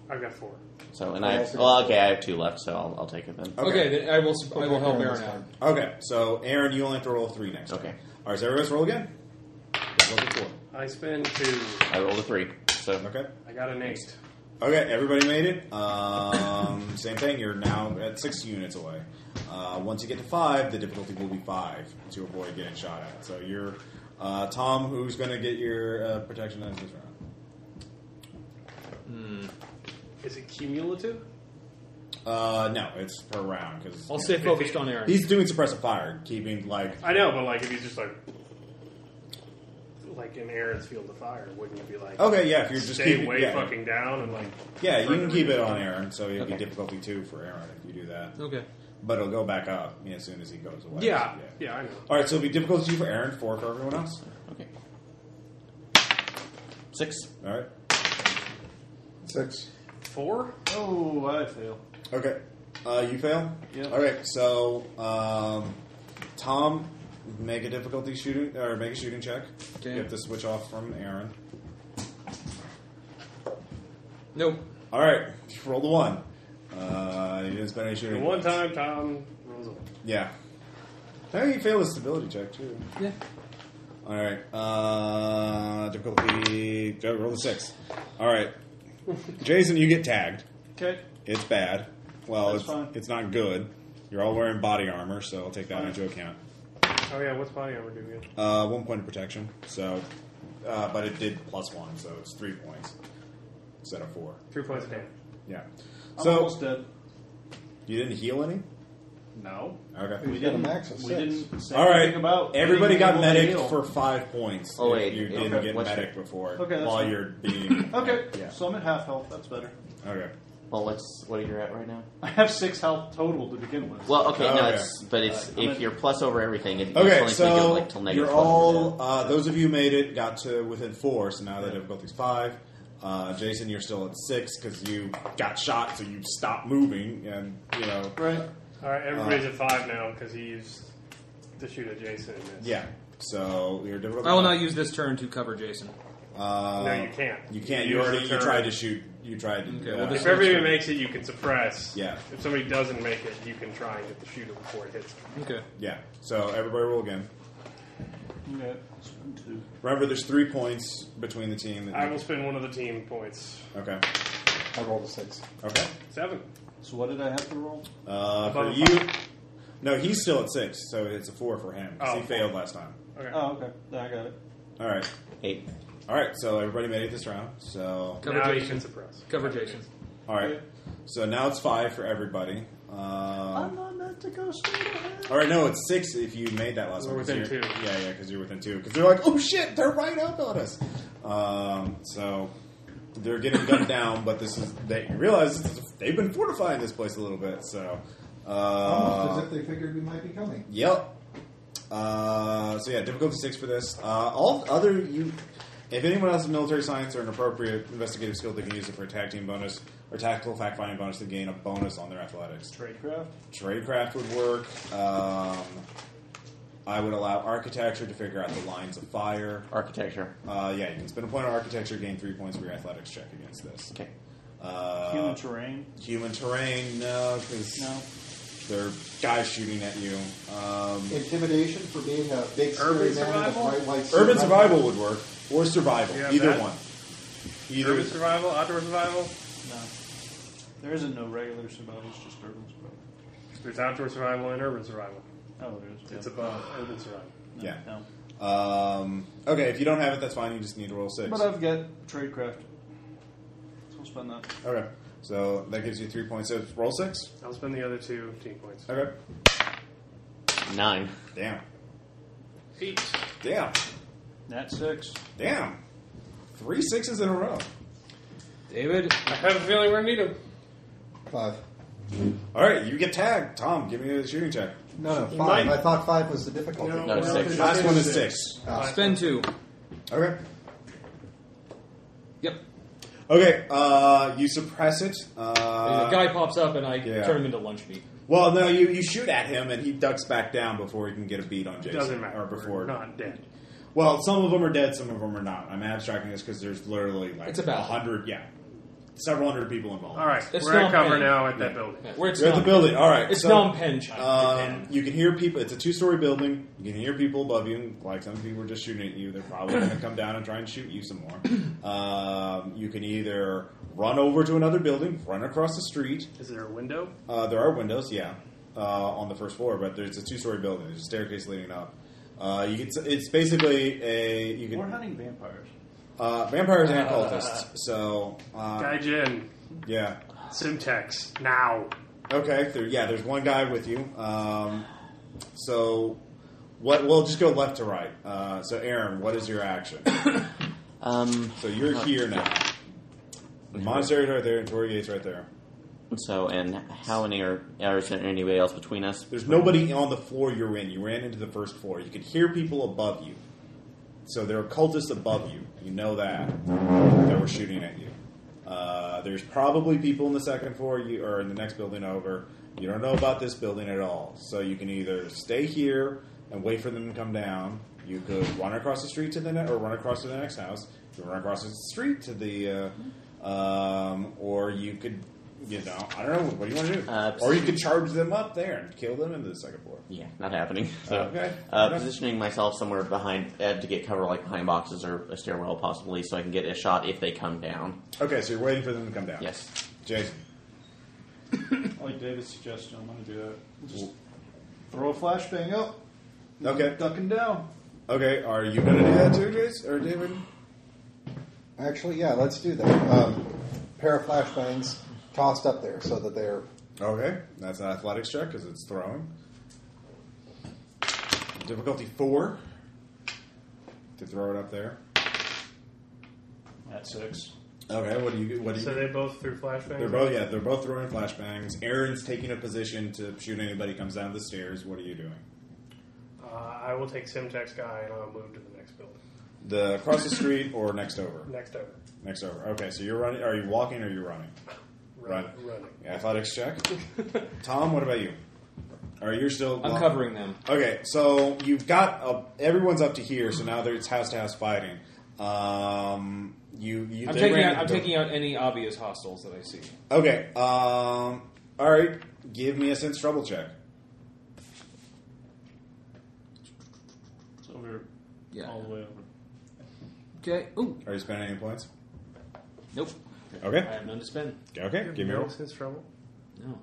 [SPEAKER 7] I've got four.
[SPEAKER 9] So and
[SPEAKER 6] I
[SPEAKER 9] I
[SPEAKER 6] also
[SPEAKER 9] well
[SPEAKER 6] got
[SPEAKER 9] okay I have two left so I'll, I'll take it then.
[SPEAKER 1] Okay.
[SPEAKER 14] Okay, then I will. I will help
[SPEAKER 6] Aaron
[SPEAKER 14] Aaron
[SPEAKER 6] this
[SPEAKER 14] out.
[SPEAKER 6] time.
[SPEAKER 1] Okay. So Aaron, you only have to roll three next.
[SPEAKER 9] Okay.
[SPEAKER 1] Time. All right. So everybody's roll again. Roll the four.
[SPEAKER 7] I spend two.
[SPEAKER 9] I rolled a three so
[SPEAKER 1] Okay.
[SPEAKER 7] I got an eight.
[SPEAKER 1] Okay, everybody made it. Um, same thing. You're now at six units away. Uh, once you get to five, the difficulty will be five to avoid getting shot at. So you're uh, Tom, who's going to get your uh, protection as this round?
[SPEAKER 7] Is it cumulative?
[SPEAKER 1] Uh, no, it's per round because
[SPEAKER 14] I'll stay focused on Aaron.
[SPEAKER 1] he's doing suppressive fire, keeping like
[SPEAKER 7] I know, but like if he's just like like in Aaron's field of fire, wouldn't you be like
[SPEAKER 1] okay, yeah. If you're just
[SPEAKER 7] stay
[SPEAKER 1] keeping,
[SPEAKER 7] way
[SPEAKER 1] yeah,
[SPEAKER 7] fucking down and like
[SPEAKER 1] yeah, you
[SPEAKER 7] further
[SPEAKER 1] can keep
[SPEAKER 7] reach?
[SPEAKER 1] it on Aaron, so it'll
[SPEAKER 9] Okay.
[SPEAKER 1] be difficulty two for Aaron if you do that.
[SPEAKER 14] okay.
[SPEAKER 1] But it'll go back up you know, as soon as he goes away.
[SPEAKER 7] Yeah, yeah, I know.
[SPEAKER 1] All right, so it'll be difficulty two for Aaron, four for everyone else.
[SPEAKER 9] okay six
[SPEAKER 1] All right.
[SPEAKER 6] Six.
[SPEAKER 7] Four?
[SPEAKER 11] Oh, I fail.
[SPEAKER 1] Okay. Uh, you fail?
[SPEAKER 11] Yeah.
[SPEAKER 1] All right, so um, Tom, make a difficulty shooting, or make a shooting check.
[SPEAKER 14] Okay.
[SPEAKER 1] You have to switch off from Aaron.
[SPEAKER 14] Nope.
[SPEAKER 1] All right, roll the one. Uh, you didn't spend any shooting.
[SPEAKER 7] One
[SPEAKER 1] points.
[SPEAKER 7] time Tom rolls a one.
[SPEAKER 1] Yeah. Now you failed a stability check, too.
[SPEAKER 14] Yeah.
[SPEAKER 1] All right. Uh, difficulty, go, roll a six. All right. Jason, you get tagged.
[SPEAKER 11] Okay.
[SPEAKER 1] It's bad. Well,
[SPEAKER 11] That's
[SPEAKER 1] it's,
[SPEAKER 11] fine.
[SPEAKER 1] it's not good. You're all wearing body armor, so I'll take that
[SPEAKER 11] Fine.
[SPEAKER 1] into account.
[SPEAKER 7] Oh yeah, what's body armor do again?
[SPEAKER 1] Uh, one point of protection. So, uh, but it did plus one, so it's three points instead of four.
[SPEAKER 7] Three points of damage.
[SPEAKER 1] Yeah.
[SPEAKER 11] I'm
[SPEAKER 1] So
[SPEAKER 11] almost dead.
[SPEAKER 1] you didn't heal any.
[SPEAKER 11] No.
[SPEAKER 1] Okay.
[SPEAKER 11] We
[SPEAKER 6] He's got a
[SPEAKER 11] didn't,
[SPEAKER 6] max of
[SPEAKER 11] we
[SPEAKER 6] six.
[SPEAKER 11] didn't say
[SPEAKER 1] All right.
[SPEAKER 11] anything about
[SPEAKER 1] Everybody
[SPEAKER 11] being
[SPEAKER 1] got
[SPEAKER 11] able to
[SPEAKER 1] medic
[SPEAKER 11] heal.
[SPEAKER 1] for five points.
[SPEAKER 9] Oh,
[SPEAKER 1] if
[SPEAKER 9] wait,
[SPEAKER 1] You
[SPEAKER 9] okay,
[SPEAKER 1] didn't get
[SPEAKER 9] what's
[SPEAKER 1] medic before
[SPEAKER 11] Okay, that's
[SPEAKER 1] while
[SPEAKER 11] fine.
[SPEAKER 1] you're being
[SPEAKER 11] Okay,
[SPEAKER 1] Yeah.
[SPEAKER 11] so I'm at half health. That's better.
[SPEAKER 1] Okay.
[SPEAKER 9] well let's what are you at right now
[SPEAKER 11] I have six health total to begin with.
[SPEAKER 9] well okay
[SPEAKER 1] Oh,
[SPEAKER 9] no
[SPEAKER 1] okay.
[SPEAKER 9] it's but it's
[SPEAKER 11] Alright, I'm
[SPEAKER 9] if
[SPEAKER 11] in.
[SPEAKER 9] you're plus over everything it, it's
[SPEAKER 1] Okay,
[SPEAKER 9] only gonna go
[SPEAKER 1] so
[SPEAKER 9] like till negative
[SPEAKER 1] you're
[SPEAKER 9] 12
[SPEAKER 1] all uh, those of you made it got to within four, so now the difficulty's five. Uh, Jason, you're still at six because you got shot, so you stopped moving, and you know
[SPEAKER 11] right.
[SPEAKER 7] Alright, everybody's at five now because he used to shoot at Jason and miss.
[SPEAKER 1] Yeah. So you're difficult.
[SPEAKER 14] I will not use this turn to cover Jason.
[SPEAKER 1] Uh,
[SPEAKER 7] No, you can't.
[SPEAKER 1] You can't. You,
[SPEAKER 7] You use
[SPEAKER 1] already
[SPEAKER 7] the
[SPEAKER 1] you
[SPEAKER 7] turn.
[SPEAKER 1] tried to shoot. You tried to.
[SPEAKER 14] Okay, well, this-
[SPEAKER 7] If everybody makes it, you can suppress.
[SPEAKER 1] Yeah.
[SPEAKER 7] If somebody doesn't make it, you can try and get the shooter before it hits.
[SPEAKER 1] Mm-hmm.
[SPEAKER 7] them.
[SPEAKER 14] Okay.
[SPEAKER 1] yeah. So everybody roll again.
[SPEAKER 11] Yeah, it's one, two.
[SPEAKER 1] Remember, there's three points between the team. That
[SPEAKER 7] I will spend one of the team points.
[SPEAKER 1] Okay.
[SPEAKER 6] I rolled a six.
[SPEAKER 1] Okay.
[SPEAKER 7] Seven.
[SPEAKER 11] So what did I have to roll?
[SPEAKER 1] Uh, for
[SPEAKER 7] Above a
[SPEAKER 1] you. No, he's still at six, so it's a four for him. 'cause
[SPEAKER 7] Oh,
[SPEAKER 1] he
[SPEAKER 7] four.
[SPEAKER 1] failed last time.
[SPEAKER 7] Okay.
[SPEAKER 11] Oh, okay. I got it.
[SPEAKER 1] All right.
[SPEAKER 9] Eight.
[SPEAKER 1] All right. So everybody made it this round. So
[SPEAKER 14] Cover
[SPEAKER 7] now you
[SPEAKER 14] Jason.
[SPEAKER 7] can suppress.
[SPEAKER 14] Cover Jason.
[SPEAKER 1] all right. So now it's five for everybody. Um,
[SPEAKER 11] I'm not meant to go straight ahead.
[SPEAKER 1] all right. No, it's six if you made that last
[SPEAKER 7] We're
[SPEAKER 1] one. 'cause
[SPEAKER 7] within
[SPEAKER 1] you're-
[SPEAKER 7] two.
[SPEAKER 1] Yeah, yeah, because you're within two. Because they're like, oh shit, they're right up on us. Um, so they're getting gunned down, but this is they you realize this is- they've been fortifying this place a little bit. So.
[SPEAKER 11] Oh,
[SPEAKER 1] Uh,
[SPEAKER 6] Almost as if they figured we might be coming.
[SPEAKER 1] Yep. Uh, so yeah, difficulty six for this. Uh, all other you, if anyone else has military science or an appropriate investigative skill, they can use it for a tag team bonus or tactical fact finding bonus to gain a bonus on their athletics.
[SPEAKER 11] Tradecraft.
[SPEAKER 1] Tradecraft would work. Um, I would allow architecture to figure out the lines of fire.
[SPEAKER 9] Architecture.
[SPEAKER 1] Uh, yeah, you can spend a point on architecture, gain three points for your athletics check against this.
[SPEAKER 9] Okay.
[SPEAKER 1] Uh,
[SPEAKER 11] Human terrain.
[SPEAKER 1] human terrain, no, because
[SPEAKER 11] No.
[SPEAKER 1] they're guys shooting at you. Um,
[SPEAKER 6] Intimidation for being a big
[SPEAKER 7] Urban
[SPEAKER 6] scary man in a
[SPEAKER 7] survival?
[SPEAKER 6] bright white suit.
[SPEAKER 1] Urban survival would work, or survival,
[SPEAKER 7] You have
[SPEAKER 1] either
[SPEAKER 7] that?
[SPEAKER 1] one.
[SPEAKER 7] Urban
[SPEAKER 1] Either
[SPEAKER 7] survival, outdoor survival.
[SPEAKER 11] No. There isn't no regular survival, it's just urban survival.
[SPEAKER 7] There's outdoor survival and urban survival.
[SPEAKER 11] Oh, there is.
[SPEAKER 7] It's
[SPEAKER 11] yeah.
[SPEAKER 7] above urban survival.
[SPEAKER 11] No,
[SPEAKER 1] yeah.
[SPEAKER 11] No.
[SPEAKER 1] Um, okay, if you don't have it, that's fine. You just need to roll six.
[SPEAKER 11] But
[SPEAKER 2] uh,
[SPEAKER 11] I've got tradecraft. So I'll spend that.
[SPEAKER 1] okay, so that gives you three points. So roll six.
[SPEAKER 7] I'll spend the other two team points.
[SPEAKER 1] Okay.
[SPEAKER 9] Nine.
[SPEAKER 1] Damn.
[SPEAKER 7] Eight.
[SPEAKER 1] Damn.
[SPEAKER 11] Nat six.
[SPEAKER 1] Damn. Three sixes in a row.
[SPEAKER 14] David.
[SPEAKER 7] I have a feeling we're gonna need them.
[SPEAKER 6] Five.
[SPEAKER 1] All right, you get tagged. Tom, give me a shooting check.
[SPEAKER 6] No, no,
[SPEAKER 7] You
[SPEAKER 6] five.
[SPEAKER 7] might-
[SPEAKER 6] I thought five was the difficulty.
[SPEAKER 7] No,
[SPEAKER 9] No, six.
[SPEAKER 1] Last one is six.
[SPEAKER 8] Uh,
[SPEAKER 14] Spend two.
[SPEAKER 1] Okay.
[SPEAKER 14] Yep.
[SPEAKER 1] Okay. Uh, you suppress it.
[SPEAKER 8] the
[SPEAKER 1] Uh,
[SPEAKER 8] guy pops up and I
[SPEAKER 1] yeah.
[SPEAKER 8] turn him into lunch meat.
[SPEAKER 1] well, no, you, you shoot at him and he ducks back down before he can get a beat on Jason.
[SPEAKER 7] Doesn't matter.
[SPEAKER 1] Or before
[SPEAKER 7] We're not dead.
[SPEAKER 1] Well, some of them are dead, some of them are not. I'm abstracting this because there's literally like
[SPEAKER 8] It's a battle.
[SPEAKER 1] hundred, yeah, several hundred people involved.
[SPEAKER 7] All right,
[SPEAKER 8] It's
[SPEAKER 7] we're at
[SPEAKER 8] not bad.
[SPEAKER 7] cover now at that building.
[SPEAKER 8] Yeah, where it's
[SPEAKER 1] you're at the
[SPEAKER 8] not-
[SPEAKER 1] building. All right,
[SPEAKER 8] It's
[SPEAKER 1] so,
[SPEAKER 8] non pench.
[SPEAKER 1] Um, you can hear people. It's a two-story building. You can hear people above you. Like some people are just shooting at you. They're probably going to come down and try and shoot you some more. Um, you can either run over to another building, run across the street.
[SPEAKER 7] Is there a window?
[SPEAKER 1] Uh, there are windows, yeah, uh, on the first floor, but there's a two-story building. There's a staircase leading up. Uh, you can, it's basically a you can
[SPEAKER 11] We're hunting vampires.
[SPEAKER 1] Uh, vampires and cultists. So, uh,
[SPEAKER 7] Gaijin.
[SPEAKER 1] yeah.
[SPEAKER 7] Simtex. Now.
[SPEAKER 1] Okay. There, yeah, there's one guy with you. Um, so, what? We'll just go left to right. Uh, so, Aaron, what is your action?
[SPEAKER 9] Um,
[SPEAKER 1] So you're here now. The monastery's right there, and Tory Gate's right there.
[SPEAKER 9] so, and how many are, or is there anybody else between us?
[SPEAKER 1] There's nobody on the floor you're in. You ran into the first floor. You could hear people above you. So there are cultists above you. You know that that were shooting at you. Uh, there's probably people in the second floor you, or in the next building over. You don't know about this building at all. So you can either stay here and wait for them to come down. You could run across the street to the ne- or run across to the next house. You could run across the street to the, uh, um, or you could, you know, I don't know. What do you want to do?
[SPEAKER 9] Uh,
[SPEAKER 1] or you could charge them up there and kill them into the second floor.
[SPEAKER 9] Yeah, not happening. So,
[SPEAKER 1] Okay.
[SPEAKER 9] uh, positioning myself somewhere behind uh, to get cover, like behind boxes or a stairwell, possibly, so I can get a shot if they come down.
[SPEAKER 1] Okay, so you're waiting for them to come down.
[SPEAKER 9] Yes.
[SPEAKER 1] Jason.
[SPEAKER 11] I like David's suggestion. I'm going to do that. Just throw a flashbang up.
[SPEAKER 1] Okay.
[SPEAKER 11] Ducking down.
[SPEAKER 1] Okay, are you gonna do that too, Jason or David?
[SPEAKER 6] Actually, yeah, let's do that. Um, pair of flashbangs tossed up there so that they're.
[SPEAKER 1] Okay, that's an athletics check because it's throwing. Difficulty four to throw it up there.
[SPEAKER 11] Nat six.
[SPEAKER 1] Okay, what do you? What do you?
[SPEAKER 7] So they both threw
[SPEAKER 1] they're
[SPEAKER 7] flashbangs?
[SPEAKER 1] both yeah, they're both throwing flashbangs. Aaron's taking a position to shoot anybody who comes down the stairs. What are you doing?
[SPEAKER 7] Uh, I will take Simtex guy and I'll move to the next building.
[SPEAKER 1] The across the street or next over?
[SPEAKER 7] Next over.
[SPEAKER 1] Next over. Okay, so you're running. Are you walking or are you running?
[SPEAKER 7] Run,
[SPEAKER 1] Right.
[SPEAKER 7] Running.
[SPEAKER 1] Athletics check. Tom, what about you? Or you're still
[SPEAKER 8] I'm
[SPEAKER 1] well,
[SPEAKER 8] covering them.
[SPEAKER 1] Okay, so you've got uh, everyone's up to here, so now there it's house to house fighting. Um, you, you
[SPEAKER 8] I'm
[SPEAKER 1] they
[SPEAKER 8] taking
[SPEAKER 1] ran
[SPEAKER 8] out, I'm
[SPEAKER 1] into-
[SPEAKER 8] taking out any obvious hostiles that I see.
[SPEAKER 1] Okay. Um, all right. Give me a sense trouble check.
[SPEAKER 11] It's over
[SPEAKER 14] Yeah.
[SPEAKER 11] all the way over.
[SPEAKER 14] Okay. Ooh.
[SPEAKER 1] Are you spending any points?
[SPEAKER 14] Nope.
[SPEAKER 8] I
[SPEAKER 1] Okay.
[SPEAKER 8] have none to spend.
[SPEAKER 1] Okay. Give me a roll.
[SPEAKER 7] his trouble.
[SPEAKER 14] No.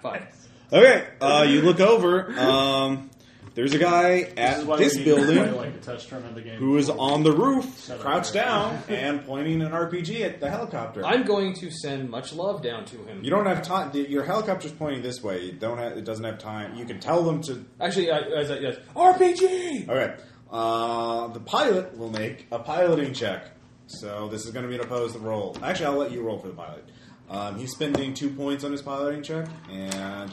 [SPEAKER 8] Five.
[SPEAKER 1] Okay. Uh, you look over. Um, there's a guy
[SPEAKER 11] This is
[SPEAKER 1] at
[SPEAKER 11] why
[SPEAKER 1] this
[SPEAKER 11] we need to play,
[SPEAKER 1] building
[SPEAKER 11] like a test run of the game.
[SPEAKER 1] who is on the roof,
[SPEAKER 11] Shut up.
[SPEAKER 1] crouched down, and pointing an RPG at the helicopter.
[SPEAKER 8] I'm going to send much love down to him.
[SPEAKER 1] you don't have time. Your helicopter's pointing this way. You don't. Have, it doesn't have time. You can tell them to.
[SPEAKER 8] Actually, I, as I, yes. RPG.
[SPEAKER 1] Okay. Uh, the pilot will make a piloting check. So this is going to be an opposed roll. Actually, I'll let you roll for the pilot. Um, he's spending two points on his piloting check, and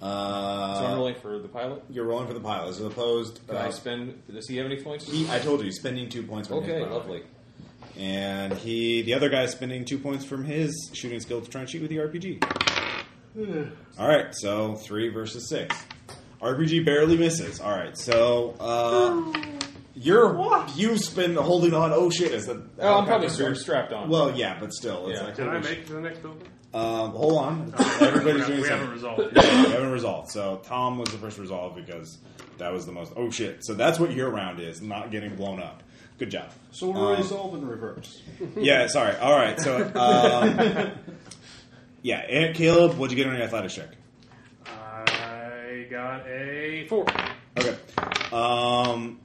[SPEAKER 1] uh,
[SPEAKER 8] so I'm rolling for the pilot.
[SPEAKER 1] you're rolling for the pilot. This is opposed.
[SPEAKER 8] Can I
[SPEAKER 1] uh,
[SPEAKER 8] spend? Does he have any points?
[SPEAKER 1] He, I told you, he's spending two points. From his
[SPEAKER 8] okay,
[SPEAKER 1] pilot.
[SPEAKER 8] lovely.
[SPEAKER 1] And he, the other guy's spending two points from his shooting skill to try and shoot with the RPG. All right, so three versus six. RPG barely misses. All right, so uh, you're you've been holding on. Oh shit! Is the
[SPEAKER 8] Oh, I'm probably sort of strapped on.
[SPEAKER 1] Well, yeah, but still, it's
[SPEAKER 8] Yeah.
[SPEAKER 1] like,
[SPEAKER 7] Did I make it to the next building?
[SPEAKER 1] um, hold on. Everybody's doing
[SPEAKER 7] we
[SPEAKER 1] something.
[SPEAKER 7] haven't resolved.
[SPEAKER 1] We
[SPEAKER 7] Yet.
[SPEAKER 1] haven't resolved. So Tom was the first resolved because that was the most. Oh shit! So that's what your round is. Not getting blown up. Good job.
[SPEAKER 11] So we're resolving reverse.
[SPEAKER 1] Um, Yeah, sorry. All right, so um, yeah, and Caleb, what'd you get on your athletics check?
[SPEAKER 7] I got a four.
[SPEAKER 1] Okay. Um,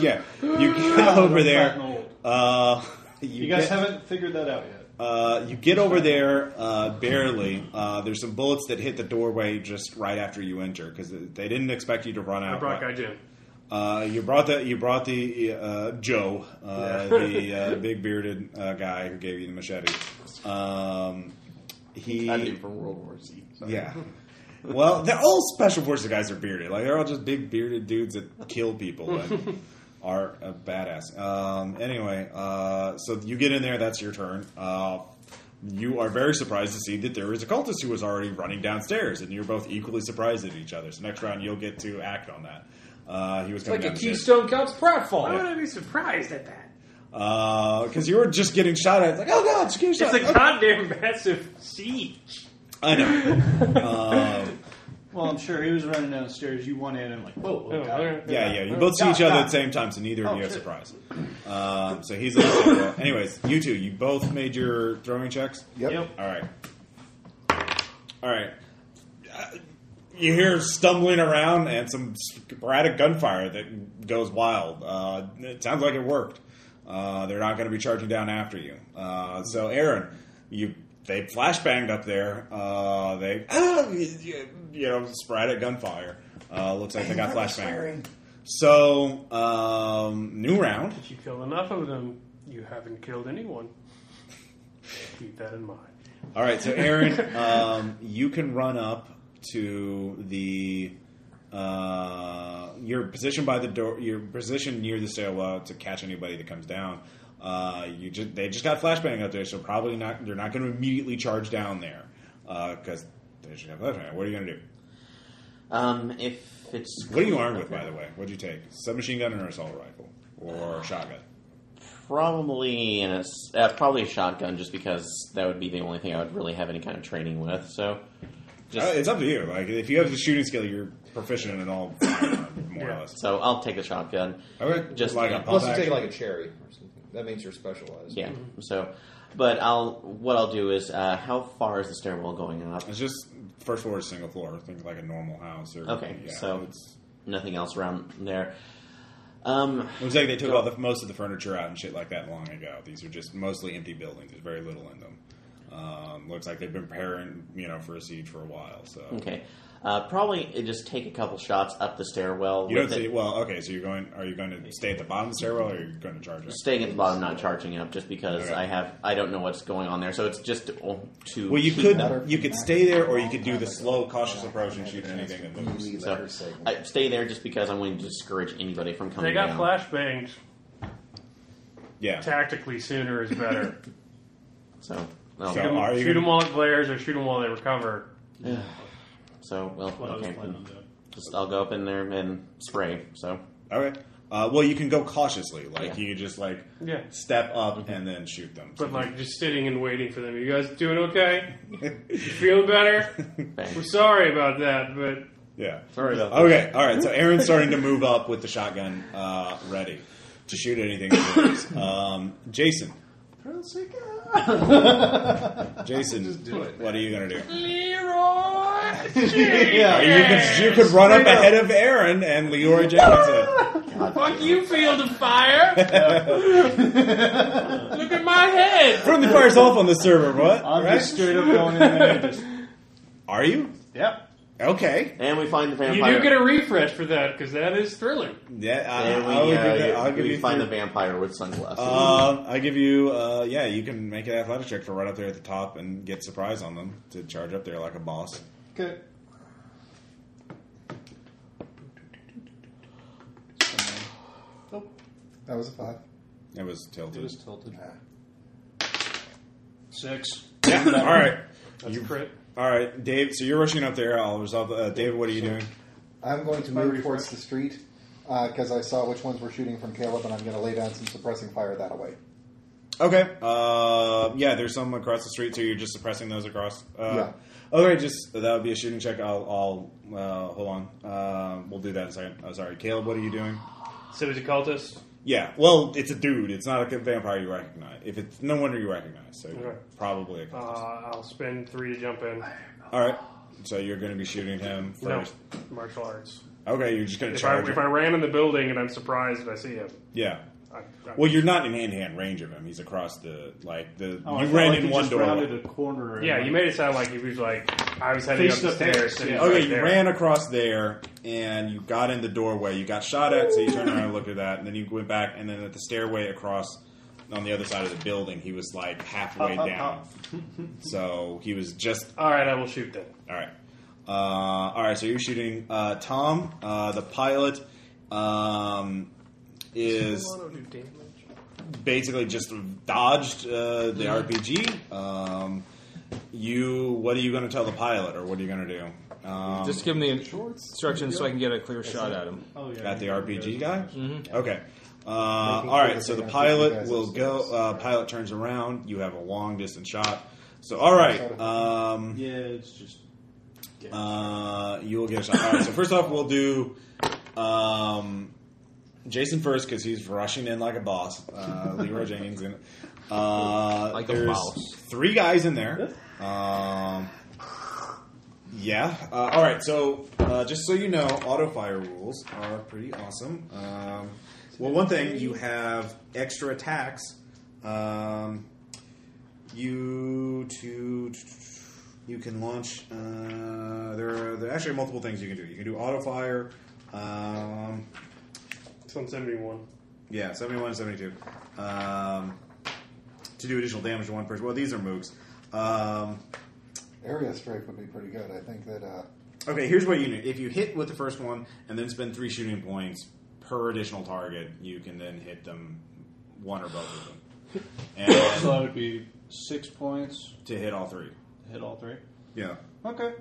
[SPEAKER 1] yeah, you get over there. Uh, you,
[SPEAKER 11] You guys
[SPEAKER 1] get,
[SPEAKER 11] haven't figured that out yet.
[SPEAKER 1] uh, you get over there uh, barely. Uh, there's some bullets that hit the doorway just right after you enter because they didn't expect you to run out.
[SPEAKER 7] I brought
[SPEAKER 1] right-
[SPEAKER 7] Guy Jim.
[SPEAKER 1] Uh, you brought the you brought the uh, Joe, uh,
[SPEAKER 7] Yeah.
[SPEAKER 1] the uh, big bearded uh, guy who gave you the machete. Um, he,
[SPEAKER 9] I knew from World War Z. so.
[SPEAKER 1] yeah. Well, they're all special forces guys are bearded. Like they're all just big bearded dudes that kill people and are a badass. Um, anyway, uh, so you get in there. That's your turn. Uh, you are very surprised to see that there is a cultist who was already running downstairs, and you're both equally surprised at each other. So next round, you'll get to act on that. Uh, he was
[SPEAKER 8] It's
[SPEAKER 1] coming
[SPEAKER 8] like a
[SPEAKER 1] downstairs.
[SPEAKER 8] Keystone Cops pratfall.
[SPEAKER 7] Why would I be surprised at that?
[SPEAKER 1] because Uh, you were just getting shot at. It's like, oh god, she's getting
[SPEAKER 7] It's
[SPEAKER 1] shot.
[SPEAKER 7] a goddamn massive siege.
[SPEAKER 1] I know. um,
[SPEAKER 11] Well, I'm sure he was running downstairs. You went in and like, whoa,
[SPEAKER 7] Oh,
[SPEAKER 11] whoa, got it.
[SPEAKER 7] okay.
[SPEAKER 1] yeah, yeah. You both see each other at the same time, so neither of
[SPEAKER 11] Oh,
[SPEAKER 1] you are
[SPEAKER 11] shit.
[SPEAKER 1] surprised. Um, so he's. Like, anyways, you two, you both made your throwing checks.
[SPEAKER 6] Yep.
[SPEAKER 11] Yep.
[SPEAKER 1] All right. All right. Uh, You hear stumbling around and some sporadic gunfire that goes wild. Uh, it sounds like it worked. Uh, they're not going to be charging down after you. Uh, so, Aaron, you they flashbanged up there. Uh, they ah, you, you know sporadic gunfire. Uh, looks like they got flashbanged. So, um, new round.
[SPEAKER 7] If you kill enough of them, you haven't killed anyone. Keep that in mind.
[SPEAKER 1] All right, so Aaron, um, you can run up to the uh, your position by the door, your position near the stairwell to catch anybody that comes down. Uh, you just they just got flashbang up there, so probably not. They're not going to immediately charge down there because they just got flashbang. What are you going to do?
[SPEAKER 9] Um, if it's
[SPEAKER 1] What are you armed with, by the way? What'd you take? Submachine gun or assault rifle or shotgun?
[SPEAKER 9] Probably in a s- uh, probably a shotgun, just because that would be the only thing I would really have any kind of training with. So, just
[SPEAKER 1] Uh, it's up to you. Like if you have the shooting skill, you're proficient in all firearms, more or
[SPEAKER 7] Yeah.
[SPEAKER 1] less.
[SPEAKER 9] so I'll take the shotgun.
[SPEAKER 1] Okay,
[SPEAKER 9] Just-
[SPEAKER 1] like a pump
[SPEAKER 8] Unless
[SPEAKER 9] Plus
[SPEAKER 8] you
[SPEAKER 1] action.
[SPEAKER 8] take like a cherry or something. That means you're specialized.
[SPEAKER 9] Yeah.
[SPEAKER 1] Mm-hmm.
[SPEAKER 9] So, but I'll what I'll do is uh, how far is the stairwell going up?
[SPEAKER 1] It's just first floor is single floor. Think like a normal house. Or,
[SPEAKER 9] Okay,
[SPEAKER 1] yeah,
[SPEAKER 9] so-
[SPEAKER 1] it's,
[SPEAKER 9] Nothing else around there. Um,
[SPEAKER 1] it was like they took all the most of the furniture out and shit like that long ago. These are just mostly empty buildings. There's very little in them. Um, looks like they've been preparing, you know, for a siege for a while. So
[SPEAKER 9] okay. Uh, probably just take a couple shots up the stairwell.
[SPEAKER 1] you don't
[SPEAKER 9] with it-
[SPEAKER 1] see. Well, okay. So you're going. Are you going to stay at the bottom stairwell, or are you going to charge it?
[SPEAKER 9] staying at the bottom, not charging up, just because
[SPEAKER 1] Okay.
[SPEAKER 9] I have I don't know what's going on there. So it's just to. to
[SPEAKER 1] Well, you
[SPEAKER 9] keep
[SPEAKER 1] could
[SPEAKER 9] them.
[SPEAKER 1] you could stay there, or you could do the slow, cautious approach and shoot at anything that moves.
[SPEAKER 6] Really
[SPEAKER 9] So I stay there just because I want to discourage anybody from coming.
[SPEAKER 7] They got
[SPEAKER 9] down.
[SPEAKER 7] flashbangs.
[SPEAKER 1] Yeah.
[SPEAKER 7] Tactically, sooner is better.
[SPEAKER 9] So no.
[SPEAKER 1] So
[SPEAKER 7] shoot them,
[SPEAKER 1] are you
[SPEAKER 7] shoot
[SPEAKER 1] gonna-
[SPEAKER 7] them while it glares, or shoot them while they recover.
[SPEAKER 9] so, well,
[SPEAKER 11] What I
[SPEAKER 9] okay.
[SPEAKER 11] was planning on doing.
[SPEAKER 9] Just I'll go up in there and spray. So,
[SPEAKER 1] All right. Uh, well, you can go cautiously. Like
[SPEAKER 9] Yeah. Mm-hmm.
[SPEAKER 1] you could just like
[SPEAKER 7] Yeah.
[SPEAKER 1] step up and then shoot them.
[SPEAKER 7] But like just sitting and waiting for them. You guys doing okay? You feeling better? We're sorry about that, but
[SPEAKER 1] yeah.
[SPEAKER 9] Sorry about
[SPEAKER 1] Okay. All right. So Aaron's starting to move up with the shotgun uh, ready to shoot anything. that moves. um, Jason. Jason, what are you gonna do?
[SPEAKER 11] Yeah,
[SPEAKER 1] You could, you could run up ahead of Aaron and Leora Jacobson.
[SPEAKER 7] fuck you, field of fire. Look at my head.
[SPEAKER 1] Friendly fire's off on the server. What?
[SPEAKER 11] I'm
[SPEAKER 1] Right?
[SPEAKER 11] just straight up going in there. and Just,
[SPEAKER 1] Are you?
[SPEAKER 11] yep.
[SPEAKER 1] Okay.
[SPEAKER 9] and we find the
[SPEAKER 7] You
[SPEAKER 9] vampire.
[SPEAKER 7] do get a refresh for that because that is thrilling.
[SPEAKER 1] Yeah. I,
[SPEAKER 9] and we,
[SPEAKER 1] I'll give
[SPEAKER 9] uh,
[SPEAKER 1] you that. I'll give
[SPEAKER 9] we
[SPEAKER 1] you
[SPEAKER 9] find
[SPEAKER 1] three.
[SPEAKER 9] the vampire with sunglasses.
[SPEAKER 1] Um, I give you, uh, yeah, you can make an athletic check to run up there at the top and get surprise on them to charge up there like a boss.
[SPEAKER 11] Okay.
[SPEAKER 6] That was a five.
[SPEAKER 1] It was tilted.
[SPEAKER 14] tilted.
[SPEAKER 11] Six.
[SPEAKER 1] yeah. all right,
[SPEAKER 7] That's a crit.
[SPEAKER 1] all right, Dave. So you're rushing up there. I'll resolve. Uh, Dave, what are you doing?
[SPEAKER 6] I'm going to
[SPEAKER 11] My
[SPEAKER 6] move
[SPEAKER 11] refresh.
[SPEAKER 6] towards the street because I saw which ones were shooting from Caleb, and I'm going to lay down some suppressing fire that way.
[SPEAKER 1] Okay. Uh, yeah, there's some across the street, so you're just suppressing those across. Uh,
[SPEAKER 6] Yeah.
[SPEAKER 1] Okay, just that would be a shooting check. I'll, I'll uh, hold on. Uh, we'll do that in a second. Oh, sorry, Caleb. What are you doing?
[SPEAKER 7] So he's a cultist.
[SPEAKER 1] Yeah, well, it's a dude. It's not a vampire you recognize. If it's no wonder you recognize, so
[SPEAKER 7] Okay.
[SPEAKER 1] probably a
[SPEAKER 7] Uh,
[SPEAKER 1] cultist.
[SPEAKER 7] I'll spend three to jump in.
[SPEAKER 1] All right. So you're going to be shooting him
[SPEAKER 7] No,
[SPEAKER 1] first.
[SPEAKER 7] martial arts.
[SPEAKER 1] Okay, you're just going to
[SPEAKER 7] If I,
[SPEAKER 1] charge
[SPEAKER 7] if
[SPEAKER 1] him.
[SPEAKER 7] I ran in the building and I'm surprised and I see him,
[SPEAKER 1] yeah.
[SPEAKER 7] I, I,
[SPEAKER 1] Well, you're not in hand-to-hand range of him. He's across the like the.
[SPEAKER 11] Oh, I
[SPEAKER 1] you
[SPEAKER 11] felt
[SPEAKER 1] ran
[SPEAKER 11] like
[SPEAKER 1] in
[SPEAKER 11] you
[SPEAKER 1] one
[SPEAKER 11] just
[SPEAKER 1] door.
[SPEAKER 11] rounded a corner. and
[SPEAKER 7] yeah,
[SPEAKER 11] went-
[SPEAKER 7] you made it sound like he was like I was heading up
[SPEAKER 11] Face
[SPEAKER 7] the
[SPEAKER 11] to face,
[SPEAKER 7] stairs. and he
[SPEAKER 11] yeah.
[SPEAKER 7] was
[SPEAKER 1] Okay,
[SPEAKER 7] right
[SPEAKER 1] you
[SPEAKER 7] there.
[SPEAKER 1] ran across there and you got in the doorway. You got shot at, so you turned around and looked at that, and then you went back, and then at the stairway across on the other side of the building, he was like halfway
[SPEAKER 11] Up,
[SPEAKER 7] Uh,
[SPEAKER 11] up,
[SPEAKER 1] down.
[SPEAKER 11] up.
[SPEAKER 1] so he was just
[SPEAKER 7] All right, I will shoot then.
[SPEAKER 1] All right. Uh, all right. So you're shooting uh, Tom, uh, the pilot. Um, is basically just dodged uh,
[SPEAKER 7] Mm-hmm.
[SPEAKER 1] the RPG. Um, you, what are you going to tell the pilot, or what are you going to do? Um,
[SPEAKER 14] Just give him the instructions so I can get a clear shot at him.
[SPEAKER 11] Oh yeah. Mm-hmm.
[SPEAKER 1] at the
[SPEAKER 11] you
[SPEAKER 1] RPG
[SPEAKER 11] guys-
[SPEAKER 1] guy.
[SPEAKER 14] Mhm.
[SPEAKER 1] Okay. Uh, all right. So the pilot will go. Uh, pilot turns around. You have a long distance shot. So all right. Um,
[SPEAKER 11] Yeah, it's just.
[SPEAKER 1] Uh, you will get a shot. All right, so first off, we'll do um, Jason first because he's rushing in like a boss. Uh, Leroy Jenkins and uh,
[SPEAKER 14] Like a
[SPEAKER 1] there's
[SPEAKER 14] boss.
[SPEAKER 1] three guys in there. Um, yeah. Uh, all right. So uh, just so you know, auto fire rules are pretty awesome. Um, well, one thing you have extra attacks. Um, you to you can launch. Uh, there, are, there are actually multiple things you can do. You can do auto fire. Um,
[SPEAKER 7] It's on seventy one.
[SPEAKER 1] yeah, 71, 72. Um, to do additional damage to one person. Well, these are moogs. Um,
[SPEAKER 6] Area strike would be pretty good. I think that uh,
[SPEAKER 1] okay, here's what you do. If you hit with the first one and then spend three shooting points per additional target, you can then hit them one or both of them.
[SPEAKER 11] So
[SPEAKER 1] And
[SPEAKER 11] that would be six points.
[SPEAKER 1] to hit all three.
[SPEAKER 11] Hit all three.
[SPEAKER 1] Yeah.
[SPEAKER 11] Okay.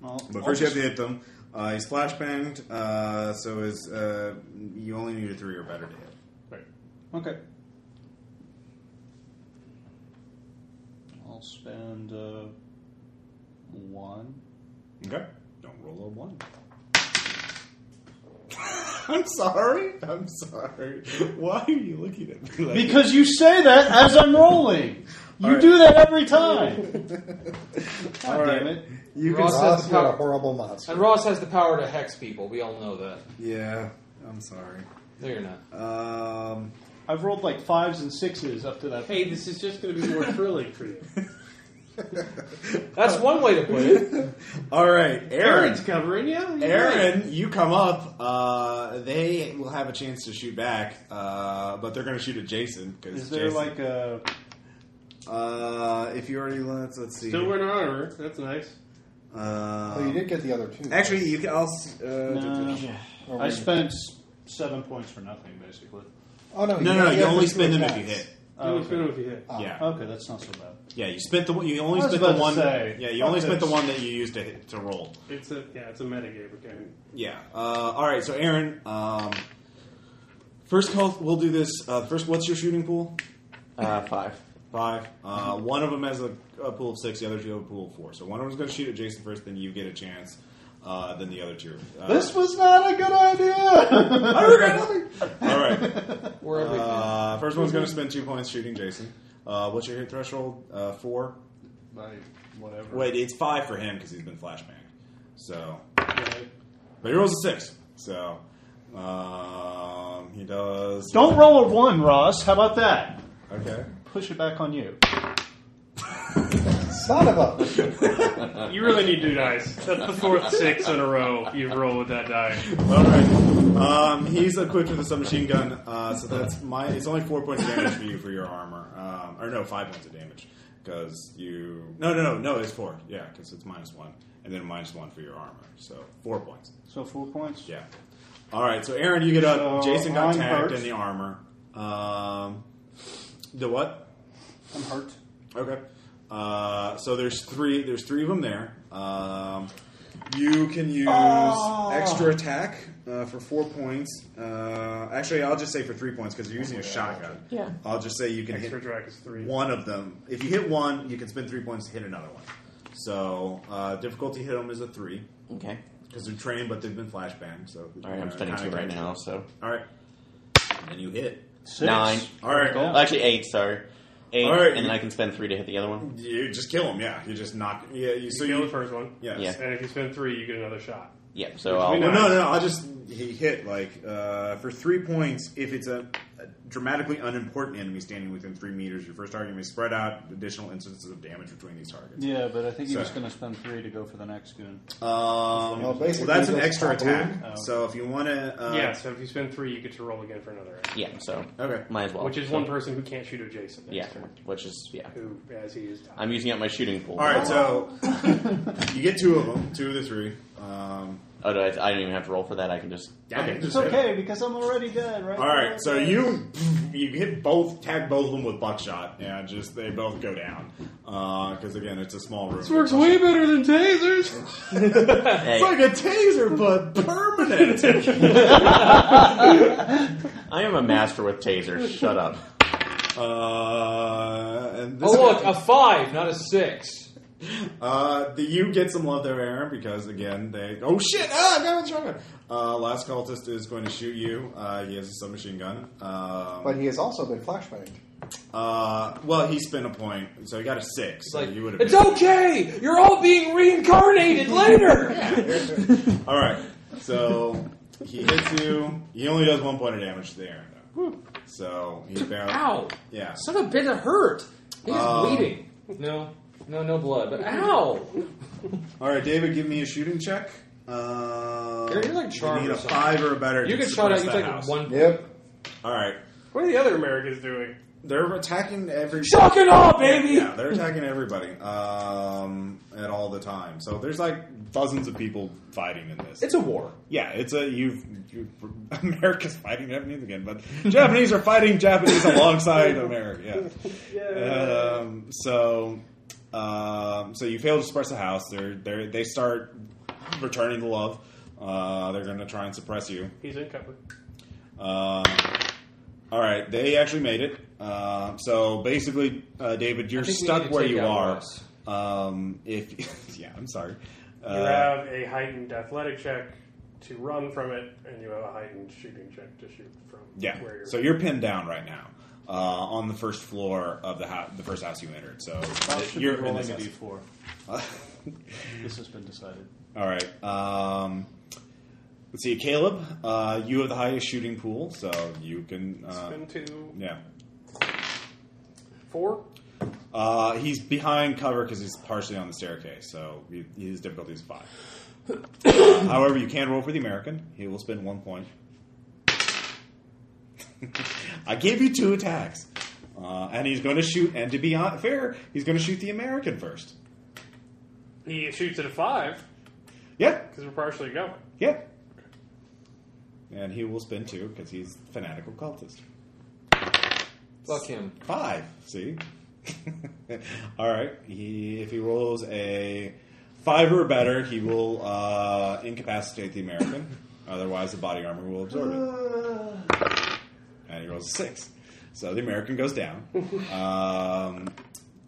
[SPEAKER 11] Well,
[SPEAKER 1] But
[SPEAKER 11] I'll
[SPEAKER 1] first you have
[SPEAKER 11] just-
[SPEAKER 1] to hit them. Uh, he's flash banged, uh, so is uh, you only need a three or better to hit.
[SPEAKER 11] Right. Okay. I'll spend uh, one.
[SPEAKER 1] Okay. Don't roll a one. I'm sorry. I'm sorry. Why are you looking at me like
[SPEAKER 11] Because you say that as I'm rolling. You
[SPEAKER 1] All right.
[SPEAKER 11] do that every time.
[SPEAKER 1] All
[SPEAKER 11] God
[SPEAKER 1] right.
[SPEAKER 11] damn it.
[SPEAKER 1] You
[SPEAKER 14] Ross
[SPEAKER 1] can.
[SPEAKER 14] has
[SPEAKER 6] Ross,
[SPEAKER 14] the
[SPEAKER 6] you're a
[SPEAKER 14] power-
[SPEAKER 6] horrible monster.
[SPEAKER 14] And Ross has the power to hex people. We all know that.
[SPEAKER 1] Yeah. I'm sorry.
[SPEAKER 14] No, you're not.
[SPEAKER 1] Um,
[SPEAKER 11] I've rolled like fives and sixes up to that.
[SPEAKER 7] Hey, this is just going to be more thrilling for you.
[SPEAKER 14] That's one way to put it.
[SPEAKER 1] all right, Aaron.
[SPEAKER 7] Aaron's covering you. You're right.
[SPEAKER 1] Aaron, you come up. Uh, they will have a chance to shoot back, uh, but they're going to shoot at Jason. Cause
[SPEAKER 11] Is there
[SPEAKER 1] Jason-
[SPEAKER 11] like a
[SPEAKER 1] Uh, if you already let's let's see.
[SPEAKER 7] still wearing armor. That's nice.
[SPEAKER 1] Uh,
[SPEAKER 6] well, oh, you did get the other two.
[SPEAKER 1] actually, you can. I'll. s- Uh,
[SPEAKER 11] No.
[SPEAKER 6] Or
[SPEAKER 11] I
[SPEAKER 6] we-
[SPEAKER 11] spent s- seven points for nothing, basically.
[SPEAKER 6] Oh
[SPEAKER 1] No,
[SPEAKER 6] no! Oh, you
[SPEAKER 1] no,
[SPEAKER 6] got
[SPEAKER 1] no.
[SPEAKER 6] the
[SPEAKER 1] You
[SPEAKER 6] other
[SPEAKER 1] only
[SPEAKER 6] two
[SPEAKER 1] spend them if you
[SPEAKER 6] attacks.
[SPEAKER 1] hit.
[SPEAKER 7] It was better if you hit.
[SPEAKER 6] Ah,
[SPEAKER 1] Yeah.
[SPEAKER 11] Okay, that's not so bad.
[SPEAKER 1] Yeah, you spent the one- you only
[SPEAKER 11] I was
[SPEAKER 1] spent
[SPEAKER 11] about
[SPEAKER 1] the
[SPEAKER 11] to
[SPEAKER 1] one.
[SPEAKER 11] say,
[SPEAKER 1] yeah, you
[SPEAKER 11] fuck
[SPEAKER 1] only spent the
[SPEAKER 11] this.
[SPEAKER 1] one that you used to hit, to roll.
[SPEAKER 7] It's a yeah, it's a metagame game.
[SPEAKER 1] Yeah. Uh, all right. So Aaron, um, first call. We'll do this. Uh, first, what's your shooting pool?
[SPEAKER 9] Uh, five.
[SPEAKER 1] Five. Uh, one of them has a, a pool of six. The other two have a pool of four. So one of them's going to shoot at Jason first. Then you get a chance. Uh, then the other two. Uh,
[SPEAKER 11] This was not a good idea.
[SPEAKER 1] I regret nothing. All right.
[SPEAKER 14] We're everything.
[SPEAKER 1] Uh, first one's going to spend two points shooting Jason. Uh, what's your hit threshold? Uh, four.
[SPEAKER 11] like, whatever.
[SPEAKER 1] Wait, it's five for him because he's been flashbanged. So, but he rolls a six. So, um, he does.
[SPEAKER 11] Don't roll a one, Ross. How about that?
[SPEAKER 1] Okay.
[SPEAKER 11] Push it back on you.
[SPEAKER 6] Ah, Son of a.
[SPEAKER 7] You really need two dice. That's the fourth six in a row you've rolled with that die.
[SPEAKER 1] All right. Um, he's equipped with a submachine gun, uh, so that's my. It's only four points of damage for you for your armor, um, or no, five points of damage because you. No, no, no, no. It's four. Yeah, because it's minus one, and then minus one for your armor. So four points.
[SPEAKER 11] So four points.
[SPEAKER 1] Yeah. All right. So Aaron, you get up.
[SPEAKER 11] So
[SPEAKER 1] Jason got
[SPEAKER 11] I'm
[SPEAKER 1] tagged
[SPEAKER 11] hurt.
[SPEAKER 1] in the armor. Um, the what?
[SPEAKER 11] I'm hurt.
[SPEAKER 1] Okay. Uh, so there's three. There's three of them there. Um, you can use extra attack uh, for four points. Uh, actually, I'll just say for three points because you're using a shotgun.
[SPEAKER 9] Yeah.
[SPEAKER 1] I'll just say you can
[SPEAKER 7] Extra
[SPEAKER 1] hit
[SPEAKER 7] drag is three.
[SPEAKER 1] one of them. If you hit one, you can spend three points to hit another one. So uh, difficulty hit them is a three
[SPEAKER 9] Okay.
[SPEAKER 1] because they're trained, but they've been flashbanged. So
[SPEAKER 9] All right, I'm spending two right now, so
[SPEAKER 1] All right, and you hit.
[SPEAKER 11] Six.
[SPEAKER 9] nine.
[SPEAKER 1] All right.
[SPEAKER 11] Yeah.
[SPEAKER 9] Actually, eight. Sorry, eight,
[SPEAKER 1] All right.
[SPEAKER 9] and then I can spend three to hit the other one.
[SPEAKER 1] You just kill him. Yeah, you just knock. Yeah, you, so
[SPEAKER 7] you kill
[SPEAKER 1] you
[SPEAKER 7] the first one.
[SPEAKER 1] Yes.
[SPEAKER 9] Yeah.
[SPEAKER 7] And if you spend three, you get another shot.
[SPEAKER 9] Yeah. So
[SPEAKER 7] Which we
[SPEAKER 9] I'll.
[SPEAKER 7] know.
[SPEAKER 1] Well, no, no, no. I just he hit like uh, for three points. If it's a, a dramatically unimportant enemy standing within three meters, your first target may spread out additional instances of damage between these targets.
[SPEAKER 11] Yeah, but I think he was
[SPEAKER 1] So-
[SPEAKER 11] going to spend three to go for the next goon.
[SPEAKER 1] Um,
[SPEAKER 6] Well,
[SPEAKER 1] well,
[SPEAKER 6] basically,
[SPEAKER 1] that's an
[SPEAKER 6] just
[SPEAKER 1] extra
[SPEAKER 6] pop
[SPEAKER 1] attack.
[SPEAKER 6] in.
[SPEAKER 11] Oh.
[SPEAKER 1] So if you want to, uh,
[SPEAKER 7] yeah, so if you spend three, you get to roll again for another round.
[SPEAKER 9] Yeah. So
[SPEAKER 1] Okay.
[SPEAKER 9] might as well.
[SPEAKER 7] Which is
[SPEAKER 9] So-
[SPEAKER 7] one person who can't shoot adjacent.
[SPEAKER 9] Yeah. Which is yeah.
[SPEAKER 7] Who, as he is.
[SPEAKER 9] I'm using up my shooting pool.
[SPEAKER 1] All right. So you get two of them, two of the three. Um,
[SPEAKER 9] Oh, do I, I don't even have to roll for that. I can just.
[SPEAKER 1] yeah, you
[SPEAKER 11] It's
[SPEAKER 1] just hit 'em.
[SPEAKER 11] okay because I'm already dead, right?
[SPEAKER 1] All right, so
[SPEAKER 11] Okay.
[SPEAKER 1] you you hit both, tag both of them with buckshot, and just they both go down. Because again, it's a small room.
[SPEAKER 7] better than tasers.
[SPEAKER 9] Hey,
[SPEAKER 1] It's like a taser, but permanent.
[SPEAKER 9] I am a master with tasers. Shut up.
[SPEAKER 1] uh, and
[SPEAKER 14] oh
[SPEAKER 1] this,
[SPEAKER 14] look, a five, not a six.
[SPEAKER 1] uh, the, you get some love there, Aaron, because again, they oh shit, ah, I got a shotgun. Uh, last cultist is going to shoot you. Uh, he has a submachine gun.
[SPEAKER 6] But
[SPEAKER 1] Um,
[SPEAKER 6] he has also been flashbanged.
[SPEAKER 1] uh, well, he spent a point, so he got a six.
[SPEAKER 14] It's
[SPEAKER 1] so
[SPEAKER 14] like
[SPEAKER 1] you would have.
[SPEAKER 14] it's okay. You're all being reincarnated later.
[SPEAKER 1] All right. So he hits you. He only does one point of damage to the Aaron, though. So he's bound.
[SPEAKER 14] Ow!
[SPEAKER 1] Yeah.
[SPEAKER 14] Son of a bitch, it hurt. He's
[SPEAKER 1] Um,
[SPEAKER 14] bleeding. No, no, no blood. But ow!
[SPEAKER 1] All right, David, give me a shooting check. Uh,
[SPEAKER 14] You're- you're like charmed
[SPEAKER 1] You need
[SPEAKER 14] or
[SPEAKER 1] a
[SPEAKER 14] something.
[SPEAKER 1] five or better.
[SPEAKER 14] You
[SPEAKER 1] to
[SPEAKER 14] get shot at.
[SPEAKER 1] suppress
[SPEAKER 14] You
[SPEAKER 1] that
[SPEAKER 14] take
[SPEAKER 1] house.
[SPEAKER 14] one.
[SPEAKER 6] Yep.
[SPEAKER 1] All right.
[SPEAKER 7] What are the other Americans doing?
[SPEAKER 1] They're attacking every.
[SPEAKER 14] Shock and awe, baby.
[SPEAKER 1] Yeah, they're attacking everybody um, at all the time. So there's like dozens of people fighting in this.
[SPEAKER 14] It's a war.
[SPEAKER 1] Yeah, it's a you've, you America's fighting Japanese again, but Japanese are fighting Japanese alongside America. Yeah. Um, so, um, so you fail to suppress the house. They're, they're they start returning the love. Uh, they're going to try and suppress you.
[SPEAKER 7] He's in cover.
[SPEAKER 1] Um, all right, they actually made it. Um, so basically, uh, David, you're
[SPEAKER 14] think we need
[SPEAKER 1] stuck
[SPEAKER 14] to
[SPEAKER 1] where
[SPEAKER 14] take
[SPEAKER 1] you
[SPEAKER 14] out
[SPEAKER 1] are.
[SPEAKER 14] Russ.
[SPEAKER 1] Um, if yeah, I'm sorry.
[SPEAKER 7] You
[SPEAKER 1] Uh,
[SPEAKER 7] have a heightened athletic check to run from it, and you have a heightened shooting check to shoot from.
[SPEAKER 1] Yeah.
[SPEAKER 7] Where you're
[SPEAKER 1] so you're pinned down right now uh, on the first floor of the house, the first house you entered. So
[SPEAKER 11] I should
[SPEAKER 1] you're
[SPEAKER 11] be
[SPEAKER 1] in
[SPEAKER 11] rolling
[SPEAKER 1] this
[SPEAKER 11] a
[SPEAKER 1] house.
[SPEAKER 11] d4. This has been decided.
[SPEAKER 1] All right. Um, let's see, Caleb. Uh, you have the highest shooting pool, so you can. Uh,
[SPEAKER 7] Spin two,
[SPEAKER 1] yeah.
[SPEAKER 7] four.
[SPEAKER 1] Uh, he's behind cover because he's partially on the staircase, so he- his difficulty is five. Uh, however, you can roll for the American. He will spend one point. I gave you two attacks, uh, and he's going to shoot. And to be hon- fair, he's going to shoot the American first.
[SPEAKER 7] He shoots at a five
[SPEAKER 1] Yeah,
[SPEAKER 7] because we're partially going.
[SPEAKER 1] yeah. And he will spend two because he's a fanatical cultist.
[SPEAKER 14] Fuck him.
[SPEAKER 1] Five. See. All right. He if he rolls a five or better, he will uh, incapacitate the American. Otherwise, the body armor will absorb it. And he rolls a six, so the American goes down. Um,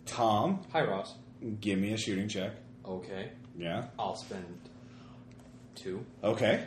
[SPEAKER 1] Tom,
[SPEAKER 14] Hi, Ross.
[SPEAKER 1] give me a shooting check.
[SPEAKER 14] Okay.
[SPEAKER 1] Yeah.
[SPEAKER 14] I'll spend two.
[SPEAKER 1] Okay.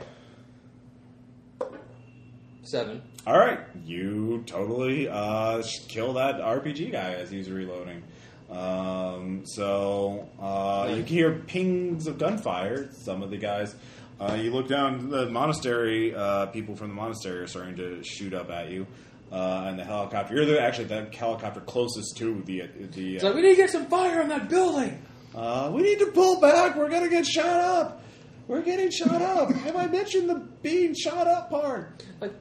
[SPEAKER 14] Seven.
[SPEAKER 1] All right, you totally uh, sh- kill that RPG guy as he's reloading. Um, so uh, you can hear pings of gunfire. Some of the guys, uh, you look down. The monastery uh, people from the monastery are starting to shoot up at you, uh, and the helicopter. You're the, actually the helicopter closest to the the.
[SPEAKER 14] It's like, we need to get some fire on that building!
[SPEAKER 1] Uh, we need to pull back. We're gonna get shot up. We're getting shot up. Have I mentioned the being shot up part?
[SPEAKER 14] Like,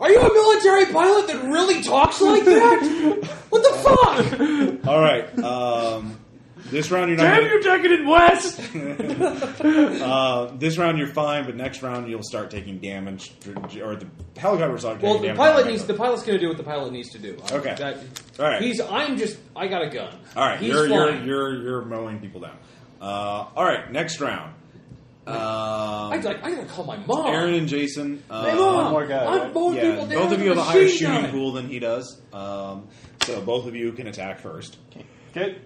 [SPEAKER 14] are you a military pilot that really talks like that? what the fuck?
[SPEAKER 1] All right. Um, this round you're not.
[SPEAKER 7] Damn
[SPEAKER 1] gonna-
[SPEAKER 7] you, Decadent West!
[SPEAKER 1] uh, this round you're fine, but next round you'll start taking damage, or the helicopter start taking
[SPEAKER 14] Well, the
[SPEAKER 1] damage.
[SPEAKER 14] pilot needs the pilot's going to do what the pilot needs to do. I-
[SPEAKER 1] Okay.
[SPEAKER 14] that-
[SPEAKER 1] All right.
[SPEAKER 14] He's. I'm just. I got a gun.
[SPEAKER 1] all right,
[SPEAKER 14] He's
[SPEAKER 1] you're, you're
[SPEAKER 14] flying.
[SPEAKER 1] you're you're mowing people down. Uh, all right, next round. Um,
[SPEAKER 14] I gotta, I gotta call my mom.
[SPEAKER 1] Aaron and Jason.
[SPEAKER 14] Hey,
[SPEAKER 1] Uh,
[SPEAKER 14] mom,
[SPEAKER 2] one more guy,
[SPEAKER 14] I'm
[SPEAKER 2] right?
[SPEAKER 14] mowing
[SPEAKER 1] yeah,
[SPEAKER 14] people down
[SPEAKER 1] both of
[SPEAKER 14] with
[SPEAKER 1] you
[SPEAKER 14] a
[SPEAKER 1] have a higher
[SPEAKER 14] machine
[SPEAKER 1] shooting
[SPEAKER 14] gun.
[SPEAKER 1] pool than he does, um, so both of you can attack first.
[SPEAKER 2] Okay.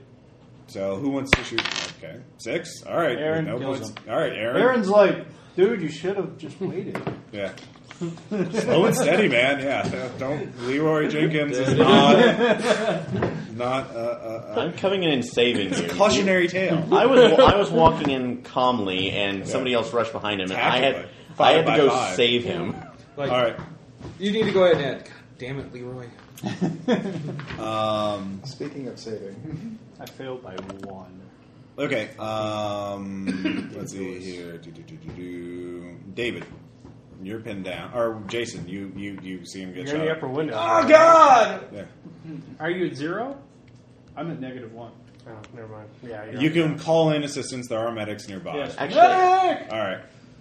[SPEAKER 1] So who wants to shoot? Okay, six. All right,
[SPEAKER 2] Aaron
[SPEAKER 1] no
[SPEAKER 2] kills
[SPEAKER 1] points.
[SPEAKER 2] him.
[SPEAKER 1] All right, Aaron.
[SPEAKER 2] Aaron's like, dude, you should have just waited.
[SPEAKER 1] Yeah. Slow and steady, man. Yeah. Don't. Leroy Jenkins is not not a, a,
[SPEAKER 9] I'm coming in and saving you.
[SPEAKER 1] a cautionary tale.
[SPEAKER 9] I was I was walking in calmly, and somebody else rushed behind him, and I had
[SPEAKER 1] Tactically.
[SPEAKER 9] I had to
[SPEAKER 1] Five
[SPEAKER 9] go
[SPEAKER 1] by five.
[SPEAKER 9] save him.
[SPEAKER 1] All
[SPEAKER 14] Like,
[SPEAKER 1] right.
[SPEAKER 14] You need to go ahead and. God damn it, Leroy.
[SPEAKER 1] Um,
[SPEAKER 6] Speaking of saving,
[SPEAKER 11] I failed by one.
[SPEAKER 1] okay. Um, let's see here. Do, do, do, do, do. David, you're pinned down. Or Jason, you you you see him get
[SPEAKER 7] You're in
[SPEAKER 1] shot.
[SPEAKER 7] the upper window.
[SPEAKER 14] God!
[SPEAKER 1] Yeah.
[SPEAKER 7] Are you at zero?
[SPEAKER 11] I'm at negative one.
[SPEAKER 7] Oh, never mind. Yeah, you're
[SPEAKER 1] You
[SPEAKER 7] up.
[SPEAKER 1] can call in assistance. There are medics nearby.
[SPEAKER 11] Yes.
[SPEAKER 9] Actually,
[SPEAKER 1] All right.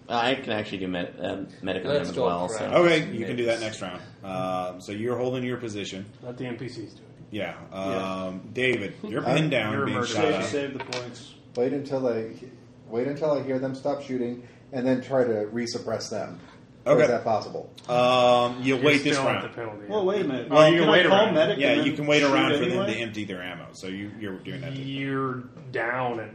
[SPEAKER 9] I can actually do med, um medical him
[SPEAKER 14] Let's
[SPEAKER 9] as
[SPEAKER 14] go
[SPEAKER 9] well.
[SPEAKER 14] for
[SPEAKER 9] So.
[SPEAKER 14] it.
[SPEAKER 1] Okay, you can do that next round. Um, so you're holding your position.
[SPEAKER 7] Let the NPCs do it.
[SPEAKER 1] Yeah. Um, David, you're pinned down,
[SPEAKER 7] You're a
[SPEAKER 1] being
[SPEAKER 7] murderer.
[SPEAKER 1] shot up.
[SPEAKER 11] Save, save the points.
[SPEAKER 6] wait until I wait until I hear them stop shooting, and then try to resuppress them. Or
[SPEAKER 1] Okay.
[SPEAKER 6] Is that possible?
[SPEAKER 1] Um, you
[SPEAKER 7] You're
[SPEAKER 1] wait this
[SPEAKER 7] still at
[SPEAKER 1] round.
[SPEAKER 7] The penalty.
[SPEAKER 11] Well, wait a minute.
[SPEAKER 7] Well, you
[SPEAKER 11] can
[SPEAKER 7] can
[SPEAKER 11] I
[SPEAKER 7] wait
[SPEAKER 11] call
[SPEAKER 7] around.
[SPEAKER 11] medic
[SPEAKER 1] Yeah,
[SPEAKER 11] and
[SPEAKER 1] you
[SPEAKER 11] then
[SPEAKER 1] can wait
[SPEAKER 11] shoot
[SPEAKER 1] around for them
[SPEAKER 11] anyway?
[SPEAKER 1] to empty their ammo. So you, you're doing that. too.
[SPEAKER 7] You're down at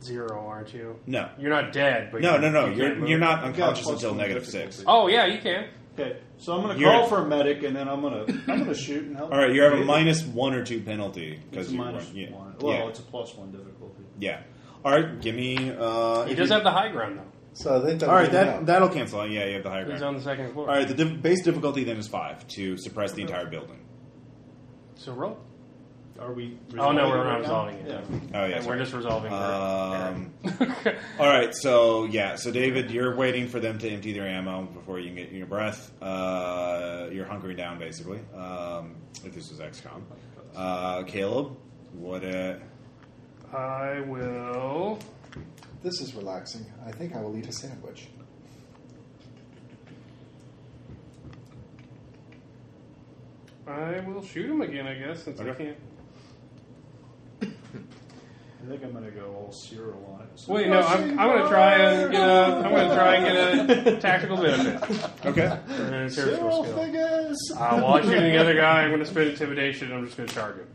[SPEAKER 7] zero, aren't you?
[SPEAKER 1] No,
[SPEAKER 7] You're not dead, but
[SPEAKER 1] no,
[SPEAKER 7] you-
[SPEAKER 1] no, no.
[SPEAKER 7] you
[SPEAKER 1] You're
[SPEAKER 7] can't move.
[SPEAKER 1] you're not unconscious
[SPEAKER 11] plus
[SPEAKER 1] until
[SPEAKER 11] one
[SPEAKER 1] negative
[SPEAKER 11] difficulty.
[SPEAKER 1] six.
[SPEAKER 7] Oh yeah, you can.
[SPEAKER 11] Okay, so I'm going to
[SPEAKER 1] You're-
[SPEAKER 11] call for a medic and then I'm going to I'm going to shoot and help.
[SPEAKER 1] All right, you have a
[SPEAKER 11] David.
[SPEAKER 1] minus one or two penalty
[SPEAKER 11] It's
[SPEAKER 1] because
[SPEAKER 11] a
[SPEAKER 1] you
[SPEAKER 11] minus
[SPEAKER 1] weren't- yeah,
[SPEAKER 11] one. Well,
[SPEAKER 1] yeah,
[SPEAKER 11] it's a plus one difficulty.
[SPEAKER 1] yeah. All right, give me. Uh,
[SPEAKER 7] He
[SPEAKER 1] if
[SPEAKER 7] does
[SPEAKER 1] you-
[SPEAKER 7] have the high ground though.
[SPEAKER 6] So I think that
[SPEAKER 1] All right,
[SPEAKER 6] would be
[SPEAKER 1] that
[SPEAKER 6] enough.
[SPEAKER 1] that'll cancel. out. Yeah, you have the higher
[SPEAKER 7] He's
[SPEAKER 1] ground.
[SPEAKER 7] on the second floor.
[SPEAKER 1] All right, the diff- base difficulty then is five to suppress the entire building.
[SPEAKER 7] So roll.
[SPEAKER 11] Are we?
[SPEAKER 7] Oh no,
[SPEAKER 11] resolving
[SPEAKER 7] we're
[SPEAKER 11] right
[SPEAKER 7] not
[SPEAKER 11] now?
[SPEAKER 7] resolving it.
[SPEAKER 11] Yeah.
[SPEAKER 1] Oh yeah,
[SPEAKER 7] And we're
[SPEAKER 1] sorry.
[SPEAKER 7] just resolving.
[SPEAKER 1] Um,
[SPEAKER 7] Aaron.
[SPEAKER 1] All right, so yeah, so David, you're waiting for them to empty their ammo before you can get your breath. Uh, you're hunkering down, basically. Um, if this was XCOM, uh, Caleb, what? Uh,
[SPEAKER 7] I will.
[SPEAKER 6] This is relaxing. I think I will eat a sandwich.
[SPEAKER 7] I will shoot him again. I guess since I
[SPEAKER 1] Okay.
[SPEAKER 7] can't.
[SPEAKER 11] I think I'm going to go all serial on it. So
[SPEAKER 7] Wait, no. I'm, I'm going to try and get a. Uh, I'm going to try and get a tactical benefit.
[SPEAKER 1] okay,
[SPEAKER 7] And then it's spiritual skill.
[SPEAKER 11] figures.
[SPEAKER 7] Uh, while I'm shooting the other guy, I'm going to spend intimidation. and I'm just going to charge him.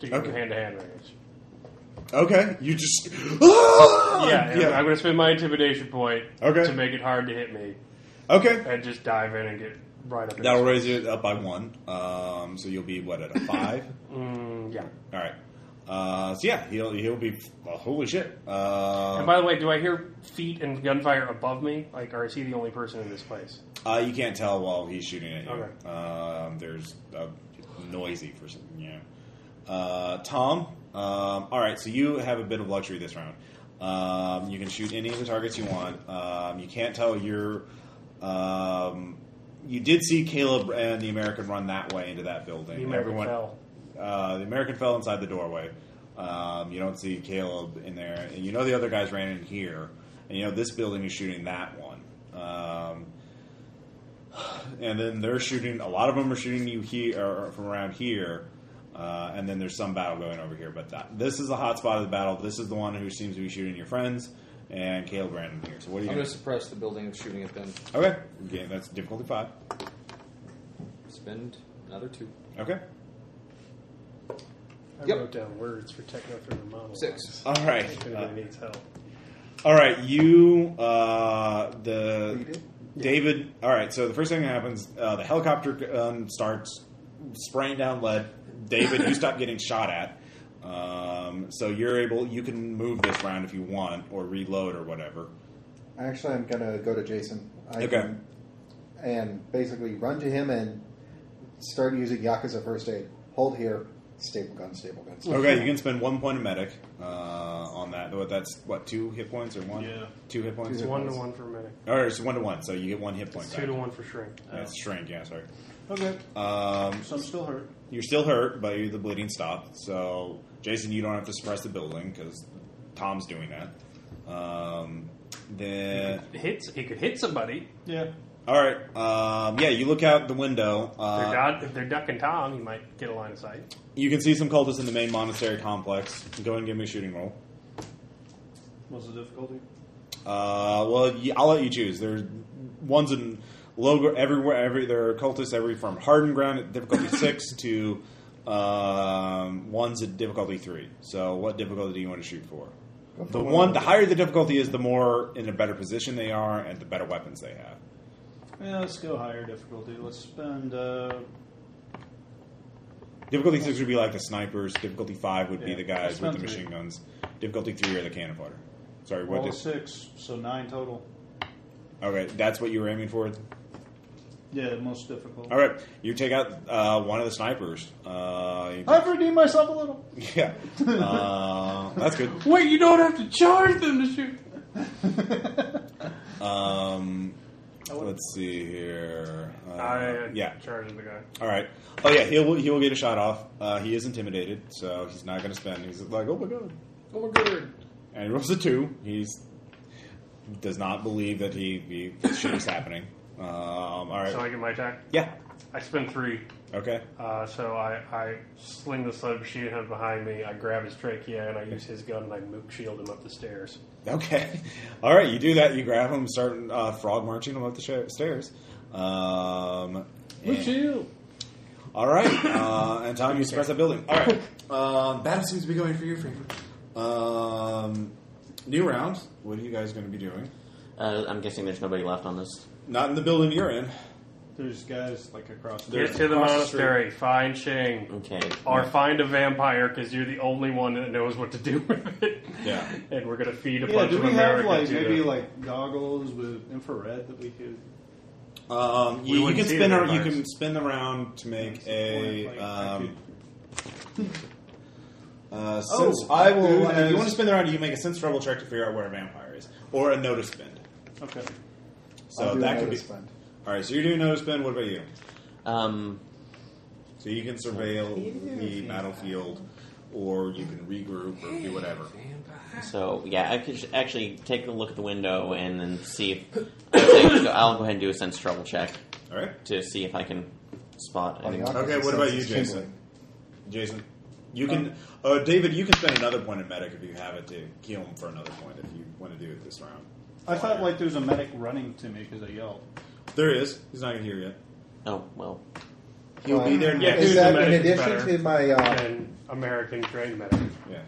[SPEAKER 7] To get
[SPEAKER 1] Okay.
[SPEAKER 7] hand to hand range.
[SPEAKER 1] okay, you just Ah!
[SPEAKER 7] Yeah, and I'm going to spend my intimidation point
[SPEAKER 1] Okay.
[SPEAKER 7] to make it hard to hit me
[SPEAKER 1] okay.
[SPEAKER 7] and just dive in and get right up. in
[SPEAKER 1] That'll raise
[SPEAKER 7] his-
[SPEAKER 1] it up by one, um, so you'll be what at a five.
[SPEAKER 7] Mm, yeah.
[SPEAKER 1] All right, uh, so yeah, he'll he'll be well, holy shit. Uh,
[SPEAKER 7] And by the way, do I hear feet and gunfire above me? Like, or is he the only person in this place?
[SPEAKER 1] Uh, you can't tell while he's shooting at you.
[SPEAKER 7] Okay.
[SPEAKER 1] Um, there's uh, noisy for some. Yeah. Uh, Tom. Um, all right, so you have a bit of luxury this round. Um, you can shoot any of the targets you want. Um, you can't tell you're. Um, you did see Caleb and the American run that way into that building.
[SPEAKER 7] The American
[SPEAKER 1] Everyone-
[SPEAKER 7] fell.
[SPEAKER 1] uh, the American fell inside the doorway. Um, you don't see Caleb in there, and you know the other guys ran in here, and you know this building is shooting that one. Um, and then they're shooting. A lot of them are shooting you here or from around here, uh, and then there's some battle going over here. But that, this is the hot spot of the battle. This is the one who seems to be shooting your friends and Caleb Brandon here. So what are you
[SPEAKER 8] I'm going
[SPEAKER 1] going
[SPEAKER 8] to suppress the building and shooting at them.
[SPEAKER 1] to? Okay, okay, that's difficulty five.
[SPEAKER 8] Spend another two.
[SPEAKER 1] Okay,
[SPEAKER 7] I
[SPEAKER 8] Yep.
[SPEAKER 7] wrote down words for techno through model.
[SPEAKER 8] Six.
[SPEAKER 1] all
[SPEAKER 7] If
[SPEAKER 1] right, Uh,
[SPEAKER 11] Uh,
[SPEAKER 7] anybody needs help.
[SPEAKER 1] All right, you, uh,
[SPEAKER 6] You
[SPEAKER 1] the
[SPEAKER 6] did?
[SPEAKER 1] David. All right, so the first thing that happens, uh, the helicopter um, starts spraying down lead. David, you stop getting shot at. Um, so you're able, you can move this round if you want, or reload or whatever.
[SPEAKER 6] Actually, I'm going to go to Jason. I
[SPEAKER 1] Okay.
[SPEAKER 6] can- and basically run to him and start using Yakuza first aid. Hold here. Staple gun, staple gun. Staple
[SPEAKER 1] Okay,
[SPEAKER 6] gun.
[SPEAKER 1] you can spend one point of medic uh, on that. What That's what two hit points or one?
[SPEAKER 11] Yeah.
[SPEAKER 1] two hit points.
[SPEAKER 7] It's
[SPEAKER 1] All
[SPEAKER 7] one to one for medic.
[SPEAKER 1] right, it's one to one, so you get one hit point.
[SPEAKER 7] It's
[SPEAKER 1] back.
[SPEAKER 7] two to one for shrink.
[SPEAKER 1] That's shrink. Yeah, sorry.
[SPEAKER 11] Okay.
[SPEAKER 1] Um,
[SPEAKER 11] So I'm still hurt.
[SPEAKER 1] You're still hurt, but you the bleeding stopped. So, Jason, you don't have to suppress the building because Tom's doing that. Um, then,
[SPEAKER 7] Hits. He could hit somebody.
[SPEAKER 11] Yeah.
[SPEAKER 1] all right, um, yeah, you look out the window.
[SPEAKER 7] If
[SPEAKER 1] Uh,
[SPEAKER 7] they're, dod- if they're ducking Tom, he might get a line of sight.
[SPEAKER 1] you can see some cultists in the main monastery complex. Go ahead and give me a shooting roll.
[SPEAKER 11] What's the difficulty?
[SPEAKER 1] Uh, well, y- I'll let you choose. There's ones in logo everywhere. Every there are cultists every from hardened ground at difficulty six to um, ones at difficulty three. So, what difficulty do you want to shoot for?
[SPEAKER 6] Go for
[SPEAKER 1] The
[SPEAKER 6] one
[SPEAKER 1] one,
[SPEAKER 6] of
[SPEAKER 1] the
[SPEAKER 6] them.
[SPEAKER 1] higher the difficulty is, the more in a better position they are, and the better weapons they have.
[SPEAKER 11] Yeah, let's go higher difficulty. Let's spend. Uh,
[SPEAKER 1] Difficulty six would be like the snipers. Difficulty five would be
[SPEAKER 11] Yeah,
[SPEAKER 1] the guys
[SPEAKER 11] that's
[SPEAKER 1] with the
[SPEAKER 11] fine.
[SPEAKER 1] machine guns. Difficulty three are the cannon fodder. Sorry, what?
[SPEAKER 11] all
[SPEAKER 1] Is,
[SPEAKER 11] six, so nine total.
[SPEAKER 1] okay, that's what you were aiming for.
[SPEAKER 11] Yeah, most difficult.
[SPEAKER 1] All right, you take out uh, one of the snipers. Uh, you-
[SPEAKER 11] I've redeemed myself a little.
[SPEAKER 1] yeah, uh, that's good.
[SPEAKER 14] Wait, you don't have to charge them to shoot.
[SPEAKER 1] Um, let's see here. Uh,
[SPEAKER 7] I
[SPEAKER 1] yeah,
[SPEAKER 7] charged the guy.
[SPEAKER 1] All right. Oh yeah, he'll he will get a shot off. Uh, he is intimidated, so he's not going to spend. He's like, oh my god, oh my god, and he rolls a two. He's does not believe that he, he this shit is happening. Um, all right.
[SPEAKER 7] So I get my attack.
[SPEAKER 1] yeah.
[SPEAKER 7] I spend three.
[SPEAKER 1] Okay.
[SPEAKER 7] Uh, so I, I sling the sled machine gun behind me. I grab his trachea and I use his gun and I mook shield him up the stairs.
[SPEAKER 1] Okay. All right. You do that. You grab him, start uh, frog marching him up the sha- stairs. Um, and- All right, uh, and Tom, you suppress that building. All right, um, battle seems to be going for your favor. Um, new round. What are you guys going to be doing?
[SPEAKER 9] Uh, I'm guessing there's nobody left on this.
[SPEAKER 1] Not in the building you're in.
[SPEAKER 11] There's guys like across the.
[SPEAKER 1] There's
[SPEAKER 7] Get to the
[SPEAKER 1] across the street. Mm-hmm.
[SPEAKER 7] monastery. find Shang.
[SPEAKER 9] Okay.
[SPEAKER 7] Or find a vampire because you're the only one that knows what to do with it.
[SPEAKER 1] Yeah.
[SPEAKER 7] And we're going to feed a
[SPEAKER 11] Yeah,
[SPEAKER 7] bunch
[SPEAKER 11] do
[SPEAKER 7] of
[SPEAKER 11] we have like
[SPEAKER 7] Americans. to
[SPEAKER 11] maybe
[SPEAKER 7] the-
[SPEAKER 11] like goggles with infrared that we could?
[SPEAKER 1] Um,
[SPEAKER 7] We
[SPEAKER 1] you, you
[SPEAKER 7] wouldn't
[SPEAKER 1] can
[SPEAKER 7] see
[SPEAKER 1] spin.
[SPEAKER 7] the
[SPEAKER 1] Around, you
[SPEAKER 7] vampires.
[SPEAKER 1] can spin the round to make a.
[SPEAKER 11] Like, I
[SPEAKER 1] Um,
[SPEAKER 11] could-
[SPEAKER 1] uh, sense,
[SPEAKER 11] Oh,
[SPEAKER 1] I will. If
[SPEAKER 11] dude
[SPEAKER 1] you
[SPEAKER 11] has-
[SPEAKER 1] want to spin the round, you make a sense trouble check to figure out where a vampire is, or a notice spend.
[SPEAKER 11] okay.
[SPEAKER 6] I'll
[SPEAKER 1] So
[SPEAKER 6] do
[SPEAKER 1] that
[SPEAKER 6] another
[SPEAKER 1] could be.
[SPEAKER 6] spend.
[SPEAKER 1] All right. So you're doing notice spend. What about you?
[SPEAKER 9] Um,
[SPEAKER 1] So you can surveil the battlefield, or you can regroup or do whatever.
[SPEAKER 9] so yeah, I could sh- actually take a look at the window and then see if I'd say- so I'll go ahead and do a sense trouble check
[SPEAKER 1] All right,
[SPEAKER 9] to see if I can spot.
[SPEAKER 6] On the
[SPEAKER 9] Any.
[SPEAKER 6] Yakuza
[SPEAKER 1] Okay, what
[SPEAKER 6] side,
[SPEAKER 1] about you,
[SPEAKER 6] it's
[SPEAKER 1] Jason?
[SPEAKER 6] tingling.
[SPEAKER 1] Jason, you can. uh, David, you can spend another point in medic if you have it to heal him for another point if you want to do it this round.
[SPEAKER 11] I thought like there was a medic running to me because I yelled.
[SPEAKER 1] There he is. He's not here yet.
[SPEAKER 9] Oh well.
[SPEAKER 1] He'll be there next.
[SPEAKER 6] Um, Is
[SPEAKER 7] Who's
[SPEAKER 6] that
[SPEAKER 7] the
[SPEAKER 6] in
[SPEAKER 7] medic
[SPEAKER 6] addition
[SPEAKER 7] better?
[SPEAKER 6] to my? Uh,
[SPEAKER 7] An American trained medic.
[SPEAKER 1] Yeah.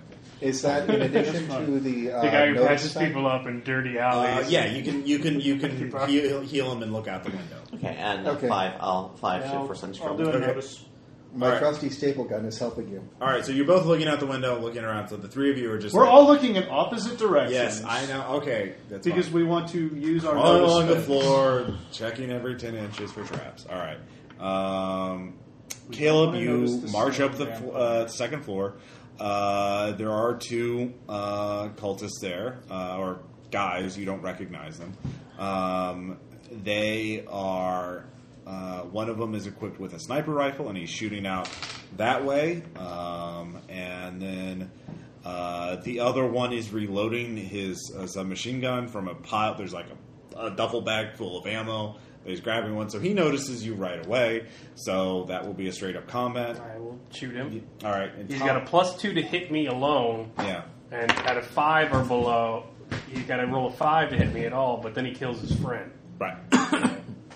[SPEAKER 6] is that in addition
[SPEAKER 11] fine.
[SPEAKER 6] to the? Uh,
[SPEAKER 7] The guy who
[SPEAKER 6] notice
[SPEAKER 7] patches
[SPEAKER 6] spend?
[SPEAKER 7] people up in dirty
[SPEAKER 1] Uh,
[SPEAKER 7] alleys.
[SPEAKER 1] yeah, you can you can you can
[SPEAKER 7] Keep up.
[SPEAKER 1] heal, heal him and look out the window.
[SPEAKER 9] Okay, and
[SPEAKER 6] Okay.
[SPEAKER 9] five. I'll five
[SPEAKER 11] Yeah,
[SPEAKER 9] shoot
[SPEAKER 11] I'll,
[SPEAKER 9] for sense
[SPEAKER 11] I'll
[SPEAKER 9] trouble.
[SPEAKER 11] do a
[SPEAKER 1] Okay.
[SPEAKER 11] notice.
[SPEAKER 6] My
[SPEAKER 1] All right.
[SPEAKER 6] trusty staple gun is helping you.
[SPEAKER 1] All right, so you're both looking out the window, looking around. So the three of you are just
[SPEAKER 11] We're
[SPEAKER 1] like-
[SPEAKER 11] all looking in opposite directions.
[SPEAKER 1] Yes, I know. Okay, that's
[SPEAKER 11] Because
[SPEAKER 1] fine.
[SPEAKER 11] we want to use our
[SPEAKER 1] All
[SPEAKER 11] notice
[SPEAKER 1] along the
[SPEAKER 11] spend.
[SPEAKER 1] floor, checking every ten inches for traps. All right, um,
[SPEAKER 11] We
[SPEAKER 1] Caleb,
[SPEAKER 11] don't wanna
[SPEAKER 1] you
[SPEAKER 11] notice the
[SPEAKER 1] march
[SPEAKER 11] snow
[SPEAKER 1] up the
[SPEAKER 11] down.
[SPEAKER 1] fl- uh, second floor. Uh, there are two uh, cultists there, uh, or guys. You don't recognize them. Um, they are. Uh, one of them is equipped with a sniper rifle, and he's shooting out that way. Um, and then uh, the other one is reloading his uh, submachine gun from a pile. There's like a, a duffel bag full of ammo that he's grabbing one, so he notices you right away. So that will be a straight up combat.
[SPEAKER 7] I will shoot him.
[SPEAKER 1] All right, and
[SPEAKER 7] He's
[SPEAKER 1] Tom-
[SPEAKER 7] got a plus two to hit me alone,
[SPEAKER 1] yeah.
[SPEAKER 7] and at a five or below, he's got to roll a five to hit me at all. But then he kills his friend.
[SPEAKER 1] Right.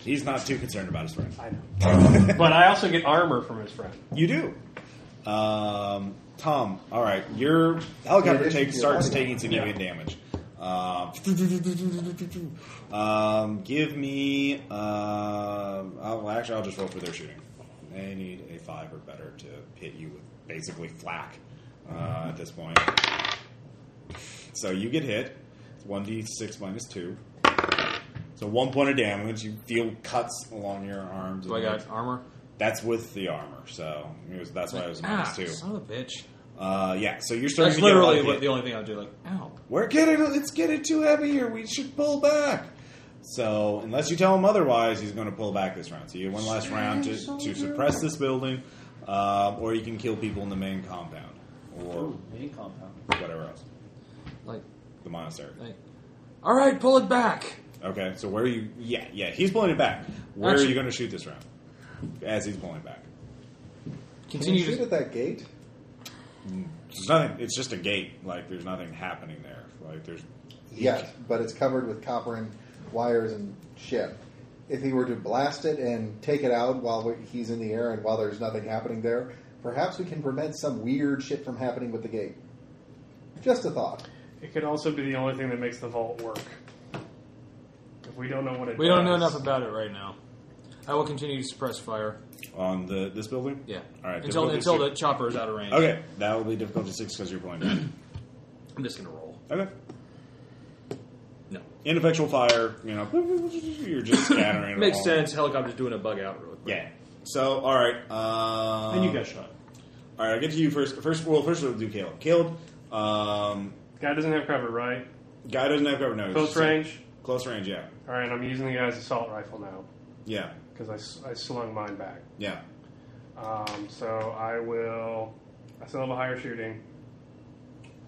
[SPEAKER 1] He's not too concerned about his friend.
[SPEAKER 7] I know. but I also get armor from his friend.
[SPEAKER 1] You do. Um, Tom, all right, your helicopter
[SPEAKER 6] In addition
[SPEAKER 1] take,
[SPEAKER 6] to your
[SPEAKER 1] starts
[SPEAKER 6] body
[SPEAKER 1] taking significant damage. Um, um, give me. um I'll, actually, I'll just roll for their shooting. They need a five or better to hit you with basically flak uh, at this point. So you get hit. It's one d six minus two. So one point of damage. You feel cuts along your arms.
[SPEAKER 8] Do I
[SPEAKER 1] and
[SPEAKER 8] got armor?
[SPEAKER 1] that's with the armor, so it was, that's why it was minus
[SPEAKER 8] ah,
[SPEAKER 1] two.
[SPEAKER 8] Son of a bitch.
[SPEAKER 1] Uh, yeah, so you're starting to
[SPEAKER 8] That's
[SPEAKER 1] get a lot
[SPEAKER 8] literally
[SPEAKER 1] of
[SPEAKER 8] what
[SPEAKER 1] hit.
[SPEAKER 8] the only thing I would do. Like, ow.
[SPEAKER 1] We're getting it's getting too heavy here. We should pull back. So unless you tell him otherwise, he's going to pull back this round. So you have one last round to, to suppress this building, um, or you can kill people in the main compound or
[SPEAKER 11] Main compound.
[SPEAKER 1] whatever else,
[SPEAKER 8] Like,
[SPEAKER 1] the monastery.
[SPEAKER 8] like, all right, pull it back.
[SPEAKER 1] Okay, so where are you? Yeah, yeah, he's pulling it back. Where are
[SPEAKER 8] Actually-
[SPEAKER 1] you going to shoot this round? As he's pulling back,
[SPEAKER 6] Can you
[SPEAKER 8] Continue
[SPEAKER 6] shoot
[SPEAKER 8] to.
[SPEAKER 6] at that gate?
[SPEAKER 1] there's nothing. It's just a gate. Like there's nothing happening there. Like there's
[SPEAKER 6] Yes, but it's covered with copper and wires and shit. If he were to blast it and take it out while we- he's in the air and while there's nothing happening there, perhaps we can prevent some weird shit from happening with the gate. Just a thought.
[SPEAKER 7] It could also be the only thing that makes the vault work. If we don't know what it
[SPEAKER 8] We don't know
[SPEAKER 7] does.
[SPEAKER 8] enough about it right now. I will continue to suppress fire.
[SPEAKER 1] on the this building.
[SPEAKER 8] Yeah.
[SPEAKER 1] All right,
[SPEAKER 8] Until
[SPEAKER 1] difficulty
[SPEAKER 8] until the
[SPEAKER 1] six.
[SPEAKER 8] chopper is out of range.
[SPEAKER 1] Okay, that will be difficult to six because you're pulling back.
[SPEAKER 8] I'm just gonna roll.
[SPEAKER 1] Okay,
[SPEAKER 8] No.
[SPEAKER 1] ineffectual fire. You know, you're just scattering. it
[SPEAKER 8] Makes
[SPEAKER 1] all.
[SPEAKER 8] sense. Helicopter's doing a bug out real quick.
[SPEAKER 1] Yeah. So all right, um,
[SPEAKER 11] And you got shot.
[SPEAKER 1] All right, I'll get to you first. First, well, first we'll do Caleb. Caleb, um,
[SPEAKER 7] Guy doesn't have cover, right?
[SPEAKER 1] guy doesn't have cover. No, he's
[SPEAKER 7] Close
[SPEAKER 1] just-
[SPEAKER 7] range.
[SPEAKER 1] Close range. Yeah,
[SPEAKER 7] All right, I'm using the guy's assault rifle now
[SPEAKER 1] yeah,
[SPEAKER 7] because I, s- I slung mine back.
[SPEAKER 1] yeah.
[SPEAKER 7] Um, so I will. I still have a higher shooting,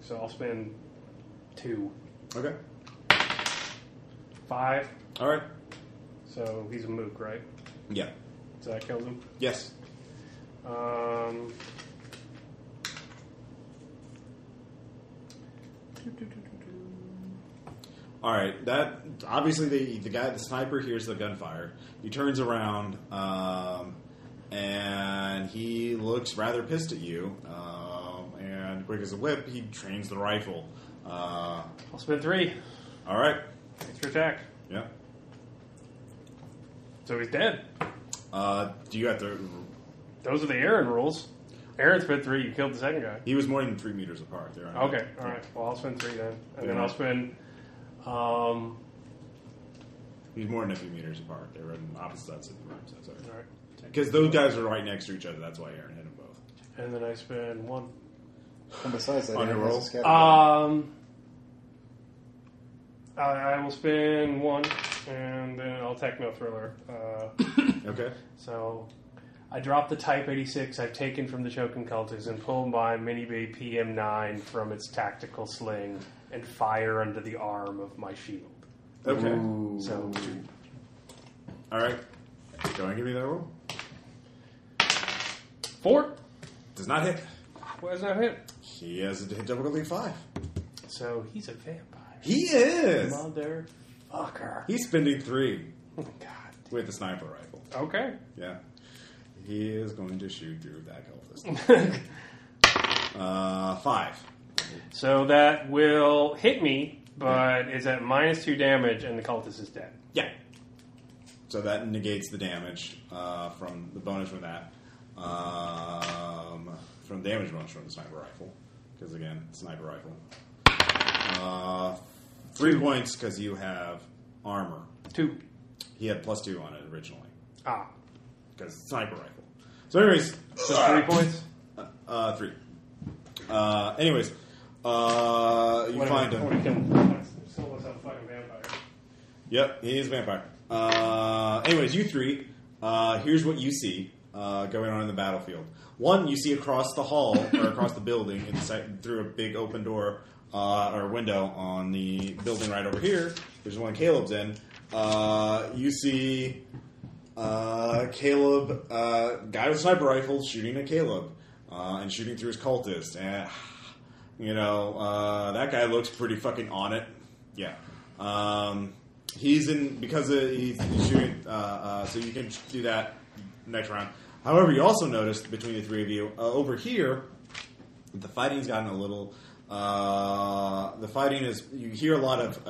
[SPEAKER 7] so I'll spend two,
[SPEAKER 1] Okay.
[SPEAKER 7] five.
[SPEAKER 1] All right.
[SPEAKER 7] So he's a mook, right?
[SPEAKER 1] Yeah.
[SPEAKER 7] So that kills him.
[SPEAKER 1] Yes.
[SPEAKER 7] Um,
[SPEAKER 1] All right, that obviously the the guy, the sniper, hears the gunfire. He turns around, um, and he looks rather pissed at you. Um, and quick as a whip, he trains the rifle. Uh,
[SPEAKER 7] I'll spend three.
[SPEAKER 1] all right,
[SPEAKER 7] Extra attack.
[SPEAKER 1] yeah.
[SPEAKER 7] So he's dead.
[SPEAKER 1] Uh, do you have to?
[SPEAKER 7] Those are the Aaron rules. Aaron spent three. You killed the second guy.
[SPEAKER 1] He was more than three meters apart. There.
[SPEAKER 7] Okay, all right. Well, I'll spend three then, and then I'll spend. Um,
[SPEAKER 1] He's more than a few meters apart. They were on opposite sides of the room. So sorry.
[SPEAKER 7] all right,
[SPEAKER 1] Because those guys were right next to each other. That's why Aaron hit them both.
[SPEAKER 7] and then I spend one.
[SPEAKER 6] And besides that,
[SPEAKER 1] On
[SPEAKER 6] Aaron
[SPEAKER 1] your roll?
[SPEAKER 6] has a scatter gun.
[SPEAKER 7] Um, I, I will spend one, and then I'll attack no thriller. Uh,
[SPEAKER 1] Okay.
[SPEAKER 7] so I drop the Type 86 I've taken from the Choking Cultists and pull my Mini Bay PM9 from its tactical sling and fire under the arm of my shield.
[SPEAKER 1] Okay.
[SPEAKER 7] So
[SPEAKER 1] All right. Go and give me that roll.
[SPEAKER 7] four
[SPEAKER 1] Does not hit.
[SPEAKER 7] was that hit?
[SPEAKER 1] He has a difficulty E five.
[SPEAKER 7] So he's a vampire.
[SPEAKER 1] He is.
[SPEAKER 7] Motherfucker.
[SPEAKER 1] He's spending three
[SPEAKER 7] Oh, God.
[SPEAKER 1] with the sniper rifle.
[SPEAKER 7] Okay.
[SPEAKER 1] Yeah, he is going to shoot through that hell this time. uh, five.
[SPEAKER 7] So that will hit me, but it's at minus two damage, and the cultist is dead.
[SPEAKER 1] Yeah. So that negates the damage uh, from the bonus from that, um, from damage bonus from the sniper rifle, because again, sniper rifle. Uh, three points because you have armor.
[SPEAKER 7] Two.
[SPEAKER 1] He had plus two on it originally
[SPEAKER 7] Ah.
[SPEAKER 1] because sniper rifle. So, anyways,
[SPEAKER 7] So three points?
[SPEAKER 1] Uh, three. Uh, anyways, uh, you find him.
[SPEAKER 7] Someone's a fucking vampire.
[SPEAKER 1] Yep, he is a vampire. Uh, anyways, you three. Uh, here's what you see uh, going on in the battlefield. One, you see across the hall or across the building, inside, through a big open door uh, or window on the building right over here. There's one Caleb's in. Uh, you see uh, Caleb, uh, guy with sniper rifle, shooting at Caleb uh, and shooting through his cultist. And you know uh, that guy looks pretty fucking on it. Yeah, um, he's in because of, he's he's shooting. Uh, uh, so you can do that next round. However, you also noticed between the three of you uh, over here, the fighting's gotten a little. Uh, the fighting is you hear a lot of uh,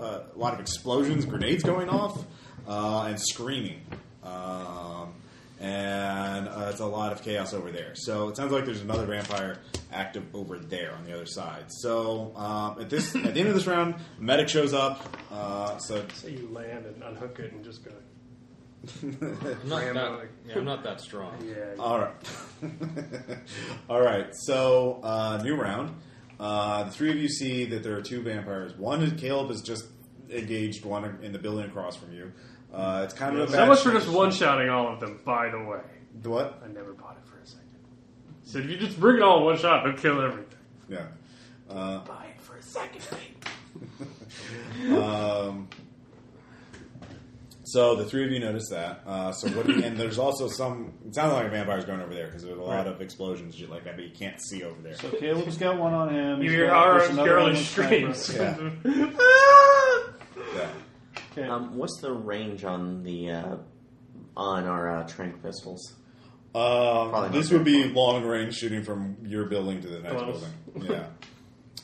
[SPEAKER 1] uh, a lot of explosions, grenades going off, uh, and screaming, um, and uh, it's a lot of chaos over there. So it sounds like there's another vampire active over there on the other side. So um, at this at the end of this round, medic shows up. Uh, so
[SPEAKER 7] So you land and unhook it and just go.
[SPEAKER 8] I'm not
[SPEAKER 7] Rambo,
[SPEAKER 8] that,
[SPEAKER 7] like-
[SPEAKER 8] yeah, I'm not that strong.
[SPEAKER 7] Yeah.
[SPEAKER 11] Uh,
[SPEAKER 1] All right. All right. So, uh, new round. Uh, the three of you see that there are two vampires. One is Caleb is just engaged one in the building across from you. Uh, it's kind of a
[SPEAKER 7] So
[SPEAKER 1] bad
[SPEAKER 7] much for just one shotting all of them. By the way,
[SPEAKER 1] what?
[SPEAKER 7] I never bought it for a second. So if you just bring it all in one shot, it'll kill everything.
[SPEAKER 1] Yeah. Uh,
[SPEAKER 7] Buy it for a second.
[SPEAKER 1] um, so the three of you notice that. Uh, so what? do you- and there's also some. It sounded like a vampire's going over there because there's a lot of explosions and shit like that, but you can't see over there.
[SPEAKER 11] So Caleb's got one on him.
[SPEAKER 7] You
[SPEAKER 11] He's
[SPEAKER 7] hear
[SPEAKER 11] got-
[SPEAKER 7] our
[SPEAKER 11] there's another one
[SPEAKER 7] girlish
[SPEAKER 11] with sniper.
[SPEAKER 7] screams.
[SPEAKER 1] Yeah.
[SPEAKER 11] Okay.
[SPEAKER 9] Um, what's the range on the uh, on our uh, trank pistols?
[SPEAKER 1] Um,
[SPEAKER 9] Probably
[SPEAKER 1] this
[SPEAKER 9] not
[SPEAKER 1] would be long range shooting from your building to the next
[SPEAKER 7] Close.
[SPEAKER 1] building. Yeah.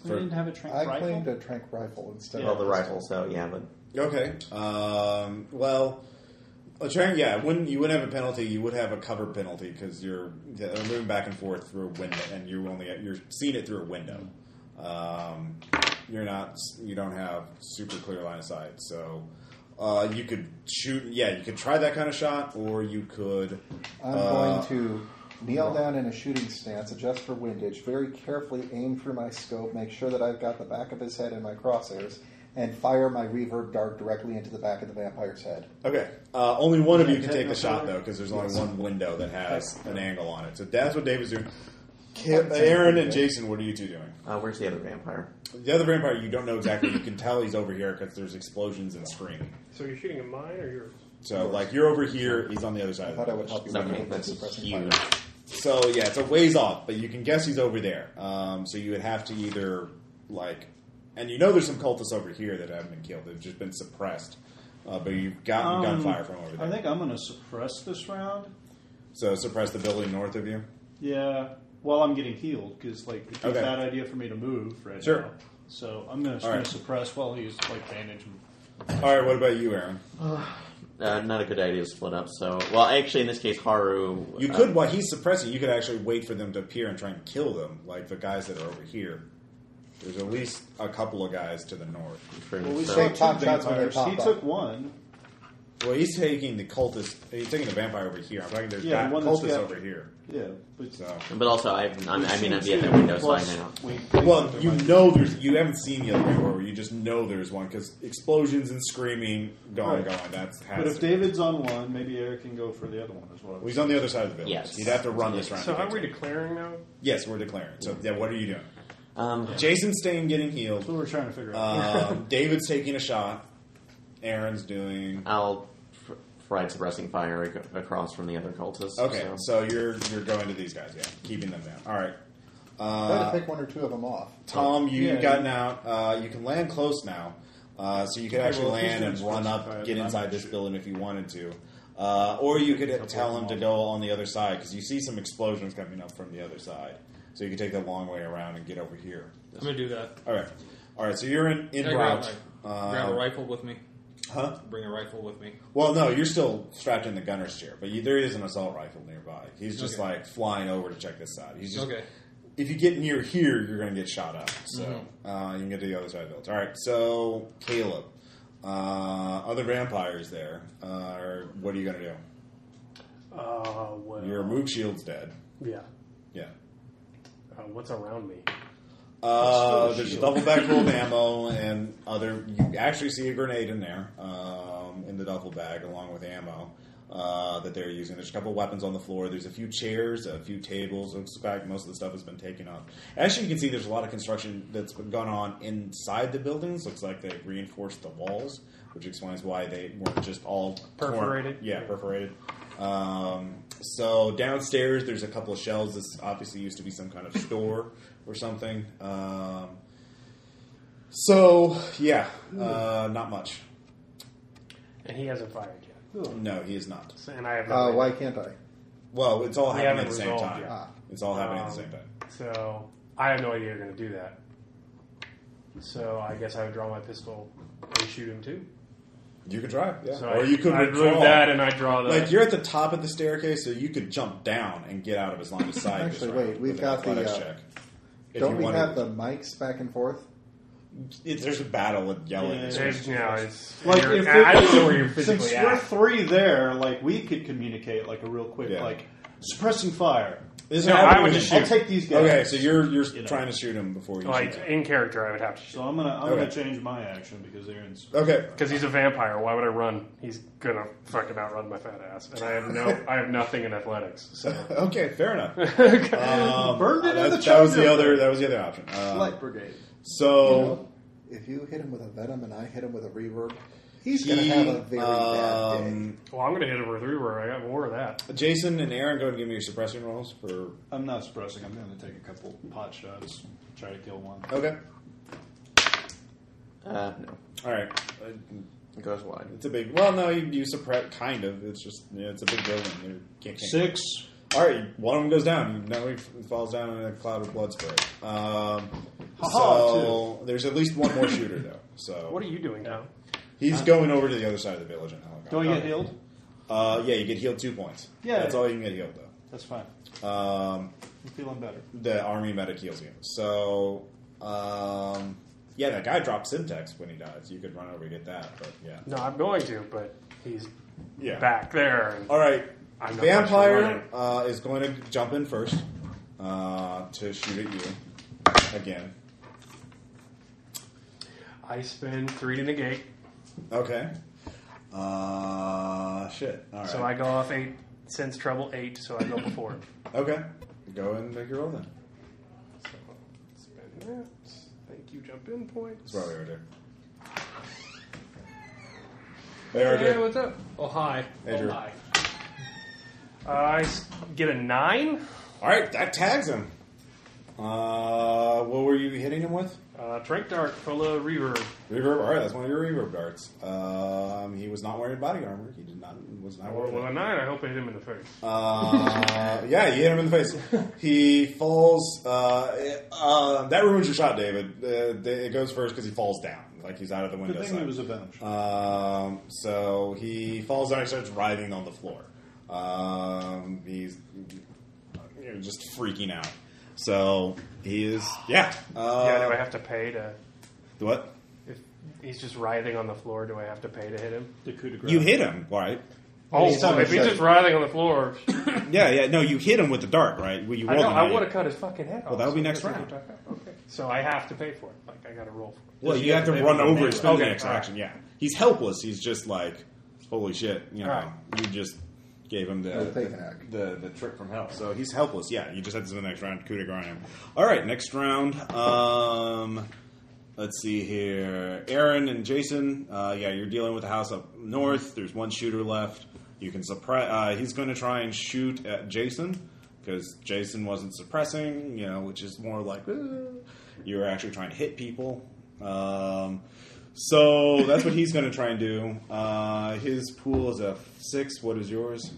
[SPEAKER 11] I didn't have a trank
[SPEAKER 6] I
[SPEAKER 11] rifle.
[SPEAKER 6] claimed a trank rifle instead.
[SPEAKER 9] well,
[SPEAKER 6] of
[SPEAKER 9] Oh, the rifle. So yeah, but
[SPEAKER 1] Okay. Um, well, a train. Yeah, it wouldn't you wouldn't have a penalty? You would have a cover penalty because you're yeah, they're moving back and forth through a window, and you only you're seeing it through a window. Um, you're not. You don't have super clear line of sight, so. Uh, you could shoot, yeah. You could try that kind of shot, or you could.
[SPEAKER 6] I'm
[SPEAKER 1] uh,
[SPEAKER 6] going to kneel down in a shooting stance, adjust for windage, very carefully aim through my scope, make sure that I've got the back of his head in my crosshairs, and fire my reverb dart directly into the back of the vampire's head.
[SPEAKER 1] Okay. Uh, only one of you
[SPEAKER 11] Yeah,
[SPEAKER 1] can take the
[SPEAKER 11] technical
[SPEAKER 1] shot
[SPEAKER 11] color.
[SPEAKER 1] though, because there's only one window that has an angle on it. So that's what David's doing. Ca- Aaron and Jason, what are you two doing?
[SPEAKER 9] uh, where's the other vampire?
[SPEAKER 1] The other vampire, you don't know exactly. You can tell he's over here because there's explosions and screaming.
[SPEAKER 7] So you're shooting at mine or yours?
[SPEAKER 1] So like you're over here, he's on the other side.
[SPEAKER 6] I
[SPEAKER 1] Of
[SPEAKER 6] thought
[SPEAKER 1] the
[SPEAKER 6] I would help you
[SPEAKER 9] Okay,
[SPEAKER 6] with
[SPEAKER 9] that's
[SPEAKER 6] suppressing
[SPEAKER 9] huge.
[SPEAKER 6] fire.
[SPEAKER 1] So yeah, it's a ways off, but you can guess he's over there. Um, so you would have to either like, and you know there's some cultists over here that haven't been killed; they've just been suppressed. Uh, but you've gotten
[SPEAKER 11] Um,
[SPEAKER 1] gunfire from over there.
[SPEAKER 11] I think I'm going to suppress this round.
[SPEAKER 1] so suppress the building north of you.
[SPEAKER 11] Yeah, while I'm getting healed, because like it's a
[SPEAKER 1] Okay.
[SPEAKER 11] bad idea for me to move right
[SPEAKER 1] Sure.
[SPEAKER 11] now. So I'm going
[SPEAKER 1] All right.
[SPEAKER 11] to suppress while he's like bandaging.
[SPEAKER 1] All right, what about you, Aaron?
[SPEAKER 9] Uh, not a good idea to split up. So well, actually, in this case, Haru.
[SPEAKER 1] You
[SPEAKER 9] uh,
[SPEAKER 1] could, while he's suppressing, you could actually wait for them to appear and try and kill them, like the guys that are over here. There's at least a couple of guys to the north.
[SPEAKER 9] true,
[SPEAKER 11] Well, we
[SPEAKER 9] so-
[SPEAKER 6] They
[SPEAKER 11] saw
[SPEAKER 6] pop
[SPEAKER 11] two
[SPEAKER 6] shots when they
[SPEAKER 11] vampires.
[SPEAKER 6] pop
[SPEAKER 11] He
[SPEAKER 6] up.
[SPEAKER 11] took one.
[SPEAKER 1] Well, he's taking the cultist. He's taking the vampire over here. I'm talking there's
[SPEAKER 11] Yeah,
[SPEAKER 1] yeah,
[SPEAKER 11] the one that's
[SPEAKER 1] cultists
[SPEAKER 11] got-
[SPEAKER 1] over here.
[SPEAKER 11] Yeah, but
[SPEAKER 1] So,
[SPEAKER 9] But also, I've, I'm, I
[SPEAKER 11] We've
[SPEAKER 9] mean,
[SPEAKER 11] seen
[SPEAKER 9] I'd be at
[SPEAKER 11] two,
[SPEAKER 9] their window
[SPEAKER 11] plus
[SPEAKER 9] side now.
[SPEAKER 11] we-
[SPEAKER 1] well, you know there's. You haven't seen the other vampire. You just know there's one because explosions and screaming, going,
[SPEAKER 11] Right.
[SPEAKER 1] going. That's has
[SPEAKER 11] But if
[SPEAKER 1] to-
[SPEAKER 11] David's on one, maybe Eric can go for the other one as well.
[SPEAKER 1] Well, he's on the other side of the village.
[SPEAKER 9] Yes.
[SPEAKER 1] He'd have to run this round.
[SPEAKER 7] So
[SPEAKER 1] to
[SPEAKER 7] are
[SPEAKER 1] get
[SPEAKER 7] we
[SPEAKER 1] to-
[SPEAKER 7] declaring now?
[SPEAKER 1] yes, we're declaring. So, yeah, what are you doing?
[SPEAKER 9] Um,
[SPEAKER 1] Jason's staying, getting healed.
[SPEAKER 11] That's what we're trying to figure out.
[SPEAKER 1] Um, David's taking a shot. Aaron's doing
[SPEAKER 9] I'll fr- fried suppressing fire ac- across from the other cultists.
[SPEAKER 1] okay.
[SPEAKER 9] so-
[SPEAKER 1] So you're you're going to these guys, yeah, keeping them down. All right.
[SPEAKER 6] Try to
[SPEAKER 1] Uh,
[SPEAKER 6] pick one or two of them off.
[SPEAKER 1] Tom, you,
[SPEAKER 11] Yeah,
[SPEAKER 1] have gotten out. Uh, you can land close now, uh, so you could
[SPEAKER 11] Okay,
[SPEAKER 1] actually
[SPEAKER 11] well, if he's
[SPEAKER 1] land
[SPEAKER 11] gonna
[SPEAKER 1] and run
[SPEAKER 11] specify
[SPEAKER 1] up,
[SPEAKER 11] it,
[SPEAKER 1] get
[SPEAKER 11] I'm
[SPEAKER 1] inside
[SPEAKER 11] gonna
[SPEAKER 1] this
[SPEAKER 11] shoot.
[SPEAKER 1] building if you wanted to, uh, or you could tell him to go on the other side because you see some explosions coming up from the other side. So you can take the long way around and get over here.
[SPEAKER 8] I'm gonna do that.
[SPEAKER 1] All right, all right. So you're in in
[SPEAKER 8] Can I grab,
[SPEAKER 1] route.
[SPEAKER 8] my- grab a
[SPEAKER 1] Uh,
[SPEAKER 8] rifle with me.
[SPEAKER 1] huh?
[SPEAKER 8] Bring a rifle with me.
[SPEAKER 1] Well, no, you're still strapped in the gunner's chair, but you, there is an assault rifle nearby. He's just
[SPEAKER 8] Okay.
[SPEAKER 1] like flying over to check this out. He's just
[SPEAKER 8] Okay.
[SPEAKER 1] if you get near here, you're going to get shot up. So
[SPEAKER 8] Mm-hmm.
[SPEAKER 1] uh, you can get to the other side of the village. All right, so Caleb, uh, other vampires there. Uh, are- what are you going to do?
[SPEAKER 7] Uh, well,
[SPEAKER 1] Your move shield's dead.
[SPEAKER 7] yeah.
[SPEAKER 1] Yeah.
[SPEAKER 7] Uh, what's around me?
[SPEAKER 1] Uh, there's a double bag full of ammo and other. You actually see a grenade in there um, in the duffel bag along with ammo. uh, that they're using. There's a couple weapons on the floor. There's a few chairs, a few tables. It looks like most of the stuff has been taken up. Actually, you can see there's a lot of construction that's been gone on inside the buildings. Looks like they've reinforced the walls, which explains why they weren't just all torn-
[SPEAKER 7] Perforated.
[SPEAKER 1] Yeah, perforated. Um, so downstairs, there's a couple of shelves. This obviously used to be some kind of store or something. Um, so yeah, uh, not much.
[SPEAKER 7] and he hasn't fired yet.
[SPEAKER 1] No, he is not.
[SPEAKER 7] So, and I have
[SPEAKER 6] Uh,
[SPEAKER 7] not.
[SPEAKER 6] why can't I?
[SPEAKER 1] Well, it's all
[SPEAKER 7] We
[SPEAKER 1] happening at
[SPEAKER 7] haven't
[SPEAKER 1] the same
[SPEAKER 7] resolved
[SPEAKER 1] time.
[SPEAKER 7] yet.
[SPEAKER 6] Ah,
[SPEAKER 1] It's all happening at the
[SPEAKER 7] Um,
[SPEAKER 1] same time.
[SPEAKER 7] So I have no idea you're going to do that. So I guess I would draw my pistol and shoot him too.
[SPEAKER 1] You could try, yeah.
[SPEAKER 7] So
[SPEAKER 1] or
[SPEAKER 7] I,
[SPEAKER 1] you could
[SPEAKER 7] I'd
[SPEAKER 1] withdraw.
[SPEAKER 7] move that and uh, I draw the.
[SPEAKER 1] Like you're at the top of the staircase, so you could jump down and get out of his line of sight. this
[SPEAKER 6] Actually,
[SPEAKER 1] round
[SPEAKER 6] wait, we've
[SPEAKER 1] with an
[SPEAKER 6] got the,
[SPEAKER 1] athletics
[SPEAKER 6] uh,
[SPEAKER 1] check. If
[SPEAKER 6] don't
[SPEAKER 1] you
[SPEAKER 6] we
[SPEAKER 1] wanted-
[SPEAKER 6] have the mics back and forth?
[SPEAKER 1] It's, there's a battle with yelling.
[SPEAKER 11] Yeah.
[SPEAKER 7] There's, you know, it's,
[SPEAKER 11] Like,
[SPEAKER 7] you're-
[SPEAKER 11] if we-
[SPEAKER 7] I don't know where you're physically
[SPEAKER 11] Since
[SPEAKER 7] at.
[SPEAKER 11] we're three there, like we could communicate like a real quick
[SPEAKER 1] Yeah.
[SPEAKER 11] like suppressing fire.
[SPEAKER 1] This is
[SPEAKER 7] No,
[SPEAKER 1] happening
[SPEAKER 7] I would
[SPEAKER 1] with-
[SPEAKER 7] just
[SPEAKER 11] I'll
[SPEAKER 7] shoot.
[SPEAKER 11] take these guys.
[SPEAKER 1] Okay, so you're you're
[SPEAKER 11] You know. Oh,
[SPEAKER 1] trying to shoot him before you
[SPEAKER 7] like
[SPEAKER 1] shoot him.
[SPEAKER 7] in character, I would have to shoot
[SPEAKER 11] So I'm gonna I'm gonna
[SPEAKER 1] Okay.
[SPEAKER 11] change my action because they're in.
[SPEAKER 1] Okay,
[SPEAKER 7] because he's a vampire. Why would I run? He's gonna fucking outrun my fat ass, and I have no, I have nothing in athletics. So
[SPEAKER 1] okay, fair enough. Um,
[SPEAKER 11] Burned it in
[SPEAKER 1] that,
[SPEAKER 11] the
[SPEAKER 1] that was the
[SPEAKER 11] children.
[SPEAKER 1] other that was the other option. Um,
[SPEAKER 11] Light brigade.
[SPEAKER 1] so.
[SPEAKER 6] Well, if you hit him with a venom and I hit him with a reverb, he's
[SPEAKER 1] He,
[SPEAKER 6] going to have a very bad day.
[SPEAKER 1] um,
[SPEAKER 7] well, I'm gonna hit him with a reroll. I got more of that.
[SPEAKER 1] Jason and Aaron, go ahead and give me your suppressing rolls for.
[SPEAKER 11] I'm not suppressing. I'm gonna take a couple pot shots. Try to kill one.
[SPEAKER 1] Okay.
[SPEAKER 9] Uh, no.
[SPEAKER 1] All right. Uh,
[SPEAKER 9] It goes wide.
[SPEAKER 1] It's a big. Well, no, you, you suppress kind of. It's just yeah, it's a big building. You can't, can't-
[SPEAKER 11] Six.
[SPEAKER 1] All right, one of them goes down. You know he f- falls down in a cloud of blood spray. Um,
[SPEAKER 11] Ha-ha,
[SPEAKER 1] so there's at least one more shooter though. So
[SPEAKER 7] What are you doing now?
[SPEAKER 1] he's going over to the other side of the village in helicopter.
[SPEAKER 11] Do I get healed?
[SPEAKER 1] Uh, yeah, you get healed two points.
[SPEAKER 11] Yeah.
[SPEAKER 1] that's all you can get healed though.
[SPEAKER 11] That's fine.
[SPEAKER 1] Um,
[SPEAKER 11] I'm feeling better.
[SPEAKER 1] the army medic heals you. So, um, yeah, that guy drops syntax when he dies. You could run over and get that, but yeah,
[SPEAKER 7] No, I'm going to, but he's
[SPEAKER 1] yeah.
[SPEAKER 7] back there. And
[SPEAKER 1] All right,
[SPEAKER 7] I'm not
[SPEAKER 1] vampire
[SPEAKER 7] running.
[SPEAKER 1] uh, is going to jump in first uh, to shoot at you again.
[SPEAKER 7] I spend three to negate,
[SPEAKER 1] Okay. Uh, shit. All right.
[SPEAKER 7] so I go off eight. Since trouble eight, so I go before. him.
[SPEAKER 1] okay. Go and make your roll then.
[SPEAKER 7] so spend that. Thank you, jump in
[SPEAKER 1] It's
[SPEAKER 7] points.
[SPEAKER 1] probably right there. They are
[SPEAKER 8] Hey,
[SPEAKER 1] there.
[SPEAKER 8] what's up? Oh, hi.
[SPEAKER 1] Andrew.
[SPEAKER 8] Oh, hi.
[SPEAKER 7] I s- get a nine.
[SPEAKER 1] All right, that tags him. Uh, what were you hitting him with?
[SPEAKER 7] Uh, Trank Dark, full of reverb.
[SPEAKER 1] Reverb. All right, that's one of your reverb darts. Um, he was not wearing body armor. He did not was not
[SPEAKER 7] Well,
[SPEAKER 1] wearing.
[SPEAKER 7] with a
[SPEAKER 1] It.
[SPEAKER 7] nine, I hope I hit him in the face.
[SPEAKER 1] Uh, yeah, you hit him in the face. He falls. Uh, uh, that ruins your shot, David. Uh, th- it goes first because he falls down, like he's out of the window.
[SPEAKER 11] Good thing
[SPEAKER 1] side.
[SPEAKER 11] it was a venom shot.
[SPEAKER 1] Um, so he falls down and starts writhing on the floor. Um, he's you know, just freaking out. So he is, yeah. Uh,
[SPEAKER 7] yeah, do I have to pay to?
[SPEAKER 1] what?
[SPEAKER 7] If he's just writhing on the floor, do I have to pay to hit him?
[SPEAKER 11] The coup de grace.
[SPEAKER 1] You hit him, right?
[SPEAKER 7] Oh,
[SPEAKER 6] He's
[SPEAKER 7] so if he's
[SPEAKER 6] upset.
[SPEAKER 7] just writhing on the floor,
[SPEAKER 1] Yeah, yeah. No, you hit him with the dart, right? Well, you
[SPEAKER 7] I,
[SPEAKER 1] rolled
[SPEAKER 7] know,
[SPEAKER 1] him,
[SPEAKER 7] I
[SPEAKER 1] right?
[SPEAKER 7] would have cut his fucking head off.
[SPEAKER 1] Well, that would be
[SPEAKER 7] so
[SPEAKER 1] next
[SPEAKER 7] that's
[SPEAKER 1] round.
[SPEAKER 7] what I'm talking about. Okay, so I have to pay for it. Like I got to roll for it.
[SPEAKER 1] Well, you have to run over and spend the
[SPEAKER 7] Okay,
[SPEAKER 1] next
[SPEAKER 7] all right.
[SPEAKER 1] action. Yeah, he's helpless. He's just like, holy shit. You know,
[SPEAKER 7] All right.
[SPEAKER 1] you just gave him
[SPEAKER 6] Oh,
[SPEAKER 1] the
[SPEAKER 6] take an act.
[SPEAKER 1] the, the trick from hell. So he's helpless. Yeah, you just have to spend the next round coup de grace. him. All right, next round. Um, let's see here. Aaron and Jason. Uh, yeah, you're dealing with the house up north. There's one shooter left. You can suppress. Uh, he's going to try and shoot at Jason because Jason wasn't suppressing. You know, which is more like "Ah." you were actually trying to hit people. Um, so that's what he's going to try and do. Uh, his pool is a six. What is yours?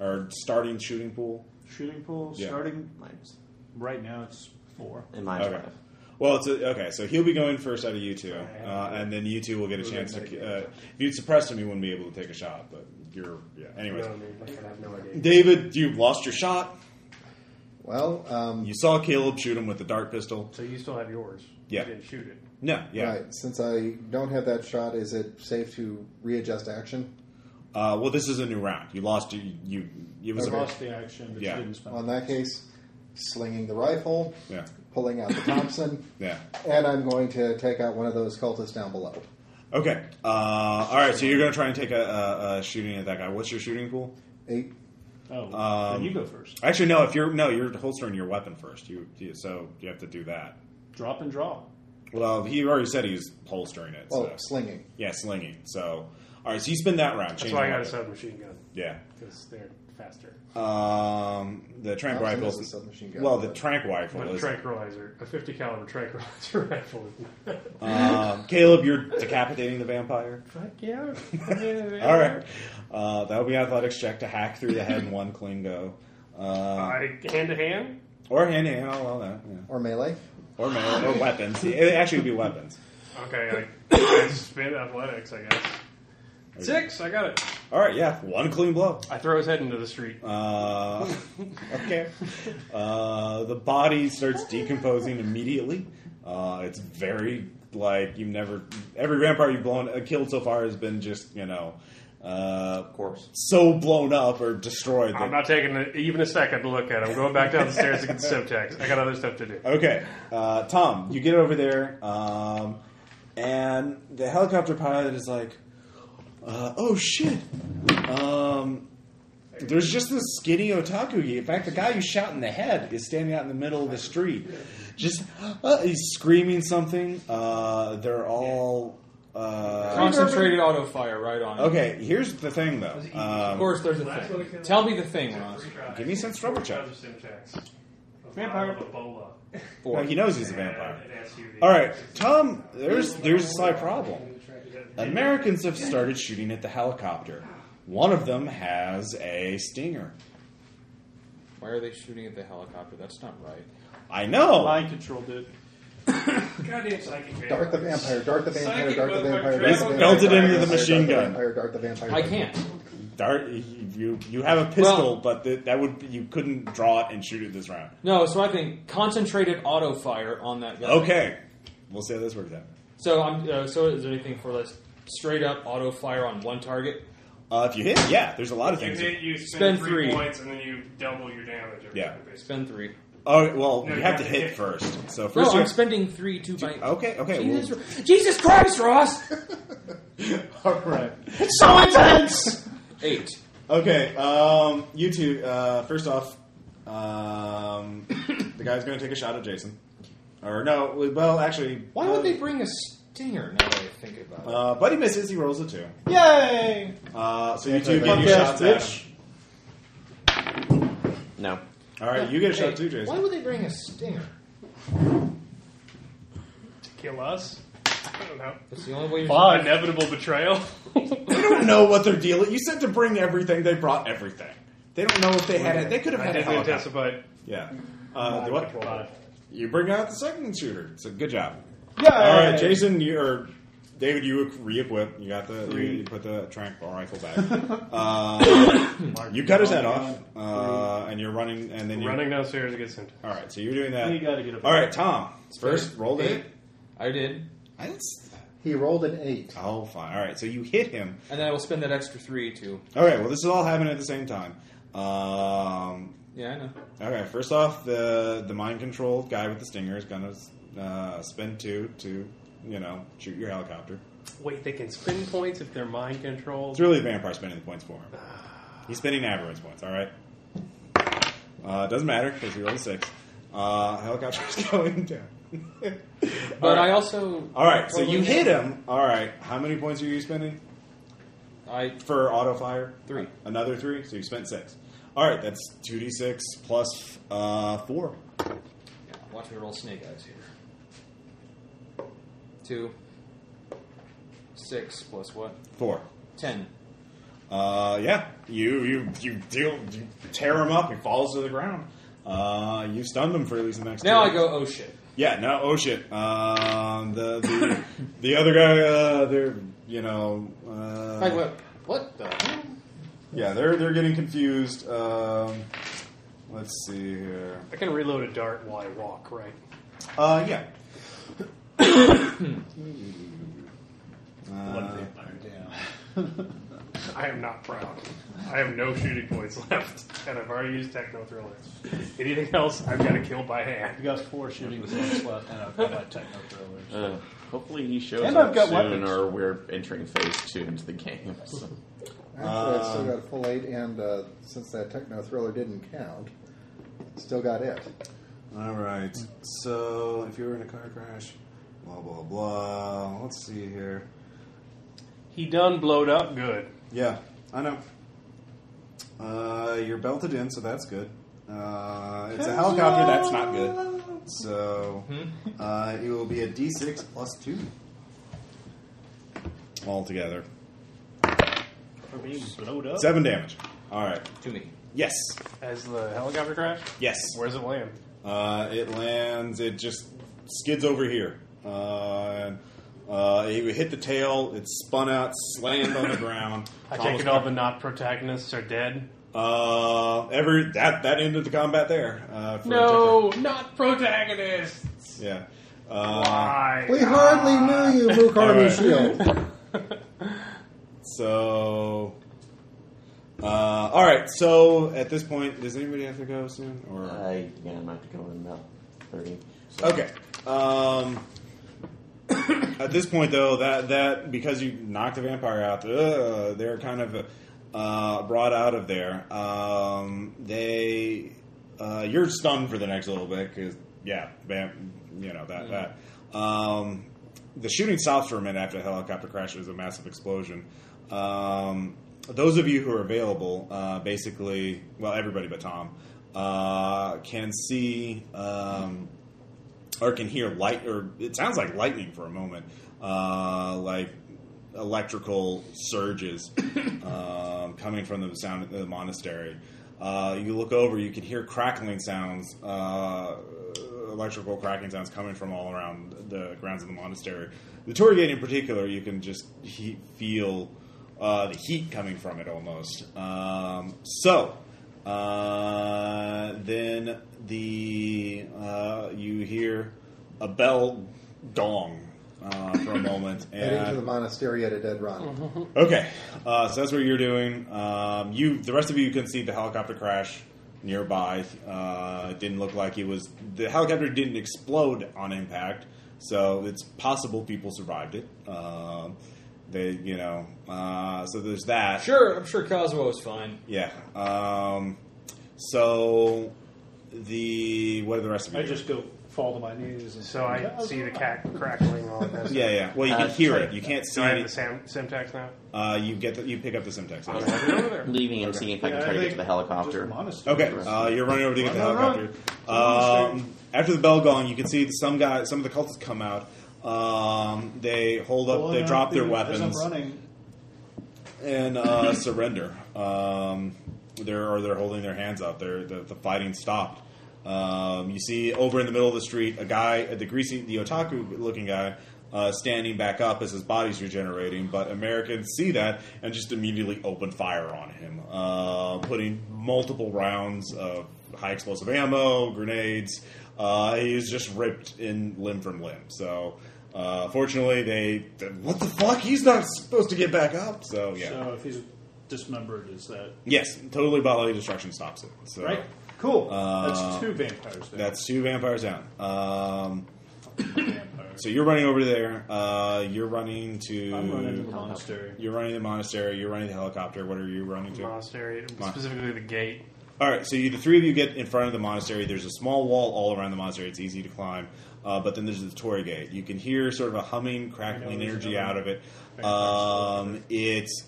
[SPEAKER 1] Or starting shooting pool?
[SPEAKER 11] Shooting pool
[SPEAKER 1] Yeah.
[SPEAKER 11] starting
[SPEAKER 9] Mine's,
[SPEAKER 11] right now. It's four.
[SPEAKER 9] and mine's
[SPEAKER 1] Okay.
[SPEAKER 9] five.
[SPEAKER 1] Well, it's a, okay. So he'll be going first out of you two, uh, and then you two will get a chance to. Uh, if you'd suppressed him, you wouldn't be able to take a shot. But you're, yeah.
[SPEAKER 7] You
[SPEAKER 1] Anyways,
[SPEAKER 7] know what I mean? Like, I have no idea.
[SPEAKER 1] David, you lost your shot.
[SPEAKER 6] Well, um,
[SPEAKER 1] You saw Caleb shoot him with the dart pistol.
[SPEAKER 7] So you still have yours.
[SPEAKER 1] Yeah.
[SPEAKER 7] You didn't shoot it.
[SPEAKER 1] No, yeah.
[SPEAKER 6] right, since I don't have that shot, is it safe to readjust action?
[SPEAKER 1] Uh, well, this is a new round. You lost. You, you it was
[SPEAKER 11] I
[SPEAKER 1] a,
[SPEAKER 11] lost the action, but
[SPEAKER 1] Yeah.
[SPEAKER 11] you didn't spend.
[SPEAKER 6] Well, in that case, slinging the rifle,
[SPEAKER 1] yeah,
[SPEAKER 6] pulling out the Thompson,
[SPEAKER 1] yeah.
[SPEAKER 6] and I'm going to take out one of those cultists down below.
[SPEAKER 1] Okay. Uh, all right. So you're gonna try and take a, a, a shooting at that guy. What's your shooting pool?
[SPEAKER 6] Eight.
[SPEAKER 11] Oh,
[SPEAKER 1] Um,
[SPEAKER 11] then you go first.
[SPEAKER 1] Actually, no. If you're no, you're holstering your weapon first. You, you so you have to do that.
[SPEAKER 11] Drop and draw.
[SPEAKER 1] Well, he already said he's holstering it.
[SPEAKER 6] Oh,
[SPEAKER 1] so.
[SPEAKER 6] slinging.
[SPEAKER 1] yeah, slinging. So all right. So you spin that round.
[SPEAKER 7] That's
[SPEAKER 1] change
[SPEAKER 7] why I
[SPEAKER 1] your
[SPEAKER 7] got a
[SPEAKER 1] weapon.
[SPEAKER 7] submachine gun
[SPEAKER 1] Yeah.
[SPEAKER 7] because they're faster.
[SPEAKER 1] Um, the tranq
[SPEAKER 6] Oh, so
[SPEAKER 1] rifle.
[SPEAKER 6] this is a submachine gun.
[SPEAKER 1] Well, the tranq rifle
[SPEAKER 7] But a
[SPEAKER 1] is.
[SPEAKER 7] tranquilizer, a 50 caliber tranquilizer rifle.
[SPEAKER 1] Um, Caleb, you're decapitating the vampire.
[SPEAKER 7] Fuck yeah!
[SPEAKER 1] All right. Uh, that'll be an athletics check to hack through the head in one clean go. Uh,
[SPEAKER 7] I hand to hand.
[SPEAKER 1] or hand to hand, I'll allow that. Yeah.
[SPEAKER 6] Or melee.
[SPEAKER 1] Or melee, or weapons. It actually would be weapons.
[SPEAKER 7] Okay, I, I spin athletics. I guess six. I got it.
[SPEAKER 1] All right, yeah, one clean blow.
[SPEAKER 7] I throw his head into the street.
[SPEAKER 1] Uh, okay. Uh, the body starts decomposing immediately. Uh, it's very like you've never every vampire you've blown uh, killed so far has been just you know uh,
[SPEAKER 9] Of course.
[SPEAKER 1] so blown up or destroyed. that-
[SPEAKER 7] I'm not taking a, even a second to look at him. I'm going back down the stairs to get the subtext. I got other stuff to do.
[SPEAKER 1] Okay, uh, Tom, you get over there, um, and the helicopter pilot is like, uh, "Oh shit! Um, there's just this skinny otaku. In fact, the guy you shot in the head is standing out in the middle of the street. Just uh, he's screaming something. Uh, they're all uh,
[SPEAKER 14] Concentrated auto fire right on it.
[SPEAKER 1] okay. Here's the thing, though.
[SPEAKER 14] Of
[SPEAKER 1] Um,
[SPEAKER 14] course, there's a thing. Tell me the thing, Ross.
[SPEAKER 1] give me some struggle check.
[SPEAKER 7] Vampire.
[SPEAKER 1] Well, he knows he's a vampire. All right, Tom. There's there's a slight problem. Americans have started shooting at the helicopter. One of them has a stinger.
[SPEAKER 8] Why are they shooting at the helicopter? That's not right.
[SPEAKER 1] I know.
[SPEAKER 11] Mind control did.
[SPEAKER 7] Goddamn psychic
[SPEAKER 6] Dart the vampire. Dart the vampire. Dart the vampire.
[SPEAKER 1] He's
[SPEAKER 6] dart the
[SPEAKER 1] belted
[SPEAKER 6] vampire,
[SPEAKER 1] into the
[SPEAKER 6] dart vampire,
[SPEAKER 1] machine
[SPEAKER 6] dart
[SPEAKER 1] gun.
[SPEAKER 6] Vampire, dart the vampire.
[SPEAKER 14] I can't.
[SPEAKER 1] Dart. You you have a pistol, but th- that would you couldn't draw it and shoot it this round.
[SPEAKER 14] No, so I think concentrated auto fire on that guy.
[SPEAKER 1] Okay, we'll see how this works out.
[SPEAKER 14] So I'm. Uh, so is there anything for this straight up auto fire on one target?
[SPEAKER 1] Uh, if you hit, yeah. There's a lot of
[SPEAKER 7] You
[SPEAKER 1] things.
[SPEAKER 7] hit, you
[SPEAKER 14] Spend
[SPEAKER 7] spend, three,
[SPEAKER 14] three.
[SPEAKER 7] points, and then you double your damage. every
[SPEAKER 1] Yeah.
[SPEAKER 7] time, basically.
[SPEAKER 14] Spend three.
[SPEAKER 1] Oh well,
[SPEAKER 7] No,
[SPEAKER 1] you have to hit first. So
[SPEAKER 14] No,
[SPEAKER 1] first
[SPEAKER 14] I'm
[SPEAKER 1] you have
[SPEAKER 14] spending three to my.
[SPEAKER 1] Okay, okay.
[SPEAKER 14] Jesus,
[SPEAKER 1] well-
[SPEAKER 14] Jesus Christ, Ross!
[SPEAKER 1] all right.
[SPEAKER 14] so intense. Eight.
[SPEAKER 1] Okay, um, you two. Uh, first off, um, the guy's going to take a shot at Jason. Or no, well, actually,
[SPEAKER 14] Why would they bring a stinger?
[SPEAKER 8] Now that I think about it,
[SPEAKER 1] uh, but he misses. He rolls a two.
[SPEAKER 11] Yay!
[SPEAKER 1] Uh, so you two get
[SPEAKER 11] Punk
[SPEAKER 1] your
[SPEAKER 11] ass
[SPEAKER 1] shots at
[SPEAKER 11] bitch.
[SPEAKER 1] him.
[SPEAKER 9] No.
[SPEAKER 1] All right, you get a
[SPEAKER 8] Hey,
[SPEAKER 1] shot too, Jason.
[SPEAKER 8] Why would they bring a stinger?
[SPEAKER 7] To kill us? I don't know.
[SPEAKER 14] That's the only way. You
[SPEAKER 7] Inevitable betrayal.
[SPEAKER 1] They don't know what they're dealing. You said to bring everything. They brought everything. They don't know if they had it. They could have
[SPEAKER 7] I
[SPEAKER 1] had a
[SPEAKER 7] didn't
[SPEAKER 1] helicopter.
[SPEAKER 7] anticipate.
[SPEAKER 1] Yeah. Uh, the what? You bring out the second shooter. So good job.
[SPEAKER 11] Yay!
[SPEAKER 1] All right, Jason, you or David, you re-equip. You got the you, you put the trank rifle back. uh, you cut his head off, uh, and you're running, and then you're
[SPEAKER 7] Running downstairs against him.
[SPEAKER 1] All right, so you're doing that.
[SPEAKER 11] You gotta get a-
[SPEAKER 1] All right, Tom. First, roll the hit.
[SPEAKER 14] I did,
[SPEAKER 1] I didn't s-
[SPEAKER 6] He rolled an eight.
[SPEAKER 1] Oh, fine. All right, so you hit him.
[SPEAKER 14] and then I will spend that extra three to.
[SPEAKER 1] All right, well, this is all happening at the same time. Um,
[SPEAKER 14] Yeah, I know.
[SPEAKER 1] okay, first off, the the mind controlled guy with the stinger is gonna uh, spend two to you know shoot your helicopter.
[SPEAKER 7] Wait, they can spin points if they're mind controlled.
[SPEAKER 1] It's really the vampire spending the points for him. He's spending average points, all right? Uh, doesn't matter because he rolled a six. Uh, helicopter's going down. all,
[SPEAKER 14] But
[SPEAKER 1] right.
[SPEAKER 14] I also.
[SPEAKER 1] all right, so you hit him. All right, how many points are you spending
[SPEAKER 14] I
[SPEAKER 1] for auto fire?
[SPEAKER 14] Three.
[SPEAKER 1] Another three? So you spent six. All right, that's 2d6 plus uh, four.
[SPEAKER 14] yeah, watch me roll snake eyes here. Two. Six plus what?
[SPEAKER 1] Four.
[SPEAKER 14] Ten.
[SPEAKER 1] Uh, yeah, you you you deal you tear him up. He falls to the ground. Uh, you stunned him for at least the next.
[SPEAKER 14] Now
[SPEAKER 1] two
[SPEAKER 14] I go. Oh shit.
[SPEAKER 1] Yeah, no, oh shit. Um, the, the the other guy, uh, they're you know, uh,
[SPEAKER 14] Like what? What the? hell?
[SPEAKER 1] yeah, they're they're getting confused. Um, let's see here.
[SPEAKER 7] I can reload a dart while I walk, right?
[SPEAKER 1] Uh, yeah. Uh,
[SPEAKER 7] I am not proud. I have no shooting points left, and I've already used Techno Thriller. Anything else, I've got to kill by hand.
[SPEAKER 11] You got four shooting points left, and I've got my techno thrillers.
[SPEAKER 9] Uh, Hopefully he shows
[SPEAKER 11] And
[SPEAKER 9] up
[SPEAKER 11] I've got
[SPEAKER 9] soon,
[SPEAKER 11] weapons.
[SPEAKER 9] or we're entering phase two into the game. So.
[SPEAKER 6] Actually, I still got a full eight, and uh, since that techno thriller didn't count, still got it.
[SPEAKER 3] All right. So if you were in a car crash, blah blah blah. Let's see here.
[SPEAKER 7] He done blowed up good.
[SPEAKER 3] Yeah, I know. Uh, you're belted in, so that's good. Uh, it's a helicopter. That's not good. So uh, it will be a D6 plus two.
[SPEAKER 1] all together.
[SPEAKER 11] Are being blown up?
[SPEAKER 1] Seven damage. All right.
[SPEAKER 8] To me.
[SPEAKER 1] Yes.
[SPEAKER 7] As the helicopter crashed,
[SPEAKER 1] Yes.
[SPEAKER 7] where's it land?
[SPEAKER 1] Uh, it lands. It just skids over here. Uh, uh, it hit the tail. It spun out, slammed on the ground.
[SPEAKER 7] I take it all the not protagonists are dead.
[SPEAKER 1] Uh, ever that that ended the combat there. Uh, for
[SPEAKER 7] not protagonists.
[SPEAKER 1] Jeffrey. Yeah. Uh,
[SPEAKER 7] Why?
[SPEAKER 6] We hardly knew you, Luke Harvey
[SPEAKER 1] Alright.
[SPEAKER 6] Shield.
[SPEAKER 1] so. Uh, all right. So at this point, does anybody have to go soon? Or
[SPEAKER 9] I Uh, yeah, I'm not going in about thirty. So.
[SPEAKER 1] Okay. Um, at this point, though, that that because you knocked the vampire out, uh, they're kind of uh, brought out of there. Um, they uh, you're stunned for the next little bit because yeah, bam, you know that that. Um, the shooting stops for a minute after the helicopter crash. There's a massive explosion. Um, those of you who are available, uh, basically, well, everybody but Tom, uh, can see. Um, or can hear light, or it sounds like lightning for a moment, uh, like electrical surges um, coming from the sound of the monastery. Uh, you look over, you can hear crackling sounds, uh, electrical cracking sounds coming from all around the grounds of the monastery. The Torii Gate in particular, you can just he- feel uh, the heat coming from it almost. Um, so, uh, then the uh, you hear a bell gong uh, for a moment,
[SPEAKER 6] Heading to the
[SPEAKER 1] and
[SPEAKER 6] monastery at a dead
[SPEAKER 14] Mm-hmm.
[SPEAKER 6] run.
[SPEAKER 1] okay, uh, so that's what you're doing. Um, you, the rest of you, can see the helicopter crash nearby. Uh, it didn't look like it was the helicopter didn't explode on impact, so it's possible people survived it. Um, they, you know, uh, so there's that.
[SPEAKER 8] Sure, I'm sure Cosmo is fine.
[SPEAKER 1] Yeah. Um, so the what are the rest of you?
[SPEAKER 11] I just go fall to my knees. And
[SPEAKER 7] So I see the cat crackling all that.
[SPEAKER 1] yeah, yeah. Well, you
[SPEAKER 9] Uh,
[SPEAKER 1] can hear it. You can't see
[SPEAKER 7] Do I have the
[SPEAKER 1] it.
[SPEAKER 7] sam- Simtex now?
[SPEAKER 1] Uh, you get the, you pick up the syntax.
[SPEAKER 9] I was leaving and seeing if I
[SPEAKER 11] Yeah,
[SPEAKER 9] can
[SPEAKER 11] I
[SPEAKER 9] try to get
[SPEAKER 11] think
[SPEAKER 9] to the
[SPEAKER 11] Just
[SPEAKER 9] helicopter.
[SPEAKER 11] monastery.
[SPEAKER 1] Okay, uh, you're running over to get the
[SPEAKER 11] Run, run,
[SPEAKER 1] helicopter.
[SPEAKER 11] Monastery.
[SPEAKER 1] Um, after the bell gong, you can see that some guy, some of the cultists come out. Um, they hold up, they drop their
[SPEAKER 11] As I'm
[SPEAKER 1] weapons
[SPEAKER 11] running,
[SPEAKER 1] and uh, surrender. Um, they're or they're holding their hands up. They're the, the fighting stopped. Um, you see over in the middle of the street a guy, the greasy, the otaku-looking guy, uh, standing back up as his body's regenerating. But Americans see that and just immediately open fire on him, uh, putting multiple rounds of high explosive ammo, grenades. Uh, he is just ripped in limb from limb. So. Uh, fortunately, they, they- what the fuck? He's not supposed to get back up. So yeah,
[SPEAKER 11] so if he's dismembered, is that
[SPEAKER 1] yes, totally bodily destruction stops it. So
[SPEAKER 11] right? Cool.
[SPEAKER 1] Uh,
[SPEAKER 11] that's two vampires. There.
[SPEAKER 1] that's two vampires down. Um,
[SPEAKER 11] vampires.
[SPEAKER 1] so you're running over there. Uh, you're running to.
[SPEAKER 11] I'm running to the monastery.
[SPEAKER 1] You're running to the monastery. You're running to the helicopter. What are you running to?
[SPEAKER 7] Monastery, specifically the gate.
[SPEAKER 1] All right, so you, the three of you get in front of the monastery. There's a small wall all around the monastery. It's easy to climb, uh, but then there's the Torii gate. You can hear sort of a humming, crackling
[SPEAKER 11] there's
[SPEAKER 1] energy out
[SPEAKER 11] another
[SPEAKER 1] of it.
[SPEAKER 11] thing
[SPEAKER 1] Um, it's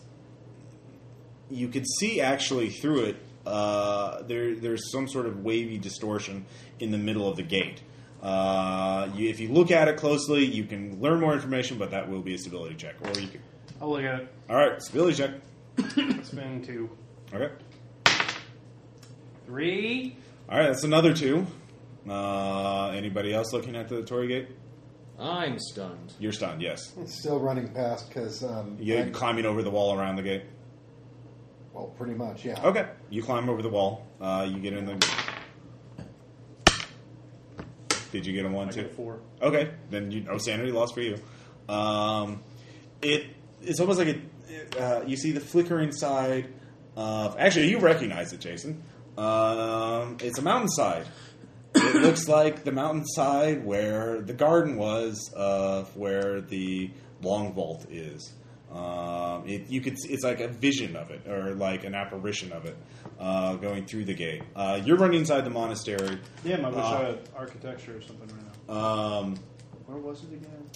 [SPEAKER 1] you could see actually through it. Uh, there, there's some sort of wavy distortion in the middle of the gate. Uh, you, if you look at it closely, you can learn more information, but that will be a stability check. Or you can,
[SPEAKER 7] I'll look at it.
[SPEAKER 1] all right, stability check.
[SPEAKER 7] It's been two,
[SPEAKER 1] Okay.
[SPEAKER 7] three.
[SPEAKER 1] All right, that's another two. Uh, anybody else looking at the Tory gate?
[SPEAKER 8] I'm stunned.
[SPEAKER 1] You're stunned. Yes,
[SPEAKER 6] Still running past because, um,
[SPEAKER 1] you're
[SPEAKER 6] I-
[SPEAKER 1] climbing over the wall around the gate.
[SPEAKER 6] well, pretty much, yeah.
[SPEAKER 1] Okay, you climb over the wall. Uh, you get in the. Did you get a one
[SPEAKER 11] I
[SPEAKER 1] two?
[SPEAKER 11] get four.
[SPEAKER 1] Okay, then you, no sanity loss for you. Um, it it's almost like it. it, Uh, you see the flickering side of actually you recognize it, Jason. Um, it's a mountainside it looks like the mountainside where the garden was of where the long vault is. Um, it, you could s- it's like a vision of it or like an apparition of it uh, going through the gate. Uh, you're running inside the monastery.
[SPEAKER 11] Damn, I wish
[SPEAKER 1] Uh,
[SPEAKER 11] I had architecture or something right now.
[SPEAKER 1] Um,
[SPEAKER 11] Where was it again?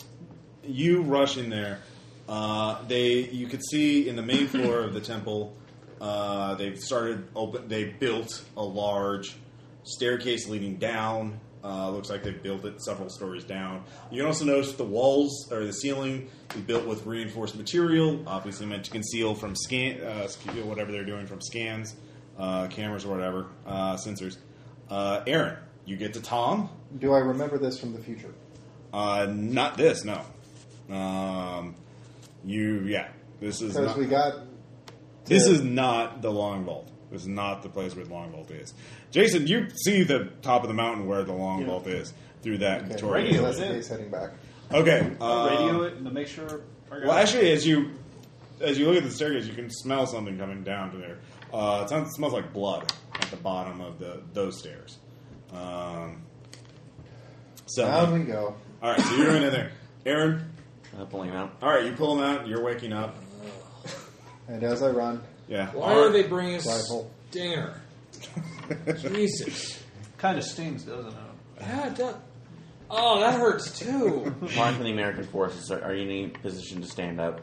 [SPEAKER 1] you rush in there. Uh, they, you could see in the main floor of the temple, uh, they've started open. They built a large staircase leading down. Uh, looks like they've built it several stories down. You can also notice the walls or the ceiling is built with reinforced material, obviously meant to conceal from scan, uh, sc- whatever they're doing from scans, uh, cameras or whatever, uh, sensors. Uh, Aaron, you get to Tom.
[SPEAKER 6] Do I remember this from the future?
[SPEAKER 1] Uh, not this, no. Um, you, yeah. This is
[SPEAKER 6] Because
[SPEAKER 1] not,
[SPEAKER 6] we got
[SPEAKER 1] this
[SPEAKER 6] to-
[SPEAKER 1] is not the long vault. This is not the place where the long vault is. Jason, you see the top of the mountain where the long
[SPEAKER 11] Yeah.
[SPEAKER 1] vault is through that
[SPEAKER 6] okay,
[SPEAKER 1] tutorial.
[SPEAKER 11] radio
[SPEAKER 6] that's
[SPEAKER 11] it.
[SPEAKER 6] the case heading back.
[SPEAKER 1] Okay. uh,
[SPEAKER 11] radio it and to make sure. I got
[SPEAKER 1] Well,
[SPEAKER 11] it.
[SPEAKER 1] actually, as you as you look at the staircase, you can smell something coming down to there. Uh, it, sounds, it smells like blood at the bottom of the those stairs. Um, so,
[SPEAKER 6] Down we go.
[SPEAKER 1] all right. So you're going in there, Aaron.
[SPEAKER 9] Uh, pulling him out.
[SPEAKER 1] All right, you pull him out. You're waking up.
[SPEAKER 6] And as I run,
[SPEAKER 1] Yeah.
[SPEAKER 14] Why are they bringing us
[SPEAKER 6] Rifle.
[SPEAKER 14] dinner? Jesus.
[SPEAKER 11] kind of stings, doesn't it?
[SPEAKER 14] Yeah, it does. Oh, that hurts too.
[SPEAKER 9] Mark from the American forces. Are, are you in any position to stand up?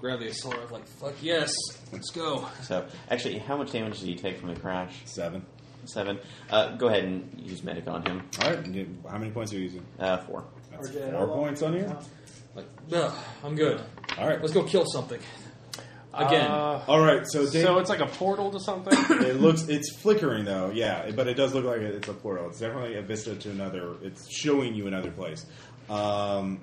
[SPEAKER 14] Grab the assault rifle, like, fuck yes, let's go.
[SPEAKER 9] So, actually, how much damage did he take from the crash?
[SPEAKER 1] Seven.
[SPEAKER 9] Seven. Uh, go ahead and use medic on him.
[SPEAKER 1] All right. you get- How many points are you using?
[SPEAKER 9] Uh, four.
[SPEAKER 1] That's
[SPEAKER 11] RJ,
[SPEAKER 1] four
[SPEAKER 11] how long-
[SPEAKER 1] points on here.
[SPEAKER 14] Like, ugh, I'm good.
[SPEAKER 1] All right.
[SPEAKER 14] Let's go kill something. Again.
[SPEAKER 7] Uh,
[SPEAKER 1] All right. So, Dave,
[SPEAKER 7] so it's like a portal to something.
[SPEAKER 1] it looks it's flickering though. Yeah, but it does look like it's a portal. It's definitely a vista to another. It's showing you another place. Um,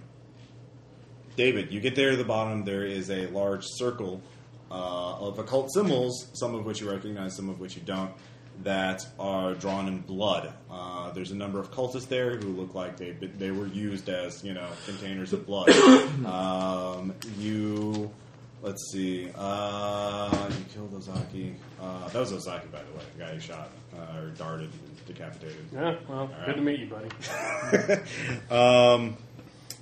[SPEAKER 1] David, you get there at the bottom. There is a large circle uh, of occult symbols, some of which you recognize, some of which you don't, that are drawn in blood. Uh, there's a number of cultists there who look like they they were used as you know containers of blood. um, you. Let's see. Uh, you killed Ozaki. Uh, that was Ozaki, by the way, the guy who shot uh, or darted and decapitated.
[SPEAKER 7] yeah, well, good to meet you, buddy.
[SPEAKER 1] Um,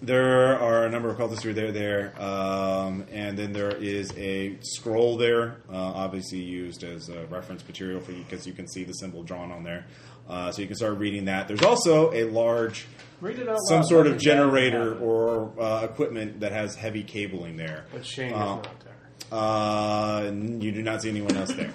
[SPEAKER 1] there are a number of cultists who are there, there, um, and then there is a scroll there, uh, obviously used as a reference material for you because you can see the symbol drawn on there. Uh, so you can start reading that. There's also a large,
[SPEAKER 11] Read it out
[SPEAKER 1] some
[SPEAKER 11] loud.
[SPEAKER 1] sort
[SPEAKER 11] Let
[SPEAKER 1] of
[SPEAKER 11] me get it.
[SPEAKER 1] generator or uh, equipment that has heavy cabling there.
[SPEAKER 7] But Shane
[SPEAKER 1] Uh,
[SPEAKER 7] is not there.
[SPEAKER 1] Uh, n- you do not see anyone else there.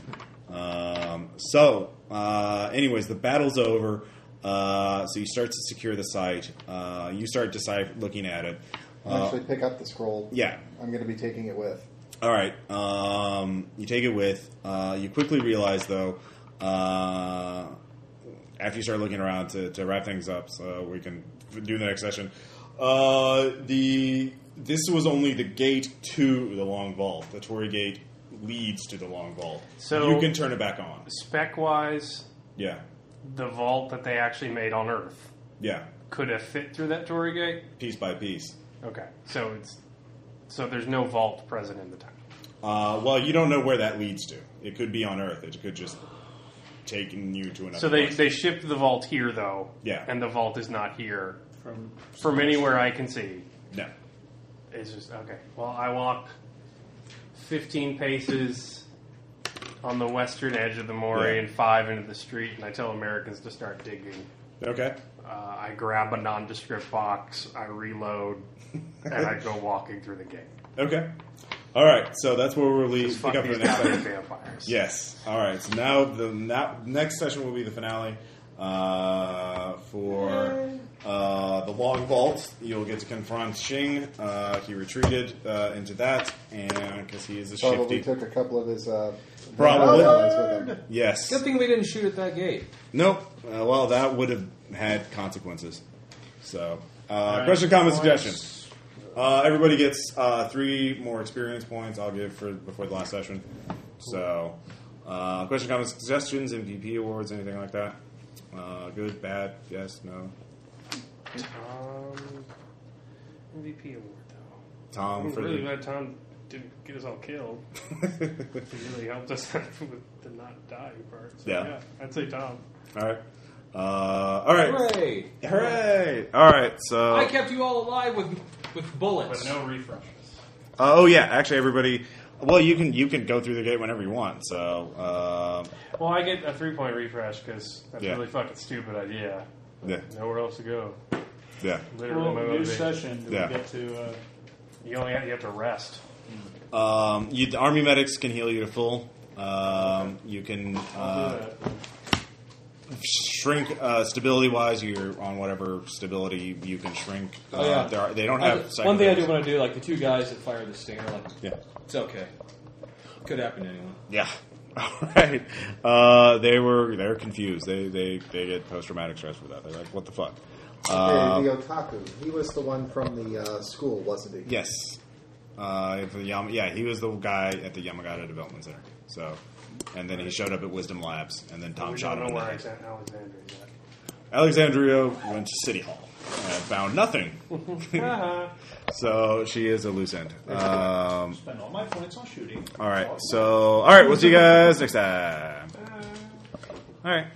[SPEAKER 1] Um, so, uh, anyways, the battle's over. Uh, so you start to secure the site. Uh, you start decipher- looking at it.
[SPEAKER 6] I'll
[SPEAKER 1] Uh,
[SPEAKER 6] actually pick up the scroll.
[SPEAKER 1] yeah.
[SPEAKER 6] I'm going to be taking it with.
[SPEAKER 1] All right. Um, you take it with. Uh, you quickly realize, though, uh, after you start looking around to, to wrap things up, so we can do the next session. Uh, the this was only the gate to the long vault. The Tory gate leads to the long vault.
[SPEAKER 7] So-
[SPEAKER 1] you can turn it back on.
[SPEAKER 7] Spec wise,
[SPEAKER 1] Yeah,
[SPEAKER 7] the vault that they actually made on Earth
[SPEAKER 1] yeah.
[SPEAKER 7] could have fit through that Tory gate.
[SPEAKER 1] Piece by piece.
[SPEAKER 7] Okay, so it's so there's no vault present in the time.
[SPEAKER 1] Uh, well, you don't know where that leads to. It could be on Earth. It could just taking you to another.
[SPEAKER 7] So they
[SPEAKER 1] place.
[SPEAKER 7] they shipped the vault here though.
[SPEAKER 1] Yeah.
[SPEAKER 7] and the vault is not here
[SPEAKER 11] From
[SPEAKER 7] from anywhere I can see.
[SPEAKER 1] no.
[SPEAKER 7] It's just okay. Well, I walk 15 paces on the western edge of the moray
[SPEAKER 1] Yeah.
[SPEAKER 7] and five into the street, and I tell Americans to start digging.
[SPEAKER 1] Okay.
[SPEAKER 7] Uh, I grab a nondescript box, I reload, and I go walking through the gate.
[SPEAKER 1] Okay. All right. So that's where we'll
[SPEAKER 7] Just
[SPEAKER 1] leave.
[SPEAKER 7] fuck
[SPEAKER 1] Pick up for
[SPEAKER 7] these
[SPEAKER 1] the next
[SPEAKER 7] goddamn
[SPEAKER 1] session.
[SPEAKER 7] vampires.
[SPEAKER 1] Yes. All right. So now the na- next session will be the finale uh, for uh, the long vault. You'll get to confront Shing. Uh, he retreated uh, into that, and because he is a
[SPEAKER 6] Probably
[SPEAKER 1] shifty.
[SPEAKER 6] took a couple of his uh,
[SPEAKER 1] Probably.
[SPEAKER 6] allies with him.
[SPEAKER 1] Yes.
[SPEAKER 14] Good thing we didn't shoot at that gate.
[SPEAKER 1] Nope. Uh, well, that would have had consequences. So, uh,
[SPEAKER 11] right.
[SPEAKER 1] question, comment,
[SPEAKER 11] Points.
[SPEAKER 1] suggestion. Uh, everybody gets uh, three more experience points. I'll give for before the last session. So, uh, question, comments, suggestions, MVP awards, anything like that. Uh, good, bad, yes, no.
[SPEAKER 7] Um, MVP award though.
[SPEAKER 1] Tom
[SPEAKER 7] I'm
[SPEAKER 1] for
[SPEAKER 7] really
[SPEAKER 1] the.
[SPEAKER 7] glad Tom didn't get us all killed. he really helped us with the not dying part. So,
[SPEAKER 1] Yeah.
[SPEAKER 7] yeah, I'd say Tom.
[SPEAKER 1] All right. Uh, all right.
[SPEAKER 8] Hooray!
[SPEAKER 1] Hooray! All right. So
[SPEAKER 14] I kept you all alive with with bullets.
[SPEAKER 7] But no refreshes.
[SPEAKER 1] Uh, oh yeah, actually, everybody. Well, you can you can go through the gate whenever you want. So uh,
[SPEAKER 7] Well, I get a three point refresh because that's
[SPEAKER 1] Yeah.
[SPEAKER 7] a really fucking stupid idea.
[SPEAKER 1] yeah,
[SPEAKER 7] Nowhere else to go.
[SPEAKER 1] yeah.
[SPEAKER 7] Literally,
[SPEAKER 11] Well,
[SPEAKER 7] my
[SPEAKER 11] new
[SPEAKER 7] motivation.
[SPEAKER 11] session. Do
[SPEAKER 1] Yeah.
[SPEAKER 11] we get to? Uh,
[SPEAKER 7] You only have, you have to rest.
[SPEAKER 1] Um, you, the army medics can heal you to full. Um, you can
[SPEAKER 11] I'll
[SPEAKER 1] uh,
[SPEAKER 11] do that.
[SPEAKER 1] shrink uh, stability wise. You're on whatever stability you can shrink. Uh,
[SPEAKER 14] Oh, yeah.
[SPEAKER 1] there are, they don't
[SPEAKER 14] I-
[SPEAKER 1] have
[SPEAKER 14] one thing I do
[SPEAKER 1] psychotherapy.
[SPEAKER 14] want to do, like the two guys that fired the stinger, like
[SPEAKER 1] Yeah.
[SPEAKER 14] it's okay.
[SPEAKER 8] Could happen to anyone.
[SPEAKER 1] Yeah. All right. Uh, they were they're confused. They they they get post traumatic stress for that. They're like, what the fuck? Uh,
[SPEAKER 6] the, the otaku. He was the one from the uh, school, wasn't he?
[SPEAKER 1] Yes. Uh, for the Yama, yeah, he was the guy at the Yamagata Development Center. So, and then he showed up at Wisdom Labs, and then Tom
[SPEAKER 7] we
[SPEAKER 1] shot
[SPEAKER 7] don't
[SPEAKER 1] him.
[SPEAKER 7] know
[SPEAKER 1] In the
[SPEAKER 7] where
[SPEAKER 1] head.
[SPEAKER 7] Alexand- Alexander is at.
[SPEAKER 1] Alexandria went to City Hall, uh, found nothing. so she is a loose end. Um,
[SPEAKER 11] Spend all my points on shooting.
[SPEAKER 1] all right. So, all right. We'll see you guys next time. All right.